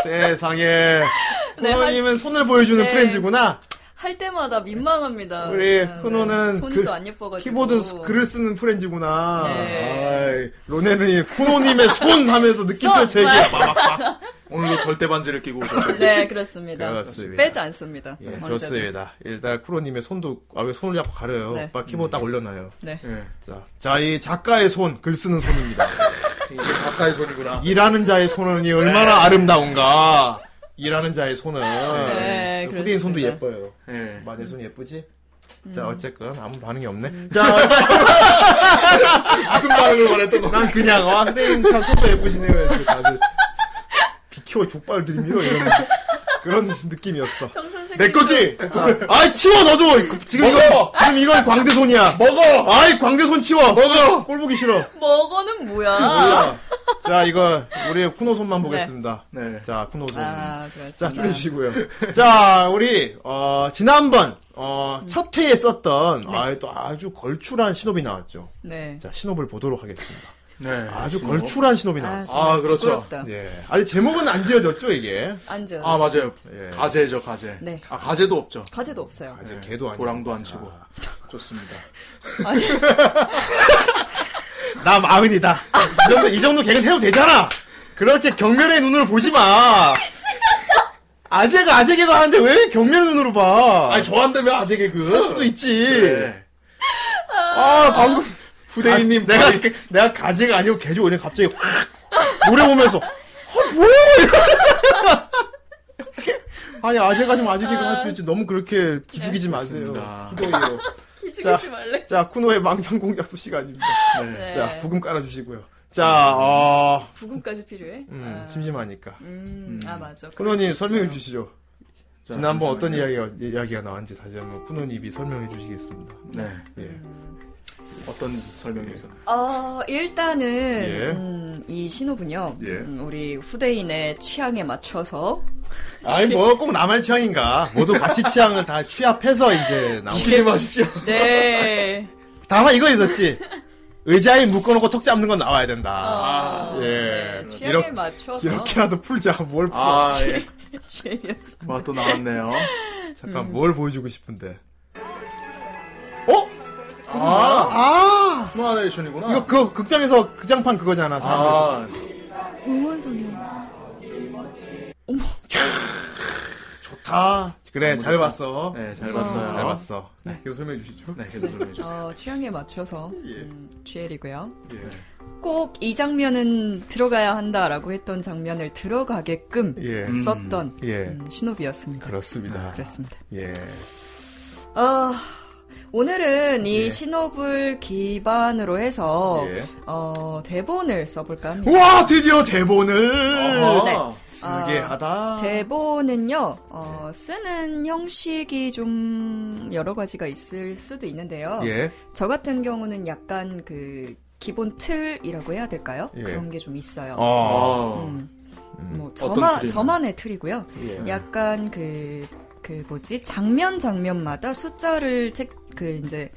[SPEAKER 1] 세상에.
[SPEAKER 4] 아, 네,
[SPEAKER 1] 쿠노님은 손을 보여주는
[SPEAKER 4] 네.
[SPEAKER 1] 프렌즈구나.
[SPEAKER 4] 할 때마다 민망합니다.
[SPEAKER 1] 우리
[SPEAKER 4] 네,
[SPEAKER 1] 쿠노는
[SPEAKER 4] 손이
[SPEAKER 1] 그
[SPEAKER 4] 또 안 예뻐가지고
[SPEAKER 1] 키보드 스- 글을 쓰는 프렌즈구나.
[SPEAKER 4] 네.
[SPEAKER 1] 아이, 로네는 쿠노님의 손 하면서 느낌표
[SPEAKER 4] 손!
[SPEAKER 1] 제기.
[SPEAKER 2] 빠박박. 오늘도 절대 반지를 끼고 오셨어요.
[SPEAKER 4] 네 그렇습니다.
[SPEAKER 1] 그렇습니다.
[SPEAKER 4] 빼지 않습니다.
[SPEAKER 1] 예,
[SPEAKER 4] 언제든.
[SPEAKER 1] 좋습니다. 일단 쿠로님의 손도 아 왜 손을 자꾸 가려요?
[SPEAKER 4] 네.
[SPEAKER 1] 오빠 키보드 딱 올려놔요.
[SPEAKER 4] 네.
[SPEAKER 2] 예.
[SPEAKER 1] 자, 자이 작가의 손, 글 쓰는 손입니다.
[SPEAKER 2] 이게 작가의 손이구나.
[SPEAKER 1] 일하는 자의 손이 얼마나 아름다운가. 일하는 자의 손은
[SPEAKER 4] 네,
[SPEAKER 1] 후디인 손도
[SPEAKER 4] 그렇습니다.
[SPEAKER 1] 예뻐요.
[SPEAKER 2] 예.
[SPEAKER 1] 마녀 손 예쁘지? 자, 어쨌건 아무 반응이 없네. 자, 어쨌건
[SPEAKER 2] 무슨 반응을 원했던 거.
[SPEAKER 1] 난 그냥 와 후디인 참 손도 예쁘시네요. 이렇게 다들 비켜 족발 드립니다. 이런 그런 느낌이었어.
[SPEAKER 4] 정 선생님.
[SPEAKER 2] 내 거지!
[SPEAKER 1] 아이 치워 너도 지금 이거
[SPEAKER 2] 먹어!
[SPEAKER 1] 지금 이건 광대손이야.
[SPEAKER 2] 먹어!
[SPEAKER 1] 아이 광대손 치워 먹어 꼴 보기 싫어
[SPEAKER 4] 먹어는 뭐야?
[SPEAKER 1] 자 이거 우리 쿠노 손만 보겠습니다
[SPEAKER 2] 네.
[SPEAKER 1] 자 쿠노 손자
[SPEAKER 4] 아 그렇죠.
[SPEAKER 1] 줄여주시고요 자 우리 어 지난번 어첫 회에 썼던 아이 또 아주 걸출한 신호비 나왔죠
[SPEAKER 4] 네.
[SPEAKER 1] 자 신호를 보도록 하겠습니다
[SPEAKER 2] 네.
[SPEAKER 1] 아주
[SPEAKER 2] 신호.
[SPEAKER 1] 걸출한 신호비
[SPEAKER 4] 아,
[SPEAKER 1] 나왔어
[SPEAKER 4] 정말
[SPEAKER 2] 아, 그렇죠.
[SPEAKER 4] 부끄럽다.
[SPEAKER 1] 예 아직 제목은 안 지어졌죠 이게
[SPEAKER 4] 앉아.
[SPEAKER 2] 아, 맞아요.
[SPEAKER 1] 예.
[SPEAKER 2] 가재죠, 가재.
[SPEAKER 4] 네.
[SPEAKER 2] 아, 가재도 없죠.
[SPEAKER 4] 과제도 없어요.
[SPEAKER 1] 아직 개도 아니고
[SPEAKER 2] 네. 도랑도 안 치고. 좋습니다.
[SPEAKER 4] 아니,
[SPEAKER 1] 나 마흔이다 이 정도 이 정도 개그는 해도 되잖아 그렇게 경멸의 눈으로 보지 마 아재가 아재 개그 하는데 왜 경멸의 눈으로 봐
[SPEAKER 2] 아니, 저한테면 아재 개그.
[SPEAKER 1] 할 수도 있지.
[SPEAKER 2] 네.
[SPEAKER 1] 아, 방금.
[SPEAKER 2] 후대인님,
[SPEAKER 1] 아, 내가,
[SPEAKER 2] 발이-
[SPEAKER 1] 그- 내가 가지가 아니고 개조 오늘 갑자기 확! 노래 보면서, 아, 뭐야! 이러면서. 아니, 아재가 좀 아재 개그 할 수도 있지. 너무 네. 그렇게 기죽이지 마세요.
[SPEAKER 2] 좋습니다.
[SPEAKER 1] 기도해요.
[SPEAKER 4] 기죽이지 말래.
[SPEAKER 1] 자, 쿠노의 망상공작소 시간입니다.
[SPEAKER 2] 네.
[SPEAKER 4] 네.
[SPEAKER 1] 자, 부금 깔아주시고요. 자, 어,
[SPEAKER 4] 부금까지 필요해.
[SPEAKER 1] 음,
[SPEAKER 4] 아,
[SPEAKER 1] 심심하니까.
[SPEAKER 4] 음, 아 맞아.
[SPEAKER 1] 쿠노님
[SPEAKER 4] 그럴 수 있어요.
[SPEAKER 1] 설명해 주시죠.
[SPEAKER 2] 자,
[SPEAKER 1] 지난번 어떤
[SPEAKER 2] 잠시만요.
[SPEAKER 1] 이야기가, 이야기가 나왔는지 다시 한번 쿠노님이 설명해 주시겠습니다.
[SPEAKER 2] 네.
[SPEAKER 1] 예.
[SPEAKER 4] 음.
[SPEAKER 2] 어떤 설명이 있었나요?
[SPEAKER 4] 어, 일단은
[SPEAKER 1] 예.
[SPEAKER 4] 음, 이 신호군요.
[SPEAKER 1] 예.
[SPEAKER 4] 음, 우리 후대인의 취향에 맞춰서
[SPEAKER 1] 아니 뭐 꼭 나만 취향인가 모두 같이 취향을 다 취합해서 이제 나온
[SPEAKER 2] 웃기지 마십시오.
[SPEAKER 4] 네.
[SPEAKER 1] 다만 이거 있었지 의자에 묶어놓고 턱 잡는 건 나와야 된다
[SPEAKER 4] 아,
[SPEAKER 1] 예.
[SPEAKER 4] 네, 취향에
[SPEAKER 1] 이렇게-
[SPEAKER 4] 맞춰서
[SPEAKER 1] 이렇게라도 풀자 뭘 풀어
[SPEAKER 2] 아, 예.
[SPEAKER 4] 취향이었어.
[SPEAKER 2] 와, 또 나왔네요.
[SPEAKER 1] 잠깐
[SPEAKER 4] 음.
[SPEAKER 1] 뭘 보여주고 싶은데 어?
[SPEAKER 2] 아,
[SPEAKER 1] 아
[SPEAKER 2] 스노우 아레이션이구나.
[SPEAKER 1] 이거 그 극장에서 극장판 그거잖아 사람들.
[SPEAKER 2] 아,
[SPEAKER 4] 응원성이.
[SPEAKER 1] 다 그래
[SPEAKER 2] 너무
[SPEAKER 1] 잘
[SPEAKER 2] 좋다.
[SPEAKER 1] 봤어.
[SPEAKER 2] 네, 잘 봤어요.
[SPEAKER 1] 잘 봤어. 네, 계속 설명해 주시죠.
[SPEAKER 2] 네, 계속 좀 해주세요.
[SPEAKER 4] 어, 취향에 맞춰서
[SPEAKER 1] 예.
[SPEAKER 4] 음, GL이고요.
[SPEAKER 1] 예.
[SPEAKER 4] 꼭 이 장면은 들어가야 한다라고 했던 장면을 들어가게끔
[SPEAKER 1] 예.
[SPEAKER 4] 썼던
[SPEAKER 1] 예.
[SPEAKER 4] 음, 신호비였습니다.
[SPEAKER 1] 그렇습니다.
[SPEAKER 4] 그렇습니다.
[SPEAKER 1] 예.
[SPEAKER 4] 아, 오늘은 이
[SPEAKER 1] 예.
[SPEAKER 4] 신호불 기반으로 해서
[SPEAKER 1] 예.
[SPEAKER 4] 어, 대본을 써볼까 합니다.
[SPEAKER 1] 와 드디어 대본을
[SPEAKER 2] 어허.
[SPEAKER 4] 네.
[SPEAKER 1] 쓰게
[SPEAKER 4] 아,
[SPEAKER 1] 하다.
[SPEAKER 4] 대본은요, 어, 쓰는 형식이 좀 여러 가지가 있을 수도 있는데요.
[SPEAKER 1] 예.
[SPEAKER 4] 저 같은 경우는 약간 그 기본 틀이라고 해야 될까요?
[SPEAKER 1] 예.
[SPEAKER 4] 그런 게 좀 있어요.
[SPEAKER 1] 어.
[SPEAKER 2] 어.
[SPEAKER 4] 음,
[SPEAKER 1] 음.
[SPEAKER 4] 뭐
[SPEAKER 2] 어떤
[SPEAKER 4] 저만
[SPEAKER 2] 틀이요?
[SPEAKER 4] 저만의 틀이고요.
[SPEAKER 1] 예.
[SPEAKER 4] 약간 그, 그 뭐지, 장면 장면마다 숫자를 책, 그 이제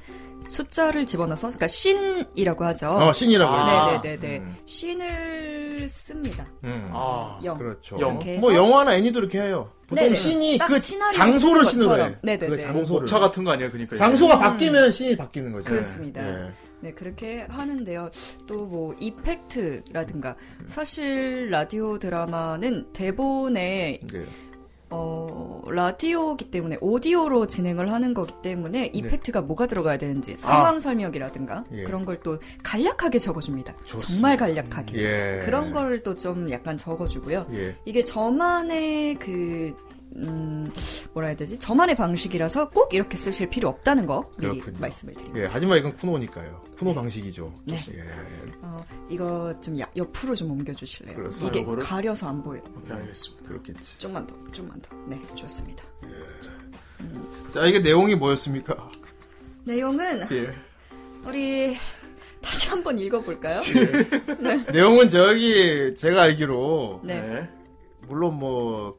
[SPEAKER 4] 숫자를 집어넣어서, 그러니까 씬이라고 하죠.
[SPEAKER 1] 어, 신이라고.
[SPEAKER 2] 아.
[SPEAKER 4] 네네네네.
[SPEAKER 1] 음.
[SPEAKER 4] 씬을 씁니다.
[SPEAKER 1] 음.
[SPEAKER 2] 아.
[SPEAKER 4] 영.
[SPEAKER 1] 그렇죠.
[SPEAKER 2] 영.
[SPEAKER 4] 이렇게
[SPEAKER 1] 뭐
[SPEAKER 4] 해서-
[SPEAKER 1] 영화나 애니도 이렇게 해요. 보통
[SPEAKER 4] 네네.
[SPEAKER 1] 신이
[SPEAKER 4] 딱
[SPEAKER 1] 그
[SPEAKER 4] 시나리오
[SPEAKER 1] 장소를
[SPEAKER 4] 쓰는
[SPEAKER 1] 신으로
[SPEAKER 4] 것처럼.
[SPEAKER 1] 해.
[SPEAKER 4] 네네네. 음.
[SPEAKER 1] 그 장소를.
[SPEAKER 2] 목차 같은 거 아니에요, 그러니까. 이게?
[SPEAKER 1] 장소가 바뀌면 신이 바뀌는 거죠.
[SPEAKER 4] 그렇습니다.
[SPEAKER 1] 예.
[SPEAKER 4] 네, 그렇게 하는데요. 또 뭐 이펙트라든가 사실 라디오 드라마는 대본에
[SPEAKER 1] 예.
[SPEAKER 4] 어, 라디오기 때문에 오디오로 진행을 하는 거기 때문에 이펙트가 뭐가 들어가야 되는지 상황 설명이라든가
[SPEAKER 1] 네. 아. 예.
[SPEAKER 4] 그런 걸 또 간략하게 적어줍니다.
[SPEAKER 1] 좋습니다.
[SPEAKER 4] 정말 간략하게.
[SPEAKER 1] 예.
[SPEAKER 4] 그런 거를 또 좀 약간 적어주고요.
[SPEAKER 1] 예.
[SPEAKER 4] 이게 저만의 그, 음, 뭐라 해야 되지? 저만의 방식이라서 꼭 이렇게 쓰실 필요 없다는 거 미리
[SPEAKER 1] 그렇군요.
[SPEAKER 4] 말씀을 드립니다.
[SPEAKER 1] 예. 하지만 이건 쿠노니까요. 쿠노 방식이죠.
[SPEAKER 4] 네.
[SPEAKER 1] 예.
[SPEAKER 4] 어, 이거 좀 야- 옆으로 좀 옮겨주실래요?
[SPEAKER 1] 그렇습니다.
[SPEAKER 4] 이게
[SPEAKER 2] 요거를?
[SPEAKER 4] 가려서 안 보여요.
[SPEAKER 2] 오케이, 알겠습니다.
[SPEAKER 1] 그렇겠지.
[SPEAKER 4] 좀만 더, 좀만 더. 네, 좋습니다. 네.
[SPEAKER 1] 자, 이게 내용이 뭐였습니까?
[SPEAKER 4] 내용은
[SPEAKER 1] 예.
[SPEAKER 4] 우리 다시 한번 읽어볼까요?
[SPEAKER 1] 예. 내용은 저기 제가 알기로
[SPEAKER 4] 네.
[SPEAKER 2] 네.
[SPEAKER 1] 물론 뭐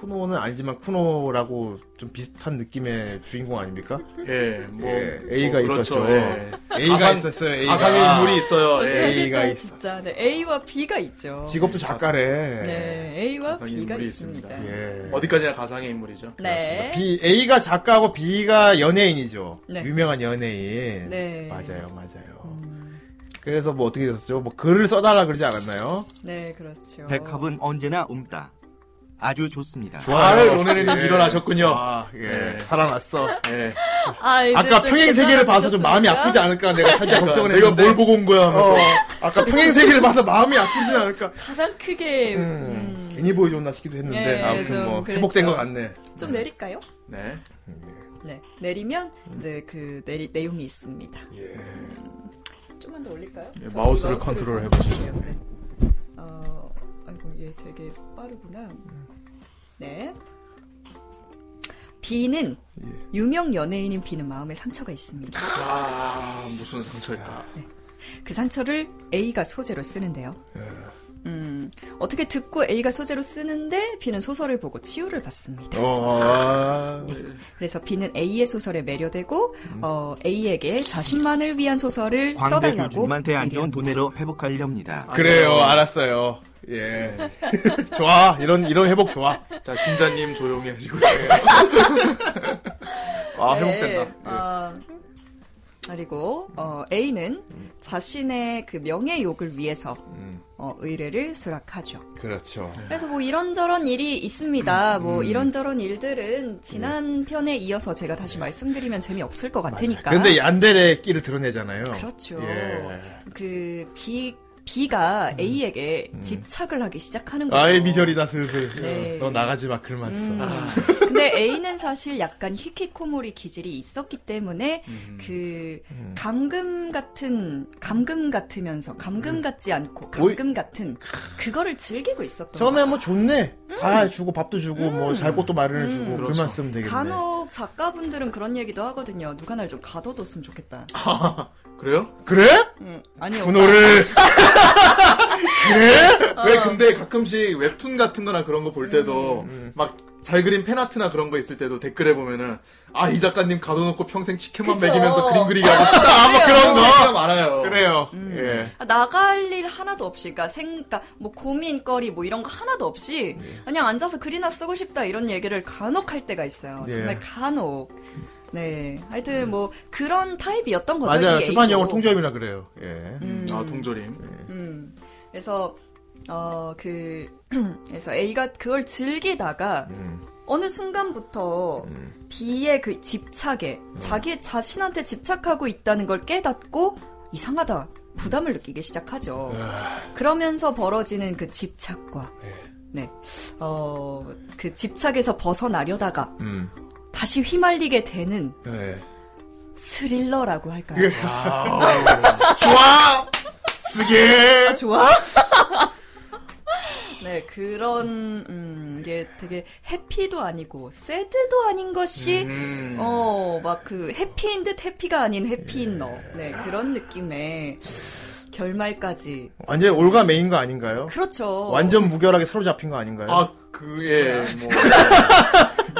[SPEAKER 1] 쿠노는 아니지만 쿠노라고 좀 비슷한 느낌의 주인공 아닙니까?
[SPEAKER 2] 예,
[SPEAKER 4] 네.
[SPEAKER 2] 뭐.
[SPEAKER 1] 예,
[SPEAKER 2] 뭐
[SPEAKER 1] A가
[SPEAKER 4] 어, 그렇죠.
[SPEAKER 1] 있었죠.
[SPEAKER 2] 예.
[SPEAKER 1] A가
[SPEAKER 2] 가상-
[SPEAKER 1] 있었어요. A가. 아.
[SPEAKER 2] 가상의 인물이 있어요. 예.
[SPEAKER 1] A가 있어.
[SPEAKER 4] 진짜 네, A와 B가 있죠.
[SPEAKER 1] 직업도 작가래.
[SPEAKER 4] 네, A와
[SPEAKER 2] 가상
[SPEAKER 4] B가
[SPEAKER 2] 인물이
[SPEAKER 4] 있습니다.
[SPEAKER 2] 있습니다.
[SPEAKER 1] 예.
[SPEAKER 2] 어디까지나 가상의 인물이죠.
[SPEAKER 4] 네.
[SPEAKER 1] B A가 작가고 B가 연예인이죠.
[SPEAKER 4] 네.
[SPEAKER 1] 유명한 연예인.
[SPEAKER 4] 네. 음.
[SPEAKER 1] 맞아요, 맞아요. 그래서 뭐 어떻게 됐었죠? 뭐 글을 써달라 그러지 않았나요?
[SPEAKER 4] 네, 그렇죠.
[SPEAKER 11] 백합은 언제나 웁다. 아주 좋습니다.
[SPEAKER 2] 아, 오늘은 일어나셨군요.
[SPEAKER 1] 예. 아, 예.
[SPEAKER 2] 예.
[SPEAKER 1] 살아났어.
[SPEAKER 2] 예.
[SPEAKER 4] 아, 이제
[SPEAKER 1] 아까
[SPEAKER 4] 좀
[SPEAKER 1] 평행 세계를 봐서 좀 마음이
[SPEAKER 4] 괜찮아지셨습니까?
[SPEAKER 1] 아프지 않을까 내가 살짝
[SPEAKER 2] 그러니까
[SPEAKER 1] 걱정을
[SPEAKER 2] 내가
[SPEAKER 1] 했는데.
[SPEAKER 2] 뭘 보고 온 거야 하면서.
[SPEAKER 1] 어, 아까 평행 세계를 봐서 마음이 아프지 않을까.
[SPEAKER 4] 가장 크게
[SPEAKER 1] 음,
[SPEAKER 4] 음,
[SPEAKER 1] 괜히 보여줬나 싶기도 했는데
[SPEAKER 4] 예,
[SPEAKER 1] 아무튼
[SPEAKER 4] 좀
[SPEAKER 1] 뭐
[SPEAKER 4] 그랬죠.
[SPEAKER 1] 회복된 것 같네.
[SPEAKER 4] 좀 내릴까요?
[SPEAKER 2] 네.
[SPEAKER 4] 네, 내리면
[SPEAKER 2] 음.
[SPEAKER 4] 이제 그 내리, 내용이 있습니다. 좀만 더 올릴까요?
[SPEAKER 2] 예,
[SPEAKER 4] 저기
[SPEAKER 2] 마우스를 컨트롤
[SPEAKER 4] 좀
[SPEAKER 2] 해보시죠.
[SPEAKER 4] 해주세요. 네. 어, 아이고 얘 되게 빠르구나.
[SPEAKER 2] 음.
[SPEAKER 4] 네. 비는
[SPEAKER 2] 예.
[SPEAKER 4] 유명 연예인인 비는 마음에 상처가 있습니다.
[SPEAKER 2] 아, 무슨 상처일까.
[SPEAKER 4] 그 상처를 A가 소재로 쓰는데요.
[SPEAKER 2] 예.
[SPEAKER 4] 음, 어떻게 듣고 A가 소재로 쓰는데 B는 소설을 보고 치유를 받습니다.
[SPEAKER 1] 어, 아,
[SPEAKER 4] 그래서 B는 A의 소설에 매료되고 어, A에게 자신만을 위한 소설을
[SPEAKER 11] 음. 광대
[SPEAKER 4] 써달라고
[SPEAKER 11] 교주님한테 안 좋은
[SPEAKER 4] 얘기합니다.
[SPEAKER 11] 돈으로 회복하렵니다.
[SPEAKER 2] 아,
[SPEAKER 1] 그래요, 알았어요. 예,
[SPEAKER 2] 네.
[SPEAKER 1] 좋아. 이런 이런 회복 좋아.
[SPEAKER 2] 자, 신자님 조용히 해주고. 예.
[SPEAKER 1] 아
[SPEAKER 4] 네,
[SPEAKER 1] 회복됐다.
[SPEAKER 2] 예.
[SPEAKER 4] 어, 그리고 어, A는 자신의 그 명예욕을 위해서
[SPEAKER 11] 음.
[SPEAKER 4] 어, 의뢰를 수락하죠.
[SPEAKER 1] 그렇죠.
[SPEAKER 4] 그래서 뭐 이런저런 일이 있습니다.
[SPEAKER 11] 음.
[SPEAKER 4] 뭐 이런저런
[SPEAKER 11] 네.
[SPEAKER 4] 일들은 지난 편에 이어서 제가 다시 말씀드리면 재미없을 것 같으니까.
[SPEAKER 1] 근데 얀델의 끼를 드러내잖아요.
[SPEAKER 4] 그렇죠.
[SPEAKER 1] 예.
[SPEAKER 4] 그 B, B가
[SPEAKER 11] 음.
[SPEAKER 4] A에게 집착을 하기 시작하는 거죠.
[SPEAKER 1] 아예 미절이다 슬슬.
[SPEAKER 4] 네. 음.
[SPEAKER 1] 너 나가지 마그 아, 글만 써.
[SPEAKER 4] 근데 A는 사실 약간 히키코모리 기질이 있었기 때문에
[SPEAKER 1] 음.
[SPEAKER 4] 그 감금 같은 감금 같으면서 감금
[SPEAKER 1] 음.
[SPEAKER 4] 같지 않고 감금 같은 그거를 즐기고 있었던
[SPEAKER 1] 처음에
[SPEAKER 4] 거죠.
[SPEAKER 1] 뭐 좋네. 다 주고 밥도 주고
[SPEAKER 4] 음.
[SPEAKER 1] 뭐 잘 것도 마련해 주고
[SPEAKER 4] 그렇죠.
[SPEAKER 1] 글만 쓰면 되겠네.
[SPEAKER 4] 간혹 작가분들은 그런 얘기도 하거든요. 누가 날 좀 가둬뒀으면 좋겠다.
[SPEAKER 2] 그래요?
[SPEAKER 1] 그래?
[SPEAKER 4] 응. 아니
[SPEAKER 1] 분호를
[SPEAKER 4] 어.
[SPEAKER 2] 왜 근데 가끔씩 웹툰 같은 거나 그런 거 볼 때도
[SPEAKER 4] 음,
[SPEAKER 2] 막 잘 그린 팬아트나 그런 거 있을 때도 댓글에 보면은 아, 이 작가님 가둬놓고 평생 치킨만
[SPEAKER 4] 그쵸.
[SPEAKER 2] 먹이면서 그림 그리게 하고 싶다. 아마 그런 거 많아요.
[SPEAKER 1] 그래요.
[SPEAKER 4] 음.
[SPEAKER 1] 예.
[SPEAKER 4] 오빠, 아, 나갈 일 하나도 없이, 그러니까 생, 그러니까 뭐 고민거리 뭐 이런 거 하나도 없이
[SPEAKER 1] 네.
[SPEAKER 4] 그냥 앉아서 글이나 쓰고 싶다 이런 얘기를 간혹 할 때가 있어요.
[SPEAKER 1] 예.
[SPEAKER 4] 정말 간혹. 네, 하여튼 뭐 그런 타입이었던 거죠.
[SPEAKER 1] 맞아요.
[SPEAKER 4] 이
[SPEAKER 1] 주판
[SPEAKER 4] A도.
[SPEAKER 1] 영어로 통조염이라 그래요. 예.
[SPEAKER 2] 아, 동조림.
[SPEAKER 4] 음. 그래서 어 그 그래서 A가 그걸 즐기다가
[SPEAKER 1] 음.
[SPEAKER 4] 어느 순간부터 비의 그 집착에 자기 자신한테 집착하고 있다는 걸 깨닫고 이상하다 부담을 느끼기 시작하죠. 그러면서 벌어지는 그 집착과
[SPEAKER 1] 예.
[SPEAKER 4] 네, 어, 그 집착에서 벗어나려다가
[SPEAKER 1] 음.
[SPEAKER 4] 다시 휘말리게 되는
[SPEAKER 1] 네.
[SPEAKER 4] 스릴러라고 할까요?
[SPEAKER 1] 좋아! 쓰게!
[SPEAKER 4] 아, 좋아? 네, 그런, 음, 게 되게 해피도 아니고, 새드도 아닌 것이, 어, 막 그, 해피인 듯 해피가 아닌 해피인 너. 네, 그런 느낌의 결말까지.
[SPEAKER 1] 완전 올가 메인 거 아닌가요?
[SPEAKER 4] 그렇죠.
[SPEAKER 1] 어, 완전 무결하게 사로잡힌 거 아닌가요?
[SPEAKER 2] 아, 그, 예, 뭐.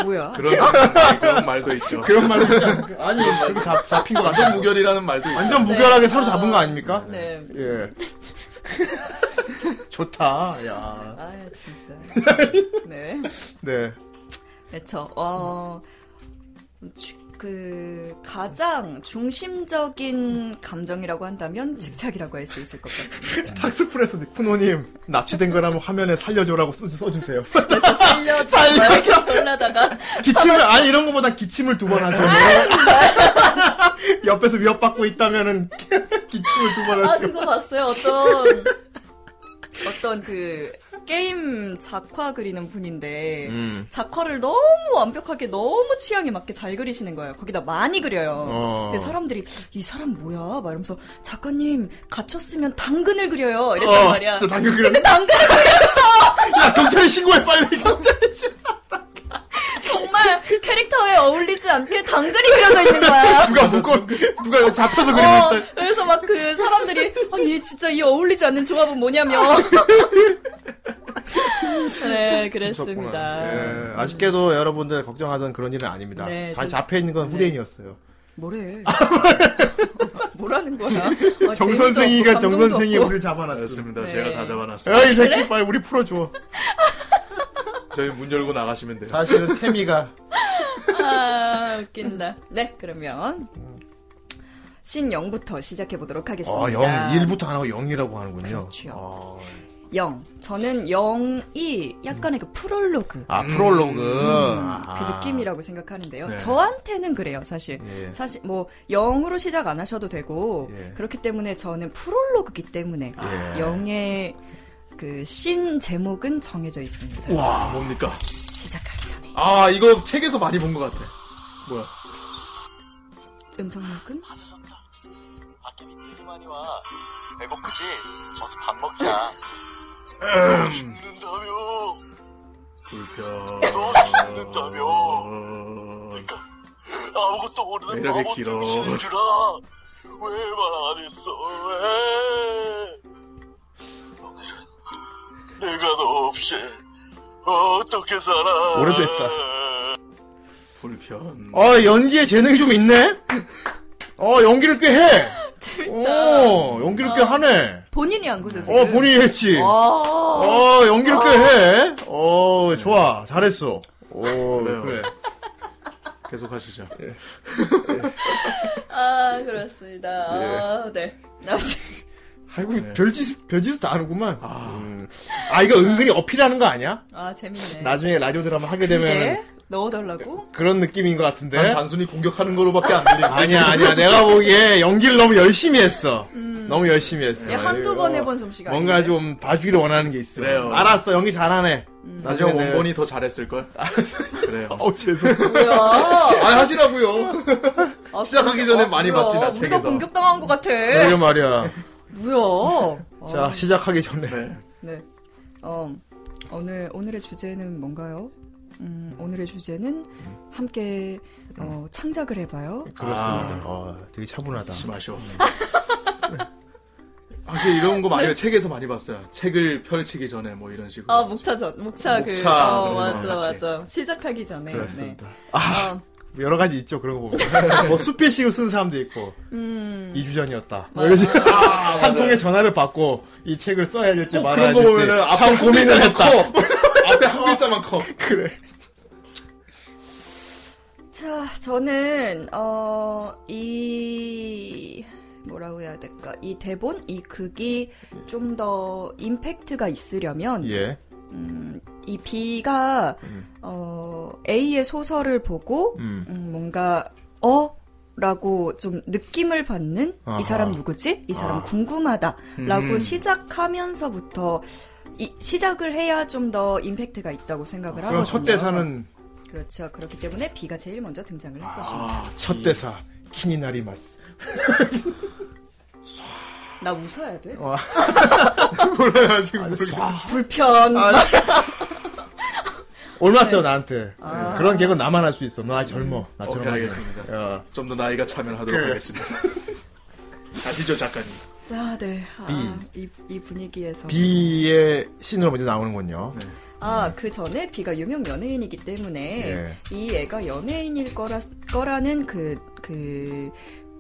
[SPEAKER 4] 어, 뭐야.
[SPEAKER 2] 그런, 말- 그런 말도 있죠.
[SPEAKER 1] 그런 말로 진짜 아니 그렇게 잡, 잡힌 거
[SPEAKER 2] 완전
[SPEAKER 1] 완전 무
[SPEAKER 2] 무결이라는 말도 있죠.
[SPEAKER 1] 완전 무결하게 사로잡은 거 아닙니까?
[SPEAKER 4] 네.
[SPEAKER 1] 예. 좋다. 야.
[SPEAKER 4] 아유, 진짜. 네.
[SPEAKER 1] 네.
[SPEAKER 4] 그렇죠. 어, 주- 그 가장 중심적인 감정이라고 한다면 집착이라고 할 수 있을 것 같습니다.
[SPEAKER 1] 탁스프레소 닉프노님 납치된 거라면 화면에 살려줘라고 써, 써주세요.
[SPEAKER 4] 그래서 살려
[SPEAKER 1] 살려.
[SPEAKER 4] 이렇게 졸라다가
[SPEAKER 1] 기침을 아니 이런 거보단 기침을 두 번 하세요. 옆에서 위협받고 있다면은 기침을 두 번
[SPEAKER 4] 아
[SPEAKER 1] 하세요.
[SPEAKER 4] 그거 봤어요. 어떤 어떤 그 게임 작화 그리는 분인데
[SPEAKER 1] 음.
[SPEAKER 4] 작화를 너무 완벽하게 너무 취향에 맞게 잘 그리시는 거예요. 거기다 많이 그려요.
[SPEAKER 1] 어.
[SPEAKER 4] 그래서 사람들이 이 사람 뭐야? 막 이러면서 작가님 갇혔으면 당근을 그려요. 이랬단
[SPEAKER 1] 어,
[SPEAKER 4] 말이야.
[SPEAKER 1] 저 당근 그렸네.
[SPEAKER 4] 근데 당근을
[SPEAKER 1] 야 경찰에 신고해
[SPEAKER 4] 어,
[SPEAKER 1] 빨리 경찰에 신고.
[SPEAKER 4] 정말 캐릭터에 어울리지 않게 당근이 그려져 있는 거야.
[SPEAKER 1] 누가 묶어 누가 잡혀서
[SPEAKER 4] 어,
[SPEAKER 1] 그리고 있다.
[SPEAKER 4] 그래서 막 그 사람들이 아니 진짜 이 어울리지 않는 조합은 뭐냐며. 네, 그랬습니다.
[SPEAKER 1] 예, 아쉽게도 여러분들 걱정하던 그런 일은 아닙니다.
[SPEAKER 4] 네,
[SPEAKER 1] 다시
[SPEAKER 4] 좀-
[SPEAKER 1] 앞에 있는 건 후대인이었어요.
[SPEAKER 4] 뭐래? 뭐라는 거야? 어,
[SPEAKER 1] 예. 정
[SPEAKER 4] 재미도
[SPEAKER 1] 선생이가
[SPEAKER 4] 없고
[SPEAKER 1] 정
[SPEAKER 4] 감동도
[SPEAKER 1] 선생이
[SPEAKER 4] 없고.
[SPEAKER 1] 우리를 잡아놨습니다.
[SPEAKER 2] 네. 제가 다 잡아놨어요.
[SPEAKER 1] 야이 새끼 빨리 우리 풀어줘.
[SPEAKER 2] 저희 문 열고 나가시면 돼요.
[SPEAKER 1] 사실은 태미가
[SPEAKER 4] 아, 웃긴다. 네, 그러면 신 0부터 시작해 보도록 하겠습니다.
[SPEAKER 1] 1부터 안 아, 하고 0이라고 하는군요. 아.
[SPEAKER 4] 그렇죠. 0. 저는 0이 약간의 그 프롤로그.
[SPEAKER 1] 아, 프롤로그.
[SPEAKER 2] 음, 아,
[SPEAKER 4] 그 느낌이라고 생각하는데요.
[SPEAKER 1] 네.
[SPEAKER 4] 저한테는 그래요, 사실.
[SPEAKER 1] 예.
[SPEAKER 4] 사실 뭐 0으로 시작 안 하셔도 되고
[SPEAKER 2] 예.
[SPEAKER 4] 그렇기 때문에 저는 프롤로그기 때문에
[SPEAKER 1] 예.
[SPEAKER 4] 0의 그 신 제목은 정해져 있습니다.
[SPEAKER 2] 와, 뭡니까?
[SPEAKER 4] 시작하기 전에
[SPEAKER 2] 아, 이거 책에서 많이 본 것 같아. 뭐야.
[SPEAKER 4] 음성록은
[SPEAKER 12] 아깨비 되게 많이 와. 배고프지? 어서 밥 먹자.
[SPEAKER 2] 음.
[SPEAKER 12] 죽는다며.
[SPEAKER 2] 불편.
[SPEAKER 12] 너 죽는다며.
[SPEAKER 2] 어,
[SPEAKER 12] 그러니까 아무것도 모르는
[SPEAKER 2] 매력이
[SPEAKER 12] 바보
[SPEAKER 2] 길어.
[SPEAKER 12] 등신인 줄아. 왜 말 안 했어? 왜? 오늘은 내가 너 없이 어떻게 살아?
[SPEAKER 1] 오래도 했다.
[SPEAKER 2] 불편.
[SPEAKER 1] 아, 연기에 재능이 좀 있네? 어, 연기를 꽤 해! 어, 연기를 꽤 하네.
[SPEAKER 4] 본인이 한 거죠 아, 지금? 아.
[SPEAKER 1] 어, 본인이 했지.
[SPEAKER 4] 어,
[SPEAKER 1] 어, 연기를 꽤 해. 어, 좋아. 잘했어. 오,
[SPEAKER 2] 그래요.
[SPEAKER 1] 그래.
[SPEAKER 2] 계속 하시죠.
[SPEAKER 4] 아 그렇습니다.
[SPEAKER 2] 예.
[SPEAKER 4] 아, 네. 나 지금-
[SPEAKER 1] 아이고,
[SPEAKER 4] 네.
[SPEAKER 1] 별짓, 별짓을 다 하는구만. 아, 아, 이거 은근히 어필하는 거 아니야?
[SPEAKER 4] 아 재밌네.
[SPEAKER 1] 나중에 라디오 드라마 하게 되면
[SPEAKER 4] 그게 넣어달라고?
[SPEAKER 2] 네.
[SPEAKER 1] 그런 느낌인 것 같은데.
[SPEAKER 2] 난 단순히 공격하는 거로밖에 안 들리고.
[SPEAKER 1] 아니야, 아니야. 내가 보기에 연기를 너무 열심히 했어. 너무 열심히 했어.
[SPEAKER 4] 음.
[SPEAKER 2] 네.
[SPEAKER 4] 예, 한두 번
[SPEAKER 1] 이거
[SPEAKER 4] 해본 솜씨가
[SPEAKER 1] 뭔가
[SPEAKER 4] 아닌데.
[SPEAKER 1] 좀 봐주기를 원하는 게 있어.
[SPEAKER 2] 그래요.
[SPEAKER 1] 알았어, 연기 잘하네.
[SPEAKER 4] 음.
[SPEAKER 2] 나중에
[SPEAKER 1] 내가-
[SPEAKER 2] 원본이 더 잘했을걸? 아, 그래요.
[SPEAKER 1] 어, 죄송.
[SPEAKER 4] 뭐야?
[SPEAKER 2] 아, 하시라고요
[SPEAKER 4] 아,
[SPEAKER 2] 시작하기 전에 많이
[SPEAKER 4] 뭐야?
[SPEAKER 2] 봤지, 나
[SPEAKER 4] 우리가
[SPEAKER 2] 책에서. 네.
[SPEAKER 4] 공격당한 것 같아.
[SPEAKER 1] 그러게 말이야.
[SPEAKER 4] 뭐야?
[SPEAKER 1] 자, 시작하기 전에.
[SPEAKER 2] 네.
[SPEAKER 4] 네. 어, 오늘 오늘의 주제는 뭔가요? 음, 오늘의 주제는 함께 어, 창작을 해봐요.
[SPEAKER 1] 그렇습니다.
[SPEAKER 2] 아.
[SPEAKER 1] 어, 되게 차분하다.
[SPEAKER 2] 지 마셔. 네. 아, 근데 이런 거 많이, 책에서 많이 봤어요. 책을 펼치기 전에 뭐 이런 식으로.
[SPEAKER 4] 아 목차전 목차, 그
[SPEAKER 2] 목차
[SPEAKER 4] 어,
[SPEAKER 2] 그런
[SPEAKER 4] 맞아
[SPEAKER 2] 거랑 같이.
[SPEAKER 4] 맞아 시작하기 전에
[SPEAKER 1] 네, 그렇습니다.
[SPEAKER 4] 네.
[SPEAKER 1] 아,
[SPEAKER 4] 어,
[SPEAKER 1] 뭐 여러 가지 있죠, 그런 거 보면. 뭐, 수필식을 쓴 사람도 있고,
[SPEAKER 4] 음,
[SPEAKER 1] 이주 전이었다. 뭐 이런
[SPEAKER 2] 아,
[SPEAKER 1] 식으로 한 통의 전화를 받고, 이 책을 써야 될지
[SPEAKER 2] 꼭
[SPEAKER 1] 말아야
[SPEAKER 2] 그런 거
[SPEAKER 1] 될지.
[SPEAKER 2] 보면은 앞에
[SPEAKER 1] 참
[SPEAKER 2] 한
[SPEAKER 1] 고민을
[SPEAKER 2] 글자만
[SPEAKER 1] 했다.
[SPEAKER 2] 커. 앞에 한 글자만 커.
[SPEAKER 1] 그래.
[SPEAKER 4] 자 저는 어, 어이 뭐라고 해야 될까 이 대본 이 극이 좀 더 임팩트가 있으려면
[SPEAKER 1] 예.
[SPEAKER 4] 음, 이 B가
[SPEAKER 1] 음.
[SPEAKER 4] 어, A의 소설을 보고
[SPEAKER 13] 음.
[SPEAKER 4] 음, 뭔가 어 라고 좀 느낌을 받는
[SPEAKER 13] 아하.
[SPEAKER 4] 이 사람 누구지? 이 사람
[SPEAKER 13] 아.
[SPEAKER 4] 궁금하다라고
[SPEAKER 13] 음.
[SPEAKER 4] 시작하면서부터 이- 시작을 해야 좀 더 임팩트가 있다고 생각을 하거든요.
[SPEAKER 1] 그럼 첫 대사는
[SPEAKER 4] 그렇죠. 그렇기 때문에 B가 제일 먼저 등장을 할
[SPEAKER 1] 아,
[SPEAKER 4] 것입니다.
[SPEAKER 1] 첫 대사 키니나리마스.
[SPEAKER 4] 나 웃어야 돼?
[SPEAKER 1] 와. 몰라요
[SPEAKER 2] 아,
[SPEAKER 1] 지금. 아.
[SPEAKER 4] 불편.
[SPEAKER 1] 올랐어요
[SPEAKER 4] 네.
[SPEAKER 1] 나한테. 네.
[SPEAKER 2] 아.
[SPEAKER 1] 그런 개그 나만 할 수 있어. 너 아직 젊어. 나처럼. 어,
[SPEAKER 2] 오케이,
[SPEAKER 1] 하기는.
[SPEAKER 2] 알겠습니다. 좀 더 나이가 차면 하도록
[SPEAKER 1] 그래.
[SPEAKER 2] 하겠습니다. 아시죠, 작가님?
[SPEAKER 4] 아, 네. 아,
[SPEAKER 1] B.
[SPEAKER 4] 이, 이 분위기에서.
[SPEAKER 1] B의 씬으로 먼저 나오는군요.
[SPEAKER 2] 네.
[SPEAKER 4] 아, 그 전에 B가 유명 연예인이기 때문에 이 애가 연예인일 거라, 거라는 그, 그,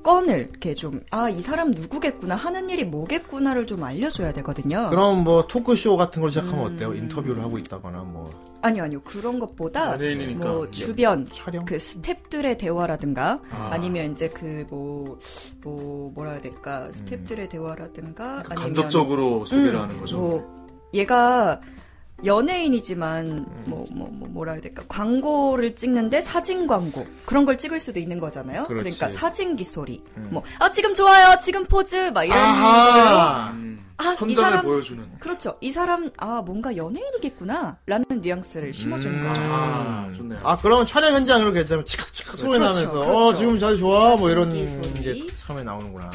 [SPEAKER 4] 건을 이렇게 좀, 아, 이 사람 누구겠구나, 하는 일이 뭐겠구나를 좀 알려줘야 되거든요.
[SPEAKER 1] 그럼 뭐 토크쇼 같은 걸 시작하면
[SPEAKER 4] 음.
[SPEAKER 1] 어때요? 인터뷰를 하고 있다거나 뭐.
[SPEAKER 4] 아니요, 아니요. 그런 것보다
[SPEAKER 1] 연예인이니까.
[SPEAKER 4] 뭐
[SPEAKER 1] 예.
[SPEAKER 4] 주변 그 스탭들의 대화라든가
[SPEAKER 1] 아.
[SPEAKER 4] 아. 니면 이제 그 뭐 뭐, 뭐라 해야 될까? 스탭들의 대화라든가 아니면
[SPEAKER 2] 그 간접적으로 소개를 하는 거죠.
[SPEAKER 4] 음, 뭐 얘가 연예인이지만 뭐, 뭐, 뭐 뭐라 해야 될까? 광고를 찍는데 사진 광고 그런 걸 찍을 수도 있는 거잖아요.
[SPEAKER 13] 그렇지.
[SPEAKER 4] 러니까 사진기 소리.
[SPEAKER 2] 음.
[SPEAKER 4] 뭐 아 지금 좋아요. 지금 포즈 막 이런 걸로 아, 이
[SPEAKER 2] 음. 현장을
[SPEAKER 4] 사람-
[SPEAKER 2] 보여주는.
[SPEAKER 4] 그렇죠. 이 사람 아 뭔가 연예인이겠구나라는 뉘앙스를 심어주는
[SPEAKER 1] 음.
[SPEAKER 4] 거죠.
[SPEAKER 1] 아,
[SPEAKER 2] 좋네요.
[SPEAKER 1] 아, 그러면 촬영 현장으로 괜찮으면 치카치카 소리
[SPEAKER 4] 그렇죠,
[SPEAKER 1] 나면서 어,
[SPEAKER 4] 그렇죠.
[SPEAKER 1] 지금 잘 좋아. 뭐 이런
[SPEAKER 4] 사진기
[SPEAKER 1] 게
[SPEAKER 4] 소리.
[SPEAKER 1] 처음에 나오는구나.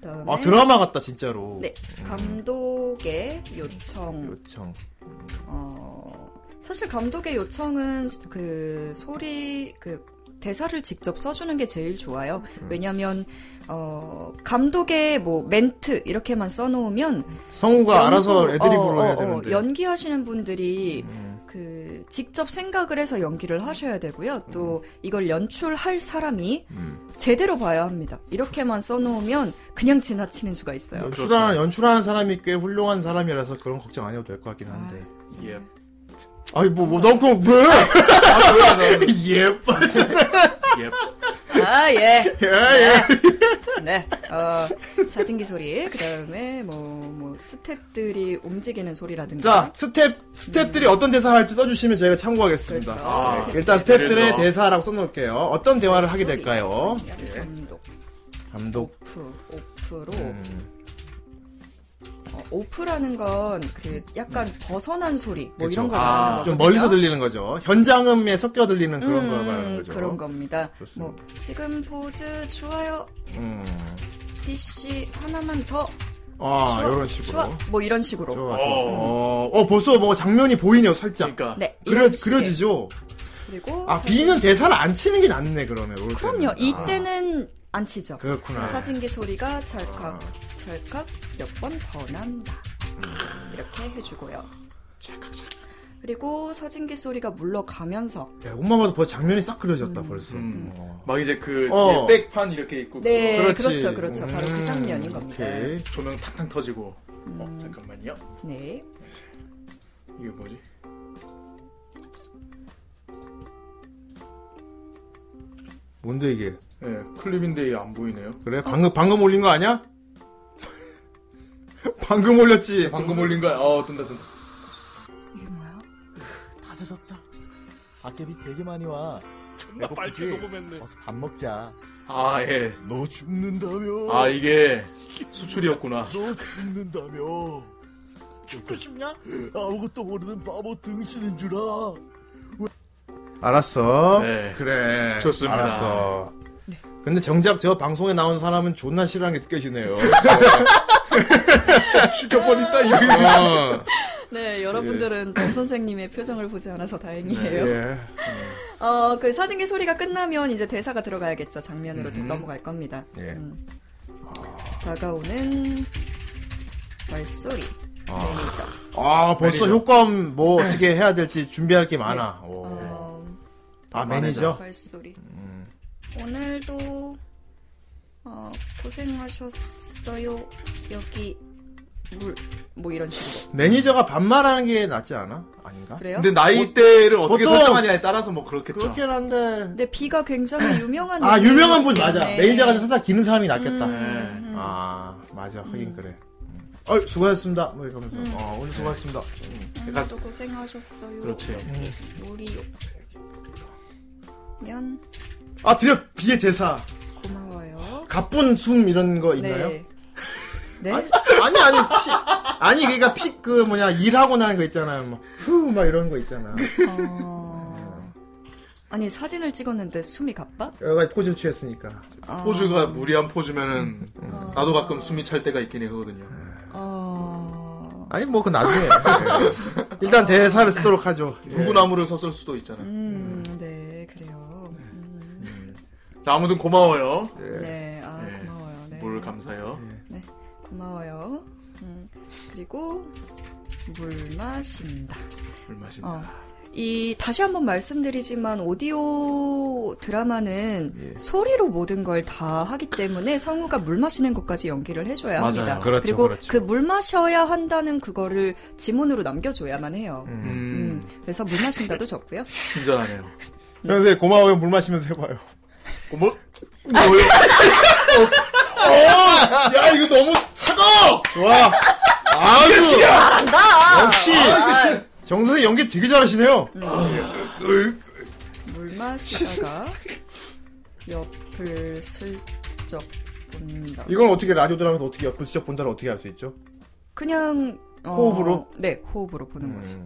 [SPEAKER 4] 그다음에
[SPEAKER 1] 아, 드라마 같다 진짜로.
[SPEAKER 4] 네 감독의 요청.
[SPEAKER 1] 요청.
[SPEAKER 4] 어, 사실 감독의 요청은 그 소리 그 대사를 직접 써주는 게 제일 좋아요.
[SPEAKER 1] 음.
[SPEAKER 4] 왜냐하면 어, 감독의 뭐 멘트 이렇게만 써놓으면
[SPEAKER 1] 성우가 알아서 애드리브로 해야 되는데.
[SPEAKER 4] 어,
[SPEAKER 1] 음.
[SPEAKER 4] 연기하시는 분들이 그 직접 생각을 해서 연기를 하셔야 되고요. 또
[SPEAKER 1] 음.
[SPEAKER 4] 이걸 연출할 사람이 제대로 봐야 합니다. 이렇게만 써놓으면 그냥 지나치는 수가 있어요.
[SPEAKER 1] 연출하는, 연출하는 사람이 꽤 훌륭한 사람이라서 그런 걱정 안 해도 될 것 같긴 한데.
[SPEAKER 4] 아.
[SPEAKER 2] 예.
[SPEAKER 1] 아니, 뭐, 뭐, 난 그럼 왜? 아, 왜? 예.
[SPEAKER 2] 예.
[SPEAKER 4] 아, 예.
[SPEAKER 1] 예, 예.
[SPEAKER 4] 네. 어, 사진기 소리, 그 다음에 뭐, 뭐, 스탭들이 움직이는 소리라든가.
[SPEAKER 1] 자, 스텝, 스텝들이 어떤 대사를 할지 써주시면 저희가 참고하겠습니다.
[SPEAKER 4] 그렇죠. 아, 스텝.
[SPEAKER 1] 일단 스텝들의
[SPEAKER 4] 예를 들어.
[SPEAKER 1] 대사라고 써놓을게요. 어떤 대화를 하게 될까요?
[SPEAKER 4] 감독,
[SPEAKER 1] 감독.
[SPEAKER 4] 예. 음, 오프, 오프로.
[SPEAKER 1] 음,
[SPEAKER 4] 어, 오프라는 건 그 약간 벗어난 소리, 뭐
[SPEAKER 1] 음. 그렇죠.
[SPEAKER 4] 이런 걸 말하는
[SPEAKER 1] 아,
[SPEAKER 4] 거거든요.
[SPEAKER 1] 좀 멀리서 들리는 거죠. 현장음에 섞여 들리는 그런
[SPEAKER 4] 음,
[SPEAKER 1] 걸 말하는 거죠.
[SPEAKER 4] 그런 겁니다.
[SPEAKER 1] 좋습니다.
[SPEAKER 4] 뭐, 지금 포즈 좋아요.
[SPEAKER 1] 음.
[SPEAKER 4] PC 하나만 더.
[SPEAKER 1] 아,
[SPEAKER 4] 좋아,
[SPEAKER 1] 이런 식으로.
[SPEAKER 4] 좋아. 뭐 이런 식으로.
[SPEAKER 1] 좋아, 좋아. 어, 그러니까. 어, 벌써 뭐 장면이 보이네요, 살짝.
[SPEAKER 2] 그러니까
[SPEAKER 4] 네,
[SPEAKER 1] 그려,
[SPEAKER 4] 이런 식의.
[SPEAKER 1] 그려지죠?
[SPEAKER 4] 그리고.
[SPEAKER 1] 아, 비는 대사를 안 치는 게 낫네, 그러면. 올
[SPEAKER 4] 그럼요.
[SPEAKER 1] 때는.
[SPEAKER 4] 이때는 안 치죠.
[SPEAKER 1] 아. 그렇구나. 아.
[SPEAKER 4] 사진기 소리가 찰칵, 찰칵 몇 번 더 난다. 이렇게 해주고요. 그리고 사진기 소리가 물러가면서
[SPEAKER 1] 아, 야, 옷만 봐도 벌써 장면이 싹 그려졌다, 벌써. 어.
[SPEAKER 2] 음. 막 이제 그
[SPEAKER 1] 어.
[SPEAKER 2] 뒤에 백판 이렇게 있고.
[SPEAKER 4] 네,
[SPEAKER 2] 그거.
[SPEAKER 4] 그렇죠, 그렇죠. 바로
[SPEAKER 14] 음,
[SPEAKER 4] 그 장면인 겁니다.
[SPEAKER 2] 오케이. 조명 탁탁 터지고.
[SPEAKER 4] 음.
[SPEAKER 2] 어, 잠깐만요.
[SPEAKER 4] 네.
[SPEAKER 2] 이게 뭐지?
[SPEAKER 1] 뭔데, 이게?
[SPEAKER 2] 예, 클립인데 안 보이네요.
[SPEAKER 1] 그래? 방금, 방금 올린 거 아니야? 방금 올렸지.
[SPEAKER 2] 방금 올린 거야. 어, 뜬다, 뜬다.
[SPEAKER 14] 다 젖었다. 아깨비 되게 많이 와.
[SPEAKER 6] 존나 뭐 빨개 녹음했네.
[SPEAKER 14] 어서 밥 먹자.
[SPEAKER 2] 아, 예.
[SPEAKER 14] 너 죽는다며.
[SPEAKER 2] 아, 이게 수출이었구나.
[SPEAKER 14] 너 죽는다며. 죽고 싶냐? 아무것도 모르는 바보 등신인 줄 알아.
[SPEAKER 1] 알았어.
[SPEAKER 2] 네.
[SPEAKER 1] 그래.
[SPEAKER 2] 좋습니다.
[SPEAKER 1] 알았어.
[SPEAKER 4] 네.
[SPEAKER 1] 근데 정작 저 방송에 나온 사람은 존나 싫어하는 게 느껴지네요.
[SPEAKER 2] 진짜 죽여버린다, 이거.
[SPEAKER 1] 어.
[SPEAKER 4] 네, 여러분들은 정 선생님의 표정을 보지 않아서 다행이에요.
[SPEAKER 1] 예.
[SPEAKER 4] 어, 그 사진기 소리가 끝나면 이제 대사가 들어가야겠죠. 장면으로
[SPEAKER 1] 음.
[SPEAKER 4] 넘어갈 겁니다. 음.
[SPEAKER 1] 예.
[SPEAKER 4] 다가오는 발소리.
[SPEAKER 1] 아.
[SPEAKER 4] 매니저.
[SPEAKER 1] 아, 벌써
[SPEAKER 4] 매니저. 네.
[SPEAKER 1] 효과음 뭐 어떻게 해야 될지 준비할 게 많아. 오.
[SPEAKER 4] 어,
[SPEAKER 1] 아, 매니저?
[SPEAKER 4] 발소리. 오늘도 어, 고생하셨어요. 여기 물 뭐 이런 식으로.
[SPEAKER 1] 매니저가 반말하는 게 낫지 않아? 아닌가?
[SPEAKER 4] 그래요?
[SPEAKER 2] 근데 나이대를
[SPEAKER 1] 뭐,
[SPEAKER 2] 어떻게
[SPEAKER 1] 보통-
[SPEAKER 2] 설정하냐에 따라서 뭐 그렇겠죠.
[SPEAKER 1] 그렇긴 한데.
[SPEAKER 4] 근데 비가 굉장히 유명한
[SPEAKER 1] 아,
[SPEAKER 4] 연예인 네.
[SPEAKER 1] 유명한 분 맞아.
[SPEAKER 4] 때문에
[SPEAKER 1] 매니저가 살짝 기는 사람이 낫겠다.
[SPEAKER 4] 음, 음.
[SPEAKER 1] 아, 맞아. 하긴 그래. 어, 수고하셨습니다. 뭐 이렇게 하면서. 어, 오늘 수고하셨습니다. 음.
[SPEAKER 4] 오늘도 고생하셨어요.
[SPEAKER 1] 그렇지.
[SPEAKER 4] 우리 면
[SPEAKER 1] 아, 드디어 비의 대사.
[SPEAKER 4] 고마워요.
[SPEAKER 1] 가쁜 숨 이런 거 있나요?
[SPEAKER 4] 네. 네?
[SPEAKER 1] 아니, 아니, 피, 아니, 그니까 피, 그 뭐냐, 일하고 나는 거 있잖아요. 막, 후, 막 이런 거 있잖아.
[SPEAKER 4] 어. 아니 사진을 찍었는데 숨이 가빠?
[SPEAKER 1] 여러 가지 포즈 취했으니까.
[SPEAKER 4] 아.
[SPEAKER 2] 포즈가 무리한 포즈면은 나도 가끔 숨이 찰 때가 있긴 하거든요.
[SPEAKER 4] 어.
[SPEAKER 1] 아니, 뭐, 그 나중에. 일단 대사를 쓰도록 하죠. 예.
[SPEAKER 2] 네. 누구나무를 섰을 수도 있잖아요.
[SPEAKER 4] 음, 네, 그래요.
[SPEAKER 2] 자, 아무튼 고마워요.
[SPEAKER 4] 네, 아 고마워요. 네,
[SPEAKER 2] 물 감사해요.
[SPEAKER 4] 네, 고마워요. 음, 그리고 물 마신다.
[SPEAKER 2] 물 마신다.
[SPEAKER 4] 어, 이 다시 한번 말씀드리지만 오디오
[SPEAKER 1] 예.
[SPEAKER 4] 드라마는 소리로 모든 걸 다 하기 때문에 성우가 물 마시는 것까지 연기를 해줘야
[SPEAKER 1] 맞아요.
[SPEAKER 4] 합니다.
[SPEAKER 1] 그렇죠,
[SPEAKER 4] 리고
[SPEAKER 1] 그렇죠.
[SPEAKER 4] 그 물 마셔야 한다는 그거를 지문으로 남겨줘야만 해요.
[SPEAKER 2] 음,
[SPEAKER 4] 그래서 물 마신다도 좋고요.
[SPEAKER 2] 친절하네요.
[SPEAKER 1] 선생님, 고마워요. 물 마시면서 해봐요.
[SPEAKER 2] 고마, 뭐? 뭐요? 어, 야, 이거 너무 차가워!
[SPEAKER 1] 와, 아주.
[SPEAKER 4] 잘한다.
[SPEAKER 1] 아, 역시. 정선생 연기 되게 잘하시네요.
[SPEAKER 4] 물 마시다가 옆을 슬쩍 본다.
[SPEAKER 1] 이건 어떻게 라디오 드라마에서 어떻게 옆을 슬쩍 본다를 어떻게 알 수 있죠?
[SPEAKER 4] 그냥 어,
[SPEAKER 1] 호흡으로? 음.
[SPEAKER 4] 네 호흡으로 보는 거죠.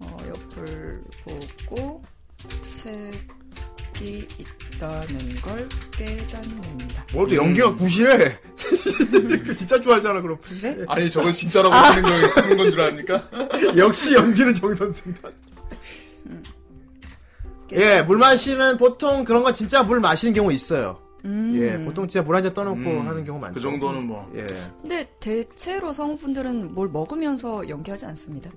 [SPEAKER 4] 어, 옆을 보고 책이 있다는 걸 깨닫는다.
[SPEAKER 1] 뭘 또 연기가 구실해. 음. 그 진짜 좋아하잖아, 그럼.
[SPEAKER 4] 구실해?
[SPEAKER 2] 아니, 저걸 진짜라고 쓰는 거, 쓰는 건 줄 아닙니까?
[SPEAKER 1] 역시 연기는 정선생이다.
[SPEAKER 4] 음.
[SPEAKER 1] 예, 물 마시는 보통 그런 건 진짜 물 마시는 경우 있어요.
[SPEAKER 4] 음.
[SPEAKER 1] 예, 보통 진짜 물 한 잔 떠놓고 하는 경우 많죠.
[SPEAKER 2] 그 정도는 뭐.
[SPEAKER 1] 예.
[SPEAKER 4] 근데 대체로 성우분들은 뭘 먹으면서 연기하지 않습니다.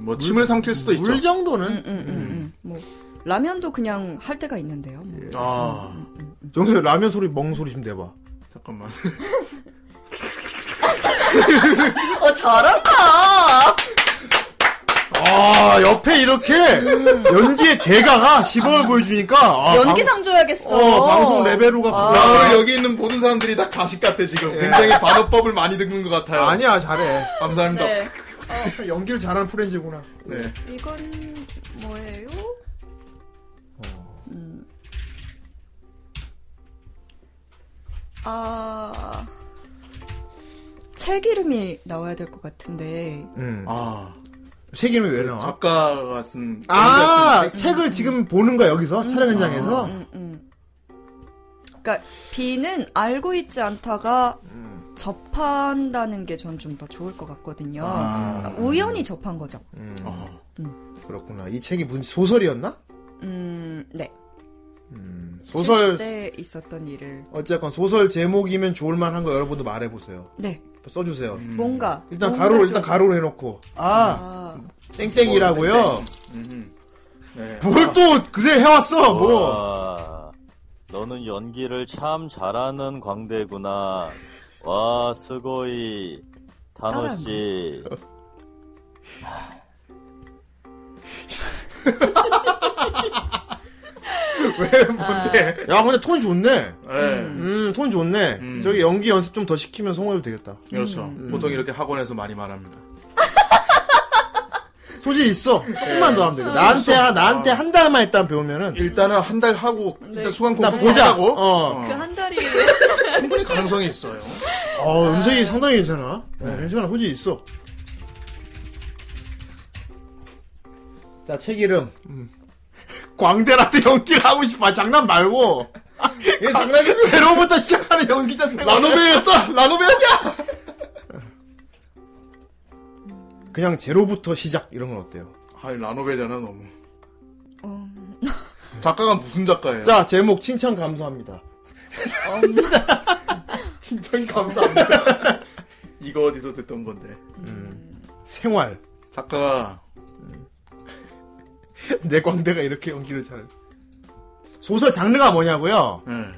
[SPEAKER 2] 뭐, 침을 삼킬 수도 있죠.
[SPEAKER 1] 물 정도는.
[SPEAKER 4] 뭐 라면도 그냥 할 때가 있는데요. 뭐.
[SPEAKER 1] 아. 정선생 라면 소리, 멍 소리 좀 내봐.
[SPEAKER 2] 잠깐만.
[SPEAKER 4] 어 잘한다.
[SPEAKER 1] 아, 옆에 이렇게 연기의 대가가 시범을 보여주니까. 아,
[SPEAKER 4] 연기상 줘야겠어. 아.
[SPEAKER 1] 어, 방송 레벨로가
[SPEAKER 2] 야, 여기 있는 모든 사람들이 다 가식 같아, 지금. 굉장히 반어법을 많이 듣는 것 같아요.
[SPEAKER 1] 예. 아니야, 잘해.
[SPEAKER 2] 감사합니다.
[SPEAKER 4] 네.
[SPEAKER 1] 방- 연기를 잘하는 프렌즈구나.
[SPEAKER 2] 네.
[SPEAKER 4] 이건 뭐예요? 음. 아, 책 이름이 나와야 될 것 같은데.
[SPEAKER 1] 음.
[SPEAKER 2] 아.
[SPEAKER 1] 책 이름이 왜 나와?
[SPEAKER 2] 작가가 쓴.
[SPEAKER 1] 어? 아,
[SPEAKER 2] 책.
[SPEAKER 1] 책을 지금 보는 거야, 여기서? 촬영 현장에서?
[SPEAKER 4] 음, 그러니까 B는 알고 있지 않다가 접한다는 게 전 좀 더 좋을 것 같거든요. 그러니까
[SPEAKER 1] 아.
[SPEAKER 4] 우연히 접한 거죠.
[SPEAKER 1] 어. 그렇구나. 이 책이 문, 소설이었나?
[SPEAKER 4] 음, 네.
[SPEAKER 1] 소설,
[SPEAKER 4] 실제 있었던 일을.
[SPEAKER 1] 어쨌건 소설 제목이면 좋을만 한거 여러분도 말해보세요.
[SPEAKER 4] 네.
[SPEAKER 1] 써주세요.
[SPEAKER 4] 뭔가.
[SPEAKER 1] 일단
[SPEAKER 4] 뭔가
[SPEAKER 1] 가로로,
[SPEAKER 4] 좀-
[SPEAKER 1] 일단 가로로 해놓고. 음. 아,
[SPEAKER 4] 아,
[SPEAKER 1] 땡땡이라고요? 음.
[SPEAKER 2] 네.
[SPEAKER 1] 뭘 또 그새 해왔어, 뭐.
[SPEAKER 13] 와, 아, 너는 연기를 참 잘하는 광대구나. 와, 스고이. 단호씨.
[SPEAKER 2] 왜,
[SPEAKER 1] 아.
[SPEAKER 2] 뭔데?
[SPEAKER 1] 야, 근데 톤 좋네.
[SPEAKER 2] 예.
[SPEAKER 1] 음, 톤 좋네. 저기 연기 연습 좀 더 시키면 성공해도 되겠다.
[SPEAKER 2] 그렇죠.
[SPEAKER 1] 음.
[SPEAKER 2] 보통 이렇게 학원에서 많이 말합니다.
[SPEAKER 1] 소질 있어. 조금만 더 하면 돼. 나한테, 한- 나한테 한 달만 일단 배우면은.
[SPEAKER 2] 일단은 한 달 하고 일단 수강 공부
[SPEAKER 1] 보자.
[SPEAKER 2] 하고
[SPEAKER 1] 어.
[SPEAKER 4] 네. 그 한 달이.
[SPEAKER 2] 충분히 가능성이 있어요.
[SPEAKER 1] 어, 음색이 상당히 괜찮아. 네, 괜찮아. 소질 있어. 자, 책 이름. 음. 광대라도 연기를 하고 싶어. 아, 장난 말고.
[SPEAKER 2] 얘 장난이
[SPEAKER 1] 제로부터 시작하는 연기자 생활.
[SPEAKER 2] 라노베였어. 라노베였냐?
[SPEAKER 1] 그냥 제로부터 시작 이런 건 어때요?
[SPEAKER 2] 아니 라노베잖아 너무.
[SPEAKER 4] 음.
[SPEAKER 2] 작가가 무슨 작가예요?
[SPEAKER 1] 자, 제목 칭찬 감사합니다.
[SPEAKER 2] 칭찬 감사합니다. 이거 어디서 듣던 건데?
[SPEAKER 1] 생활.
[SPEAKER 2] 작가가
[SPEAKER 1] 내 광대가 이렇게 연기를 잘. 소설 장르가 뭐냐고요?
[SPEAKER 2] 예.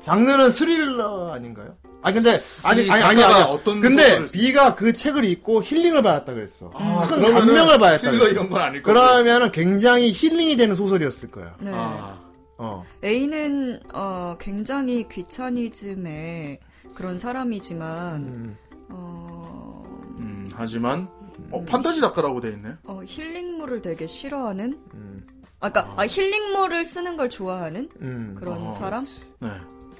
[SPEAKER 1] 장르는 스릴러 아닌가요? 아니 근데 아니
[SPEAKER 2] 이
[SPEAKER 1] 아니 아니
[SPEAKER 2] 작가가
[SPEAKER 1] 아니
[SPEAKER 2] 어떤
[SPEAKER 1] 근데
[SPEAKER 2] 소설을 쓰-
[SPEAKER 1] 비가 그 책을 읽고 힐링을 받았다 그랬어.
[SPEAKER 2] 아,
[SPEAKER 1] 음, 큰
[SPEAKER 2] 그러면은
[SPEAKER 1] 감명을 받았다. 네.
[SPEAKER 2] 스릴러
[SPEAKER 1] 그랬어.
[SPEAKER 2] 이런 건 아닐 거고.
[SPEAKER 1] 그러면은 굉장히 힐링이 되는 소설이었을 거야.
[SPEAKER 4] 네.
[SPEAKER 2] 아,
[SPEAKER 1] 어. 음.
[SPEAKER 4] A는 어, 굉장히 귀차니즘의 그런 사람이지만
[SPEAKER 2] 음, 하지만 어, 판타지 작가라고 돼 있네.
[SPEAKER 4] 어, 힐링물을 되게 싫어하는? 아, 그러니까 아, 힐링물을 쓰는 걸 좋아하는
[SPEAKER 1] 음.
[SPEAKER 4] 그런
[SPEAKER 1] 아,
[SPEAKER 4] 사람?
[SPEAKER 2] 네.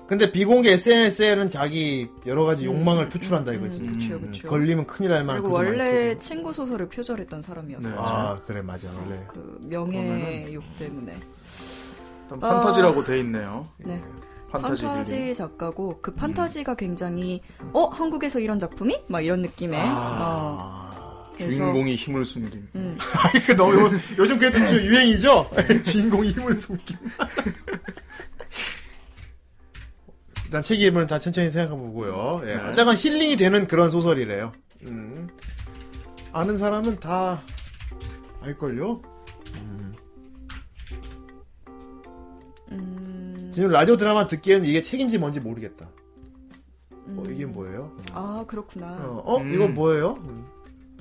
[SPEAKER 1] 근데 비공개 SNS에는 자기 여러
[SPEAKER 4] 음,
[SPEAKER 1] 가지 욕망을 표출한다 이거지. 음,
[SPEAKER 4] 그쵸, 그쵸.
[SPEAKER 1] 걸리면 큰일 날 만한
[SPEAKER 4] 음, 그리고
[SPEAKER 1] 글도 많이
[SPEAKER 4] 원래 친구 소설을 표절했던 사람이었어요.
[SPEAKER 1] 쓰고. 아 그래 맞아 원래.
[SPEAKER 4] 그 명예욕 때문에.
[SPEAKER 2] 일단
[SPEAKER 4] 어,
[SPEAKER 2] 판타지라고 돼 있네요.
[SPEAKER 4] 네.
[SPEAKER 2] 판타지
[SPEAKER 4] 판타지,
[SPEAKER 2] 빌딩.
[SPEAKER 4] 작가고 그 판타지가 굉장히 어 한국에서 이런 작품이 막 이런 느낌의 어, 그래서-
[SPEAKER 2] 주인공이 힘을 어, 숨김.
[SPEAKER 4] 음.
[SPEAKER 1] 그 너무 요즘 그게 좀 유행이죠? 주인공이 힘을 숨김. 일단 책 이름은 다 천천히 생각해보고요. 예.
[SPEAKER 2] 네.
[SPEAKER 1] 약간 힐링이 되는 그런 소설이래요. 음. 아는 사람은 다 알걸요?
[SPEAKER 4] 음,
[SPEAKER 1] 지금 라디오 드라마 듣기에는 이게 책인지 뭔지 모르겠다. 어,
[SPEAKER 4] 음.
[SPEAKER 1] 이게 뭐예요?
[SPEAKER 4] 아 그렇구나.
[SPEAKER 1] 어, 어? 이거 뭐예요? 음.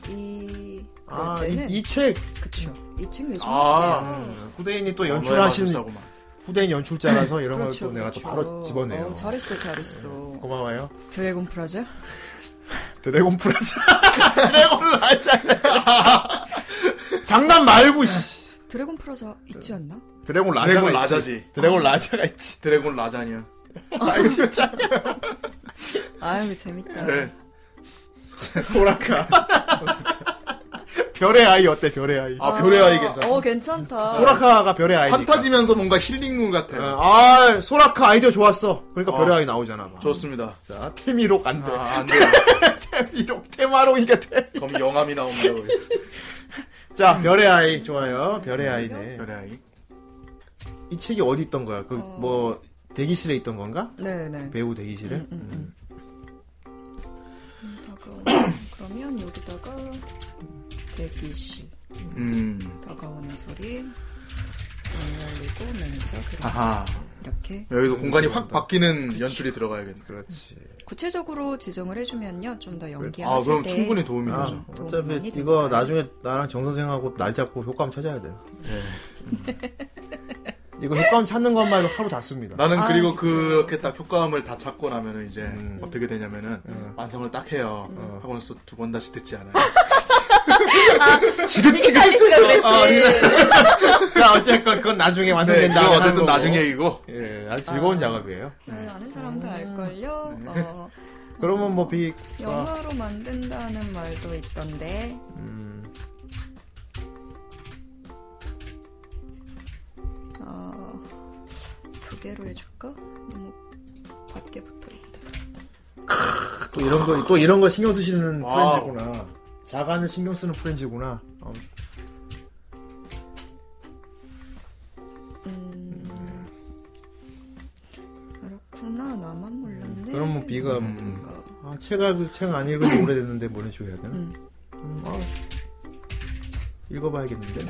[SPEAKER 4] 이
[SPEAKER 1] 아,
[SPEAKER 4] 그럴 때는
[SPEAKER 1] 이, 이 책.
[SPEAKER 4] 그쵸. 이책 외전.
[SPEAKER 1] 아, 후대인이 또 연출하신
[SPEAKER 2] 뭐
[SPEAKER 1] 음. 후대인 연출자라서 이런 걸 또 내가 또 바로 집어내요.
[SPEAKER 4] 그렇죠,
[SPEAKER 1] 네.
[SPEAKER 4] 잘했어, 잘했어.
[SPEAKER 1] 고마워요.
[SPEAKER 4] 드래곤 프라자?
[SPEAKER 1] 드래곤 프라자. 드래곤 라자. 장난 말고 씨.
[SPEAKER 4] 드래곤 프라자
[SPEAKER 1] 네.
[SPEAKER 4] 있지 않나?
[SPEAKER 1] 드래곤 라자가
[SPEAKER 2] 드래곤
[SPEAKER 1] 있지.
[SPEAKER 2] 라자지.
[SPEAKER 1] 드래곤 라자가 있지.
[SPEAKER 2] 드래곤 라자냐.
[SPEAKER 1] 아 진짜.
[SPEAKER 4] 아유 재밌다.
[SPEAKER 1] 네. 소라카. 별의 아이 어때? 별의 아이.
[SPEAKER 2] 아, 별의 아이 괜찮아.
[SPEAKER 4] 어 괜찮다.
[SPEAKER 1] 소라카가 별의 아이.
[SPEAKER 2] 판타지면서 뭔가 힐링물 같아.
[SPEAKER 1] 아, 소라카 아이디어 좋았어. 그러니까
[SPEAKER 2] 어.
[SPEAKER 1] 별의 아이 나오잖아. 봐.
[SPEAKER 2] 좋습니다.
[SPEAKER 1] 자, 테미록 안 돼.
[SPEAKER 2] 아, 안 돼.
[SPEAKER 1] 테미록, 테마록이가 돼.
[SPEAKER 2] 그럼 영암이 나옵니다. 거기.
[SPEAKER 1] 자, 별의 아이 좋아요. 별의 아이네.
[SPEAKER 2] 별의 아이.
[SPEAKER 1] 이 책이 어디 있던 거야? 그 뭐 대기실에 있던 건가?
[SPEAKER 4] 네네.
[SPEAKER 1] 배우 대기실에?
[SPEAKER 4] 그러면 여기다가 대기실
[SPEAKER 2] 음.
[SPEAKER 4] 다가오는 소리 문 열리고 매니저 그런
[SPEAKER 2] 아하.
[SPEAKER 4] 이렇게
[SPEAKER 2] 여기서 공간이 확 바뀌는 연출이 들어가야겠네.
[SPEAKER 1] 그렇지.
[SPEAKER 4] 구체적으로 지정을 해주면요 좀 더 연기하실
[SPEAKER 2] 아, 그럼
[SPEAKER 4] 때
[SPEAKER 2] 충분히 도움이
[SPEAKER 1] 아,
[SPEAKER 2] 되죠.
[SPEAKER 1] 어차피 이거 나중에 나랑 정 선생하고 날 잡고 효과음 찾아야 돼요. 음. 이거 효과음 찾는 것만 해도 하루 다 씁니다.
[SPEAKER 2] 나는
[SPEAKER 1] 아,
[SPEAKER 2] 그리고
[SPEAKER 1] 그치.
[SPEAKER 2] 그렇게 딱 효과음을 다 찾고 나면은 이제
[SPEAKER 1] 음.
[SPEAKER 2] 어떻게 되냐면은 완성을 딱 해요.
[SPEAKER 1] 어.
[SPEAKER 2] 하고 나서 두 번 다시 듣지 않아요.
[SPEAKER 4] 디지털리스가
[SPEAKER 1] 아,
[SPEAKER 4] 그랬지.
[SPEAKER 1] 예. 자, 어쨌건 그건 나중에 완성된다.
[SPEAKER 2] 그건
[SPEAKER 1] 하는
[SPEAKER 2] 네, 어쨌든
[SPEAKER 1] 거고.
[SPEAKER 2] 나중에 이거.
[SPEAKER 1] 예, 아주 즐거운 작업이에요.
[SPEAKER 4] 네, 아는 사람
[SPEAKER 1] 음.
[SPEAKER 4] 다 알걸요.
[SPEAKER 1] 네.
[SPEAKER 4] 어,
[SPEAKER 1] 그러면 뭐 비, 아,
[SPEAKER 4] 영화로 만든다는 말도 있던데
[SPEAKER 1] 음,
[SPEAKER 4] 어, 두 개로 해줄까? 너무 밖에 붙어 있다.
[SPEAKER 1] 또 이런 거, 또 이런 거 신경 쓰시는
[SPEAKER 2] 와우.
[SPEAKER 1] 프렌즈구나. 자간을 신경 쓰는 프렌즈구나. 어,
[SPEAKER 4] 그렇구나 나만 몰랐네. 음.
[SPEAKER 1] 그러면 비가 아, 책을 책안 읽은 지 오래됐는데 뭐 이런 식으로 해야 되나? 음, 아, 읽어봐야겠는데.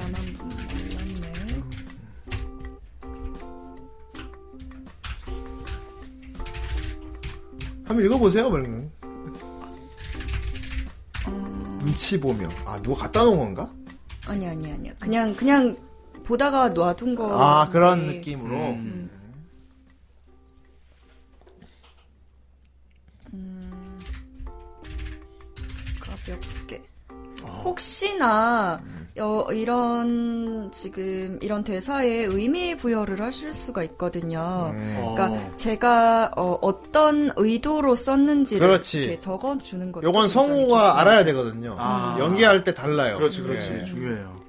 [SPEAKER 1] 한번 읽어보세요, 그러면. 눈치 보며. 아, 누가 갖다 놓은 건가?
[SPEAKER 4] 아니 아니 아니야. 그냥 그냥 보다가 놔둔 거.
[SPEAKER 1] 아, 그런
[SPEAKER 4] 네.
[SPEAKER 1] 느낌으로.
[SPEAKER 2] 어. 음.
[SPEAKER 1] 음.
[SPEAKER 4] 가볍게.
[SPEAKER 1] 아.
[SPEAKER 4] 혹시나
[SPEAKER 1] 음.
[SPEAKER 4] 어, 이런 지금 이런 대사에 의미 부여를 하실 수가 있거든요.
[SPEAKER 1] 음.
[SPEAKER 2] 어.
[SPEAKER 4] 그러니까 제가 어, 떤 의도로 썼는지를
[SPEAKER 1] 그렇지.
[SPEAKER 4] 이렇게 적어 주는 것도
[SPEAKER 1] 요건
[SPEAKER 4] 굉장히
[SPEAKER 1] 성우가
[SPEAKER 4] 좋습니다.
[SPEAKER 1] 알아야 되거든요.
[SPEAKER 2] 아.
[SPEAKER 1] 연기할 때 달라요.
[SPEAKER 2] 그렇지, 그렇지.
[SPEAKER 1] 예.
[SPEAKER 2] 중요해요.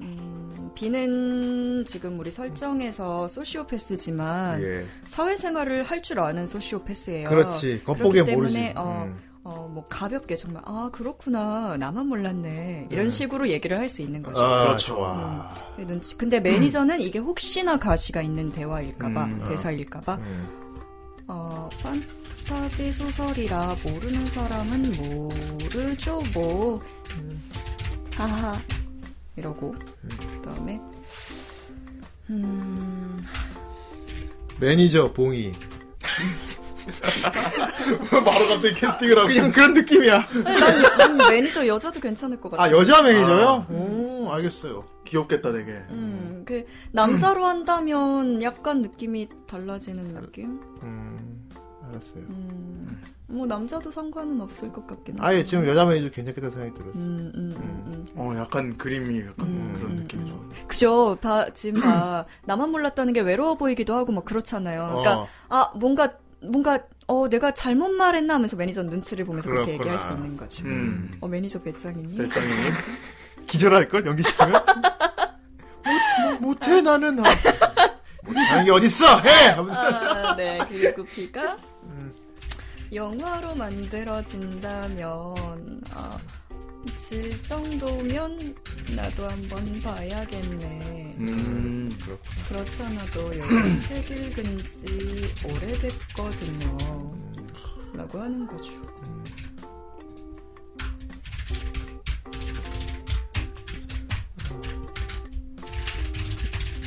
[SPEAKER 4] 음, 비는 지금 우리 설정에서 소시오패스지만
[SPEAKER 1] 예.
[SPEAKER 4] 사회생활을 할 줄 아는 소시오패스예요.
[SPEAKER 1] 그렇지. 겉보기에
[SPEAKER 4] 네. 그렇기
[SPEAKER 1] 모르지.
[SPEAKER 4] 때문에 어,
[SPEAKER 1] 음.
[SPEAKER 4] 어, 뭐 가볍게 정말 아 그렇구나 나만 몰랐네 이런 식으로 얘기를 할 수 있는 거죠.
[SPEAKER 1] 아, 그렇죠. 좋아.
[SPEAKER 4] 음, 눈치. 근데 매니저는 이게 혹시나 가시가 있는 대화일까봐
[SPEAKER 1] 음, 아.
[SPEAKER 4] 대사일까봐
[SPEAKER 8] 네.
[SPEAKER 4] 어, 판타지 소설이라 모르는 사람은 모르죠 뭐 하하 이러고 그다음에 음,
[SPEAKER 1] 매니저 봉이.
[SPEAKER 2] 바로 갑자기 캐스팅을 하고.
[SPEAKER 1] 그냥 그런 느낌이야.
[SPEAKER 4] 난, 난 매니저 여자도 괜찮을 것 같아.
[SPEAKER 1] 아, 여자 매니저요? 오, 알겠어요.
[SPEAKER 2] 귀엽겠다, 되게.
[SPEAKER 4] 음, 그 남자로 한다면 약간 느낌이 달라지는 느낌?
[SPEAKER 1] 음, 알았어요.
[SPEAKER 4] 음, 뭐 남자도 상관은 없을 것 같긴 하지.
[SPEAKER 1] 아예 지금 여자 매니저 괜찮겠다 생각이 들었어.
[SPEAKER 4] 음, 음, 음, 음.
[SPEAKER 2] 어, 약간 그림이 약간
[SPEAKER 1] 음.
[SPEAKER 2] 그런 느낌이죠.
[SPEAKER 4] 그죠. 봐, 지금 봐. 나만 몰랐다는 게 외로워 보이기도 하고 막 그렇잖아요. 그러니까
[SPEAKER 2] 어.
[SPEAKER 4] 아 뭔가 뭔가 어 내가 잘못 말했나 하면서 매니저 눈치를 보면서 그렇게
[SPEAKER 1] 그렇구나.
[SPEAKER 4] 얘기할 수 있는 거죠.
[SPEAKER 1] 음.
[SPEAKER 4] 어 매니저 배짱이님.
[SPEAKER 1] 배짱이님? 기절할 걸 연기시키면 못, 해 나는 아, 못하는 게 어딨어 해 하면서
[SPEAKER 4] 아, 네 그리고 비가
[SPEAKER 2] 음.
[SPEAKER 4] 영화로 만들어진다면 아, 질 정도면 나도 한번 봐야겠네.
[SPEAKER 2] 음, 그렇군.
[SPEAKER 4] 그렇잖아도 요즘 책 읽은 지 오래됐거든요. 라고 하는 거죠.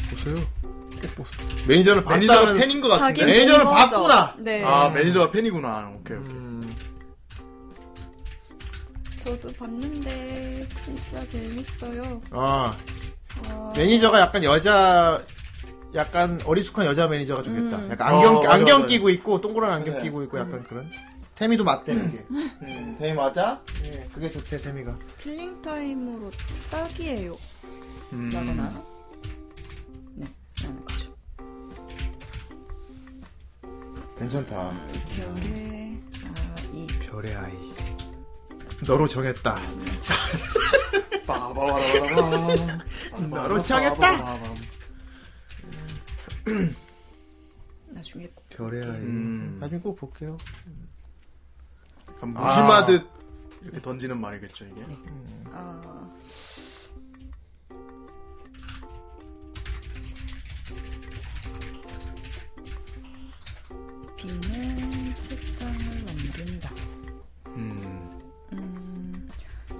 [SPEAKER 1] 보세요. 꼭 보세요. 매니저를
[SPEAKER 2] 매니저가
[SPEAKER 1] 봤다는-
[SPEAKER 2] 팬인 것 같은데.
[SPEAKER 4] 자기
[SPEAKER 2] 매니저를
[SPEAKER 4] 본거죠.
[SPEAKER 2] 봤구나.
[SPEAKER 4] 네.
[SPEAKER 2] 아, 매니저가 팬이구나. 오케이, 오케이.
[SPEAKER 1] 음.
[SPEAKER 4] 저도 봤는데 진짜 재밌어요.
[SPEAKER 1] 아
[SPEAKER 4] 어,
[SPEAKER 1] 매니저가 약간 여자 약간 어리숙한 여자 매니저가 좋겠다.
[SPEAKER 4] 음.
[SPEAKER 1] 약간 안경
[SPEAKER 2] 어, 맞아,
[SPEAKER 1] 안경
[SPEAKER 2] 맞아.
[SPEAKER 1] 끼고 있고 동그란 안경
[SPEAKER 2] 네.
[SPEAKER 1] 끼고 있고 약간 그런 태미도 맞대는 게
[SPEAKER 2] 음, 대 맞아?
[SPEAKER 1] 예, 그게 좋대 태미가.
[SPEAKER 4] 필링 타임으로 딱이에요.
[SPEAKER 1] 음.
[SPEAKER 4] 라거나 네, 라는 거죠.
[SPEAKER 1] 괜찮다.
[SPEAKER 4] 별의 아이
[SPEAKER 1] 별의 아이. 너로 정했다.
[SPEAKER 2] 빠바바라바라바.
[SPEAKER 1] 나로 정했다.
[SPEAKER 4] 나중에
[SPEAKER 1] 별의 아이. 나중에 꼭 볼게요.
[SPEAKER 2] 약간 무심하듯 이렇게 던지는 말이겠죠, 이게.
[SPEAKER 4] 네. 아 비는 책장을 넘긴다.
[SPEAKER 2] 음.
[SPEAKER 4] 음,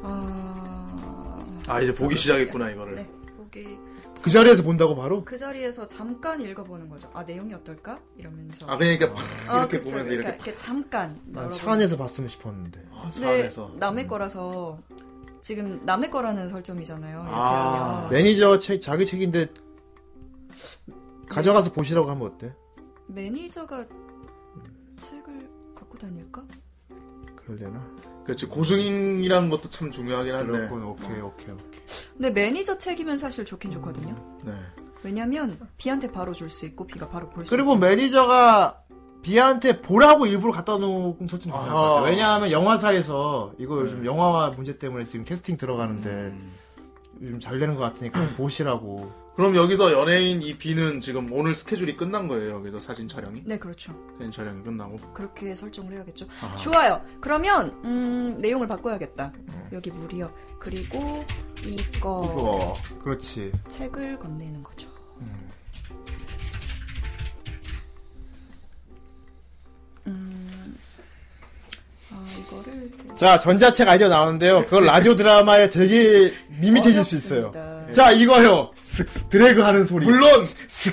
[SPEAKER 4] 아,
[SPEAKER 2] 아, 이제 보기
[SPEAKER 4] 저도-
[SPEAKER 2] 시작했구나, 이거를.
[SPEAKER 4] 네, 보기.
[SPEAKER 1] 그 자리에서 본다고 바로?
[SPEAKER 4] 그 자리에서 잠깐 읽어보는 거죠. 아 내용이 어떨까? 이러면서.
[SPEAKER 2] 아, 그냥 이렇게 막 이렇게
[SPEAKER 4] 그쵸.
[SPEAKER 2] 보면서
[SPEAKER 4] 그러니까
[SPEAKER 2] 이렇게
[SPEAKER 4] 이렇게 잠깐.
[SPEAKER 1] 난 차
[SPEAKER 4] 여러분.
[SPEAKER 1] 안에서 봤으면 싶었는데.
[SPEAKER 4] 근데 네, 남의 거라서 지금 남의 거라는 설정이잖아요. 네. 이렇게 하면.
[SPEAKER 1] 매니저 책 자기 책인데 가져가서 보시라고 하면 어때?
[SPEAKER 4] 매니저가 책을 갖고 다닐까?
[SPEAKER 1] 그럴려나?
[SPEAKER 2] 그렇지, 고승인이라는 것도 참 중요하긴 한데.
[SPEAKER 1] 그렇군, 오케이, 오케이, 오케이.
[SPEAKER 4] 근데 매니저 책이면 사실 좋긴 좋거든요.
[SPEAKER 2] 네.
[SPEAKER 4] 왜냐면 비한테 바로 줄 수 있고 비가 바로 볼 수 있고.
[SPEAKER 1] 그리고 매니저가 비한테 보라고 일부러 갖다 놓은 설정 괜찮을 것 같아요. 어. 네.
[SPEAKER 2] 아하.
[SPEAKER 1] 왜냐하면 영화사에서 이거 요즘 영화화 문제 때문에 지금 캐스팅 들어가는데 요즘 잘 되는 것 같으니까 보시라고.
[SPEAKER 2] 그럼 여기서 연예인 이 비는 지금 오늘 스케줄이 끝난 거예요, 여기서 사진 촬영이?
[SPEAKER 4] 네 그렇죠.
[SPEAKER 2] 사진 촬영이 끝나고.
[SPEAKER 4] 그렇게 설정을 해야겠죠.
[SPEAKER 2] 아하.
[SPEAKER 4] 좋아요. 그러면 음, 내용을 바꿔야겠다. 여기 무리요. 그리고 음. 이거
[SPEAKER 1] 이거 그렇지.
[SPEAKER 4] 책을 건네는 거죠. 음, 아 이거를
[SPEAKER 1] 자 전자책 아이디어 나오는데요. 그걸 라디오 드라마에 되게 밋밋해질 수 있어요. 자 이거요. 슥 드래그 하는 소리.
[SPEAKER 2] 물론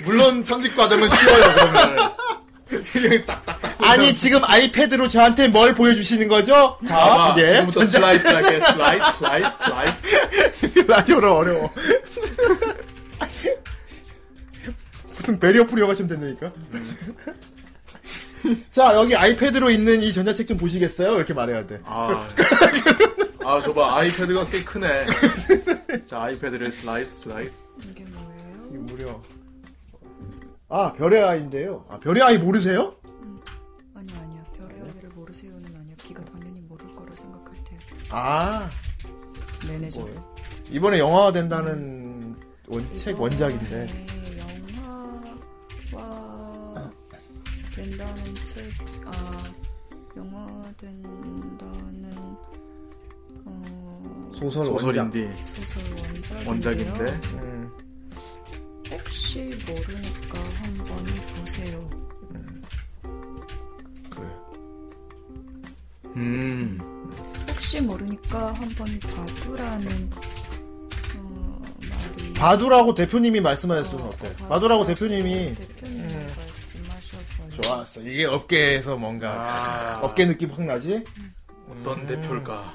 [SPEAKER 2] 물론 편집 과정은 쉬워요 그러면.
[SPEAKER 1] 아니 지금 아이패드로 저한테 뭘 보여주시는 거죠? 자,
[SPEAKER 2] 자,
[SPEAKER 1] 예.
[SPEAKER 2] 지금부터
[SPEAKER 1] 전자책.
[SPEAKER 2] 슬라이스 할게. 슬라이스, 슬라이스, 슬라이스.
[SPEAKER 1] 라디오를 어려워. 무슨 베리어 프리어 가시면 된다니까. 자 여기 아이패드로 있는 이 전자책 좀 보시겠어요? 이렇게 말해야 돼.
[SPEAKER 2] 아, 아, 저봐 아이패드가 꽤 크네. 자, 아이패드를 슬라이스, 슬라이스.
[SPEAKER 4] 이게 뭐예요?
[SPEAKER 1] 이거 무려. 아 별의 아이인데요. 아 별의 아이 모르세요?
[SPEAKER 4] 아니 아니야. 별의 어미를 모르세요는 아니야. 비가 당연히 모를 거라 생각할 때
[SPEAKER 1] 아
[SPEAKER 4] 매니저.
[SPEAKER 1] 이번에 영화화 된다는 원, 책 원작인데.
[SPEAKER 4] 네, 영화와 된다는 책, 아, 영화 된다는 어,
[SPEAKER 1] 소설
[SPEAKER 2] 소설인데.
[SPEAKER 4] 소설 원작인데요.
[SPEAKER 2] 원작인데.
[SPEAKER 4] 혹시 모르니까 한번 보세요.
[SPEAKER 2] 음.
[SPEAKER 4] 혹시 모르니까 한번 봐두라는 어, 말이
[SPEAKER 1] 아, 바두라고 대표님이 말씀하셨으면 어때?
[SPEAKER 4] 바두-
[SPEAKER 1] 바두라고 대표님이 예.
[SPEAKER 4] 대표님이 말씀하셨어요.
[SPEAKER 1] 좋았어. 이게 업계에서 뭔가 업계 느낌 확 나지?
[SPEAKER 2] 아, 어떤 대표일까?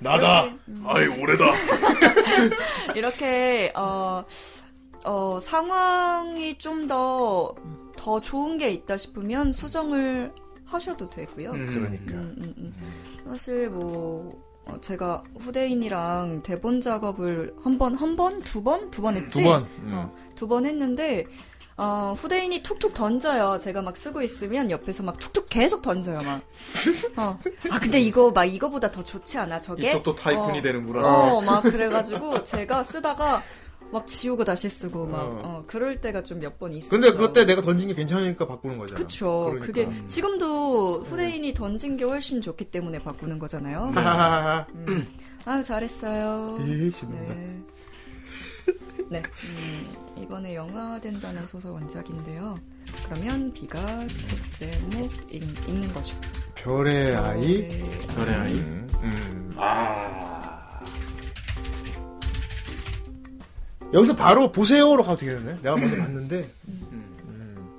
[SPEAKER 1] 나다.
[SPEAKER 4] 이렇게, 음.
[SPEAKER 2] 아이 올해다.
[SPEAKER 4] 이렇게 어, 어, 상황이 좀 더 더 좋은 게 있다 싶으면 수정을 하셔도 되고요.
[SPEAKER 15] 음, 그러니까.
[SPEAKER 4] 음, 음, 음. 사실 뭐 어, 제가 후대인이랑 대본 작업을 한 번, 한 번, 두 번, 두 번 했지.
[SPEAKER 15] 두 번. 음.
[SPEAKER 4] 어, 두 번 했는데 어, 후대인이 툭툭 던져요. 제가 막 쓰고 있으면 옆에서 막 툭툭 계속 던져요, 막. 어. 아, 근데 이거 막 이거보다 더 좋지 않아, 저게?
[SPEAKER 2] 이쪽도 타이쿤이
[SPEAKER 4] 어.
[SPEAKER 2] 되는구나.
[SPEAKER 4] 어, 막 그래가지고 제가 쓰다가 막 지우고 다시 쓰고 막, 어, 그럴 때가 좀 몇 번 있어요.
[SPEAKER 1] 근데 그때 내가 던진 게 괜찮으니까 바꾸는 거잖아.
[SPEAKER 4] 그쵸.
[SPEAKER 1] 그러니까. 음.
[SPEAKER 4] 그게 지금도 후대인이 던진 게 훨씬 좋기 때문에 바꾸는 거잖아요.
[SPEAKER 1] 네. 하하하하.
[SPEAKER 4] 음. 아유 잘했어요.
[SPEAKER 1] 예, 신난다.
[SPEAKER 4] 네. 네. 음, 이번에 영화된다는 소설 원작인데요. 그러면 비가 첫 제목 읽, 읽는 거죠. 네.
[SPEAKER 1] 별의 아이. 음, 별의 아이. 아. 여기서 바로 보세요로 가도 되겠네. 내가 먼저 봤는데.
[SPEAKER 4] 음.
[SPEAKER 1] 음.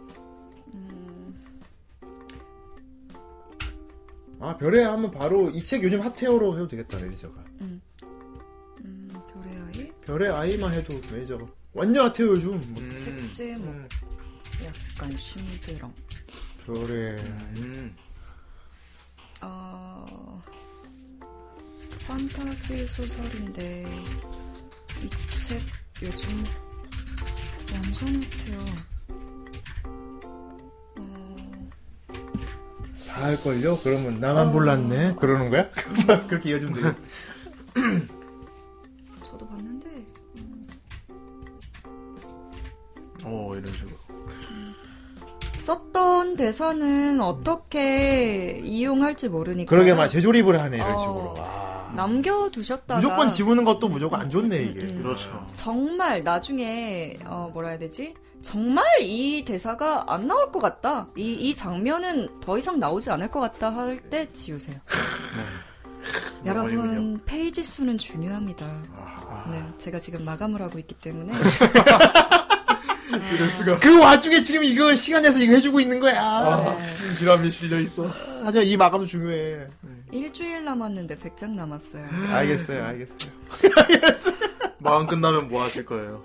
[SPEAKER 1] 아 별의 아이 하면 바로 이 책 요즘 핫해요로 해도 되겠다 매니저가.
[SPEAKER 4] 별의 아이
[SPEAKER 1] 별의 아이만 해도 매니저가 완전 핫해요 요즘. 뭐.
[SPEAKER 4] 책 제목
[SPEAKER 1] 음.
[SPEAKER 4] 약간 심드렁.
[SPEAKER 1] 별의
[SPEAKER 2] 음.
[SPEAKER 4] 어, 판타지 소설인데 이 책 요즘 완전 핫해요.
[SPEAKER 1] 다 할걸요? 그러면 나만 몰랐네? 어. 그러는 거야? 그렇게 이어주면 되겠다.
[SPEAKER 4] 저도 봤는데
[SPEAKER 1] 오, 어, 이런 식으로.
[SPEAKER 4] 썼던 대사는 어떻게 이용할지 모르니까
[SPEAKER 1] 그러게 말 재조립을 하네, 이런
[SPEAKER 4] 어,
[SPEAKER 1] 식으로. 아,
[SPEAKER 4] 남겨두셨다가
[SPEAKER 1] 무조건 지우는 것도 무조건 안 좋네, 이게. 그렇죠.
[SPEAKER 4] 정말 나중에 어, 뭐라 해야 되지? 정말 이 대사가 안 나올 것 같다. 이, 이 장면은 더 이상 나오지 않을 것 같다 할 때 지우세요. 여러분 페이지 수는 중요합니다. 네, 제가 지금 마감을 하고 있기 때문에
[SPEAKER 2] 이럴 수가.
[SPEAKER 1] 그 와중에 지금 이거 시간 내서 이거 해주고 있는 거야.
[SPEAKER 2] 아, 진실함이 실려 있어.
[SPEAKER 1] 하지만 이 마감도 중요해.
[SPEAKER 4] 일주일 남았는데 100장 남았어요.
[SPEAKER 2] 알겠어요, 알겠어요. 마음 끝나면 뭐 하실 거예요?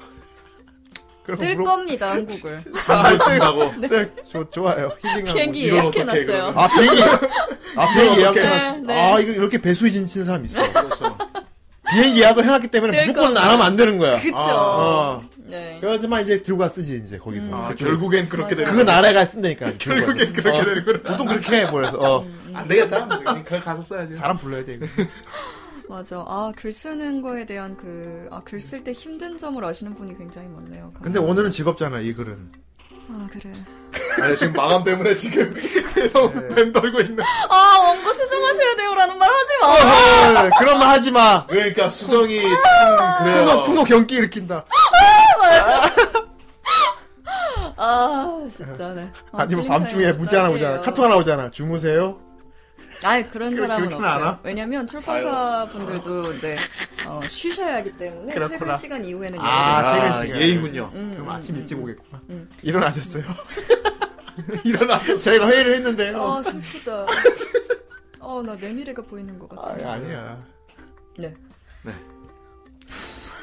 [SPEAKER 4] 뜰 겁니다 한국을.
[SPEAKER 2] 선물 준다고.
[SPEAKER 1] 네, 좋, 좋아요. 힐링하고.
[SPEAKER 4] 비행기 이걸 어떻게 예약해놨어요. 그러면?
[SPEAKER 1] 아, 비행기. 아, 비행기
[SPEAKER 2] 이걸
[SPEAKER 1] 예약
[SPEAKER 2] 어떻게-
[SPEAKER 1] 해놨어.
[SPEAKER 4] 네, 네.
[SPEAKER 1] 아, 이거 이렇게 배수의 진치는 사람 있어. 그렇죠.
[SPEAKER 2] 아,
[SPEAKER 1] 비행기 예약을 해놨기 때문에
[SPEAKER 4] 될
[SPEAKER 1] 무조건
[SPEAKER 4] 겁니다.
[SPEAKER 1] 안 하면 안 되는 거야.
[SPEAKER 4] 그쵸.
[SPEAKER 1] 아, 어.
[SPEAKER 4] 네.
[SPEAKER 1] 그러지만 이제 들고 가 쓰지, 이제 거기서.
[SPEAKER 2] 아,
[SPEAKER 1] 그쪽에서.
[SPEAKER 2] 결국엔 그렇게 되는
[SPEAKER 1] 그
[SPEAKER 2] 거야.
[SPEAKER 1] 나라가 쓴다니까. 결국엔
[SPEAKER 2] 그렇게 음. 되는 거야.
[SPEAKER 1] 보통 그렇게 해, 그래서. 어.
[SPEAKER 2] 안 되겠다. 그냥 가서 써야지.
[SPEAKER 1] 사람 불러야 돼, 이거.
[SPEAKER 4] 맞아. 아, 글 쓰는 거에 대한 그, 아, 글 쓸 때 힘든 점을 아시는 분이 굉장히 많네요.
[SPEAKER 1] 근데
[SPEAKER 4] 감사합니다.
[SPEAKER 1] 오늘은 즐겁잖아, 이 글은.
[SPEAKER 4] 아, 그래.
[SPEAKER 2] 아니, 지금 마감 때문에 지금 계속
[SPEAKER 1] 네.
[SPEAKER 2] 뱀 떨고 있는.
[SPEAKER 4] 아, 원고 수정하셔야 돼요라는 말 하지 마!
[SPEAKER 1] 어, 그런 말 하지 마.
[SPEAKER 2] 그러니까 수정이 참 그래요.
[SPEAKER 1] 푸노, 푸노 경기 일으킨다.
[SPEAKER 4] 아, 진짜네. 아,
[SPEAKER 1] 아니면 밤중에 문자 하나 오잖아. 카톡 하나 오잖아. 주무세요?
[SPEAKER 4] 아 그런
[SPEAKER 1] 그-
[SPEAKER 4] 사람은
[SPEAKER 1] 그렇게는
[SPEAKER 4] 없어요.
[SPEAKER 1] 안 와?
[SPEAKER 4] 왜냐면 출판사 분들도 이제, 어, 쉬셔야 하기 때문에
[SPEAKER 1] 그렇구나.
[SPEAKER 4] 퇴근 시간 이후에는
[SPEAKER 1] 아,
[SPEAKER 4] 연락을
[SPEAKER 1] 퇴근
[SPEAKER 4] 하죠.
[SPEAKER 1] 시간.
[SPEAKER 2] 예의군요.
[SPEAKER 4] 음,
[SPEAKER 1] 그럼
[SPEAKER 4] 음,
[SPEAKER 1] 아침
[SPEAKER 4] 음,
[SPEAKER 1] 일찍
[SPEAKER 4] 음.
[SPEAKER 1] 오겠구나.
[SPEAKER 4] 음.
[SPEAKER 1] 일어나셨어요? 일어나셨어요? 제가 회의를 했는데요.
[SPEAKER 4] 아, 슬프다. 어, 나 내 미래가 보이는 것 같아.
[SPEAKER 1] 아, 아니야.
[SPEAKER 4] 네.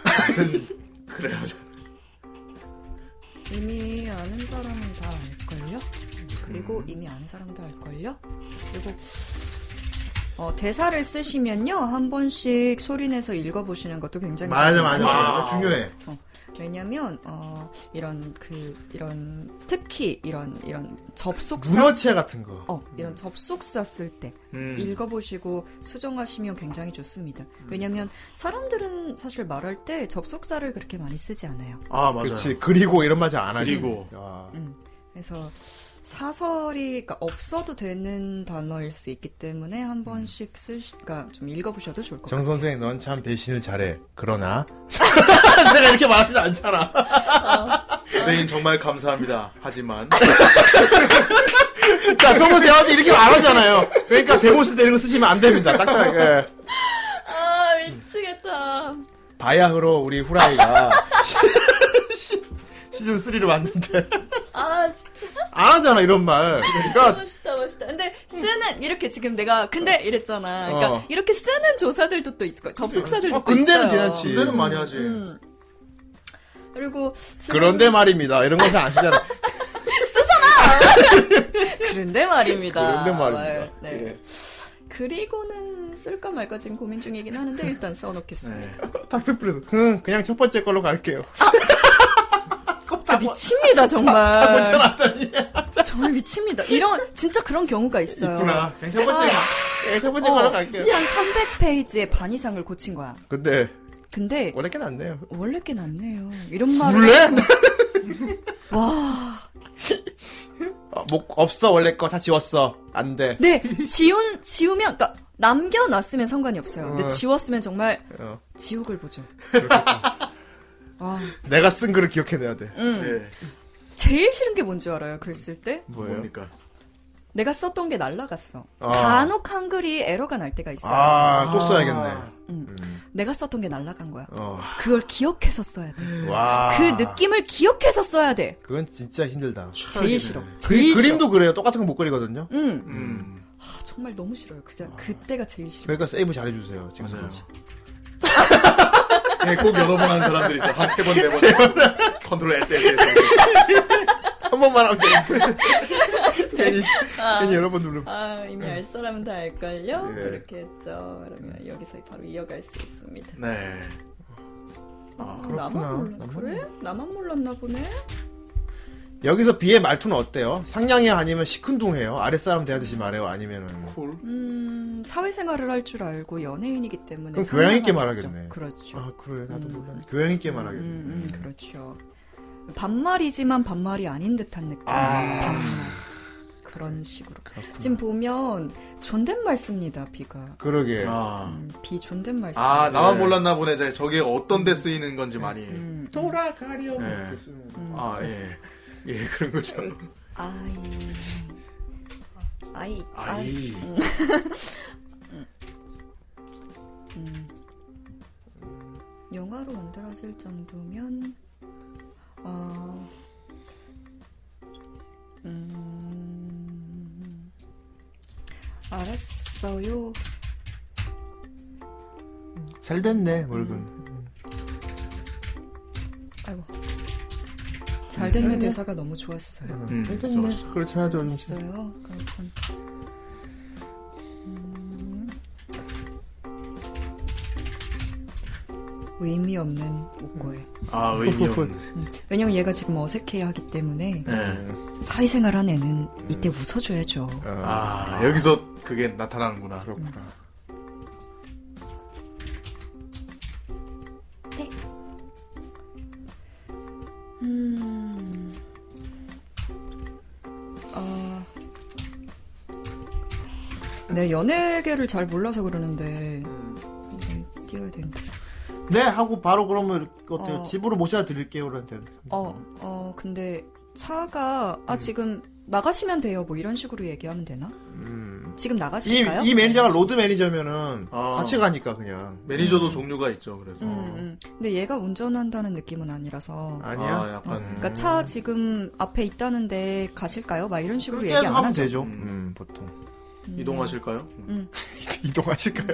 [SPEAKER 2] 아무튼, 그래요.
[SPEAKER 4] 이미 아는 사람은 다 알걸요?
[SPEAKER 1] 음.
[SPEAKER 4] 그리고 이미 아는 사람도 알걸요? 그리고 어, 대사를 쓰시면요 한 번씩 소리내서 읽어보시는 것도 굉장히
[SPEAKER 1] 맞아, 맞아.
[SPEAKER 4] 중요해요.
[SPEAKER 1] 맞아. 중요해.
[SPEAKER 4] 어, 왜냐면 어, 이런 그 이런 특히 이런 이런 접속사
[SPEAKER 1] 문어체 같은 거.
[SPEAKER 4] 어, 이런 접속사 쓸 때
[SPEAKER 1] 음.
[SPEAKER 4] 읽어보시고 수정하시면 굉장히 좋습니다. 왜냐면 사람들은 사실 말할 때 접속사를 그렇게 많이 쓰지 않아요.
[SPEAKER 1] 아,
[SPEAKER 2] 맞아요.
[SPEAKER 1] 그치. 그리고 이런 말잘 안 하지.
[SPEAKER 2] 그리고.
[SPEAKER 1] 아.
[SPEAKER 4] 그래서 사설이 그러니까 없어도 되는 단어일 수 있기 때문에 한 번씩 쓰시, 그러니까 좀 읽어보셔도 좋을 것
[SPEAKER 1] 음. 정
[SPEAKER 4] 같아요.
[SPEAKER 1] 선생, 넌 참 배신을 잘해. 그러나 내가 이렇게 말하지 않잖아.
[SPEAKER 2] 연예인 네, 정말 감사합니다. 하지만
[SPEAKER 1] 자, 평소 대화 때 이렇게 말하잖아요. 그러니까 대본 쓸때 이런 거 쓰시면 안 됩니다. 딱딱. 예.
[SPEAKER 4] 아 미치겠다.
[SPEAKER 1] 바야흐로 우리 후라이가 시즌 3를 왔는데
[SPEAKER 4] 아 진짜
[SPEAKER 1] 안 하잖아 이런 말. 그러니까
[SPEAKER 4] 멋있다 멋있다. 근데 쓰는 이렇게 지금 내가 근데 이랬잖아. 그러니까
[SPEAKER 1] 어.
[SPEAKER 4] 이렇게 쓰는 조사들도 또 있을 거야. 접속사들도
[SPEAKER 1] 어,
[SPEAKER 4] 또 있어요.
[SPEAKER 1] 근대는 괜찮지.
[SPEAKER 2] 군대는 많이 하지.
[SPEAKER 4] 그리고
[SPEAKER 1] 그런데 말입니다. 이런 것은 안 쓰잖아.
[SPEAKER 4] 쓰잖아. 그런데 말입니다.
[SPEAKER 1] 그런데 말입니다.
[SPEAKER 4] 네.
[SPEAKER 1] 예.
[SPEAKER 4] 그리고는 쓸까 말까 지금 고민 중이긴 하는데 일단
[SPEAKER 1] 네.
[SPEAKER 4] 써놓겠습니다.
[SPEAKER 1] 닥터플레스. 응, 그냥 첫 번째 걸로 갈게요. 아,
[SPEAKER 4] 진짜
[SPEAKER 1] 뭐,
[SPEAKER 4] 미칩니다 정말.
[SPEAKER 1] 다
[SPEAKER 4] 정말 미칩니다. 이런 진짜 그런 경우가 있어요.
[SPEAKER 1] 아,
[SPEAKER 4] 어,
[SPEAKER 1] 있구나. 그냥 세 번째 가- 예, 세 번째 걸로 갈게요.
[SPEAKER 4] 이한 300페이지에 반 이상을 고친 거야.
[SPEAKER 1] 근데
[SPEAKER 4] 근데
[SPEAKER 1] 원래 꽤 낫네요.
[SPEAKER 4] 원래 꽤 낫네요. 이런 말을
[SPEAKER 1] 원래?
[SPEAKER 4] 와.
[SPEAKER 1] 어, 목 없어 원래 거 다 지웠어. 안 돼.
[SPEAKER 4] 네, 지운 지우면 그러니까 남겨놨으면 상관이 없어요. 근데
[SPEAKER 1] 어.
[SPEAKER 4] 지웠으면 정말
[SPEAKER 1] 어.
[SPEAKER 4] 지옥을 보죠. 와.
[SPEAKER 1] 내가 쓴 글을 기억해내야 돼.
[SPEAKER 2] 네,
[SPEAKER 4] 음. 제일 싫은 게 뭔지 알아요? 글 쓸 때?
[SPEAKER 1] 뭐예요?
[SPEAKER 4] 내가 썼던 게 날라갔어.
[SPEAKER 1] 아.
[SPEAKER 4] 간혹 한글이 에러가 날 때가 있어요.
[SPEAKER 1] 아, 또 써야겠네.
[SPEAKER 4] 내가 썼던 게 날라간 거야.
[SPEAKER 1] 어. 아.
[SPEAKER 4] 그걸 기억해서 써야 돼.
[SPEAKER 1] 와.
[SPEAKER 4] 그 느낌을 기억해서 써야 돼.
[SPEAKER 1] 그건 진짜 힘들다.
[SPEAKER 4] 제일 싫어.
[SPEAKER 1] 그,
[SPEAKER 4] 제일 싫어.
[SPEAKER 1] 그림도 그래요. 똑같은 거 못 그리거든요.
[SPEAKER 4] 음.
[SPEAKER 1] 음.
[SPEAKER 4] 아, 정말 너무 싫어요. 그자 그때가 제일 싫어.
[SPEAKER 1] 그러니까 세이브 잘해주세요. 지금 맞아요.
[SPEAKER 2] 예, 꼭 여러 번 하는 사람들이 있어. 한 세 번, 네 번. 컨트롤 S, S, S.
[SPEAKER 1] 한 번만 하면 돼. 괜히,
[SPEAKER 4] 아.
[SPEAKER 1] 괜히 여러 번 누르면.
[SPEAKER 4] 아, 이미 알 사람은 다 알걸요?
[SPEAKER 1] 예.
[SPEAKER 4] 그렇게 했죠. 그러면 여기서 바로 이어갈 수 있습니다.
[SPEAKER 2] 네.
[SPEAKER 4] 아,
[SPEAKER 1] 그렇구나.
[SPEAKER 4] 나만 몰랐 그래? 나만 몰랐나 보네.
[SPEAKER 1] 여기서 비의 말투는 어때요? 상냥해요? 아니면 시큰둥해요? 아랫사람 대하듯이 말해요? 아니면은. 쿨.
[SPEAKER 4] 음, 사회생활을 할 줄 알고 연예인이기 때문에
[SPEAKER 1] 그럼 교양있게
[SPEAKER 4] 상관없죠.
[SPEAKER 1] 말하겠네.
[SPEAKER 4] 그렇죠.
[SPEAKER 1] 아, 그래. 나도 몰랐네. 교양있게 말하겠네.
[SPEAKER 4] 음, 음, 그렇죠. 반말이지만 반말이 아닌 듯한 느낌. 반말. 그런 식으로. 지금 보면 존댓말 씁니다, 비가. 음,
[SPEAKER 1] 그러게.
[SPEAKER 2] 아,
[SPEAKER 4] 비 존댓말 씁니다.
[SPEAKER 2] 아 나만 몰랐나 보네. 저- 저게 어떤 데 쓰이는 건지 많이.
[SPEAKER 1] 돌아가려.
[SPEAKER 2] 예. 아, 예. 예, 그런 거죠.
[SPEAKER 4] 아이. 아이.
[SPEAKER 2] 아이.
[SPEAKER 4] 음. 음. 영화로 만들어질 정도면 어. 음. 알았어요.
[SPEAKER 1] 잘 됐네,
[SPEAKER 4] 음.
[SPEAKER 1] 물건.
[SPEAKER 4] 아이고. 잘 됐네
[SPEAKER 1] 음.
[SPEAKER 4] 대사가 너무 좋았어요.
[SPEAKER 1] 음, 잘 됐네. 그렇잖아, 좀.
[SPEAKER 4] 있어요. 그렇죠. 음. 의미 없는 웃고에.
[SPEAKER 2] 아, 의미 없는.
[SPEAKER 4] 왜냐면 얘가 지금 어색해 하기 때문에
[SPEAKER 2] 네.
[SPEAKER 4] 사회생활 한 애는 이때 웃어줘야죠.
[SPEAKER 2] 아, 여기서 그게 나타나는구나. 그렇구나.
[SPEAKER 4] 음. 아. 네, 연예계를 잘 몰라서 그러는데. 네, 띄워야 되는데.
[SPEAKER 1] 네, 하고 바로 그러면 이렇게 어때요?
[SPEAKER 4] 어.
[SPEAKER 1] 집으로 모셔다 드릴게요. 그런데.
[SPEAKER 4] 어, 어, 근데 차가, 아, 지금 나가시면 돼요. 뭐 이런 식으로 얘기하면 되나? 지금
[SPEAKER 1] 이,
[SPEAKER 4] 음. 나가실까요? 아.
[SPEAKER 1] 이 매니저가 로드 매니저면은
[SPEAKER 2] 아.
[SPEAKER 1] 같이 가니까 그냥.
[SPEAKER 2] 매니저도 종류가 있죠, 그래서.
[SPEAKER 4] 음, 음. 근데 얘가 운전한다는 느낌은 아니라서.
[SPEAKER 1] 아니야? 음.
[SPEAKER 2] 아, 약간.
[SPEAKER 4] 어, 그러니까 차 지금 앞에 있다는데 가실까요? 막 이런 식으로
[SPEAKER 1] 그렇게
[SPEAKER 4] 얘기 안
[SPEAKER 1] 하면
[SPEAKER 4] 하죠.
[SPEAKER 1] 되죠. 음, 보통.
[SPEAKER 2] 이동하실까요?
[SPEAKER 4] 음.
[SPEAKER 1] 이동하실까요?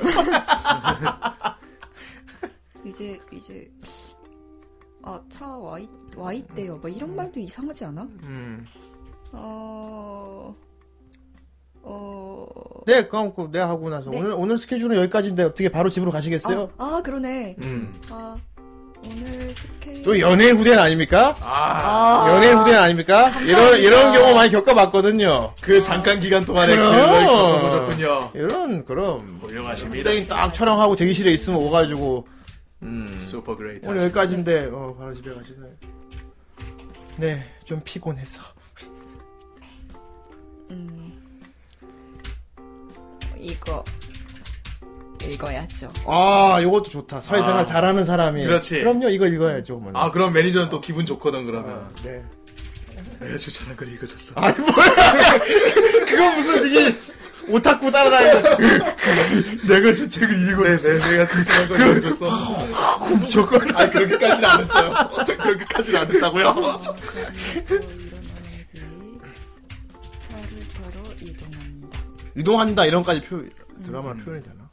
[SPEAKER 4] 이제 이제 아차와 와 있대요. 막 이런 말도 이상하지 않아?
[SPEAKER 1] 음.
[SPEAKER 4] 어. 어.
[SPEAKER 1] 네, 그럼 그 내가 하고 나서
[SPEAKER 4] 네.
[SPEAKER 1] 오늘 오늘 스케줄은 여기까지인데 어떻게 바로 집으로 가시겠어요?
[SPEAKER 4] 아, 아 그러네.
[SPEAKER 1] 음.
[SPEAKER 4] 아 오늘 스케일
[SPEAKER 1] 또 연예 후대는 아닙니까?
[SPEAKER 2] 아.
[SPEAKER 1] 연예 후대는 아닙니까? 이런 이런 경우 많이 겪어봤거든요.
[SPEAKER 2] 그 잠깐 기간 동안에
[SPEAKER 1] 그럼.
[SPEAKER 2] 그걸 겪어보셨군요.
[SPEAKER 1] 이런 그럼
[SPEAKER 2] 훌륭하십니다.
[SPEAKER 1] 후대인 딱 촬영하고 대기실에 있으면 오가지고
[SPEAKER 2] 슈퍼 그레이트.
[SPEAKER 1] 오늘 여기까지인데 어, 바로 집에 가시나요? 네, 좀 피곤해서.
[SPEAKER 4] 음. 이거 읽어야죠.
[SPEAKER 1] 아, 요것도 좋다. 사회생활
[SPEAKER 2] 아.
[SPEAKER 1] 잘하는 사람이.
[SPEAKER 2] 그렇지.
[SPEAKER 1] 그럼요, 이거 읽어야죠. 먼저.
[SPEAKER 2] 아, 그럼 매니저는 또 기분 좋거든, 그러면.
[SPEAKER 1] 네.
[SPEAKER 2] 내가 추천한 걸 읽어줬어.
[SPEAKER 1] 아니 뭐야? 그건 무슨 이게 오타쿠 따라다니는 내가 주책을 읽어줬어.
[SPEAKER 2] 네,
[SPEAKER 1] 그
[SPEAKER 2] 내가 추천한 걸 읽어줬어.
[SPEAKER 1] 훔쳤거나.
[SPEAKER 2] 아니, 그렇게까지는 안 했어요. 그렇게까지는 안 했다고요?
[SPEAKER 1] 아,
[SPEAKER 4] 아, 차를 타러 이동합니다.
[SPEAKER 1] 이동한다 이런까지 표 드라마나 표현이 되나?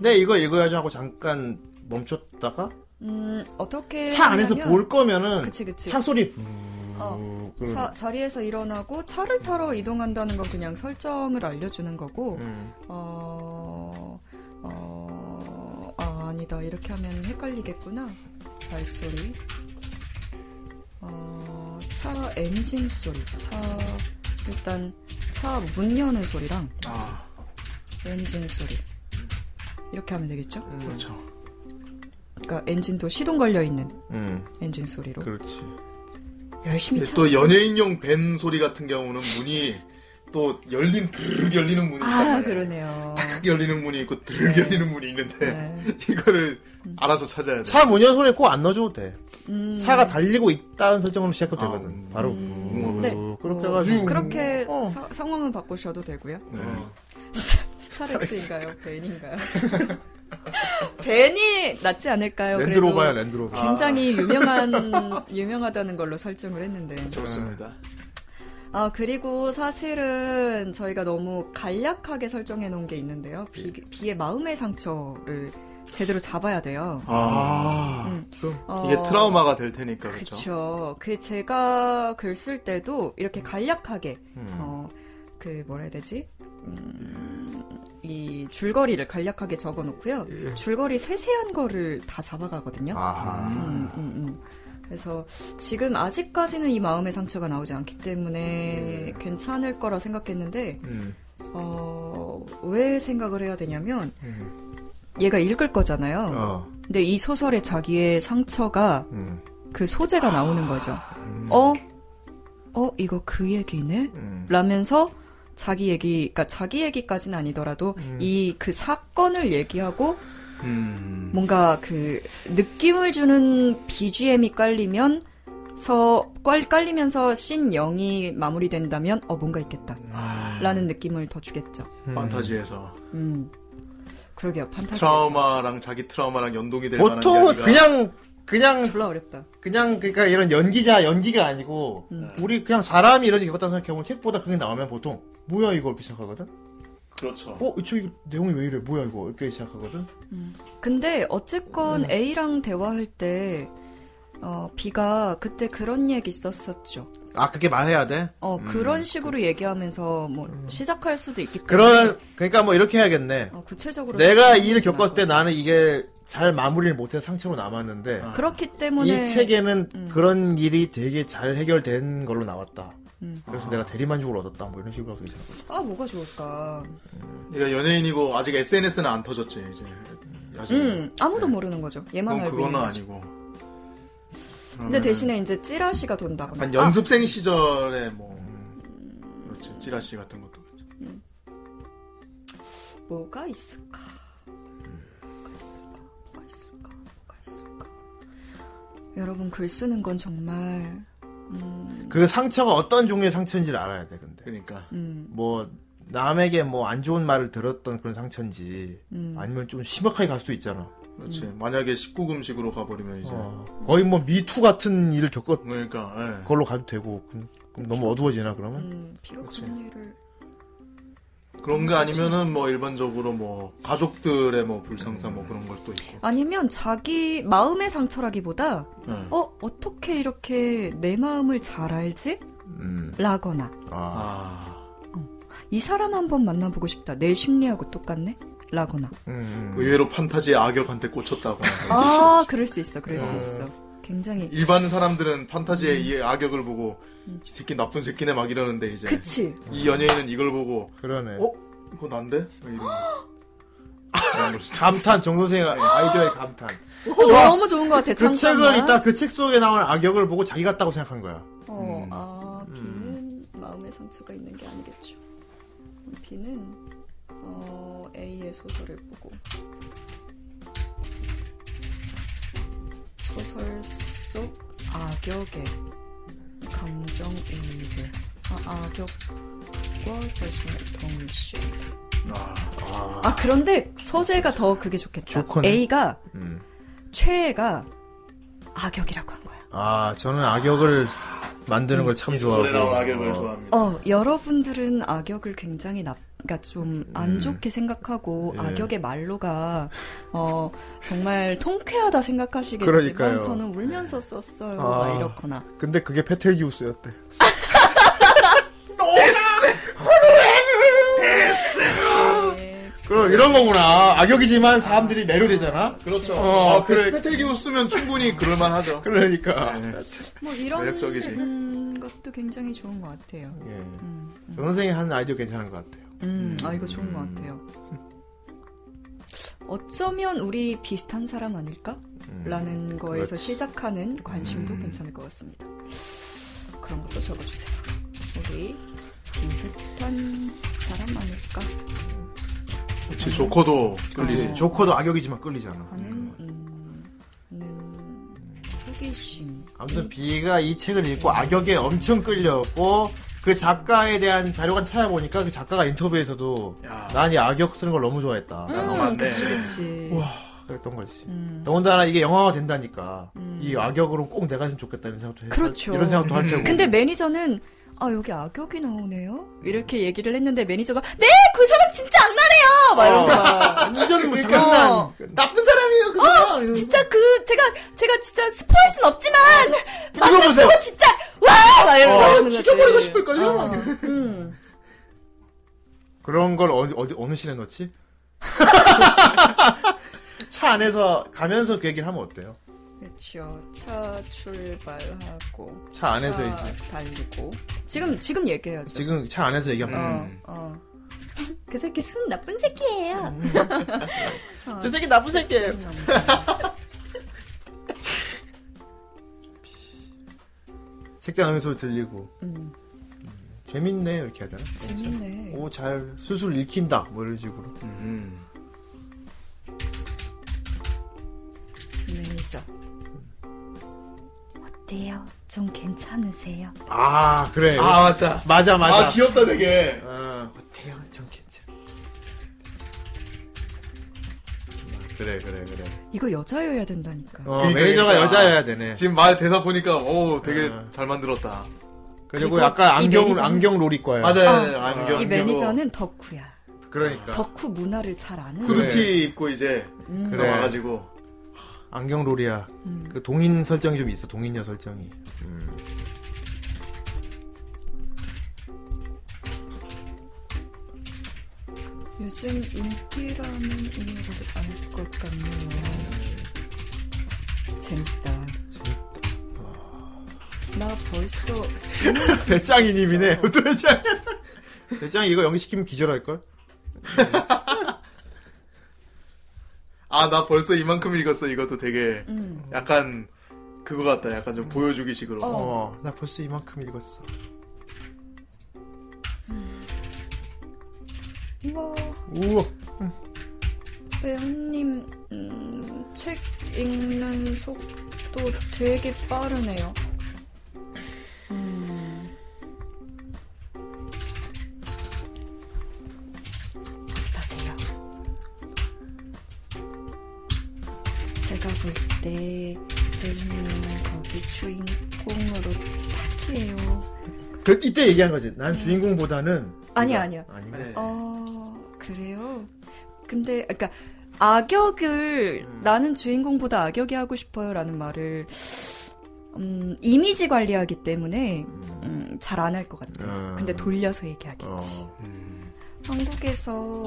[SPEAKER 1] 네 이거 읽어야죠 하고 잠깐 멈췄다가
[SPEAKER 4] 음 어떻게
[SPEAKER 1] 차 안에서
[SPEAKER 4] 하냐면-
[SPEAKER 1] 볼 거면은
[SPEAKER 4] 네, 그치, 그치.
[SPEAKER 1] 차 소리
[SPEAKER 4] 음, 어, 자, 자리에서 일어나고 차를 타러 이동한다는 건 그냥 설정을 알려주는 거고,
[SPEAKER 1] 음.
[SPEAKER 4] 어, 어, 아, 아니다. 이렇게 하면 헷갈리겠구나. 발소리. 어, 차 엔진 소리. 차, 일단 차 문 여는 소리랑
[SPEAKER 1] 아.
[SPEAKER 4] 엔진 소리. 이렇게 하면 되겠죠?
[SPEAKER 1] 그렇죠.
[SPEAKER 4] 그러니까 엔진도 시동 걸려 있는
[SPEAKER 1] 음.
[SPEAKER 4] 엔진 소리로.
[SPEAKER 1] 그렇지.
[SPEAKER 4] 열심히
[SPEAKER 2] 근데
[SPEAKER 4] 찾았어요.
[SPEAKER 2] 네, 또 연예인용 밴 소리 같은 경우는 문이 또 열린 드르륵 열리는 문이
[SPEAKER 4] 아,
[SPEAKER 2] 있단 말이야.
[SPEAKER 4] 그러네요.
[SPEAKER 2] 탁 열리는 문이 있고 드르륵
[SPEAKER 1] 네.
[SPEAKER 2] 열리는 문이 있는데 이거를 알아서 찾아야 돼.
[SPEAKER 1] 차 문연 소리에 꼭 안 넣어줘도 돼.
[SPEAKER 4] 음.
[SPEAKER 1] 차가 달리고 있다는 설정으로 시작해도 되거든. 바로 아, 음.
[SPEAKER 4] 네.
[SPEAKER 1] 그렇게
[SPEAKER 4] 어,
[SPEAKER 1] 해가지고 음. 어.
[SPEAKER 4] 그렇게 서- 성함은 바꾸셔도 되고요.
[SPEAKER 2] 네.
[SPEAKER 4] 스- 스타렉스인가요? 벤인가요? 벤이 낫지 않을까요? 그래도
[SPEAKER 1] 랜드로버야, 랜드로버.
[SPEAKER 4] 굉장히
[SPEAKER 1] 아.
[SPEAKER 4] 유명한 유명하다는 걸로 설정을 했는데.
[SPEAKER 2] 좋습니다.
[SPEAKER 4] 아 그리고 사실은 저희가 너무 간략하게 설정해 놓은 게 있는데요. 비,
[SPEAKER 2] 예.
[SPEAKER 4] 비의 마음의 상처를 제대로 잡아야 돼요.
[SPEAKER 2] 아,
[SPEAKER 4] 음.
[SPEAKER 2] 또 이게
[SPEAKER 4] 어,
[SPEAKER 2] 트라우마가 될 테니까 그렇죠.
[SPEAKER 4] 그렇죠. 그 제가 글 쓸 때도 이렇게 간략하게 어그 뭐라 해야 되지? 음, 이 줄거리를 간략하게 적어 놓고요. 줄거리 세세한 거를 다 잡아가거든요. 음, 음, 음. 그래서 지금 아직까지는 이 마음의 상처가 나오지 않기 때문에 괜찮을 거라 생각했는데
[SPEAKER 1] 음.
[SPEAKER 4] 어, 왜 생각을 해야 되냐면 얘가 읽을 거잖아요.
[SPEAKER 1] 어. 음.
[SPEAKER 4] 근데 이 소설의 자기의 상처가 그 소재가 나오는 거죠. 어? 어, 이거 그 얘기네? 라면서 자기 얘기, 그러니까 자기 얘기까지는 아니더라도 이 그 사건을 얘기하고
[SPEAKER 2] 음.
[SPEAKER 4] 뭔가 그 느낌을 주는 BGM이 깔리면 서 깔, 깔리면서 씬 0이 마무리된다면 어 뭔가 있겠다 라는 느낌을 더 주겠죠.
[SPEAKER 2] 판타지에서
[SPEAKER 4] 음. 그러게요. 판타지.
[SPEAKER 2] 트라우마랑 자기 트라우마랑 연동이
[SPEAKER 1] 음.
[SPEAKER 2] 될 만한
[SPEAKER 1] 보통은
[SPEAKER 2] 이야기가
[SPEAKER 1] 그냥 그냥
[SPEAKER 4] 졸라 어렵다.
[SPEAKER 1] 그냥 그러니까 이런 연기자 연기가 아니고
[SPEAKER 4] 음.
[SPEAKER 1] 우리 그냥 사람이 이런 겪었다 생각해보면 책보다 그게 나오면 보통 뭐야 이거 이렇게 시작하거든.
[SPEAKER 2] 그렇죠.
[SPEAKER 1] 어, 이거 내용이 왜 이래? 뭐야 이거 이렇게 시작하거든.
[SPEAKER 4] 근데 어쨌건
[SPEAKER 1] 네.
[SPEAKER 4] A랑 대화할 때 어, B가 그때 그런 얘기 있었었죠.
[SPEAKER 1] 아 그렇게 말해야 돼.
[SPEAKER 4] 어
[SPEAKER 1] 음.
[SPEAKER 4] 그런 식으로 얘기하면서 뭐 시작할 수도 있기 때문에
[SPEAKER 1] 그런 그러니까 뭐 이렇게 해야겠네.
[SPEAKER 4] 어, 음, 구체적으로
[SPEAKER 1] 내가 이
[SPEAKER 4] 생각이
[SPEAKER 1] 일을
[SPEAKER 4] 나.
[SPEAKER 1] 겪었을 때 나는 이게 잘 마무리를 못해서 상처로 남았는데
[SPEAKER 4] 그렇기 때문에
[SPEAKER 1] 이 책에는 그런 일이 되게 잘 해결된 걸로 나왔다.
[SPEAKER 4] 음.
[SPEAKER 1] 그래서 내가 대리만족을 얻었다. 뭐 이런 식으로 하고 있어.
[SPEAKER 4] 아 뭐가 좋을까?
[SPEAKER 2] 얘가 그러니까 연예인이고 아직 SNS는 안 터졌지 이제. 아직.
[SPEAKER 4] 음
[SPEAKER 1] 네.
[SPEAKER 4] 아무도 모르는 거죠.
[SPEAKER 1] 어,
[SPEAKER 4] 얘만
[SPEAKER 2] 그건
[SPEAKER 4] 알고 있는
[SPEAKER 2] 그거는
[SPEAKER 4] 거죠.
[SPEAKER 2] 아니고.
[SPEAKER 4] 근데
[SPEAKER 1] 음.
[SPEAKER 2] 그러면은
[SPEAKER 4] 대신에 아. 이제 찌라시가 돈다거나
[SPEAKER 2] 약간 음. 연습생 시절에 뭐 그렇죠 찌라시 같은 것도 그렇죠.
[SPEAKER 4] 아, 뭐가 있을까? 뭐가 있을까? 뭐가 있을까? 뭐가 있을까? 여러분 글 쓰는 건 정말 음,
[SPEAKER 1] 그 상처가 어떤 종류의 상처인지를 알아야 돼. 근데.
[SPEAKER 2] 그러니까.
[SPEAKER 4] 음.
[SPEAKER 1] 뭐 남에게 뭐 안 좋은 말을 들었던 그런 상처인지
[SPEAKER 4] 음.
[SPEAKER 1] 아니면 좀 심각하게 갈 수도 있잖아.
[SPEAKER 2] 그렇지 만약에 19금식으로 가버리면 이제
[SPEAKER 4] 어.
[SPEAKER 1] 거의 뭐 미투 같은 일을 겪었
[SPEAKER 2] 그러니까 예.
[SPEAKER 1] 걸로 가도 되고 그럼, 그럼 너무 어두워지나 그러면?
[SPEAKER 4] 음, 비록 그런 일을
[SPEAKER 2] 그런 거 아니면은 뭐 일반적으로 뭐 가족들의 뭐 불상사 뭐 그런 걸 또 있고
[SPEAKER 4] 아니면 자기 마음의 상처라기보다
[SPEAKER 2] 네.
[SPEAKER 4] 어 어떻게 이렇게 내 마음을 잘 알지?
[SPEAKER 1] 음.
[SPEAKER 4] 라거나
[SPEAKER 2] 아.
[SPEAKER 4] 이 사람 한번 만나보고 싶다. 내 심리하고 똑같네? 라거나
[SPEAKER 1] 음.
[SPEAKER 2] 의외로 판타지의 악역한테 꽂혔다고
[SPEAKER 4] 아 그럴 수 있어 그럴
[SPEAKER 1] 네.
[SPEAKER 4] 수
[SPEAKER 2] 음.
[SPEAKER 4] 있어 굉장히
[SPEAKER 2] 일반 사람들은 판타지의 이 악역을 보고 이 새끼 나쁜 새끼네 막 이러는데 이제
[SPEAKER 4] 그치.
[SPEAKER 2] 이 연예인은 이걸 보고
[SPEAKER 1] 그러네.
[SPEAKER 2] 어 이거 난데 막 이런
[SPEAKER 1] 감탄 정 선생 아이디어의 감탄.
[SPEAKER 4] 어, 너무 좋은 것 같아,
[SPEAKER 1] 그 책을
[SPEAKER 4] 잠깐만.
[SPEAKER 1] 이따 그 책 속에 나온 악역을 보고 자기 같다고 생각한 거야.
[SPEAKER 4] 어, 아, 비는 마음의 상처가 있는 게 아니겠죠. 비는 어, A의 소설을 보고 소설 속 악역의 감정이입을 아, 악역과 자신을 동시에 아, 그런데 소재가 더 그게 좋겠다.
[SPEAKER 1] 좋거네.
[SPEAKER 4] A가
[SPEAKER 1] 음.
[SPEAKER 4] 최애가 악역이라고 한 거야.
[SPEAKER 1] 아 저는 악역을 만드는 걸 참 좋아하고.
[SPEAKER 2] 소리 나오는 악역을 좋아합니다.
[SPEAKER 4] 어, 여러분들은 악역을 굉장히 나, 그러니까 좀 안
[SPEAKER 1] 음.
[SPEAKER 4] 좋게 생각하고
[SPEAKER 1] 예.
[SPEAKER 4] 악역의 말로가 어, 정말 통쾌하다 생각하시겠지만
[SPEAKER 1] 그러니까요.
[SPEAKER 4] 저는 울면서 썼어요.
[SPEAKER 1] 아.
[SPEAKER 4] 막 이렇거나.
[SPEAKER 1] 근데 그게 페텔기우스였대. 그럼 이런 거구나. 악역이지만 사람들이 매료되잖아.
[SPEAKER 2] 그렇죠.
[SPEAKER 1] 어,
[SPEAKER 2] 아, 그
[SPEAKER 1] 그래.
[SPEAKER 2] 페텔기우 쓰면 충분히 그럴만하죠. 아, 네.
[SPEAKER 1] 그러니까.
[SPEAKER 4] 뭐 이런
[SPEAKER 2] 매력적이지.
[SPEAKER 4] 음, 것도 굉장히 좋은 것 같아요.
[SPEAKER 1] 예.
[SPEAKER 4] 음, 음.
[SPEAKER 1] 전 선생이 하는 아이디어 괜찮은 것 같아요.
[SPEAKER 4] 음, 아 이거 좋은 것 같아요. 어쩌면 우리 비슷한 사람 아닐까? 라는 거에서
[SPEAKER 9] 그렇지.
[SPEAKER 4] 시작하는 관심도 괜찮을 것 같습니다. 그런 것도 적어주세요. 우리 비슷한 사람 아닐까?
[SPEAKER 2] 그렇지, 조커도
[SPEAKER 1] 끌리지.
[SPEAKER 4] 어.
[SPEAKER 1] 예. 조커도 악역이지만 끌리잖아. 예.
[SPEAKER 4] 하는 음, 는 호기심.
[SPEAKER 1] 아무튼 비가 이 책을 읽고 악역에 엄청 끌렸고 그 작가에 대한 자료가 찾아보니까 그 작가가 인터뷰에서도 난 이 악역 쓰는 걸 너무 좋아했다.
[SPEAKER 4] 음, 너무 안 돼. 그치, 그치.
[SPEAKER 1] 와 그랬던 거지.
[SPEAKER 4] 음.
[SPEAKER 1] 더군다나 이게 영화가 된다니까 이 악역으로 꼭 내가 했으면 좋겠다 이런 생각도 해.
[SPEAKER 4] 그렇죠.
[SPEAKER 1] 이런 생각도 할 테고.
[SPEAKER 4] 근데 매니저는 아 여기 악역이 나오네요. 이렇게 얘기를 했는데 매니저가 네 그 사람 진짜 악랄해요. 막 이러면서 막.
[SPEAKER 1] 완전 뭐
[SPEAKER 4] 그러니까,
[SPEAKER 1] 장난.
[SPEAKER 4] 어.
[SPEAKER 1] 나쁜 사람이에요 그
[SPEAKER 4] 어, 진짜 그 제가 제가 진짜 스포할 순 없지만 마지막
[SPEAKER 1] 보세요.
[SPEAKER 4] 보고 진짜 와막 이러고
[SPEAKER 1] 어,
[SPEAKER 4] 나오는 거지.
[SPEAKER 1] 죽여버리고 싶을걸요?
[SPEAKER 4] 어,
[SPEAKER 1] 막
[SPEAKER 4] 음.
[SPEAKER 1] 그런 걸 어디, 어디 어느 신에 넣지? 차 안에서 가면서 그 얘기를 하면 어때요?
[SPEAKER 4] 그렇죠. 차 출발하고
[SPEAKER 1] 차 안에서 이제.
[SPEAKER 4] 달리고 지금 지금 얘기해야죠.
[SPEAKER 1] 지금 차 안에서 얘기하면
[SPEAKER 4] 어,
[SPEAKER 1] 음.
[SPEAKER 4] 어. 그 새끼 순 나쁜 새끼예요. 음, 어,
[SPEAKER 1] 저 새끼 나쁜 새끼예요. 책장 안에서 들리고
[SPEAKER 4] 음.
[SPEAKER 1] 재밌네 이렇게 하잖아.
[SPEAKER 4] 재밌네.
[SPEAKER 1] 오 잘 수술 읽힌다 뭐 이런 식으로.
[SPEAKER 4] 매니저. 어때요? 좀 괜찮으세요?
[SPEAKER 1] 아 그래.
[SPEAKER 2] 아, 맞아.
[SPEAKER 1] 맞아 맞아.
[SPEAKER 2] 아, 귀엽다, 되게.
[SPEAKER 1] 어, 어때요? 전 괜찮. 그래 그래 그래.
[SPEAKER 4] 이거 여자여야 된다니까.
[SPEAKER 1] 어, 매니저가 여자여야 되네. 네.
[SPEAKER 2] 지금 말 대사 보니까, 오, 되게 잘 만들었다.
[SPEAKER 1] 그리고 약간
[SPEAKER 4] 이
[SPEAKER 1] 안경
[SPEAKER 4] 매니저는-
[SPEAKER 1] 안경 로리과야.
[SPEAKER 2] 맞아요, 네,
[SPEAKER 4] 어,
[SPEAKER 2] 안경.
[SPEAKER 4] 이 매니저는 덕후야.
[SPEAKER 1] 그러니까.
[SPEAKER 4] 덕후 문화를 잘 아는.
[SPEAKER 1] 그
[SPEAKER 2] 후드티
[SPEAKER 1] 네.
[SPEAKER 2] 입고 이제,
[SPEAKER 1] 그래.
[SPEAKER 2] 나와가지고.
[SPEAKER 1] 안경 롤이야.
[SPEAKER 4] 음.
[SPEAKER 1] 그 동인 설정이 좀 있어. 동인녀 설정이. 음.
[SPEAKER 4] 요즘 인기라는 이유를 알것 같네요. 재밌다. 나 벌써
[SPEAKER 1] 배짱이님이네. 도대체. 어. 배짱이 이거 연기시키면 기절할걸?
[SPEAKER 2] 아, 나 벌써 이만큼 읽었어. 이것도 되게,
[SPEAKER 4] 음.
[SPEAKER 2] 약간, 그거 같다. 약간 좀 보여주기 식으로.
[SPEAKER 1] 어, 나 벌써 이만큼 읽었어.
[SPEAKER 4] 뭐
[SPEAKER 1] 우와.
[SPEAKER 4] 배우님 음, 책 읽는 속도 되게 빠르네요. 음. 어떠세요? 제가 볼 때 배우님은 거기 주인공으로 딱이에요.
[SPEAKER 1] 그, 이때 얘기한 거지. 난 주인공보다는.
[SPEAKER 4] 아니야 아니야.
[SPEAKER 1] 아니야.
[SPEAKER 4] 어 그래요. 근데 그러니까 악역을 나는 주인공보다 악역이 하고 싶어요라는 말을 음, 이미지 관리하기 때문에 음, 잘 안 할 것 같아요.
[SPEAKER 1] 음.
[SPEAKER 4] 근데 돌려서 얘기하겠지.
[SPEAKER 1] 어.
[SPEAKER 4] 한국에서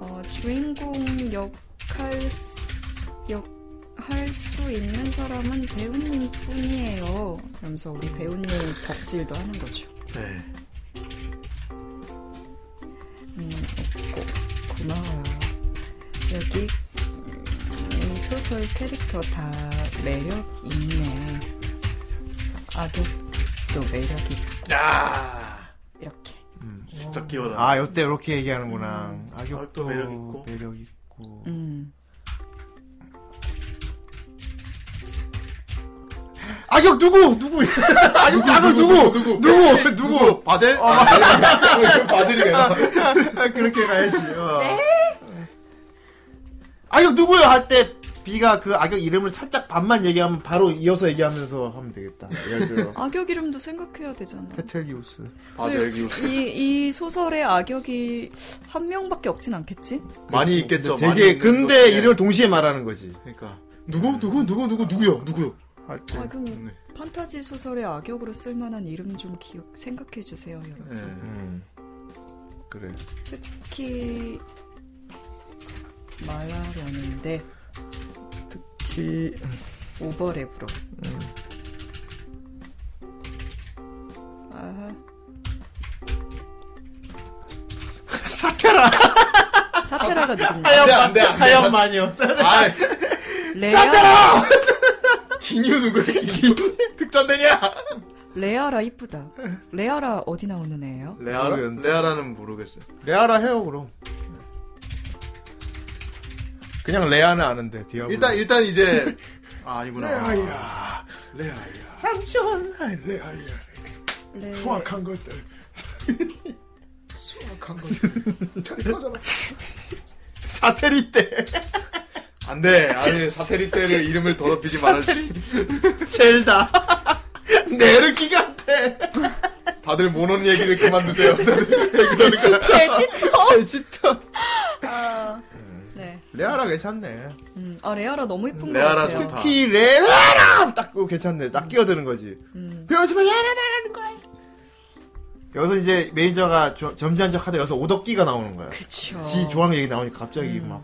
[SPEAKER 4] 어, 주인공 역할 역할 수 있는 사람은 배우님뿐이에요. 그러면서 우리 배우님 덕질도 하는 거죠.
[SPEAKER 2] 네.
[SPEAKER 4] 음, 없고 고마워요. 여기 음, 이 소설 캐릭터 다 매력 있네. 아독도 매력 있고. 이렇게.
[SPEAKER 2] 진짜 끼워라.
[SPEAKER 1] 아, 요때 이렇게 얘기하는구나. 악역도
[SPEAKER 2] 매력
[SPEAKER 1] 음.
[SPEAKER 2] 있고.
[SPEAKER 1] 매력 있고.
[SPEAKER 4] 음.
[SPEAKER 1] 악역 누구? 누구? 악역 누구? 악역 누구? 누구? 누구? 누구?
[SPEAKER 2] 바젤? 아, 네.
[SPEAKER 1] 어,
[SPEAKER 2] 바젤이래요.
[SPEAKER 1] 아, 그렇게 가야지. 어. 악역 누구요? 할 때 B가 그 악역 이름을 살짝 반만 얘기하면 바로 이어서 얘기하면서 하면 되겠다. 예를
[SPEAKER 4] 악역 이름도 생각해야 되잖아. 네.
[SPEAKER 1] 페텔기우스.
[SPEAKER 4] 이, 이 소설의 악역이 한 명밖에 없진 않겠지?
[SPEAKER 2] 많이 있겠죠.
[SPEAKER 1] 되게
[SPEAKER 2] 많이 있는
[SPEAKER 1] 근데
[SPEAKER 2] 것도-
[SPEAKER 1] 이름을 동시에 말하는 거지.
[SPEAKER 2] 그러니까
[SPEAKER 1] 누구 누구 누구 누구 누구요 누구요.
[SPEAKER 4] 아, 그럼 판타지 소설의 악역으로 쓸만한 이름 좀 기억 생각해 주세요, 여러분.
[SPEAKER 2] 네.
[SPEAKER 1] 그래.
[SPEAKER 4] 특히 말하려는데
[SPEAKER 1] 키
[SPEAKER 4] 오버랩으로.
[SPEAKER 1] 음.
[SPEAKER 4] 아,
[SPEAKER 1] 사테라.
[SPEAKER 4] 사테라가 누군가?
[SPEAKER 1] 하얀
[SPEAKER 2] 안 돼,
[SPEAKER 1] 마-
[SPEAKER 2] 안 돼.
[SPEAKER 1] 하얀 마녀.
[SPEAKER 2] 아이.
[SPEAKER 4] 레아?
[SPEAKER 2] 사태라! 기뉴 누구야? 기뉴 특전되냐?
[SPEAKER 4] 레아라 이쁘다. 레아라 어디 나오는 애예요?
[SPEAKER 2] 레아라? 레아라는 모르겠어요.
[SPEAKER 1] 레아라 해요 그럼. 그냥 레아는 아는데 디아블로.
[SPEAKER 2] 일단 일단 이제 아 아니구나.
[SPEAKER 14] 레아야, 레아야.
[SPEAKER 1] 삼촌.
[SPEAKER 14] 레아야. 수확한 것들. 수확한 것들. 잘 꺼져라.
[SPEAKER 1] 사테리 때.
[SPEAKER 2] 안 돼. 아니 사테리 때를 이름을 더럽히지 말아.
[SPEAKER 1] 사테리. 젤다. 네르기간테.
[SPEAKER 2] 다들 모노는 얘기를 그만두세요. 그러니까
[SPEAKER 4] 베지터.
[SPEAKER 1] 네, 베지터.
[SPEAKER 4] 아, 네.
[SPEAKER 1] 레아라 괜찮네.
[SPEAKER 4] 음, 아 레아라 너무 예쁜 것
[SPEAKER 1] 레아라
[SPEAKER 4] 같아요.
[SPEAKER 1] 특히 레아라 딱 그거 괜찮네. 딱 끼어드는 거지. 배우면서 레아라 말하는 거야. 여기서 이제 매니저가 조- 점잖은 척하다 여기서 오덕기가 나오는 거야.
[SPEAKER 4] 그쵸.
[SPEAKER 1] 지 좋아하는 얘기 나오니까 갑자기 막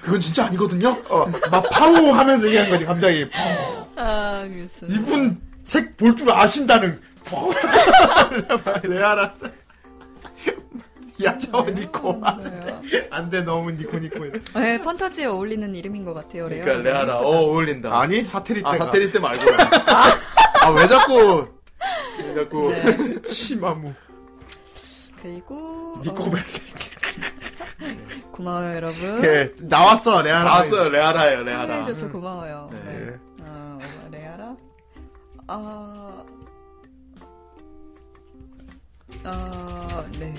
[SPEAKER 2] 그건 진짜 아니거든요.
[SPEAKER 1] 어, 막 파로 하면서 얘기하는 거지 갑자기.
[SPEAKER 4] 아, 그래서.
[SPEAKER 1] 이분 책 볼 줄 아신다는. 레아라. 야, 저거 니코. 안 돼, 너무 니코, 니코.
[SPEAKER 4] 네, 판타지에 어울리는 이름인 것 같아요, 레아.
[SPEAKER 2] 그러니까 레아라 어 어울린다.
[SPEAKER 1] 아니 사테리
[SPEAKER 2] 아
[SPEAKER 1] 때가.
[SPEAKER 2] 사테리 때 말고. 아 왜 자꾸 왜 자꾸
[SPEAKER 1] 시마무.
[SPEAKER 4] 그리고
[SPEAKER 1] 니코벨릭.
[SPEAKER 4] 어, 고마워요, 여러분.
[SPEAKER 1] 예, 나왔어, 레아라.
[SPEAKER 2] 나왔어요, 네, 레아라예요,
[SPEAKER 4] 참여해줘서 고마워요.
[SPEAKER 1] 네.
[SPEAKER 4] 네. 아, 어, 레아라. 아, 아, 네.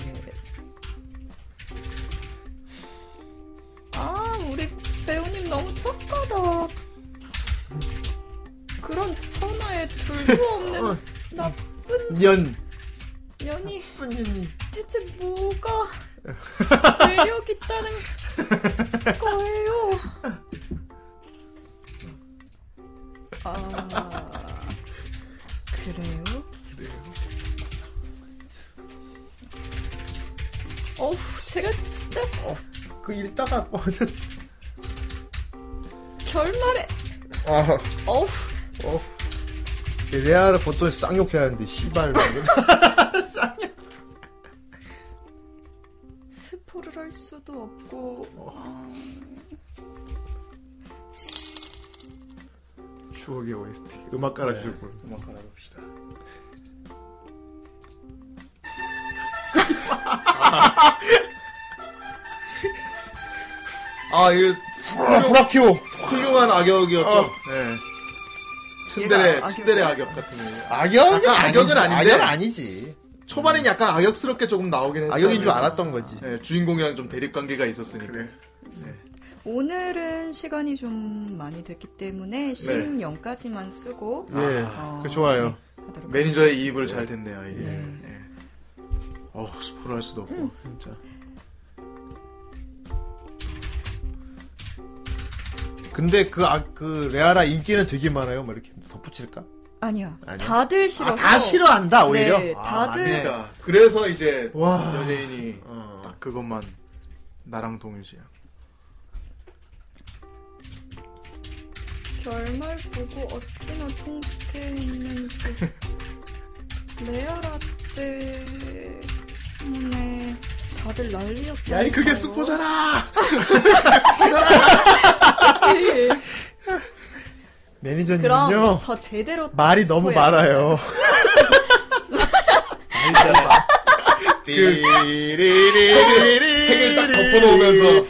[SPEAKER 4] 아, 우리 배우님 너무 착하다. 그런 천하에 둘도
[SPEAKER 2] 어.
[SPEAKER 4] 없는 나쁜
[SPEAKER 1] 연.
[SPEAKER 4] 연이
[SPEAKER 1] 연이
[SPEAKER 4] 대체 뭐가 매력 있다는 거예요? 아 그래요? 어우 제가 진짜
[SPEAKER 1] 그 읽다가
[SPEAKER 2] 아.
[SPEAKER 1] 꺼는.
[SPEAKER 4] 결말에
[SPEAKER 1] 어.
[SPEAKER 4] 어우
[SPEAKER 1] 어. 레아를 보통 쌍욕해야 하는데, 씨발.
[SPEAKER 4] 스포를 할 수도 없고 아,
[SPEAKER 1] 추억의 OST. 음악 깔아주실 분.
[SPEAKER 2] 네, 음악 깔아봅시다. 아 이거
[SPEAKER 1] 아, 후라키오.
[SPEAKER 2] 훌륭한 악역이었죠.
[SPEAKER 1] 어.
[SPEAKER 2] 네. 츤데레
[SPEAKER 1] 얘가
[SPEAKER 2] 츤데레 악역 같은 거.
[SPEAKER 1] 악역은
[SPEAKER 2] 약간 악역은
[SPEAKER 1] 아니지.
[SPEAKER 2] 아닌데
[SPEAKER 1] 악역은 아니지.
[SPEAKER 2] 초반엔 약간 악역스럽게 조금 나오긴 했어요.
[SPEAKER 1] 악역인 줄 알았던 거지.
[SPEAKER 2] 네, 주인공이랑 좀 대립 관계가 있었으니까.
[SPEAKER 4] 오늘은 시간이 좀 많이 됐기 때문에 신 0까지만 쓰고
[SPEAKER 2] 네. 예,
[SPEAKER 4] 어,
[SPEAKER 2] 그 좋아요.
[SPEAKER 4] 하도록
[SPEAKER 2] 매니저의 이입을 잘 됐네요. 이게. 예. 어 스포를 할 수도 없고
[SPEAKER 4] 음.
[SPEAKER 2] 진짜.
[SPEAKER 1] 근데 그, 아, 그, 레아라 인기는 되게 많아요. 막 이렇게 덧붙일까?
[SPEAKER 4] 아니야.
[SPEAKER 1] 아니야?
[SPEAKER 4] 다들 싫어서.
[SPEAKER 1] 아, 다 싫어한다, 오히려?
[SPEAKER 4] 네,
[SPEAKER 1] 아,
[SPEAKER 4] 다들.
[SPEAKER 2] 그러니까 그래서 이제
[SPEAKER 1] 와.
[SPEAKER 2] 연예인이 딱 그것만 나랑 동일시야.
[SPEAKER 4] 결말 보고 어찌나 통쾌했는지. 레아라 때문에 다들 난리였다.
[SPEAKER 2] 야, 이 그게 스포잖아.
[SPEAKER 4] 그치. 그럼
[SPEAKER 1] 매니저님은요.
[SPEAKER 4] 더 제대로.
[SPEAKER 1] 말이 너무
[SPEAKER 4] 스포야.
[SPEAKER 1] 많아요.
[SPEAKER 2] 그 책을, 책을 딱 덮어놓으면서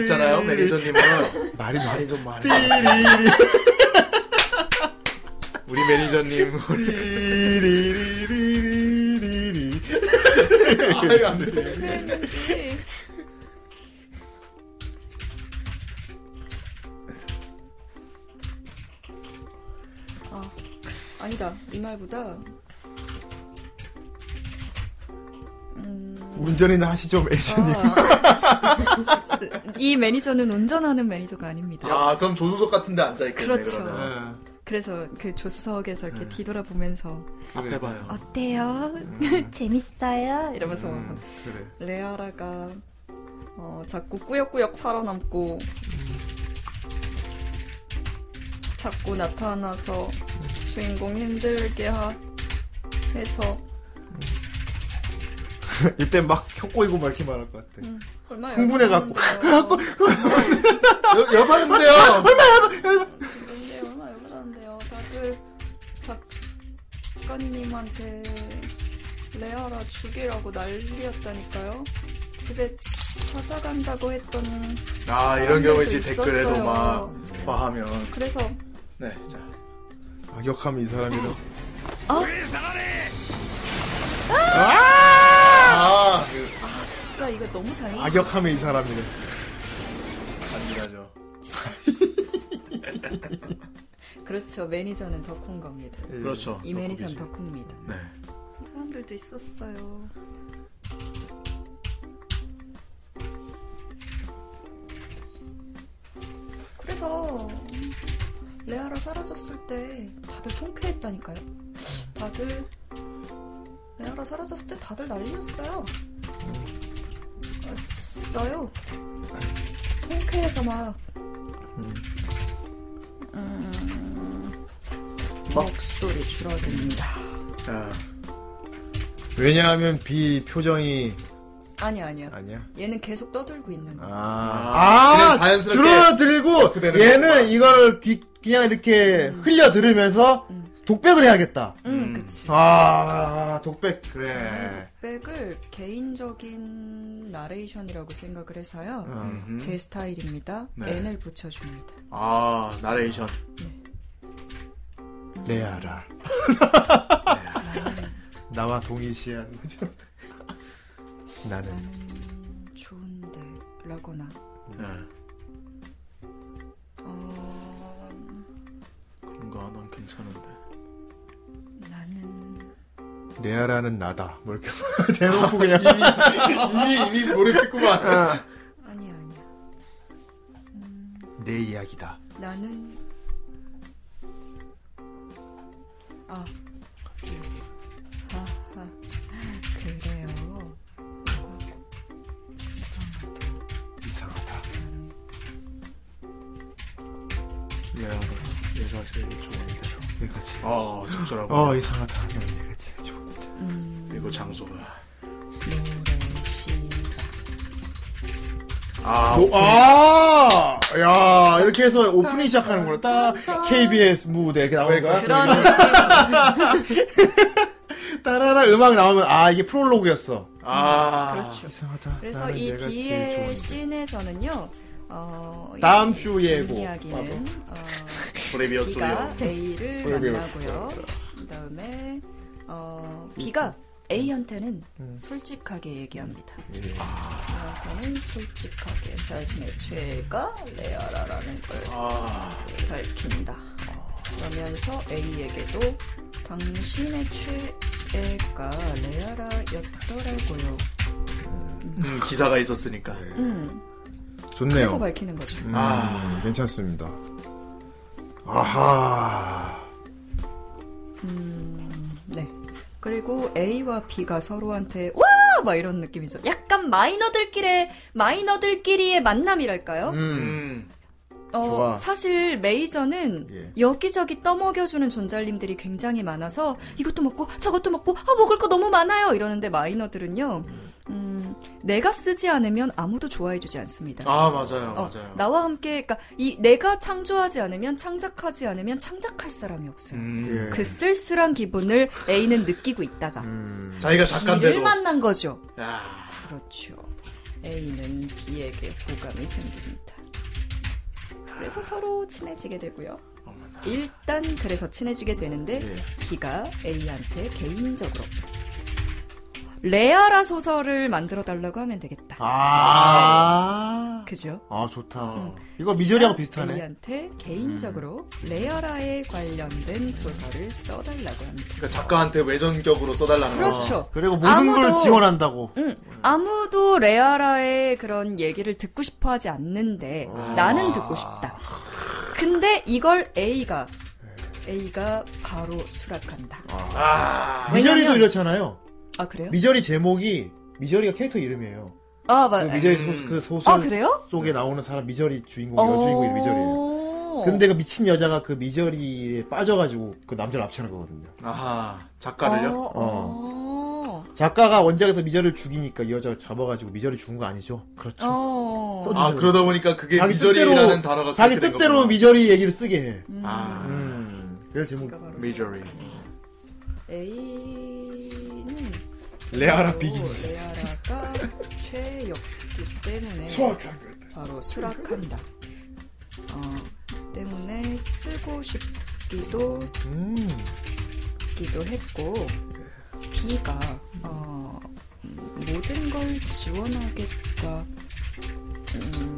[SPEAKER 2] 있잖아요 매니저님은
[SPEAKER 1] 말이
[SPEAKER 2] 말이 좀 많아 우리 매니저님 아유 안돼
[SPEAKER 4] 통쾌했는지. 아, 아니다 이 말보다
[SPEAKER 1] 운전이나 하시죠,
[SPEAKER 2] 어.
[SPEAKER 1] 매니저님.
[SPEAKER 4] 이 매니저는 운전하는 매니저가 아닙니다.
[SPEAKER 2] 아, 그럼 조수석 같은 데 앉아있겠네,
[SPEAKER 4] 그렇죠.
[SPEAKER 2] 그러면.
[SPEAKER 4] 그래서 그 조수석에서
[SPEAKER 1] 네.
[SPEAKER 4] 이렇게 뒤돌아보면서
[SPEAKER 2] 앞에 봐요.
[SPEAKER 4] 어때요? 재밌어요? 이러면서
[SPEAKER 1] 네. 음, 그래.
[SPEAKER 4] 레아라가 어, 자꾸 꾸역꾸역 살아남고 자꾸 나타나서
[SPEAKER 1] 네.
[SPEAKER 4] 주인공 힘들게 하, 해서
[SPEAKER 1] 이때 막 혀꼬이고 막 이렇게 말할 것 같아.
[SPEAKER 4] 얼마
[SPEAKER 1] 흥분해갖고.
[SPEAKER 2] 열받는데요.
[SPEAKER 1] 얼마,
[SPEAKER 4] 근데 얼마 열받았는데요. 다들 작가님한테 레아라 죽이라고 난리였다니까요. 집에 찾아간다고 했던
[SPEAKER 2] 아, 이런 경우에 이제
[SPEAKER 4] 사람들도
[SPEAKER 2] 댓글에도
[SPEAKER 4] 있었어요.
[SPEAKER 2] 막, 화하면.
[SPEAKER 4] 그래서
[SPEAKER 2] 네, 자.
[SPEAKER 1] 역하면 이 사람이라.
[SPEAKER 4] 어?
[SPEAKER 2] 아!
[SPEAKER 4] 아 진짜 이거 너무 잘
[SPEAKER 1] 아,
[SPEAKER 4] 나왔어.
[SPEAKER 1] 악역하면 이 사람이래.
[SPEAKER 2] 아니라죠.
[SPEAKER 4] 그렇죠 매니저는 덕후인 겁니다.
[SPEAKER 2] 예, 그렇죠.
[SPEAKER 4] 이
[SPEAKER 2] 덕후
[SPEAKER 4] 매니저는
[SPEAKER 2] 계시죠.
[SPEAKER 4] 덕후입니다.
[SPEAKER 2] 네.
[SPEAKER 4] 사람들도 있었어요. 그래서 레아라 사라졌을 때 다들 통쾌했다니까요. 다들 레아라 사라졌을 때 다들 난리였어요. 어, 써요. 통쾌해서 막 음, 목소리 줄어듭니다.
[SPEAKER 1] 아. 왜냐하면 비 표정이
[SPEAKER 4] 아니 아니야. 아,
[SPEAKER 1] 아니야.
[SPEAKER 4] 얘는 계속 떠들고 있는 거야.
[SPEAKER 1] 아,
[SPEAKER 2] 그냥 자연스럽게
[SPEAKER 1] 줄어들고
[SPEAKER 2] 덕후되는 음.
[SPEAKER 1] 얘는 이걸 귀, 그냥 이렇게 흘려 들으면서 독백을 해야겠다.
[SPEAKER 4] 응, 그치.
[SPEAKER 1] 아, 독백 그래.
[SPEAKER 4] 백을 개인적인 나레이션이라고 생각을 해서요.
[SPEAKER 2] 음흠.
[SPEAKER 4] 제 스타일입니다.
[SPEAKER 2] 네.
[SPEAKER 4] N을 붙여줍니다.
[SPEAKER 2] 아, 나레이션.
[SPEAKER 1] 레아라.
[SPEAKER 2] 네.
[SPEAKER 1] 나와 동일시한 거죠. 나는
[SPEAKER 4] 좋은데 라거나
[SPEAKER 2] 네.
[SPEAKER 4] 어,
[SPEAKER 2] 뭔가 난 괜찮은데.
[SPEAKER 4] 나는
[SPEAKER 1] 레아라는 나다. 뭐 이렇게 대놓고 그냥
[SPEAKER 2] 아, 이미, 이미, 이미 몰입했구만.
[SPEAKER 1] 아.
[SPEAKER 4] 아니 아니야.
[SPEAKER 1] 내 이야기다.
[SPEAKER 4] 나는 아, 아, 아 그래요.
[SPEAKER 2] 네.
[SPEAKER 1] 이상하다.
[SPEAKER 2] 얘가, 네, 얘가 제일 좋은데.
[SPEAKER 1] 여기까지.
[SPEAKER 2] 아, 적절하고.
[SPEAKER 1] 어, 이상하다. 여기까지. 좋은데.
[SPEAKER 2] 그리고 장소가.
[SPEAKER 1] 아,
[SPEAKER 2] 아,
[SPEAKER 1] 오,
[SPEAKER 2] 오프닝.
[SPEAKER 1] 아, 야, 이렇게 해서 오프닝 시작하는 거로 딱 KBS 무대 이렇게 나오는 거야. 따라라 음악 나오면 아 이게 프롤로그였어.
[SPEAKER 2] 아,
[SPEAKER 4] 그렇죠.
[SPEAKER 1] 이상하다.
[SPEAKER 4] 그래서
[SPEAKER 1] 나는
[SPEAKER 4] 이
[SPEAKER 1] 내가 제일
[SPEAKER 4] 뒤에
[SPEAKER 1] 좋은데.
[SPEAKER 4] 씬에서는요. 어, 이
[SPEAKER 1] 다음 주 예고.
[SPEAKER 4] 이야기는
[SPEAKER 1] 아,
[SPEAKER 4] 어,
[SPEAKER 2] 브레비어
[SPEAKER 4] B가
[SPEAKER 2] 소리요.
[SPEAKER 4] A를
[SPEAKER 2] 브레비어
[SPEAKER 4] 만나고요.
[SPEAKER 2] 소리요.
[SPEAKER 4] 그다음에 어, B가
[SPEAKER 1] 음.
[SPEAKER 4] A한테는 솔직하게 얘기합니다.
[SPEAKER 1] 예.
[SPEAKER 4] A한테는 솔직하게 자신의 죄가 레아라라는 걸 밝힌다. 그러면서 A에게도 당신의 죄가 레아라였더라고요.
[SPEAKER 2] 음, 기사가 있었으니까.
[SPEAKER 4] 음,
[SPEAKER 1] 좋네요.
[SPEAKER 4] 그래서 밝히는 거죠.
[SPEAKER 1] 음, 괜찮습니다. 아하.
[SPEAKER 4] 네. 그리고 A와 B가 서로한테 와! 막 이런 느낌이죠. 약간 마이너들끼리 마이너들끼리의 만남이랄까요?
[SPEAKER 2] 음.
[SPEAKER 4] 어,
[SPEAKER 2] 좋아. 예.
[SPEAKER 4] 사실 메이저는 여기저기 떠먹여주는 존잘님들이 굉장히 많아서 이것도 먹고 저것도 먹고 아 먹을 거 너무 많아요 이러는데 마이너들은요 음, 내가 쓰지 않으면 아무도 좋아해주지 않습니다.
[SPEAKER 2] 아, 맞아요,
[SPEAKER 4] 어,
[SPEAKER 2] 맞아요.
[SPEAKER 4] 나와 함께 그러니까 이 내가 창조하지 않으면 창작하지 않으면 창작할 사람이 없어요.
[SPEAKER 2] 음.
[SPEAKER 4] 그 쓸쓸한 기분을 A는 느끼고 있다가
[SPEAKER 2] 자기가 작가인데도.
[SPEAKER 4] B를 만난 거죠.
[SPEAKER 2] 야.
[SPEAKER 4] 그렇죠. A는 B에게 호감이 생깁니다. 그래서 서로 친해지게 되고요. 일단
[SPEAKER 1] 예.
[SPEAKER 4] 그래서 친해지게 되는데 B가 A한테 개인적으로 레아라 소설을 만들어 달라고 하면 되겠다.
[SPEAKER 1] 아.
[SPEAKER 4] 그죠?
[SPEAKER 1] 아, 좋다.
[SPEAKER 4] 음.
[SPEAKER 1] 이거 미저리하고
[SPEAKER 4] 아,
[SPEAKER 1] 비슷하네. 음.
[SPEAKER 4] 에이한테 개인적으로 레아라에 관련된 소설을 써달라고 합니다.
[SPEAKER 2] 그러니까 작가한테 외전격으로 써달라는 거.
[SPEAKER 4] 그렇죠.
[SPEAKER 1] 그리고 모든 걸
[SPEAKER 4] 아무도-
[SPEAKER 1] 지원한다고.
[SPEAKER 4] 응. 아무도 레아라의 그런 얘기를 듣고 싶어 하지 않는데 나는 듣고 싶다. 근데 이걸 A가 A가 바로 수락한다.
[SPEAKER 1] 아,
[SPEAKER 4] 왜냐면-
[SPEAKER 1] 미저리도 이렇잖아요.
[SPEAKER 4] 아 그래요?
[SPEAKER 1] 미저리 제목이 미저리가 캐릭터 이름이에요.
[SPEAKER 4] 아
[SPEAKER 1] 그
[SPEAKER 4] 맞.
[SPEAKER 1] 미저리 소, 그 소설
[SPEAKER 4] 아, 그래요?
[SPEAKER 1] 속에 나오는 사람 미저리 주인공 그 여주인공이
[SPEAKER 4] 어.
[SPEAKER 1] 미저리예요. 근데 그 미친 여자가 그 미저리에 빠져가지고 그 남자를 납치하는 거거든요.
[SPEAKER 2] 아하, 작가를요?
[SPEAKER 1] 어, 작가가 원작에서 미저리를 죽이니까 이 여자가 잡아가지고 미저리 죽은 거 아니죠? 그렇죠.
[SPEAKER 4] 어.
[SPEAKER 1] 써주죠.
[SPEAKER 2] 아, 그러다 보니까 그게
[SPEAKER 1] 자기
[SPEAKER 2] 미저리라는
[SPEAKER 1] 뜻대로-
[SPEAKER 2] 단어가
[SPEAKER 1] 자기
[SPEAKER 2] 그렇게 된
[SPEAKER 1] 뜻대로
[SPEAKER 2] 거구나.
[SPEAKER 1] 미저리 얘기를 쓰게 해.
[SPEAKER 2] 아.
[SPEAKER 1] 음. 그래서 제목
[SPEAKER 4] 그러니까
[SPEAKER 2] 미저리.
[SPEAKER 4] A는
[SPEAKER 1] 레아라
[SPEAKER 4] 바로
[SPEAKER 1] 비긴즈.
[SPEAKER 4] 레아라가 최였기 때문에
[SPEAKER 1] 수락한
[SPEAKER 4] 바로 수락한다. 어, 때문에 쓰고 싶기도
[SPEAKER 1] 음,
[SPEAKER 4] 기도 했고 B가 어, 모든 걸 지원하겠다 음,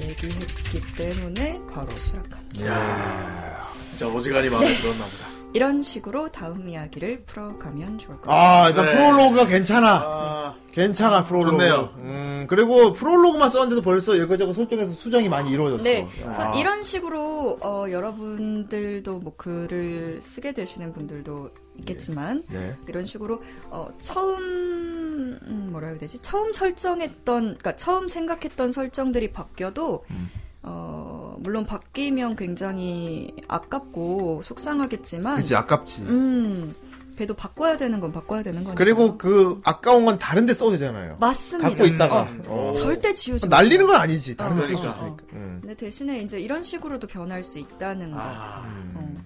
[SPEAKER 4] 얘기했기 때문에 바로 수락한다.
[SPEAKER 1] 네.
[SPEAKER 2] 이야, 진짜 어지간히 마음에 들었나 보다.
[SPEAKER 4] 이런 식으로 다음 이야기를 풀어가면 좋을 것 같아요.
[SPEAKER 1] 아, 일단 프롤로그가 괜찮아. 괜찮아, 프롤로그.
[SPEAKER 2] 좋네요.
[SPEAKER 1] 음, 그리고 프롤로그만 썼는데도 벌써 이거저거 설정에서 수정이 많이 이루어졌어.
[SPEAKER 4] 네. 그래서
[SPEAKER 1] 아.
[SPEAKER 4] 이런 식으로 어, 여러분들도 뭐 글을 쓰게 되시는 분들도 있겠지만
[SPEAKER 1] 네.
[SPEAKER 4] 이런 식으로 어, 처음 음, 뭐라 해야 되지? 처음 설정했던 그러니까 처음 생각했던 설정들이 바뀌어도
[SPEAKER 1] 음.
[SPEAKER 4] 어, 물론 바뀌면 굉장히 아깝고 속상하겠지만
[SPEAKER 1] 그치, 아깝지.
[SPEAKER 4] 음. 그래도 바꿔야 되는 건 바꿔야 되는 거니까.
[SPEAKER 1] 그리고 그 아까운 건 다른 데 써도 되잖아요.
[SPEAKER 4] 맞습니다.
[SPEAKER 1] 갖고 있다가.
[SPEAKER 4] 어,
[SPEAKER 1] 어.
[SPEAKER 4] 절대 지우지 마.
[SPEAKER 1] 날리는 건 아니지. 다른 데
[SPEAKER 4] 어,
[SPEAKER 1] 쓸 수
[SPEAKER 4] 어,
[SPEAKER 1] 있으니까.
[SPEAKER 4] 어.
[SPEAKER 1] 음. 아,
[SPEAKER 4] 근데 대신에 이제 이런 식으로도 변할 수 있다는 거. 어.
[SPEAKER 2] 아.
[SPEAKER 1] 음.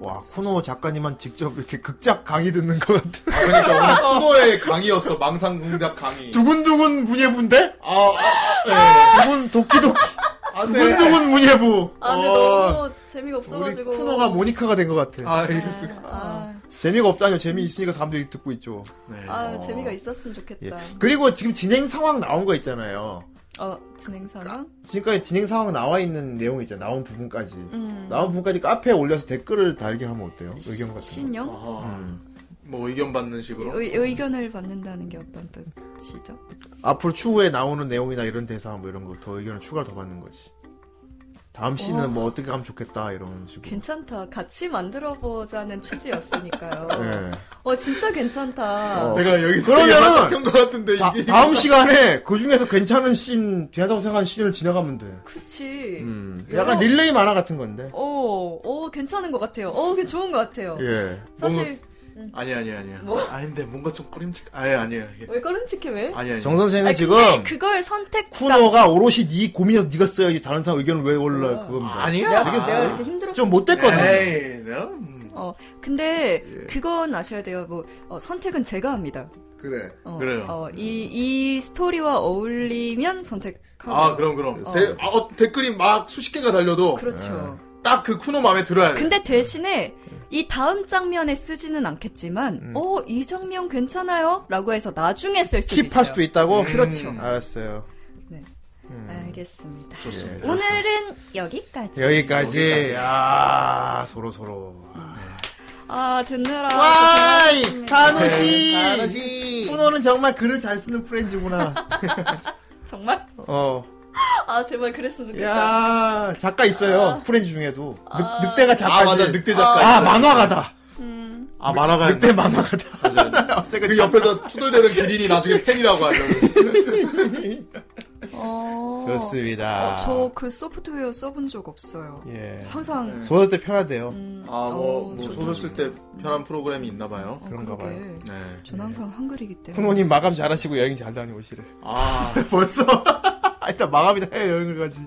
[SPEAKER 1] 와, 쿠노 작가님만 직접 이렇게 극작 강의 듣는 것 같아.
[SPEAKER 2] 그러니까 오늘 코너의 강의였어. 망상 공작 강의.
[SPEAKER 1] 두근두근 문예부인데?
[SPEAKER 2] 아, 아, 아, 예.
[SPEAKER 1] 두근 도끼도끼.
[SPEAKER 2] 네. 어.
[SPEAKER 1] 두근두근 문예부.
[SPEAKER 4] 아, 근데 너무 재미가 없어가지고.
[SPEAKER 1] 어, 우리 쿠노가 뭐- 모니카가 된 것 같아.
[SPEAKER 2] 아, 이랬을까.
[SPEAKER 4] 아,
[SPEAKER 1] 재미가 없다니요. 재미 있으니까 사람들이 듣고 있죠.
[SPEAKER 2] 네.
[SPEAKER 4] 아,
[SPEAKER 1] 음. 어.
[SPEAKER 4] 재미가 있었으면
[SPEAKER 1] 예.
[SPEAKER 4] 좋겠다.
[SPEAKER 1] 그리고 지금 진행 상황 나온 거 있잖아요.
[SPEAKER 4] 어, 진행
[SPEAKER 1] 아,
[SPEAKER 4] 상황?
[SPEAKER 1] 지금까지 진행 상황 나와 있는 내용 있잖아. 나온 부분까지.
[SPEAKER 4] 음.
[SPEAKER 1] 나온 부분까지 카페에 올려서 댓글을 달게 하면 어때요? 의견 같은 거.
[SPEAKER 4] 신용?
[SPEAKER 1] 음.
[SPEAKER 2] 어. 뭐 의견 받는 식으로.
[SPEAKER 4] 의, 의견을 받는다는 게 어떤 뜻이죠?
[SPEAKER 1] 앞으로 추후에 나오는 내용이나 이런 대사 뭐 이런 거 더 의견을 추가로 더 받는 거지. 다음
[SPEAKER 4] 와.
[SPEAKER 1] 시는 뭐 어떻게 하면 좋겠다 이런 식으로.
[SPEAKER 4] 괜찮다. 같이 만들어보자는 취지였으니까요.
[SPEAKER 1] 예.
[SPEAKER 4] 어, 진짜 괜찮다.
[SPEAKER 1] 어.
[SPEAKER 2] 영화 잡힌 것 같은데,
[SPEAKER 1] 자,
[SPEAKER 2] 이게.
[SPEAKER 1] 다음 시간에 그 중에서 괜찮은 씬, 괜찮다고 생각하는 씬을 지나가면 돼.
[SPEAKER 4] 그치.
[SPEAKER 1] 음,
[SPEAKER 4] 여러-
[SPEAKER 1] 약간 릴레이 만화 같은 건데.
[SPEAKER 4] 어, 어, 괜찮은 것 같아요. 어, 그 좋은 것 같아요.
[SPEAKER 1] 예.
[SPEAKER 4] 사실,
[SPEAKER 2] 아니 아니 아니야.
[SPEAKER 4] 뭐?
[SPEAKER 2] 아닌데 뭔가 좀 꺼림칙. 아예 아니에요. 이게.
[SPEAKER 4] 왜 꺼름칙해, 왜?
[SPEAKER 2] 아니 아니.
[SPEAKER 1] 정 선생은
[SPEAKER 4] 아니,
[SPEAKER 1] 지금
[SPEAKER 4] 근데 그걸 선택
[SPEAKER 1] 쿠너가 오롯이 네 고민해서 네가 써야지 다른 사람 의견을 왜
[SPEAKER 4] 어.
[SPEAKER 1] 올라 그겁니다.
[SPEAKER 2] 아니야.
[SPEAKER 4] 내가, 내가 이렇게 힘들었어.
[SPEAKER 1] 좀 못됐거든.
[SPEAKER 2] 에이, 네. 음, 내가?
[SPEAKER 4] 어, 근데
[SPEAKER 2] 예.
[SPEAKER 4] 그건 아셔야 돼요. 뭐 어, 선택은 제가 합니다.
[SPEAKER 2] 그래.
[SPEAKER 4] 어,
[SPEAKER 2] 그래요.
[SPEAKER 4] 어, 이, 이 스토리와 어울리면 선택하고.
[SPEAKER 2] 아 그럼 그럼.
[SPEAKER 4] 어.
[SPEAKER 2] 대- 아, 어, 댓글이 막 수십 개가 달려도.
[SPEAKER 4] 그렇죠.
[SPEAKER 2] 딱 그 쿠노 마음에 들어야 돼.
[SPEAKER 4] 근데 대신에 이 다음 장면에 쓰지는 않겠지만,
[SPEAKER 2] 음.
[SPEAKER 4] 어, 이 장면 괜찮아요? 라고 해서 나중에 쓸 수도 있어요.
[SPEAKER 1] 킵할 수도 있다고?
[SPEAKER 4] 그렇죠.
[SPEAKER 1] 음, 알았어요.
[SPEAKER 4] 알겠습니다.
[SPEAKER 1] 좋습니다.
[SPEAKER 4] 오늘은 여기까지.
[SPEAKER 1] 여기까지. 야 서로 서로.
[SPEAKER 4] 아, 듣느라.
[SPEAKER 1] 와이
[SPEAKER 4] 다
[SPEAKER 1] 단호 씨. 쿠노는 정말 글을 잘 쓰는 프렌즈구나.
[SPEAKER 4] 정말?
[SPEAKER 1] 어.
[SPEAKER 4] 아, 제발 그랬으면 좋겠다.
[SPEAKER 1] 야 작가 있어요. 프렌즈 중에도 늑, 늑대가 작가. 네.
[SPEAKER 2] 아, 맞아. 늑대 작가
[SPEAKER 1] 아
[SPEAKER 2] 있어요.
[SPEAKER 1] 만화가다.
[SPEAKER 2] 아 만화가
[SPEAKER 1] 늑대 만화가다.
[SPEAKER 2] 그 옆에서 투덜대는 기린이 나중에 팬이라고 하죠.
[SPEAKER 4] 어,
[SPEAKER 1] 좋습니다.
[SPEAKER 4] 저 그 소프트웨어 써본 적 없어요.
[SPEAKER 1] 예.
[SPEAKER 4] 항상
[SPEAKER 1] 소설 때 편하대요.
[SPEAKER 2] 음.
[SPEAKER 4] 어,
[SPEAKER 2] 아뭐 뭐 소설 쓸 때 편한 프로그램이 있나 봐요.
[SPEAKER 1] 그런가 봐요.
[SPEAKER 2] 네.
[SPEAKER 4] 전 항상 한글이기 때문에.
[SPEAKER 1] 쿠노님 마감 잘하시고 여행 잘 다녀오시래.
[SPEAKER 2] 아
[SPEAKER 1] 벌써 아, 일단 마감이다 해 여행을 가지.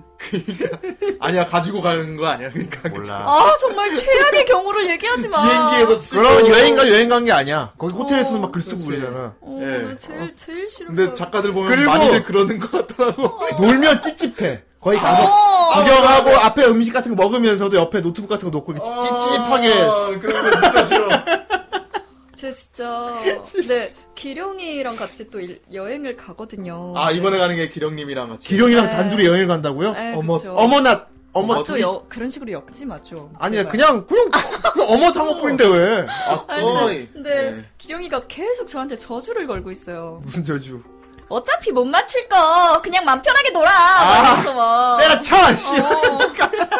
[SPEAKER 2] 아니야 가지고 가는 거 아니야 그러니까 몰라.
[SPEAKER 4] 아, 정말 최악의 경우를 얘기하지 마.
[SPEAKER 2] 비행기에서 치고.
[SPEAKER 1] 그럼 여행가 여행 간 게 아니야. 거기 호텔에서 막 글 쓰고 그러잖아.
[SPEAKER 4] 어,
[SPEAKER 2] 예.
[SPEAKER 4] 제일, 제일 싫은
[SPEAKER 2] 근데
[SPEAKER 4] 거.
[SPEAKER 2] 작가들 보면
[SPEAKER 1] 그리고-
[SPEAKER 2] 많이들 그러는 것 같더라고.
[SPEAKER 1] 놀면 찝찝해. 거기 가서
[SPEAKER 4] 어.
[SPEAKER 1] 구경하고 앞에 음식 같은
[SPEAKER 4] 어,
[SPEAKER 2] 어.
[SPEAKER 1] 거
[SPEAKER 2] 아,
[SPEAKER 1] 먹으면서도 옆에 노트북 같은 거 놓고 이렇게 찝찝하게
[SPEAKER 2] 그런 거 진짜 싫어.
[SPEAKER 4] 제 진짜 네 기룡이랑 같이 또 일- 여행을 가거든요.
[SPEAKER 2] 아 이번에 가는 게 기령님이랑 같이.
[SPEAKER 1] 기룡이랑
[SPEAKER 4] 네.
[SPEAKER 1] 단둘이 여행을 간다고요?
[SPEAKER 4] 네,
[SPEAKER 1] 어머,
[SPEAKER 4] 그쵸.
[SPEAKER 1] 어머나, 어머,
[SPEAKER 4] 어머
[SPEAKER 1] 둘이.
[SPEAKER 4] 또 여, 그런 식으로 역지 맞죠.
[SPEAKER 1] 아니, 그냥, 그냥, 그냥 어머 장어뿐인데 왜? 아,
[SPEAKER 4] 근데, 근데
[SPEAKER 2] 네.
[SPEAKER 4] 기룡이가 계속 저한테 저주를 걸고 있어요.
[SPEAKER 1] 무슨 저주.
[SPEAKER 4] 어차피 못 맞출 거 그냥 맘 편하게 놀아. 그래서 막
[SPEAKER 1] 때려쳐, 씨.
[SPEAKER 4] 어.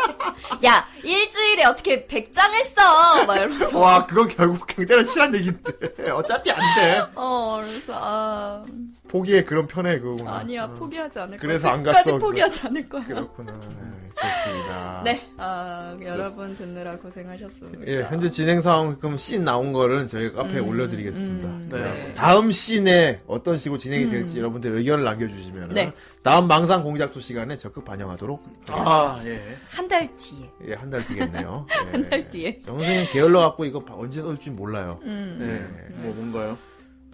[SPEAKER 4] 야 일주일에 어떻게 100장을 써? 막 이러면서.
[SPEAKER 1] 와, 그건 결국 그냥 때려치란 얘기인데. 어차피 안 돼.
[SPEAKER 4] 어 그래서 아
[SPEAKER 1] 포기해, 그런 편해, 그거.
[SPEAKER 4] 아니야 포기하지 않을 거야.
[SPEAKER 1] 그래서 안
[SPEAKER 4] 끝까지
[SPEAKER 1] 갔어,
[SPEAKER 4] 포기하지
[SPEAKER 1] 그거.
[SPEAKER 4] 않을 거야.
[SPEAKER 1] 그렇구나. 네, 좋습니다.
[SPEAKER 4] 네, 아, 여러분 듣느라 고생하셨습니다.
[SPEAKER 1] 예, 현재 진행 상황 그럼 씬 나온 거를 저희 카페에
[SPEAKER 4] 음,
[SPEAKER 1] 올려드리겠습니다.
[SPEAKER 4] 음,
[SPEAKER 1] 네.
[SPEAKER 4] 네.
[SPEAKER 1] 다음 씬에 어떤 식으로 진행이
[SPEAKER 4] 음.
[SPEAKER 1] 될지 여러분들 의견을 남겨주시면
[SPEAKER 4] 네.
[SPEAKER 1] 다음 망상 공작소 시간에 적극 반영하도록
[SPEAKER 2] 아,
[SPEAKER 1] 예.
[SPEAKER 4] 한 달 뒤에.
[SPEAKER 1] 예, 한 달 뒤겠네요.
[SPEAKER 4] 한 달 뒤에.
[SPEAKER 1] 영생이 게을러 갖고 이거 바- 언제 써줄지 몰라요.
[SPEAKER 4] 음.
[SPEAKER 1] 예.
[SPEAKER 2] 뭐 뭔가요?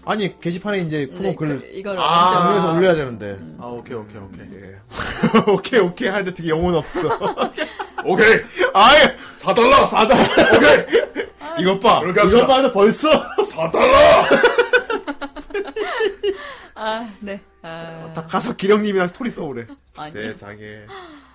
[SPEAKER 1] 아니 게시판에 이제 프로
[SPEAKER 4] 네,
[SPEAKER 1] 글을
[SPEAKER 4] 그- 음. 이걸
[SPEAKER 1] 아,
[SPEAKER 4] 언제
[SPEAKER 1] 정리해서
[SPEAKER 4] 올려요?
[SPEAKER 1] 올려야 되는데. 예.
[SPEAKER 2] 아 오케이 오케이 오케이.
[SPEAKER 1] 오케이 오케이 하는데 되게 영혼 없어.
[SPEAKER 2] 오케이.
[SPEAKER 1] 아예
[SPEAKER 2] 사달라.
[SPEAKER 1] 사달라.
[SPEAKER 2] 오케이.
[SPEAKER 1] 이것 봐.
[SPEAKER 2] 그렇게 합시다.
[SPEAKER 1] 이것 봐도 벌써
[SPEAKER 2] 사달라.
[SPEAKER 4] 아, 네. 아,
[SPEAKER 1] 다 가서 기령님이랑 스토리 써오래.
[SPEAKER 4] 아니.
[SPEAKER 1] 세상에.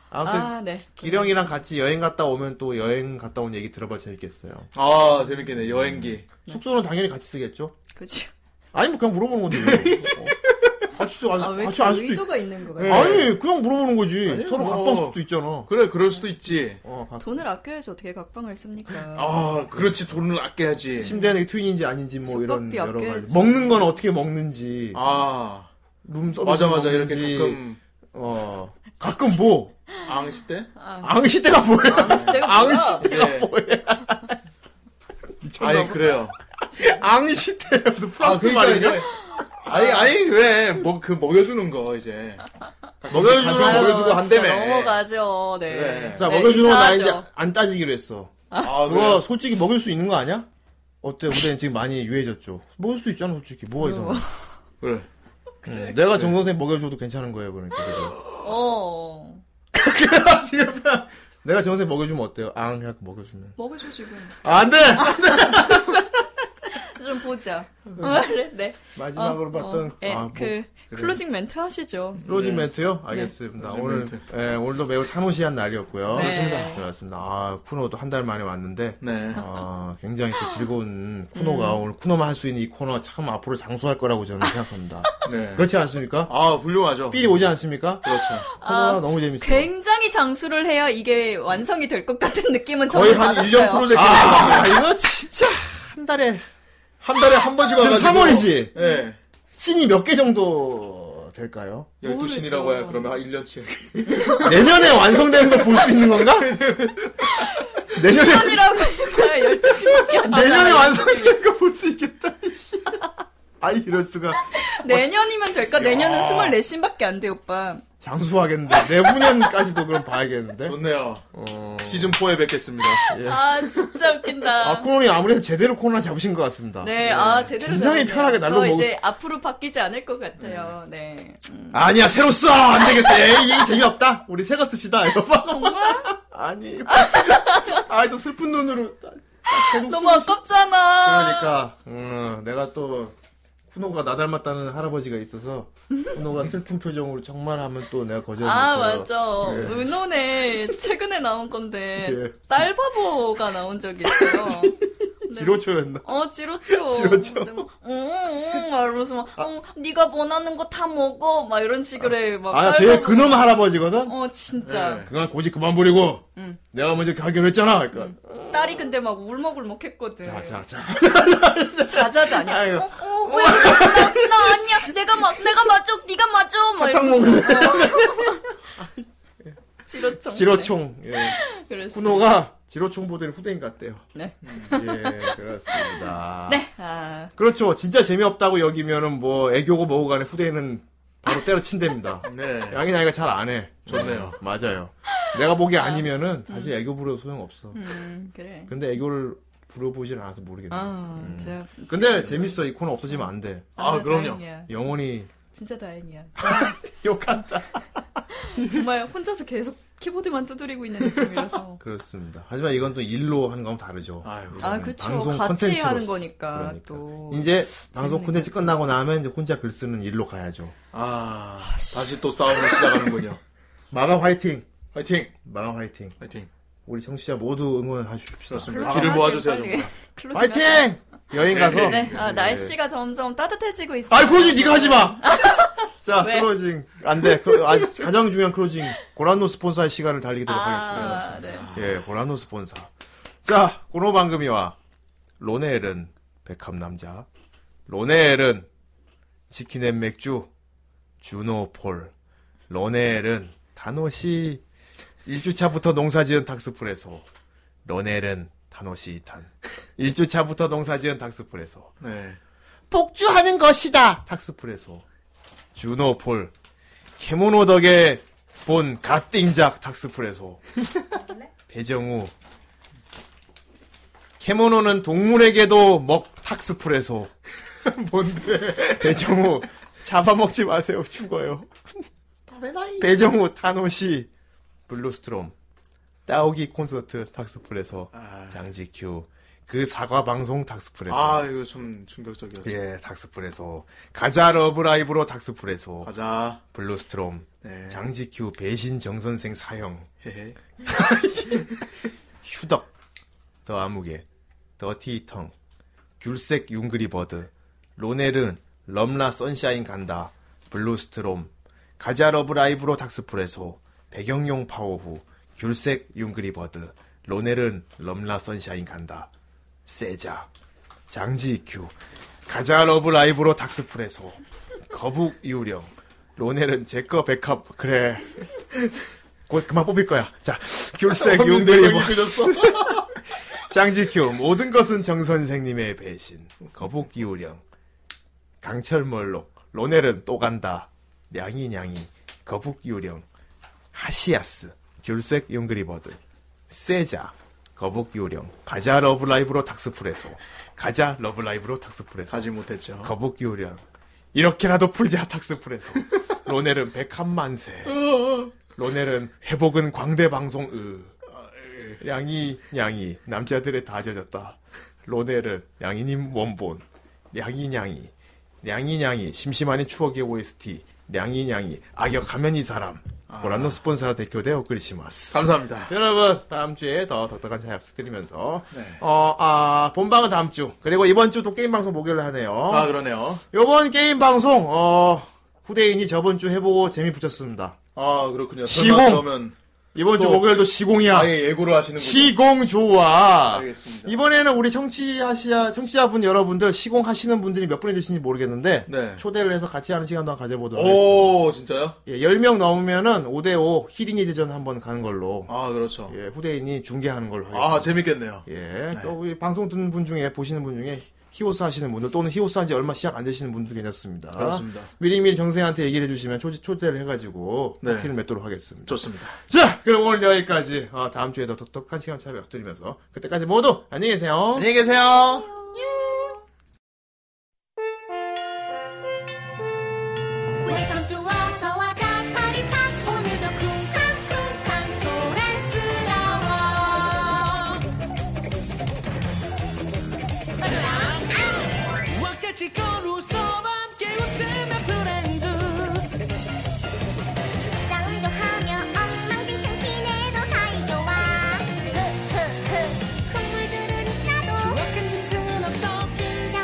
[SPEAKER 1] 아무튼
[SPEAKER 4] 아, 네.
[SPEAKER 1] 기령이랑 같이 여행 갔다 오면 또 여행 갔다 온 얘기 들어봐 재밌겠어요.
[SPEAKER 2] 아 재밌겠네 여행기.
[SPEAKER 1] 숙소는 당연히 같이 쓰겠죠?
[SPEAKER 4] 그죠.
[SPEAKER 1] 아니 뭐 그냥 물어보는 건데. 왜. 어. 같이 쓰,
[SPEAKER 4] 아,
[SPEAKER 1] 같이
[SPEAKER 4] 왜 이렇게
[SPEAKER 1] 안 수도 있... 예.
[SPEAKER 4] 의도가 있는 거 같아요?
[SPEAKER 1] 아니 그냥 물어보는 거지.
[SPEAKER 2] 아니,
[SPEAKER 1] 서로
[SPEAKER 2] 뭐.
[SPEAKER 1] 각방 수도 있잖아. 어,
[SPEAKER 2] 그래 그럴 수도 있지.
[SPEAKER 4] 돈을 아껴야지 어떻게 각방을 씁니까?
[SPEAKER 2] 아 그렇지 돈을 아껴야지.
[SPEAKER 1] 침대는 트윈인지 아닌지 뭐 이런
[SPEAKER 4] 숙박비
[SPEAKER 1] 여러 가지.
[SPEAKER 4] 아껴야지.
[SPEAKER 1] 먹는 건 어떻게 먹는지.
[SPEAKER 2] 아.
[SPEAKER 1] 룸 서비스
[SPEAKER 2] 맞아 맞아
[SPEAKER 1] 먹는지.
[SPEAKER 2] 이렇게 가끔
[SPEAKER 1] 어 가끔 뭐
[SPEAKER 2] 앙시 때?
[SPEAKER 1] 앙시 때가 뭐야?
[SPEAKER 4] 앙시 때가 뭐야?
[SPEAKER 1] 앙시 때가
[SPEAKER 2] 네.
[SPEAKER 1] 뭐야?
[SPEAKER 2] 아니 그래요.
[SPEAKER 1] 앙시 때 무슨
[SPEAKER 2] 아
[SPEAKER 1] 프랑스
[SPEAKER 2] 그러니까
[SPEAKER 1] 말이냐?
[SPEAKER 2] 이제 아니 아니 왜 뭐 그 먹여주는 거 이제 먹여주고
[SPEAKER 1] 가서-
[SPEAKER 2] 먹여주고
[SPEAKER 4] 아, 진짜
[SPEAKER 2] 한다며.
[SPEAKER 4] 넘어가죠. 네.
[SPEAKER 1] 예. 자
[SPEAKER 4] 네,
[SPEAKER 1] 먹여주는 거 나 이제
[SPEAKER 4] 인사하죠.
[SPEAKER 1] 안 따지기로 했어.
[SPEAKER 2] 아
[SPEAKER 1] 그거
[SPEAKER 2] 그래.
[SPEAKER 1] 솔직히 먹일 수 있는 거 아니야? 어때? 우리는 지금 많이 유해졌죠. 먹을 수 있잖아 솔직히
[SPEAKER 4] 음.
[SPEAKER 1] 뭐가 이상해?
[SPEAKER 2] 그래.
[SPEAKER 4] 네,
[SPEAKER 1] 응, 내가 정 선생 먹여줘도 괜찮은 거예요 그러니까. 그죠?
[SPEAKER 4] 어.
[SPEAKER 1] 아, 내가 정 선생 먹여주면 어때요? 앙 해갖고 먹여주면 아,
[SPEAKER 4] 먹어줘 지금.
[SPEAKER 1] 안 돼.
[SPEAKER 4] 아, 좀 보자. 그래, 네.
[SPEAKER 1] 음. 마지막으로
[SPEAKER 4] 어,
[SPEAKER 1] 봤던-
[SPEAKER 4] 어, 네,
[SPEAKER 1] 아, 뭐,
[SPEAKER 4] 그
[SPEAKER 1] 그래.
[SPEAKER 4] 클로징 멘트 하시죠.
[SPEAKER 1] 클로징
[SPEAKER 2] 네.
[SPEAKER 1] 멘트요? 알겠습니다.
[SPEAKER 2] 네.
[SPEAKER 1] 오늘
[SPEAKER 2] 클로징
[SPEAKER 1] 예, 오늘도 매우 타노시한 날이었고요.
[SPEAKER 4] 네. 그렇습니다.
[SPEAKER 1] 그렇습니다. 아 쿠노도 한 달 만에 왔는데
[SPEAKER 2] 네.
[SPEAKER 4] 음.
[SPEAKER 1] 아, 굉장히 또 즐거운 쿠노가 오늘 쿠노만 할 수 있는 이 코너 참 앞으로 장수할 거라고 저는 생각합니다.
[SPEAKER 2] 네.
[SPEAKER 1] 그렇지 않습니까?
[SPEAKER 2] 아 훌륭하죠.
[SPEAKER 1] 삘이 오지 않습니까?
[SPEAKER 2] 그렇죠.
[SPEAKER 1] 코너가 너무 재밌어.
[SPEAKER 4] 아, 굉장히 장수를 해야 이게 완성이 될 것 같은 느낌은
[SPEAKER 2] 거의
[SPEAKER 4] 저는
[SPEAKER 2] 한
[SPEAKER 4] 받았어요.
[SPEAKER 2] 1년 프로젝트.
[SPEAKER 1] 아 이거 진짜 한 달에
[SPEAKER 2] 한 달에 한 번씩
[SPEAKER 1] 지금
[SPEAKER 2] 와가지고.
[SPEAKER 1] 3월이지?
[SPEAKER 2] 예.
[SPEAKER 1] 신이 몇 개 정도 될까요?
[SPEAKER 2] 12신이라고 해야 그러면 한 1년치.
[SPEAKER 1] 내년에 완성되는 걸 볼 수 있는 건가? 내년에
[SPEAKER 4] 1년이라고 해봐야 12시밖에 안 되잖아요.
[SPEAKER 1] 내년에 완성되는 걸 볼 수 있겠다. 이씨. 아 이럴 수가.
[SPEAKER 4] 내년이면 될까? 내년은 24신밖에 안 돼, 오빠.
[SPEAKER 1] 장수하겠는데 내후년까지도 그럼 봐야겠는데.
[SPEAKER 2] 좋네요.
[SPEAKER 1] 어.
[SPEAKER 2] 시즌 4에 뵙겠습니다.
[SPEAKER 1] 예.
[SPEAKER 4] 아, 진짜 웃긴다.
[SPEAKER 1] 아 코너님 아무래도 제대로 코너 잡으신 것 같습니다.
[SPEAKER 4] 네, 아, 제대로
[SPEAKER 1] 굉장히
[SPEAKER 4] 잡았네요.
[SPEAKER 1] 편하게 날로
[SPEAKER 4] 저
[SPEAKER 1] 먹을
[SPEAKER 4] 이제 앞으로 바뀌지 않을 것 같아요. 네. 음.
[SPEAKER 1] 아니야 새로 써 안 되겠어. 에이 이게 재미없다. 우리 새거 씁시다. 이거 봐.
[SPEAKER 4] 정말?
[SPEAKER 1] 아니. 아이 또 슬픈 눈으로. 계속
[SPEAKER 4] 너무 아깝잖아.
[SPEAKER 1] 그러니까 음, 내가 또 쿠노가 나 닮았다는 할아버지가 있어서 쿠노가 슬픈 표정으로 정말 하면 또 내가 거절을
[SPEAKER 4] 아,
[SPEAKER 1] 못해요.
[SPEAKER 4] 맞아.
[SPEAKER 1] 예.
[SPEAKER 4] 은혼에 최근에 나온 건데,
[SPEAKER 1] 예.
[SPEAKER 4] 딸바보가 나온 적이 있어요.
[SPEAKER 1] 지로초였나?
[SPEAKER 4] 어, 지로초.
[SPEAKER 1] 지로초.
[SPEAKER 4] 근데 막, 응, 응, 막 이러면서 막, 응, 네가 원하는 거 다 먹어. 막 이런 식으로 해. 막
[SPEAKER 1] 아. 아, 나
[SPEAKER 4] 딸바보.
[SPEAKER 1] 되게 그놈 할아버지거든?
[SPEAKER 4] 어, 진짜.
[SPEAKER 1] 그냥 고집 그만 부리고,
[SPEAKER 4] 응.
[SPEAKER 1] 내가 먼저 가기로 했잖아. 그러니까.
[SPEAKER 4] 딸이 근데 막 울먹울먹 했거든.
[SPEAKER 1] 자, 자, 자.
[SPEAKER 4] 자자자 아니야.
[SPEAKER 1] 아이고.
[SPEAKER 4] 어, 어, 왜? 나, 나 아니야. 내가 막, 내가 맞죠. 네가 맞죠. 막
[SPEAKER 1] 사탕
[SPEAKER 4] 이러면서.
[SPEAKER 1] 먹을래?
[SPEAKER 4] 어. 지로총.
[SPEAKER 1] 지로총. 예.
[SPEAKER 4] 그랬어.
[SPEAKER 1] 쿠노가 지로총 보다는 후대인 같대요.
[SPEAKER 4] 네.
[SPEAKER 1] 음, 예, 그렇습니다.
[SPEAKER 4] 네. 아,
[SPEAKER 1] 그렇죠. 진짜 재미없다고 여기면은 뭐, 애교고 뭐고 간에 후대인은 바로 때려친답니다.
[SPEAKER 2] 네.
[SPEAKER 1] 양이 나이가 잘 안 해.
[SPEAKER 2] 좋네요.
[SPEAKER 1] 음, 맞아요. 내가 보기 아니면은 다시 애교 부려도 소용없어.
[SPEAKER 4] 음, 그래.
[SPEAKER 1] 근데 애교를 부려보질 않아서 모르겠네.
[SPEAKER 4] 아, 제가
[SPEAKER 1] 근데 재밌어. 이 코너 없어지면 안 돼.
[SPEAKER 2] 아, 그럼요.
[SPEAKER 4] 다행이야.
[SPEAKER 1] 영원히
[SPEAKER 4] 진짜 다행이야.
[SPEAKER 1] 욕한다.
[SPEAKER 4] 정말 혼자서 계속 키보드만 두드리고 있는 느낌이라서.
[SPEAKER 1] 그렇습니다. 하지만 이건 또 일로 하는 거랑 다르죠.
[SPEAKER 4] 아,
[SPEAKER 1] 이거는
[SPEAKER 4] 그쵸.
[SPEAKER 1] 방송
[SPEAKER 4] 같이
[SPEAKER 1] 콘텐츠로서. 그러니까.
[SPEAKER 4] 하는 거니까, 또.
[SPEAKER 1] 이제 방송 콘텐츠 끝나고 나면 이제 혼자 글 쓰는 일로 가야죠.
[SPEAKER 2] 아, 다시 또 싸움을 시작하는군요.
[SPEAKER 1] 마감 화이팅.
[SPEAKER 2] 화이팅.
[SPEAKER 1] 마감 화이팅.
[SPEAKER 2] 화이팅.
[SPEAKER 1] 우리 청취자 모두 응원하십시오.
[SPEAKER 2] 그렇습니다. 뒤를 모아주세요,
[SPEAKER 4] 빨리. 클로징
[SPEAKER 1] 화이팅!
[SPEAKER 4] 하세요.
[SPEAKER 1] 여행 가서.
[SPEAKER 4] 네, 아,
[SPEAKER 1] 예.
[SPEAKER 4] 날씨가 점점 따뜻해지고 있어요.
[SPEAKER 1] 아이 클로징 네가 하지 마. 자
[SPEAKER 4] 왜?
[SPEAKER 1] 클로징 안돼. 그, 가장 중요한 클로징 고란노 스폰서의 시간을 달리도록
[SPEAKER 4] 아,
[SPEAKER 1] 하겠습니다.
[SPEAKER 4] 네.
[SPEAKER 1] 예, 고란노 스폰서. 자, 고노 방금이와 로넬은 백합 남자. 로넬은 치킨앤 맥주. 주노폴. 로넬은 다노시 1주차부터 농사지은 닥스프레소. 로넬은 다노시 2탄. 1주차부터 농사지은 닥스프레소.
[SPEAKER 2] 네.
[SPEAKER 1] 복주하는 것이다. 닥스프레소. 주노폴. 케모노 덕에 본 갓띵작 닥스프레소. 배정우. 케모노는 동물에게도 먹 탁스프레소. 뭔데? 배정우 잡아먹지 마세요 죽어요. 배정우 타노시 블루스트롬 따오기 콘서트 닥스풀에서 장지큐 그 사과 방송 닥스풀에서
[SPEAKER 2] 아, 이거 좀 충격적이었어요.
[SPEAKER 1] 예 닥스풀에서 가자 러브라이브로 닥스풀에서
[SPEAKER 2] 가자
[SPEAKER 1] 블루스트롬
[SPEAKER 2] 네.
[SPEAKER 1] 장지큐 배신 정 선생 사형
[SPEAKER 2] 헤헤.
[SPEAKER 1] 휴덕 더 아무개 더티텅 귤색 융그리버드 로넬은 럼라 선샤인 간다 블루스트롬 가자 러브라이브로 닥스프레소 배경용 파워후 귤색 융그리버드 로넬은 럼라 선샤인 간다 세자 장지큐 가자 러브라이브로 닥스프레소 거북 유령 로넬은 제거 백합 그래 곧 그만 뽑힐 거야 자 귤색
[SPEAKER 2] 없는
[SPEAKER 1] 융그리버드
[SPEAKER 2] 내용이 그렸어.
[SPEAKER 1] 장지큐 모든 것은 정 선생님의 배신 거북 기우령 강철멀록 로넬은 또 간다 냥이냥이 거북 기우령 하시아스 귤색 용그리버드 세자 거북 기우령 가자 러브라이브로 닥스프레소 가자 러브라이브로 닥스프레소
[SPEAKER 2] 가지 못했죠.
[SPEAKER 1] 거북 기우령 이렇게라도 풀자 닥스프레소 로넬은 백합만세
[SPEAKER 2] 어.
[SPEAKER 1] 로넬은 회복은 광대 방송 으 양이 양이 남자들의 다 젖었다. 로넬은 양이님 원본 양이 양이 양이 양이 심심하니 추억의 OST 양이 양이 악역하면 이 사람 고란노 스폰서 대표대 오크리시마스
[SPEAKER 2] 아. 감사합니다.
[SPEAKER 1] 여러분 다음 주에 더 독특한 사연 부탁드리면서
[SPEAKER 2] 네.
[SPEAKER 1] 어아 본방은 다음 주 그리고 이번 주도 게임 방송 목요일 하네요.
[SPEAKER 2] 아, 그러네요.
[SPEAKER 1] 요번 게임 방송 어 후대인이 저번 주 해보고 재미 붙였습니다.
[SPEAKER 2] 아, 그렇군요.
[SPEAKER 1] 시공!
[SPEAKER 2] 설마 그러면
[SPEAKER 1] 이번 주
[SPEAKER 2] 또
[SPEAKER 1] 목요일도 시공이야.
[SPEAKER 2] 아예 예고를 하시는군요.
[SPEAKER 1] 시공 좋아.
[SPEAKER 2] 알겠습니다.
[SPEAKER 1] 이번에는 우리 청취하시야 청취자분 여러분들 시공 하시는 분들이 몇 분이 되시는지 모르겠는데 초대를 해서 같이 하는 시간도 한번 가져보도록 하겠습니다.
[SPEAKER 2] 네. 오, 진짜요?
[SPEAKER 1] 예, 10명 넘으면은 5대5 히링이 대전 한번 가는 걸로.
[SPEAKER 2] 아, 그렇죠.
[SPEAKER 1] 예, 후대인이 중계하는 걸로 하겠습니다.
[SPEAKER 2] 아, 재밌겠네요.
[SPEAKER 1] 예. 또 우리 방송 듣는 분 중에 보시는 분 중에 히오스 하시는 분들 또는 히오스 한지 얼마 시작 안 되시는 분도 괜찮습니다.
[SPEAKER 2] 그렇습니다.
[SPEAKER 1] 미리미리 정세한테 얘기를 해주시면 초, 초대를 해가지고
[SPEAKER 2] 네.
[SPEAKER 1] 파티를 맺도록 하겠습니다.
[SPEAKER 2] 좋습니다.
[SPEAKER 1] 자, 그럼 오늘 여기까지. 어, 다음 주에 더 독특한 시간 차려 드리면서 그때까지 모두 안녕히 계세요.
[SPEAKER 2] 안녕히 계세요.
[SPEAKER 5] 웰컴 투 어서와 자파리팍 오늘도 쿵쾅쿵쾅 소란스러워 아!
[SPEAKER 15] 왁자치고 웃어봐 함께 웃으며 브랜드
[SPEAKER 5] 싸움도 하며 엉망진창 지내도 사이좋아 흐흐흐 콧물들은 있어도
[SPEAKER 15] 추악한 짐승은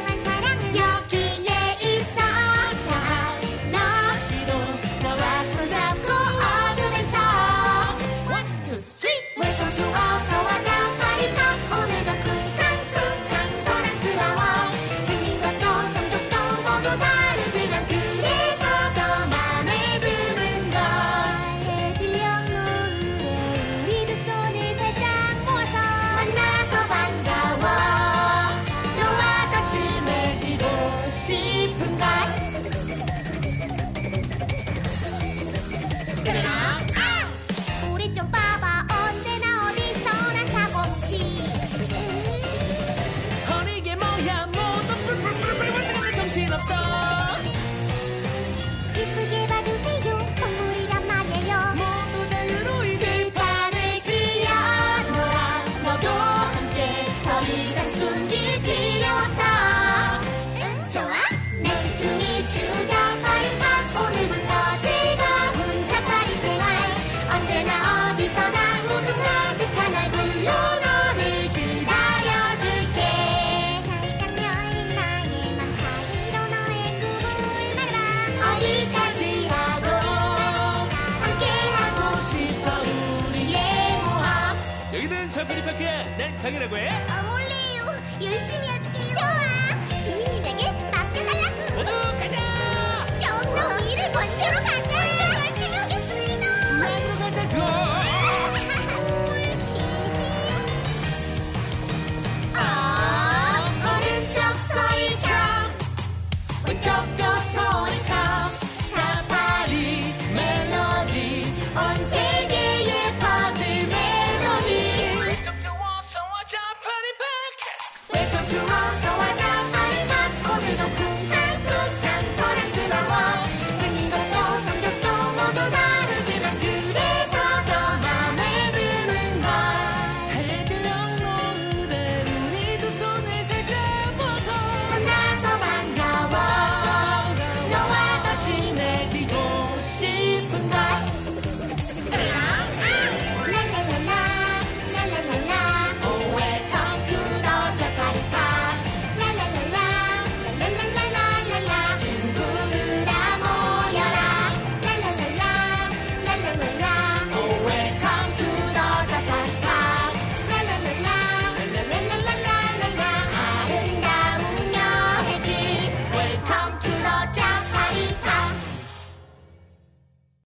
[SPEAKER 4] 네.
[SPEAKER 5] 그
[SPEAKER 6] 네 강이라고 해?
[SPEAKER 5] 아, 어몰래요. 열심히 할게요. 좋아. 은희님에게 맡겨달라고.
[SPEAKER 6] 모두 가자.
[SPEAKER 5] 좀더 위를 번개로 가.
[SPEAKER 6] 그.
[SPEAKER 5] 아,
[SPEAKER 6] 아,